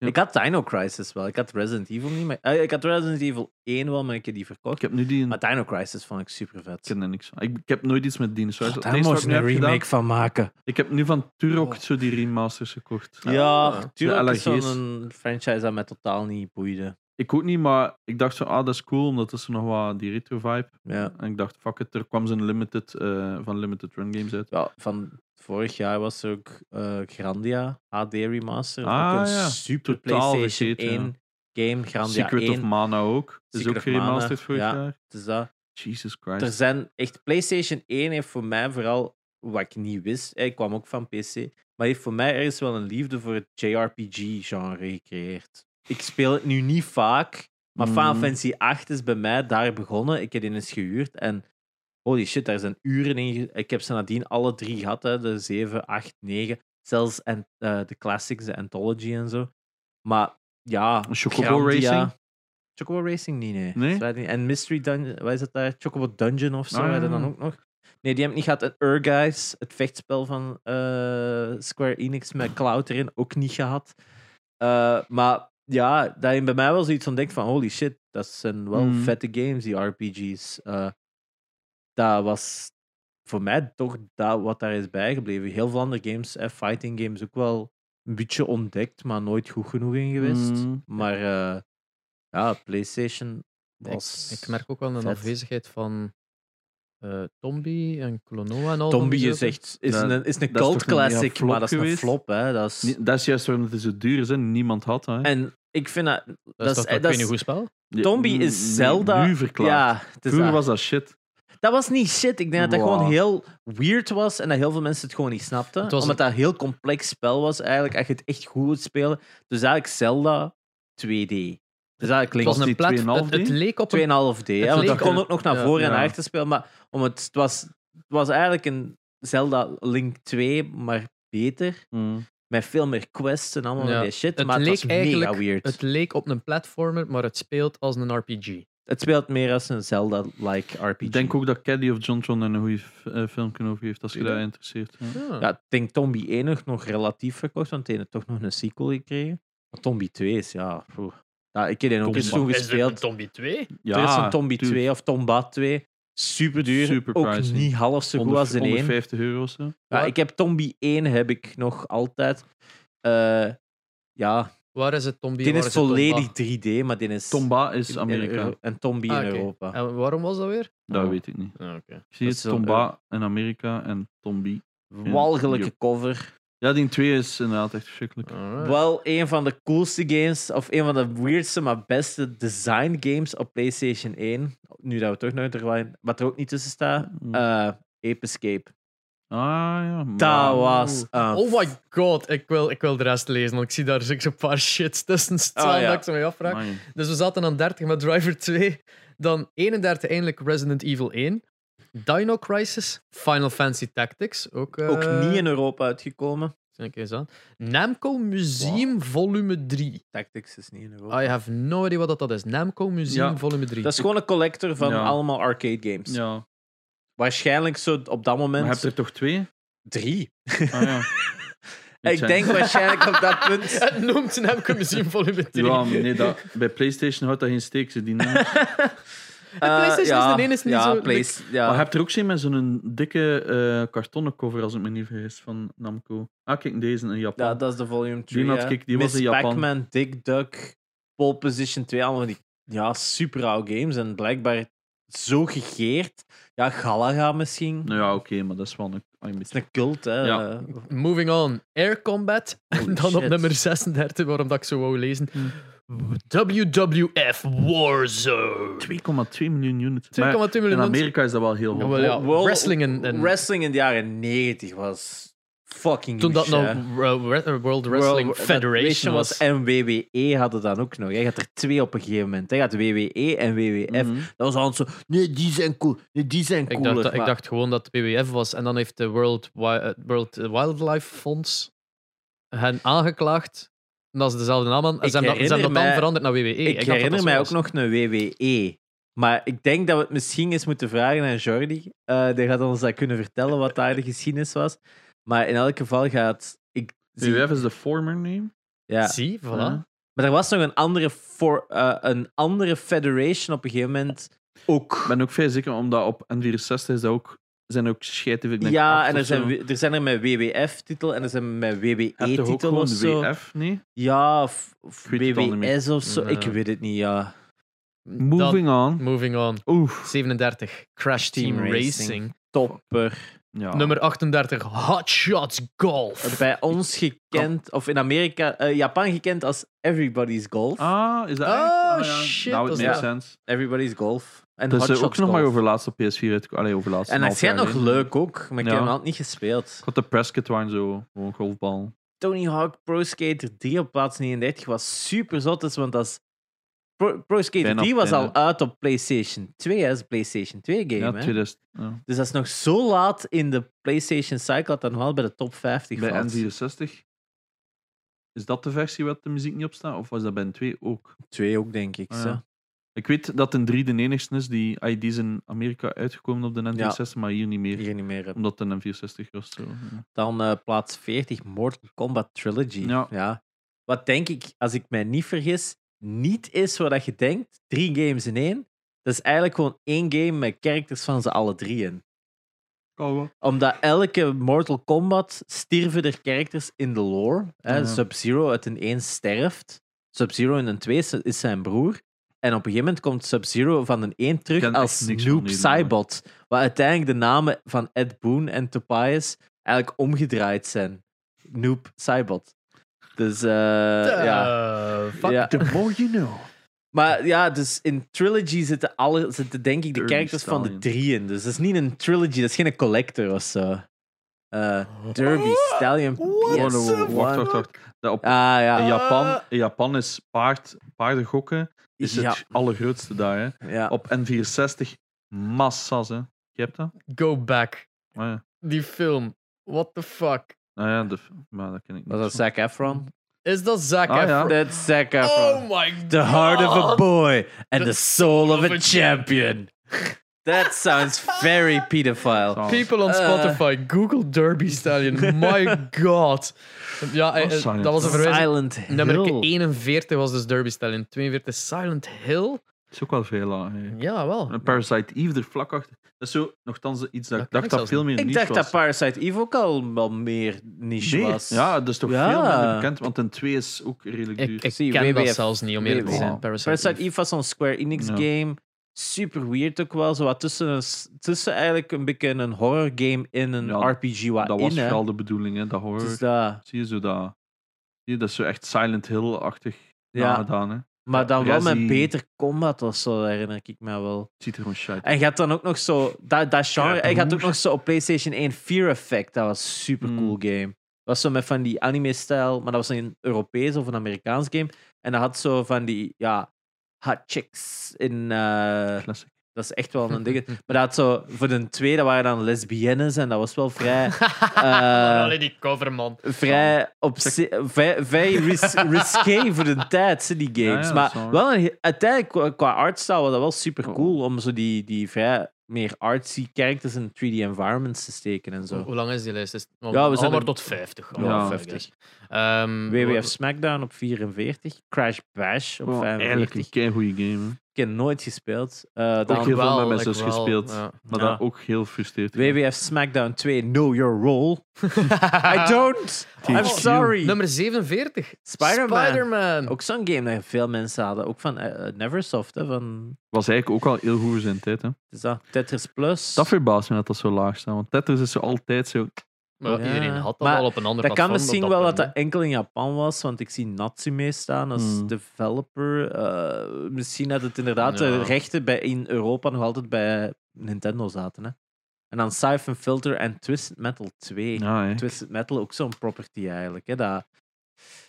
[SPEAKER 2] Ja.
[SPEAKER 1] Ik had Dino Crisis wel. Ik had Resident Evil niet meer. eh, ik had Resident Evil 1 wel, maar ik heb die
[SPEAKER 2] Ik
[SPEAKER 1] verkocht.
[SPEAKER 2] heb nu die...
[SPEAKER 1] Maar Dino Crisis vond ik super vet.
[SPEAKER 2] Ik ken er niks van. Ik, ik heb nooit iets met dinosaurus. Het
[SPEAKER 1] Ah, Daar
[SPEAKER 2] enige wat
[SPEAKER 1] moest
[SPEAKER 2] ik
[SPEAKER 1] je
[SPEAKER 2] nu
[SPEAKER 1] een
[SPEAKER 2] heb
[SPEAKER 1] remake
[SPEAKER 2] gedaan-
[SPEAKER 1] van maken.
[SPEAKER 2] Ik heb nu van Turok
[SPEAKER 3] Oh.
[SPEAKER 2] zo die remasters gekocht.
[SPEAKER 1] Ja,
[SPEAKER 3] De
[SPEAKER 1] Turok is
[SPEAKER 2] LRG's.
[SPEAKER 1] zo'n franchise dat mij totaal niet boeide.
[SPEAKER 2] Ik ook niet, maar ik dacht zo, ah, dat is cool, omdat er zo nog wat die retro vibe.
[SPEAKER 1] Ja.
[SPEAKER 2] En ik dacht, fuck it, er kwam zo'n limited, eh, van limited run games uit.
[SPEAKER 1] Ja, van vorig jaar was er ook eh, Grandia HD remaster.
[SPEAKER 2] Ah,
[SPEAKER 1] ook een
[SPEAKER 2] ja.
[SPEAKER 1] super
[SPEAKER 2] Totaal
[SPEAKER 1] PlayStation
[SPEAKER 2] vergeten,
[SPEAKER 1] 1 game. Grandia
[SPEAKER 2] Secret
[SPEAKER 1] 1.
[SPEAKER 2] of Mana ook. Is
[SPEAKER 1] Secret
[SPEAKER 2] ook
[SPEAKER 1] of Mana,
[SPEAKER 2] geremasterd vorig
[SPEAKER 1] ja.
[SPEAKER 2] jaar.
[SPEAKER 1] het is dat.
[SPEAKER 2] Jesus
[SPEAKER 1] Er
[SPEAKER 2] Christ.
[SPEAKER 1] zijn echt... PlayStation 1 heeft voor mij vooral... Wat ik niet wist, ik kwam ook van PC, maar heeft voor mij ergens wel een liefde voor het JRPG-genre gecreëerd. Ik speel het nu niet vaak, Maar Final
[SPEAKER 2] Mm.
[SPEAKER 1] Fantasy 8 is bij mij daar begonnen. Ik heb die eens gehuurd en holy shit, daar zijn uren in. ge- Ik heb ze nadien alle drie gehad: hè, de 7, 8, 9, zelfs en, eh, de classics, de Anthology en zo. Maar ja,
[SPEAKER 2] Chocobo
[SPEAKER 1] Grandia-
[SPEAKER 2] Racing?
[SPEAKER 1] Chocobo Racing niet, nee.
[SPEAKER 2] Nee?
[SPEAKER 1] Dat weet ik niet. En Mystery Dungeon, wat is dat daar? Chocobo Dungeon of zo,
[SPEAKER 2] Ah, ja,
[SPEAKER 1] hadden
[SPEAKER 2] ja.
[SPEAKER 1] dan ook nog. Nee, die heb ik niet gehad. En Urguys, het vechtspel van eh, Square Enix met Cloud erin, ook niet gehad. Eh, maar ja, dat je bij mij wel zoiets van denkt van holy shit, dat zijn wel
[SPEAKER 2] Mhm.
[SPEAKER 1] vette games, die RPG's. Eh, dat was voor mij toch dat wat daar is bijgebleven. Heel veel andere games, eh, fighting games, ook wel een beetje ontdekt, maar nooit goed genoeg in geweest.
[SPEAKER 2] Mm.
[SPEAKER 1] Maar eh, ja, PlayStation
[SPEAKER 3] Ik,
[SPEAKER 1] was...
[SPEAKER 3] ik merk ook wel een
[SPEAKER 1] vet.
[SPEAKER 3] afwezigheid van eh Tombi en Klonoa en al. van
[SPEAKER 1] Tombi
[SPEAKER 3] die
[SPEAKER 1] is
[SPEAKER 3] zaken.
[SPEAKER 1] echt is
[SPEAKER 2] Dat-
[SPEAKER 1] een, is een
[SPEAKER 2] dat is
[SPEAKER 1] cult
[SPEAKER 2] toch een mega
[SPEAKER 1] classic,
[SPEAKER 2] flop
[SPEAKER 1] maar dat is een
[SPEAKER 2] geweest?
[SPEAKER 1] flop. Hè. Dat is...
[SPEAKER 2] Nee, Dat is juist waarom het zo duur is, hè. Niemand had dat, hè.
[SPEAKER 1] En ik vind dat...
[SPEAKER 3] Dat is toch
[SPEAKER 1] eh,
[SPEAKER 3] wel
[SPEAKER 1] dat
[SPEAKER 3] een
[SPEAKER 1] is-
[SPEAKER 3] goed spel?
[SPEAKER 2] Ja,
[SPEAKER 1] Tombi
[SPEAKER 2] nu-
[SPEAKER 1] is
[SPEAKER 2] nu-
[SPEAKER 1] Zelda-
[SPEAKER 2] Nu verklaard.
[SPEAKER 1] Ja, het is
[SPEAKER 2] Vroeger
[SPEAKER 1] dat.
[SPEAKER 2] was dat shit.
[SPEAKER 1] Dat was niet shit. Ik denk dat dat
[SPEAKER 2] Wow.
[SPEAKER 1] gewoon heel weird was en dat heel veel mensen het gewoon niet snapten.
[SPEAKER 3] Het was
[SPEAKER 1] omdat
[SPEAKER 3] een-
[SPEAKER 1] dat een heel complex spel was eigenlijk, als je het echt goed wilt spelen. Dus eigenlijk Zelda 2D. Dus eigenlijk
[SPEAKER 3] Het,
[SPEAKER 1] klinkt
[SPEAKER 3] was
[SPEAKER 2] die
[SPEAKER 3] een plat,
[SPEAKER 2] 2,5D?
[SPEAKER 3] het, het leek op een...
[SPEAKER 1] 2,5D. hè,
[SPEAKER 3] Het
[SPEAKER 1] want dat
[SPEAKER 3] leek
[SPEAKER 1] kon
[SPEAKER 2] er-
[SPEAKER 1] ook nog naar
[SPEAKER 3] ja.
[SPEAKER 1] voren en
[SPEAKER 2] Ja.
[SPEAKER 1] naar achter spelen. Maar om het, het, was, het was eigenlijk een Zelda Link 2, maar beter.
[SPEAKER 2] Mm.
[SPEAKER 1] Met veel meer quests en allemaal
[SPEAKER 3] Ja.
[SPEAKER 1] van die shit.
[SPEAKER 3] Het
[SPEAKER 1] maar het
[SPEAKER 3] leek
[SPEAKER 1] was mega
[SPEAKER 3] eigenlijk-
[SPEAKER 1] weird.
[SPEAKER 3] Het
[SPEAKER 1] Het...
[SPEAKER 3] leek op een platformer, maar het speelt als een RPG.
[SPEAKER 1] speelt meer als een Zelda-like RPG.
[SPEAKER 2] Ik denk ook dat Caddy of Jontron er een eh, goede film kunnen overgeven, als je
[SPEAKER 3] Tuurlijk.
[SPEAKER 2] dat interesseert. Ja.
[SPEAKER 1] Ja, ik denk Tombi 1 nog, nog relatief verkocht, want die heeft toch nog een sequel gekregen. Maar Tombi 2 is, ja... poeh. ja ik heb die ook
[SPEAKER 2] Tomba.
[SPEAKER 1] eens toen
[SPEAKER 3] Is er een
[SPEAKER 1] gespeeld.
[SPEAKER 3] Tombi 2?
[SPEAKER 1] er is
[SPEAKER 2] Ja,
[SPEAKER 1] een Tombi
[SPEAKER 2] tuurlijk.
[SPEAKER 1] 2 of Tomba 2. Super duur.
[SPEAKER 2] Super
[SPEAKER 1] ook
[SPEAKER 2] pricey.
[SPEAKER 1] niet half zo goed als de 1.
[SPEAKER 2] 150 euro of zo.
[SPEAKER 1] Ja, ik heb Tombi 1 heb ik nog altijd. Eh, ja,
[SPEAKER 3] Waar is het Tombi?
[SPEAKER 1] dit
[SPEAKER 3] waar
[SPEAKER 1] is
[SPEAKER 3] het
[SPEAKER 1] volledig
[SPEAKER 3] Tomba?
[SPEAKER 1] 3D, maar dit is
[SPEAKER 2] Tomba
[SPEAKER 1] in-
[SPEAKER 2] is
[SPEAKER 1] in
[SPEAKER 2] Amerika.
[SPEAKER 1] Euro- en Tombi
[SPEAKER 3] Ah,
[SPEAKER 1] in
[SPEAKER 3] oké.
[SPEAKER 1] Europa.
[SPEAKER 3] En waarom was dat weer?
[SPEAKER 2] Dat
[SPEAKER 1] Ja.
[SPEAKER 2] weet ik niet.
[SPEAKER 3] Ah, Oké.
[SPEAKER 2] Ik zie
[SPEAKER 1] Dat
[SPEAKER 2] het
[SPEAKER 1] is wel
[SPEAKER 2] Tomba in Amerika en Tombi.
[SPEAKER 1] Walgelijke
[SPEAKER 2] Europe.
[SPEAKER 1] cover.
[SPEAKER 2] Ja, die twee is inderdaad echt verschrikkelijk.
[SPEAKER 3] Alright.
[SPEAKER 1] Wel een van de coolste games, of een van de weirdste, maar beste design games op PlayStation 1. Nu dat we toch nog er wat er ook niet tussen staat.
[SPEAKER 2] Mm.
[SPEAKER 1] eh Ape Escape.
[SPEAKER 2] Ah ja.
[SPEAKER 1] Dat
[SPEAKER 2] maar-
[SPEAKER 1] was eh, een
[SPEAKER 3] Oh my god, ik wil, ik wil de rest lezen, want ik zie daar zo'n paar shits tussen staan
[SPEAKER 1] Ah, ja.
[SPEAKER 3] dat ik ze mee afvraag.
[SPEAKER 2] Amai.
[SPEAKER 3] Dus we zaten aan 30 met Driver 2. Dan 31 eindelijk Resident Evil 1. Dino Crisis. Final Fantasy Tactics. Ook, eh,
[SPEAKER 1] Ook niet in Europa uitgekomen.
[SPEAKER 3] zie ik eens aan. Namco Museum Volume 3.
[SPEAKER 1] Tactics is niet in Europa.
[SPEAKER 3] I have no idea wat dat- dat is. Namco Museum
[SPEAKER 2] Ja,
[SPEAKER 3] Volume 3.
[SPEAKER 1] Dat is gewoon een collector van
[SPEAKER 2] Ja.
[SPEAKER 1] allemaal arcade games.
[SPEAKER 2] Ja. Maar
[SPEAKER 1] Waarschijnlijk zo op dat moment
[SPEAKER 2] je hebt er toch twee?
[SPEAKER 1] drie.
[SPEAKER 2] Ah ja.
[SPEAKER 1] Ik denk waarschijnlijk op dat punt.
[SPEAKER 3] Het noemt Namco Museum Volume 3.
[SPEAKER 2] Ja, maar nee, dat, bij PlayStation houdt dat geen steek. Ze die naam.
[SPEAKER 1] Eh,
[SPEAKER 3] PlayStation is de ene, is niet
[SPEAKER 1] ja,
[SPEAKER 3] zo-
[SPEAKER 1] Place- ja.
[SPEAKER 2] Maar je hebt er ook zin met zo'n dikke eh, kartonnen cover, als ik me niet vergis, van Namco. Ah, kijk, deze in Japan.
[SPEAKER 1] ja, dat is de volume 3.
[SPEAKER 2] had ik- die was in Japan.
[SPEAKER 1] Pac-Man, Dick Duck, Pole Position 2, allemaal van die ja, super oude games. En blijkbaar zo gegeerd. Ja, Galaga misschien.
[SPEAKER 2] Nou ja, oké, maar dat is wel een, ah, een
[SPEAKER 1] Het
[SPEAKER 2] beetje...
[SPEAKER 1] is een cult, hè.
[SPEAKER 2] Ja.
[SPEAKER 1] Eh,
[SPEAKER 3] Moving on. Air Combat.
[SPEAKER 1] Holy
[SPEAKER 3] En dan op
[SPEAKER 1] shit.
[SPEAKER 3] nummer 36, waarom dat ik zo wou lezen. WWF Warzone.
[SPEAKER 2] 2,2
[SPEAKER 3] 2,2
[SPEAKER 2] miljoen units. Maar in
[SPEAKER 3] miljoen.
[SPEAKER 2] Amerika is dat wel heel hoog.
[SPEAKER 3] Jawel, ja.
[SPEAKER 1] World-
[SPEAKER 3] Wrestling en, en-
[SPEAKER 1] Wrestling in de jaren 90 was fucking
[SPEAKER 3] toen dat
[SPEAKER 1] niche,
[SPEAKER 3] nou
[SPEAKER 1] hè.
[SPEAKER 3] Wor- Wor- World Wrestling
[SPEAKER 1] World
[SPEAKER 3] Federation was.
[SPEAKER 1] En WWE hadden dan ook nog. Hij had er twee op een gegeven moment. Hij had WWE en WWF.
[SPEAKER 2] Mhm.
[SPEAKER 1] Dat was altijd zo. Nee, die zijn cool. Nee, die zijn
[SPEAKER 3] Ik
[SPEAKER 1] cooler.
[SPEAKER 3] dacht, ik
[SPEAKER 1] maar-
[SPEAKER 3] dacht gewoon dat het WWF was. En dan heeft de World, Wi- eh, World Wildlife Fonds hen aangeklaagd. En dat is dezelfde naam. aan. En
[SPEAKER 1] Ik
[SPEAKER 3] ze hebben dat, ze hebben
[SPEAKER 1] herinner
[SPEAKER 3] dat dan
[SPEAKER 1] mij-
[SPEAKER 3] veranderd naar WWE.
[SPEAKER 1] ik
[SPEAKER 3] dacht dat dat
[SPEAKER 1] herinner
[SPEAKER 3] zo
[SPEAKER 1] mij ook
[SPEAKER 3] was.
[SPEAKER 1] nog een WWE. Maar ik denk dat we het misschien eens moeten vragen aan Jordi. Eh, die gaat ons dat kunnen vertellen wat daar de geschiedenis was. Maar in elk geval gaat. Ik zie-
[SPEAKER 2] WWF is de former name.
[SPEAKER 1] ja.
[SPEAKER 3] Zie, voilà.
[SPEAKER 2] Ja.
[SPEAKER 1] Maar er was nog een andere, for, eh, een andere federation op een gegeven moment. Ook.
[SPEAKER 2] Ik ben ook vrij zeker, omdat op N64 is dat ook, zijn er ook scheiden. Ik denk
[SPEAKER 1] Ja,
[SPEAKER 2] acht
[SPEAKER 1] en
[SPEAKER 2] of
[SPEAKER 1] er zijn,
[SPEAKER 2] zo.
[SPEAKER 1] we- er zijn er met WWF-titel en er zijn met
[SPEAKER 2] Heb je ook
[SPEAKER 1] WWE-titel
[SPEAKER 2] gewoon
[SPEAKER 1] of zo.
[SPEAKER 2] WF? Nee?
[SPEAKER 1] Ja, of, of
[SPEAKER 2] Ik weet het al niet meer.
[SPEAKER 1] WWS of zo. Ik
[SPEAKER 3] Nee.
[SPEAKER 1] weet het niet, ja.
[SPEAKER 3] Dan-
[SPEAKER 2] Moving on.
[SPEAKER 3] moving on.
[SPEAKER 2] Oef.
[SPEAKER 3] 37. Crash Team,
[SPEAKER 1] Team
[SPEAKER 3] Racing.
[SPEAKER 1] Racing. Topper.
[SPEAKER 2] Ja.
[SPEAKER 3] Nummer 38. Hot Shots Golf.
[SPEAKER 1] Bij ons gekend, of in Amerika, eh, Japan gekend als Everybody's Golf.
[SPEAKER 2] Ah, is dat
[SPEAKER 3] Oh,
[SPEAKER 2] echt?
[SPEAKER 3] shit,
[SPEAKER 2] Nou,
[SPEAKER 3] dat
[SPEAKER 2] it
[SPEAKER 1] is
[SPEAKER 2] makes
[SPEAKER 1] dat.
[SPEAKER 2] sense.
[SPEAKER 1] Everybody's Golf. En
[SPEAKER 2] Dat
[SPEAKER 1] Hot
[SPEAKER 2] is eh, ook
[SPEAKER 1] Shots
[SPEAKER 2] nog
[SPEAKER 1] Golf.
[SPEAKER 2] maar over laatst op PS4 uit. Allee, over laatst.
[SPEAKER 1] En
[SPEAKER 2] een
[SPEAKER 1] dat
[SPEAKER 2] half
[SPEAKER 1] schijnt
[SPEAKER 2] jaar
[SPEAKER 1] nog
[SPEAKER 2] geleden.
[SPEAKER 1] leuk ook, maar ik heb
[SPEAKER 2] Ja.
[SPEAKER 1] hem altijd niet gespeeld.
[SPEAKER 2] Ik had de Prescott waren zo, gewoon golfbal.
[SPEAKER 1] Tony Hawk Pro Skater 3 op plaats 39 was super zot, dus, want dat is... Pro, Pro Skater
[SPEAKER 2] Bijna
[SPEAKER 1] 3 was al
[SPEAKER 2] bijna.
[SPEAKER 1] uit op PlayStation 2, hè. Dat is een PlayStation 2 game,
[SPEAKER 2] Ja,
[SPEAKER 1] hè.
[SPEAKER 2] 2000. Ja.
[SPEAKER 1] Dus dat is nog zo laat in de PlayStation cycle dat dat nog wel bij de top 50
[SPEAKER 2] Bij
[SPEAKER 1] valt.
[SPEAKER 2] N64. Is dat de versie waar de muziek niet op staat? Of was dat bij een 2 ook?
[SPEAKER 1] Twee ook, denk ik.
[SPEAKER 2] Ah,
[SPEAKER 1] zo.
[SPEAKER 2] ja. Ik weet dat een 3 de enigste is die ah, die is in Amerika uitgekomen op de N64, maar hier niet meer.
[SPEAKER 1] Hier niet meer. heb.
[SPEAKER 2] Omdat de N64 was zo. ja.
[SPEAKER 1] Dan eh, plaats 40, Mortal Kombat Trilogy.
[SPEAKER 2] Ja.
[SPEAKER 1] Wat denk ik, als ik mij niet vergis, niet is wat dat je denkt. Drie games in één. Dat is eigenlijk gewoon één game met characters van ze alle drieën.
[SPEAKER 2] Oh,
[SPEAKER 1] Omdat elke Mortal Kombat stierven er characters in de lore. hè.
[SPEAKER 2] Ja.
[SPEAKER 1] Sub-Zero uit een 1 sterft. Sub-Zero in een 2 is- is zijn broer. En op een gegeven moment komt Sub-Zero van een 1 terug
[SPEAKER 2] ken
[SPEAKER 1] als
[SPEAKER 2] echt niks van
[SPEAKER 1] Noob
[SPEAKER 2] die lore.
[SPEAKER 1] Cybot. Waar uiteindelijk de namen van Ed Boon en Tobias eigenlijk omgedraaid zijn. Noob Cybot. Dus eh, ja.
[SPEAKER 3] Eh, fuck.
[SPEAKER 1] ja.
[SPEAKER 2] The more you know.
[SPEAKER 1] Maar ja, dus in Trilogy zitten, alle, zitten denk ik de
[SPEAKER 2] Dirty
[SPEAKER 1] characters van de
[SPEAKER 2] Stallion.
[SPEAKER 1] drieën. Dus dat is niet een Trilogy, dat is geen collector of zo. Eh, Derby, Stallion,
[SPEAKER 2] Oh, no,
[SPEAKER 1] PS1.
[SPEAKER 2] wacht, wacht, wacht. Dat op,
[SPEAKER 1] Ah ja,
[SPEAKER 2] in,
[SPEAKER 1] ja.
[SPEAKER 2] Japan, in Japan is paard, paardengokken is het allergrootste daar. Hè.
[SPEAKER 1] ja.
[SPEAKER 2] Op N64 massas. Hè. Je hebt dat?
[SPEAKER 3] Go back.
[SPEAKER 2] Ah, ja.
[SPEAKER 3] Die film. What the fuck?
[SPEAKER 2] Ah, ja, de, maar dat ken ik niet.
[SPEAKER 1] Was dat
[SPEAKER 2] zo.
[SPEAKER 1] Zac Efron?
[SPEAKER 3] Is dat Zac
[SPEAKER 2] Ah, ja.
[SPEAKER 3] Efron?
[SPEAKER 1] That's Zac
[SPEAKER 3] Oh
[SPEAKER 1] Efron.
[SPEAKER 3] my god.
[SPEAKER 1] the heart of a boy and
[SPEAKER 3] The
[SPEAKER 1] the soul of
[SPEAKER 3] of
[SPEAKER 1] a
[SPEAKER 3] a
[SPEAKER 1] champion. That sounds very pedophile.
[SPEAKER 2] Zalig.
[SPEAKER 3] People on
[SPEAKER 1] Eh.
[SPEAKER 3] Spotify, Google Derby Stallion. My god. Ja, eh, eh,
[SPEAKER 2] Oh, Silent
[SPEAKER 3] dat was een verwijzing.
[SPEAKER 1] Silent Hill.
[SPEAKER 3] Nummer 41 was dus Derby Stallion. 42 Silent Hill.
[SPEAKER 2] is ook wel veel laag. hè.
[SPEAKER 3] Ja, wel.
[SPEAKER 2] Een Parasite Eve er vlak achter. Dat is zo, nogthans, iets dat,
[SPEAKER 3] Dat
[SPEAKER 2] ik
[SPEAKER 3] ken
[SPEAKER 2] dacht
[SPEAKER 3] ik
[SPEAKER 2] dat
[SPEAKER 3] zelfs
[SPEAKER 2] veel meer
[SPEAKER 1] Ik
[SPEAKER 2] niche
[SPEAKER 1] dacht dat
[SPEAKER 2] was.
[SPEAKER 1] Parasite Eve ook al wel meer niche
[SPEAKER 2] Nee,
[SPEAKER 1] was.
[SPEAKER 2] Ja, dat is toch
[SPEAKER 1] Ja.
[SPEAKER 2] veel minder bekend, want een 2 is ook redelijk duur.
[SPEAKER 3] Ik, ik
[SPEAKER 1] Zie,
[SPEAKER 3] ken dat
[SPEAKER 1] WWF.
[SPEAKER 3] zelfs niet, om eerlijk te
[SPEAKER 1] WWF.
[SPEAKER 3] zijn. Parasite,
[SPEAKER 1] Parasite
[SPEAKER 3] Eve.
[SPEAKER 1] Eve was zo'n Square Enix
[SPEAKER 2] Ja.
[SPEAKER 1] game. Super weird ook wel. Zo wat tussen, een s- tussen eigenlijk een beetje een horror game in een
[SPEAKER 2] Ja,
[SPEAKER 1] RPG. Wat
[SPEAKER 2] dat
[SPEAKER 1] in,
[SPEAKER 2] was
[SPEAKER 1] hè.
[SPEAKER 2] vooral de bedoeling, hè, dat hoor.
[SPEAKER 1] Het is dat.
[SPEAKER 2] Zie je zo dat? Zie je, dat is zo echt Silent Hill-achtig
[SPEAKER 1] Ja,
[SPEAKER 2] nagedaan. Hè. Het
[SPEAKER 1] maar dan wel met
[SPEAKER 2] Resi-
[SPEAKER 1] beter combat of zo, herinner ik me wel.
[SPEAKER 2] ziet er gewoon shit uit.
[SPEAKER 1] En je had dan ook nog zo, dat, dat genre,
[SPEAKER 2] Ja,
[SPEAKER 1] en je had ook
[SPEAKER 2] broer.
[SPEAKER 1] nog zo op PlayStation 1 Fear Effect, dat was een super cool
[SPEAKER 2] Mm.
[SPEAKER 1] game. Was zo met van die anime-stijl, maar dat was een Europees of een Amerikaans game. En dat had zo van die, ja, hot chicks in, eh,
[SPEAKER 2] Classic.
[SPEAKER 1] dat is echt wel een ding. Maar dat had zo, voor de twee, dat waren dan lesbiennes en dat was wel vrij, Eh,
[SPEAKER 3] Maar Allee, die cover, man.
[SPEAKER 1] vrij, op, vrij, vrij ris- risqué voor de tijd, ze, die
[SPEAKER 2] Ja,
[SPEAKER 1] games.
[SPEAKER 2] ja, dat is
[SPEAKER 1] maar
[SPEAKER 2] waar. Oh.
[SPEAKER 1] wel een, he- uiteindelijk, qua- qua artstyle, was dat wel super cool om zo die, die vrij meer artsy characters in 3D environments te steken en
[SPEAKER 3] Hoe
[SPEAKER 2] Oh.
[SPEAKER 1] zo.
[SPEAKER 3] hoe lang is die lijst? Is, ja,
[SPEAKER 1] we
[SPEAKER 3] we
[SPEAKER 1] zijn
[SPEAKER 3] zijn maar
[SPEAKER 1] er-
[SPEAKER 3] tot 50.
[SPEAKER 2] Ja,
[SPEAKER 1] 50.
[SPEAKER 3] Ehm,
[SPEAKER 1] WWF Smackdown op 44, Crash Bash op
[SPEAKER 2] Gewoon Oh, eigenlijk
[SPEAKER 1] 45.
[SPEAKER 2] een kei goede game. Hè.
[SPEAKER 1] Ik heb nooit gespeeld. Eh, dan
[SPEAKER 2] Ook heel veel
[SPEAKER 3] wel,
[SPEAKER 2] met mijn
[SPEAKER 3] like
[SPEAKER 2] zus
[SPEAKER 3] wel,
[SPEAKER 2] gespeeld.
[SPEAKER 3] ja.
[SPEAKER 2] Maar
[SPEAKER 1] Ja.
[SPEAKER 2] dat ook heel frustrerend.
[SPEAKER 1] WWF Smackdown 2, Know Your Role. I don't! I'm
[SPEAKER 2] THQ.
[SPEAKER 1] sorry!
[SPEAKER 3] Oh, Nummer 47.
[SPEAKER 1] Spider-Man.
[SPEAKER 3] Spider-Man.
[SPEAKER 1] Ook zo'n game dat veel mensen hadden. Ook van eh, eh, Neversoft. Hè, van,
[SPEAKER 2] Was eigenlijk ook al heel goed voor zijn tijd. Hè.
[SPEAKER 1] het is dat, Tetris Plus.
[SPEAKER 2] Dat verbaast me dat dat zo laag staat. Want Tetris is zo altijd zo.
[SPEAKER 3] Maar
[SPEAKER 1] Ja.
[SPEAKER 3] Iedereen had dat
[SPEAKER 1] Maar
[SPEAKER 3] al op een ander
[SPEAKER 1] dat kan
[SPEAKER 3] platform.
[SPEAKER 1] misschien
[SPEAKER 3] op
[SPEAKER 1] wel dat
[SPEAKER 3] punt,
[SPEAKER 1] dat enkel in Japan was, want ik zie Natsume staan als
[SPEAKER 2] Hmm.
[SPEAKER 1] developer. Eh, misschien dat het inderdaad de
[SPEAKER 3] Hm. Ja.
[SPEAKER 1] rechten bij, in Europa nog altijd bij Nintendo zaten. Hè. En dan Siphon Filter en Twisted Metal 2.
[SPEAKER 2] Ja, hè.
[SPEAKER 1] Twisted Metal, ook zo'n property eigenlijk. Hè, dat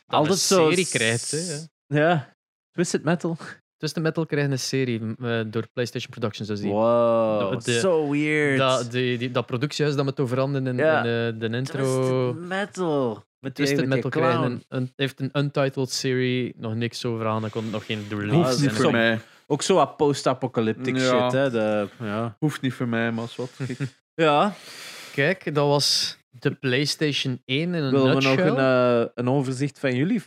[SPEAKER 3] een serie krijgt, hè, ja.
[SPEAKER 1] Ja, Twisted Metal.
[SPEAKER 3] Twisted Metal krijgt een serie m, eh, door PlayStation Productions. Dus die,
[SPEAKER 1] Wow,
[SPEAKER 3] de-
[SPEAKER 1] so weird.
[SPEAKER 3] dat, die, die, dat productiehuis dat we toen veranderen in,
[SPEAKER 1] Ja.
[SPEAKER 3] in, eh, de intro.
[SPEAKER 1] Twisted Metal. Met die-
[SPEAKER 3] Twisted
[SPEAKER 1] met die
[SPEAKER 3] Metal
[SPEAKER 1] clown.
[SPEAKER 3] krijgt een, een- heeft een untitled serie, nog niks over aan. Er komt nog geen
[SPEAKER 1] Hoeft
[SPEAKER 3] release.
[SPEAKER 2] Hoeft
[SPEAKER 1] dat
[SPEAKER 2] niet
[SPEAKER 1] is
[SPEAKER 3] En-
[SPEAKER 2] voor
[SPEAKER 1] zo-
[SPEAKER 2] mij.
[SPEAKER 1] Ook zo wat post-apocalyptic
[SPEAKER 2] Ja.
[SPEAKER 1] shit, hè. De, ja.
[SPEAKER 2] Hoeft niet voor mij, maar is wat.
[SPEAKER 1] ja.
[SPEAKER 3] Kijk, dat was de PlayStation 1 in een
[SPEAKER 1] Willen we nog
[SPEAKER 3] nutshell.
[SPEAKER 1] een, eh, een overzicht van jullie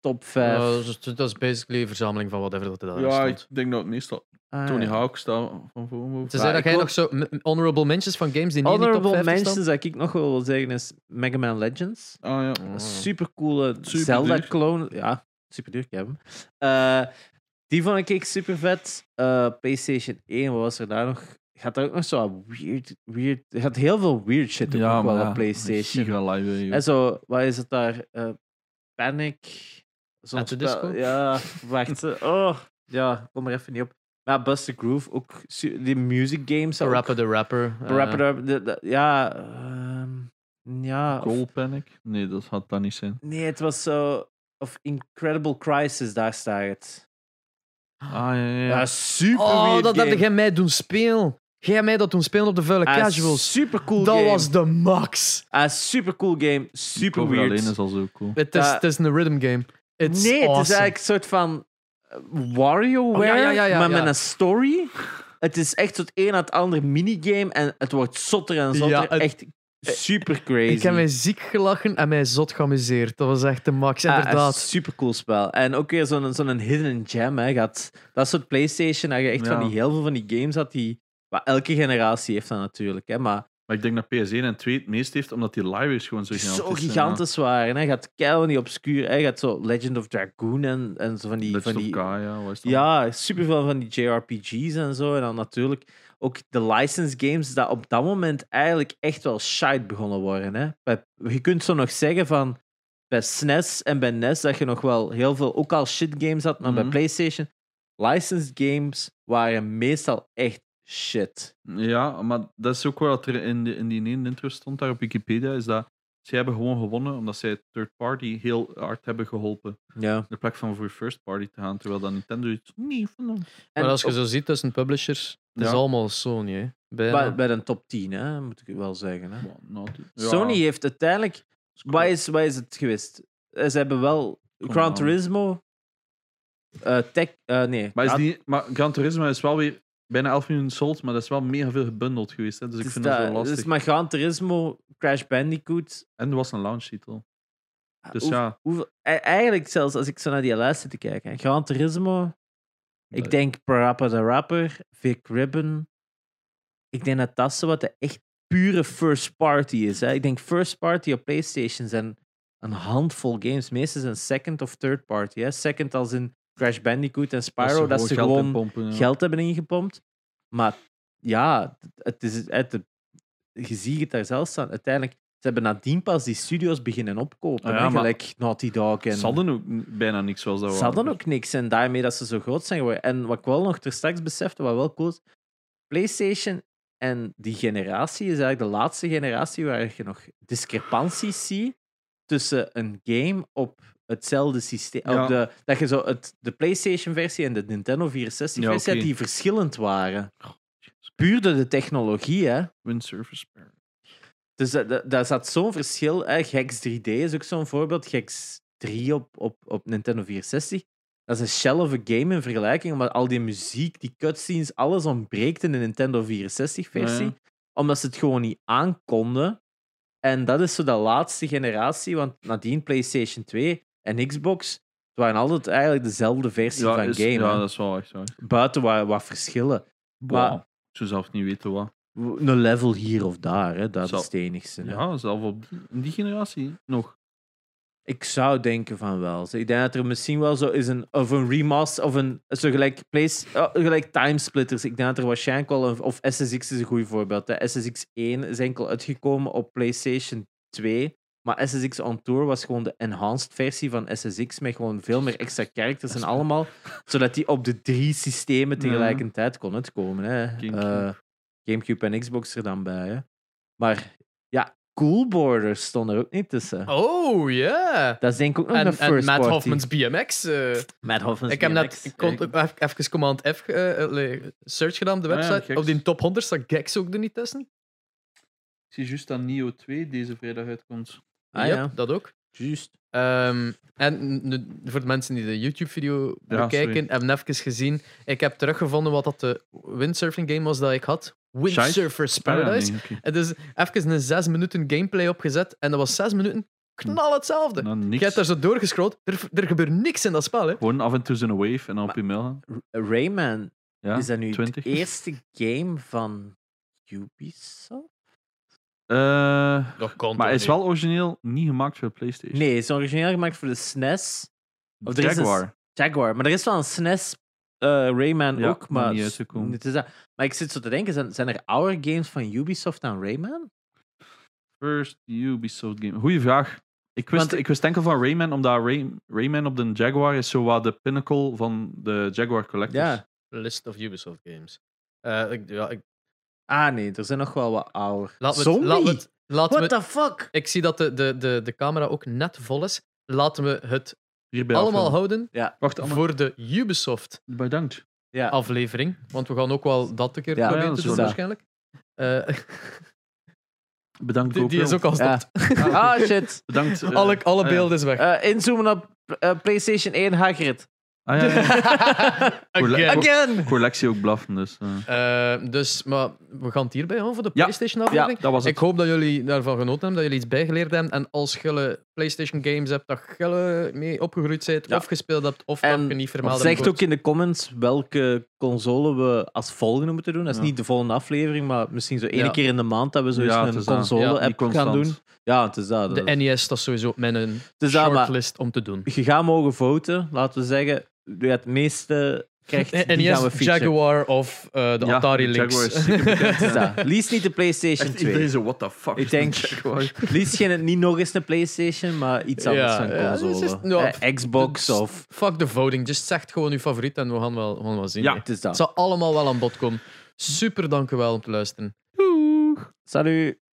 [SPEAKER 1] top 5?
[SPEAKER 3] Ja, dus dat dat is basically een verzameling van whatever dat er daar
[SPEAKER 2] Ja,
[SPEAKER 3] stond.
[SPEAKER 2] ik denk dat het meestal
[SPEAKER 1] Ah,
[SPEAKER 2] Tony Hawk staat van voor me.
[SPEAKER 3] Te zeggen
[SPEAKER 1] Ja,
[SPEAKER 3] dat
[SPEAKER 1] ik
[SPEAKER 3] jij
[SPEAKER 1] wil-
[SPEAKER 3] nog zo m- honorable mentions van games die niet in
[SPEAKER 1] Honorable
[SPEAKER 3] de top 50
[SPEAKER 1] mentions dat ik nog wel wil zeggen is Mega Man Legends.
[SPEAKER 2] Ah ja.
[SPEAKER 1] Oh.
[SPEAKER 3] staan.
[SPEAKER 1] Supercoole
[SPEAKER 2] Superduur.
[SPEAKER 1] Zelda-clone. Ja, super duur, ik heb hem. Eh, die vond ik super vet. Eh, PlayStation 1, wat was er daar nog? Gaat er ook nog zo wat weird, weird... Er gaat heel veel weird shit ook nog wel op PlayStation.
[SPEAKER 2] Giga live.
[SPEAKER 1] En zo, wat is het daar? Eh, Panic. Zo'n
[SPEAKER 3] At the
[SPEAKER 1] spel-
[SPEAKER 3] Disco?
[SPEAKER 1] Ja, wacht. eh, Oh, ja, kom er even niet op. Maar Buster Groove, ook su- die music games. ook.
[SPEAKER 3] Rapper the Rapper. eh,
[SPEAKER 1] Rapper, Rapper, de- de- ja. ehm, ja. of-
[SPEAKER 2] Goal Panic? Nee, dat had dat niet zijn.
[SPEAKER 1] nee, het was zo. Of Incredible Crisis, daar staat het.
[SPEAKER 2] Ah ja, ja.
[SPEAKER 1] Ja,
[SPEAKER 2] ja.
[SPEAKER 1] super.
[SPEAKER 3] Oh,
[SPEAKER 1] weird
[SPEAKER 3] dat heb
[SPEAKER 1] game.
[SPEAKER 3] jij mij doen spelen. Jij hebt mij dat doen spelen op de vuile
[SPEAKER 1] Ah,
[SPEAKER 3] casuals.
[SPEAKER 1] Super cool
[SPEAKER 3] Dat
[SPEAKER 1] game.
[SPEAKER 3] was de max.
[SPEAKER 1] Ah, super cool game. Super
[SPEAKER 2] Cover
[SPEAKER 1] weird.
[SPEAKER 2] alleen is al zo cool.
[SPEAKER 3] Het is,
[SPEAKER 1] Ja.
[SPEAKER 3] het is een rhythm game. It's
[SPEAKER 1] nee, het is
[SPEAKER 3] awesome.
[SPEAKER 1] eigenlijk een soort van eh, WarioWare,
[SPEAKER 3] Oh, ja, ja, ja, ja,
[SPEAKER 1] maar
[SPEAKER 3] ja.
[SPEAKER 1] met een story. Het is echt het een na het ander minigame en het wordt zotter en zotter.
[SPEAKER 3] Ja, het-
[SPEAKER 1] echt super crazy.
[SPEAKER 3] Ik heb mij ziek gelachen en mij zot geamuseerd. Dat was echt de max,
[SPEAKER 1] Ah,
[SPEAKER 3] inderdaad.
[SPEAKER 1] super cool spel. En ook weer zo'n zo'n hidden gem. Hè. Je had- dat soort PlayStation, dat je echt van
[SPEAKER 2] Ja.
[SPEAKER 1] die heel veel van die games had die. Wat elke generatie heeft dat natuurlijk. Hè. Maar
[SPEAKER 2] Maar ik denk dat PS1 en 2 het meest heeft, omdat die libraries gewoon zo gigantisch
[SPEAKER 1] zo
[SPEAKER 2] zijn.
[SPEAKER 1] gigantisch waren. Hè. Je had Kel die obscuur. Hè. Je had zo Legend of Dragoon en, en zo van die.
[SPEAKER 2] Ja.
[SPEAKER 1] Van
[SPEAKER 2] Van
[SPEAKER 1] die
[SPEAKER 2] ja. wat is dat?
[SPEAKER 1] Ja, superveel van die JRPG's en zo. En dan natuurlijk ook de license games, dat op dat moment eigenlijk echt wel shite begonnen worden. Hè? Bij- Je kunt zo nog zeggen van bij SNES en bij NES dat je nog wel heel veel, ook al shit games had, maar bij
[SPEAKER 2] Mhm.
[SPEAKER 1] PlayStation, licensed games waren meestal echt shit.
[SPEAKER 2] Ja, maar dat is ook wat er in, de, in die ene intro stond daar op Wikipedia, is dat zij hebben gewoon gewonnen omdat zij third party heel hard hebben geholpen.
[SPEAKER 1] Ja.
[SPEAKER 2] In de plek van voor first party te gaan, terwijl dat Nintendo iets niet van doen.
[SPEAKER 3] Maar als je zo ziet tussen publishers, het is
[SPEAKER 2] Ja.
[SPEAKER 3] allemaal Sony, hè. Bijna.
[SPEAKER 1] bij, bij een top 10, hè, moet ik wel zeggen. Hè?
[SPEAKER 2] Well, not- ja,
[SPEAKER 1] Sony heeft uiteindelijk
[SPEAKER 2] is cool.
[SPEAKER 1] Waar is, waar is het geweest? Eh, Ze hebben wel
[SPEAKER 2] Kom
[SPEAKER 1] Gran
[SPEAKER 2] aan.
[SPEAKER 1] Turismo. eh, tech, eh, nee.
[SPEAKER 2] Maar, is
[SPEAKER 1] Ja,
[SPEAKER 2] die, maar Gran Turismo is wel weer bijna 11 miljoen sold, maar dat is wel mega veel gebundeld geweest. Hè, dus
[SPEAKER 1] het
[SPEAKER 2] ik
[SPEAKER 1] is
[SPEAKER 2] vind dat
[SPEAKER 1] dat-
[SPEAKER 2] zo
[SPEAKER 1] het
[SPEAKER 2] lastig.
[SPEAKER 1] is maar Gran Turismo, Crash Bandicoot.
[SPEAKER 2] En er was een launchtitel. Dus
[SPEAKER 1] Hoe-
[SPEAKER 2] ja,
[SPEAKER 1] hoeveel- e- eigenlijk zelfs als ik zo naar die lijst zit te kijken. hè. Gran Turismo, Ik denk Parappa the Rapper, Vic Ribbon. Ik denk dat dat zo wat de echt pure first party is. Hè? Ik denk first party op PlayStation zijn een handvol games. Meestal zijn second of third party. Hè? Second als in Crash Bandicoot en Spyro, dat ze gewoon
[SPEAKER 2] pompen, ja.
[SPEAKER 1] geld hebben ingepompt. Maar ja, het is, het, je ziet het daar zelf staan. Uiteindelijk, ze hebben nadien pas die studios beginnen opkopen.
[SPEAKER 2] Ah ja,
[SPEAKER 1] hè,
[SPEAKER 2] maar-
[SPEAKER 1] gelijk Naughty Dog en...
[SPEAKER 2] Ze hadden ook n- bijna niks zoals dat
[SPEAKER 1] Ze
[SPEAKER 2] waren.
[SPEAKER 1] hadden ook niks en daarmee dat ze zo groot zijn geworden. En wat ik wel nog ter straks besefte, wat wel cool is, PlayStation en die generatie is eigenlijk de laatste generatie waar je nog discrepanties ziet tussen een game op hetzelfde systeem.
[SPEAKER 2] Ja.
[SPEAKER 1] Op de, dat je zo het, de PlayStation-versie en de Nintendo 64-versie
[SPEAKER 2] Ja, oké.
[SPEAKER 1] had die verschillend waren. Puur door de technologie, hè.
[SPEAKER 2] Windsurfers.
[SPEAKER 1] Dus da- da- daar zat zo'n verschil. Hè. Gex 3D is ook zo'n voorbeeld. Gex 3 op, op, op Nintendo 64. Dat is een shell of a game in vergelijking, omdat al die muziek, die cutscenes, alles ontbreekt in de Nintendo 64-versie.
[SPEAKER 2] Ja, ja.
[SPEAKER 1] Omdat ze het gewoon niet aankonden. En dat is zo de laatste generatie, want nadien PlayStation 2 en Xbox het waren altijd eigenlijk dezelfde versie
[SPEAKER 2] Ja,
[SPEAKER 1] van
[SPEAKER 2] is-
[SPEAKER 1] game.
[SPEAKER 2] ja,
[SPEAKER 1] hè.
[SPEAKER 2] dat is wel echt waar.
[SPEAKER 1] Buiten wat, wat verschillen.
[SPEAKER 2] Boah,
[SPEAKER 1] Maar-
[SPEAKER 2] Ik zou zelf niet weten wat.
[SPEAKER 1] Een level hier of daar, hè, dat
[SPEAKER 2] Zal-
[SPEAKER 1] is het enigste. hè.
[SPEAKER 2] Ja, zelf op in die generatie nog.
[SPEAKER 1] Ik zou denken van wel. Zo, Ik denk dat er misschien wel zo is een, of een remaster of een zo gelijk, place, oh, gelijk timesplitters. Ik denk dat er waarschijnlijk wel een, of SSX is een goed voorbeeld. Hè. SSX 1 is enkel uitgekomen op PlayStation 2. Maar SSX On Tour was gewoon de enhanced versie van SSX met gewoon veel meer extra characters en allemaal. Zodat die op de drie systemen tegelijkertijd kon uitkomen. Hè.
[SPEAKER 2] Gamecube.
[SPEAKER 1] Eh, Gamecube en Xbox er dan bij. Hè. Maar ja, Cool Borders stond er ook niet tussen.
[SPEAKER 3] Oh, ja.
[SPEAKER 1] Dat is denk ik ook nog een
[SPEAKER 3] En,
[SPEAKER 1] first
[SPEAKER 3] en Matt
[SPEAKER 1] party.
[SPEAKER 3] Hoffman's BMX. eh.
[SPEAKER 1] Matt Hoffman's
[SPEAKER 3] ik heb net
[SPEAKER 1] BMX.
[SPEAKER 3] ik kon, ik heb even command F eh, eh, le- search gedaan op de
[SPEAKER 2] Ah ja,
[SPEAKER 3] website.
[SPEAKER 2] Gex.
[SPEAKER 3] op die top 100 staat Gex ook er niet tussen.
[SPEAKER 2] Ik zie juist dat Nio 2 deze vrijdag uitkomt.
[SPEAKER 1] Ah,
[SPEAKER 3] Yep,
[SPEAKER 1] ja.
[SPEAKER 3] Dat ook.
[SPEAKER 1] Juist.
[SPEAKER 3] Ehm, en n- voor de mensen die de YouTube-video
[SPEAKER 2] Ja,
[SPEAKER 3] bekijken, hebben even gezien. Ik heb teruggevonden wat dat de windsurfing game was dat ik had. Windsurfers Paradise.
[SPEAKER 2] Ah, ja, nee, oké.
[SPEAKER 3] Het is even een 6 minuten gameplay opgezet. En dat was 6 minuten knal hetzelfde.
[SPEAKER 2] Nou,
[SPEAKER 3] Je
[SPEAKER 2] niks.
[SPEAKER 3] hebt daar zo doorgescrollt. Er, er gebeurt niks in dat spel. Hè.
[SPEAKER 2] Gewoon af en toe zijn wave en dan op
[SPEAKER 1] Maar-
[SPEAKER 2] je mail gaan.
[SPEAKER 1] Eh, Rayman,
[SPEAKER 2] Ja,
[SPEAKER 1] is dat nu
[SPEAKER 2] 20.
[SPEAKER 1] de eerste game van Ubisoft?
[SPEAKER 2] Eh,
[SPEAKER 3] Dat kan
[SPEAKER 2] maar hij is wel origineel niet gemaakt voor de PlayStation.
[SPEAKER 1] Nee, het is origineel gemaakt voor de SNES. Of er is een-
[SPEAKER 2] Jaguar.
[SPEAKER 1] Jaguar. Maar er is wel een SNES eh, Rayman
[SPEAKER 2] Ja,
[SPEAKER 1] ook.
[SPEAKER 2] nog
[SPEAKER 1] Maar,
[SPEAKER 2] niet uitgekomen.
[SPEAKER 1] het is dat. maar ik zit zo te denken, zijn, zijn er ouder games van Ubisoft dan Rayman?
[SPEAKER 2] First Ubisoft game. Goeie vraag. Ik wist,
[SPEAKER 1] Want-
[SPEAKER 2] ik wist enkel van Rayman, omdat Ray- Rayman op de Jaguar is zo wat de pinnacle van de Jaguar Collectors.
[SPEAKER 1] Ja.
[SPEAKER 3] List of Ubisoft games. Eh, ik, ja, ik,
[SPEAKER 1] Ah nee, er zijn nog wel wat ouder.
[SPEAKER 3] laat me het-
[SPEAKER 1] Zombie?
[SPEAKER 3] Laat me het- laat me
[SPEAKER 1] What
[SPEAKER 3] het-
[SPEAKER 1] the fuck?
[SPEAKER 3] ik zie dat de, de, de, de camera ook net vol is. Laten we het
[SPEAKER 2] Hierbij
[SPEAKER 3] allemaal
[SPEAKER 2] afronden.
[SPEAKER 3] houden
[SPEAKER 2] Wacht, allemaal.
[SPEAKER 3] voor de Ubisoft
[SPEAKER 2] Bedankt.
[SPEAKER 1] Ja.
[SPEAKER 3] aflevering. Want we gaan ook wel dat een keer
[SPEAKER 1] Ja,
[SPEAKER 3] proberen
[SPEAKER 2] ja,
[SPEAKER 3] te
[SPEAKER 2] dat
[SPEAKER 3] doen,
[SPEAKER 2] is
[SPEAKER 3] waarschijnlijk. Eh,
[SPEAKER 2] Bedankt,
[SPEAKER 3] die, die is
[SPEAKER 2] GoPro.
[SPEAKER 3] ook al
[SPEAKER 1] Ja.
[SPEAKER 3] stopt.
[SPEAKER 1] Ah shit.
[SPEAKER 2] Bedankt. eh,
[SPEAKER 3] alle, alle
[SPEAKER 2] ah ja.
[SPEAKER 3] beelden is weg.
[SPEAKER 1] Eh, inzoomen op eh, PlayStation 1 Hagrid.
[SPEAKER 2] Ah, ja, ja.
[SPEAKER 3] Again.
[SPEAKER 2] Again.
[SPEAKER 1] Again!
[SPEAKER 2] Collectie ook blaffen, dus. eh.
[SPEAKER 3] Eh, dus, maar we gaan het hierbij houden voor de
[SPEAKER 2] Ja.
[SPEAKER 3] PlayStation-aflevering.
[SPEAKER 2] Dat was het.
[SPEAKER 3] Ik hoop dat jullie daarvan genoten hebben, dat jullie iets bijgeleerd hebben. En als je PlayStation games hebt, dat je mee opgegroeid bent,
[SPEAKER 1] Ja.
[SPEAKER 3] of gespeeld hebt, of
[SPEAKER 1] En
[SPEAKER 3] dat je niet vermeld
[SPEAKER 1] Want
[SPEAKER 3] hebt.
[SPEAKER 1] Zeg ook in de comments welke console we als volgende moeten doen. Dat is
[SPEAKER 2] Ja.
[SPEAKER 1] niet de volgende aflevering, maar misschien zo één
[SPEAKER 3] Ja.
[SPEAKER 1] keer in de maand dat we zoiets
[SPEAKER 2] Ja, het
[SPEAKER 1] een
[SPEAKER 2] is dat.
[SPEAKER 3] Ja,
[SPEAKER 1] console
[SPEAKER 3] niet
[SPEAKER 1] app gaan
[SPEAKER 2] constant.
[SPEAKER 1] doen. Ja, het is dat.
[SPEAKER 3] De
[SPEAKER 1] dat is-
[SPEAKER 3] NES, E dat is sowieso mijn
[SPEAKER 1] het is dat, maar
[SPEAKER 3] shortlist om te doen.
[SPEAKER 1] je gaat mogen voten, laten we zeggen. Wie het meeste krijgt, die gaan we
[SPEAKER 3] NES,
[SPEAKER 1] featuren.
[SPEAKER 3] E Jaguar of eh, de
[SPEAKER 2] Ja,
[SPEAKER 3] Atari
[SPEAKER 2] de
[SPEAKER 3] Lynx.
[SPEAKER 2] Jaguar is zeker bekend,
[SPEAKER 1] Het is dat. Liefst niet de PlayStation
[SPEAKER 2] Echt iedereen
[SPEAKER 1] 2.
[SPEAKER 2] zo, what the fuck
[SPEAKER 1] Ik
[SPEAKER 2] is een
[SPEAKER 1] denk-
[SPEAKER 2] Jaguar?
[SPEAKER 1] Liefst geen, niet nog eens een PlayStation, maar iets
[SPEAKER 3] Ja,
[SPEAKER 1] anders van
[SPEAKER 3] ja, dat is
[SPEAKER 1] console.
[SPEAKER 3] just- nou,
[SPEAKER 1] Eh, Xbox
[SPEAKER 3] dat is-
[SPEAKER 1] of...
[SPEAKER 3] Fuck de voting, just zegt gewoon uw favoriet en we gaan wel, we gaan wel zien.
[SPEAKER 2] Ja.
[SPEAKER 3] hè.
[SPEAKER 1] Het is
[SPEAKER 3] Het
[SPEAKER 1] dat.
[SPEAKER 3] zal allemaal wel aan bod komen. Super, dank u wel om te luisteren.
[SPEAKER 2] Doeg.
[SPEAKER 1] Salut.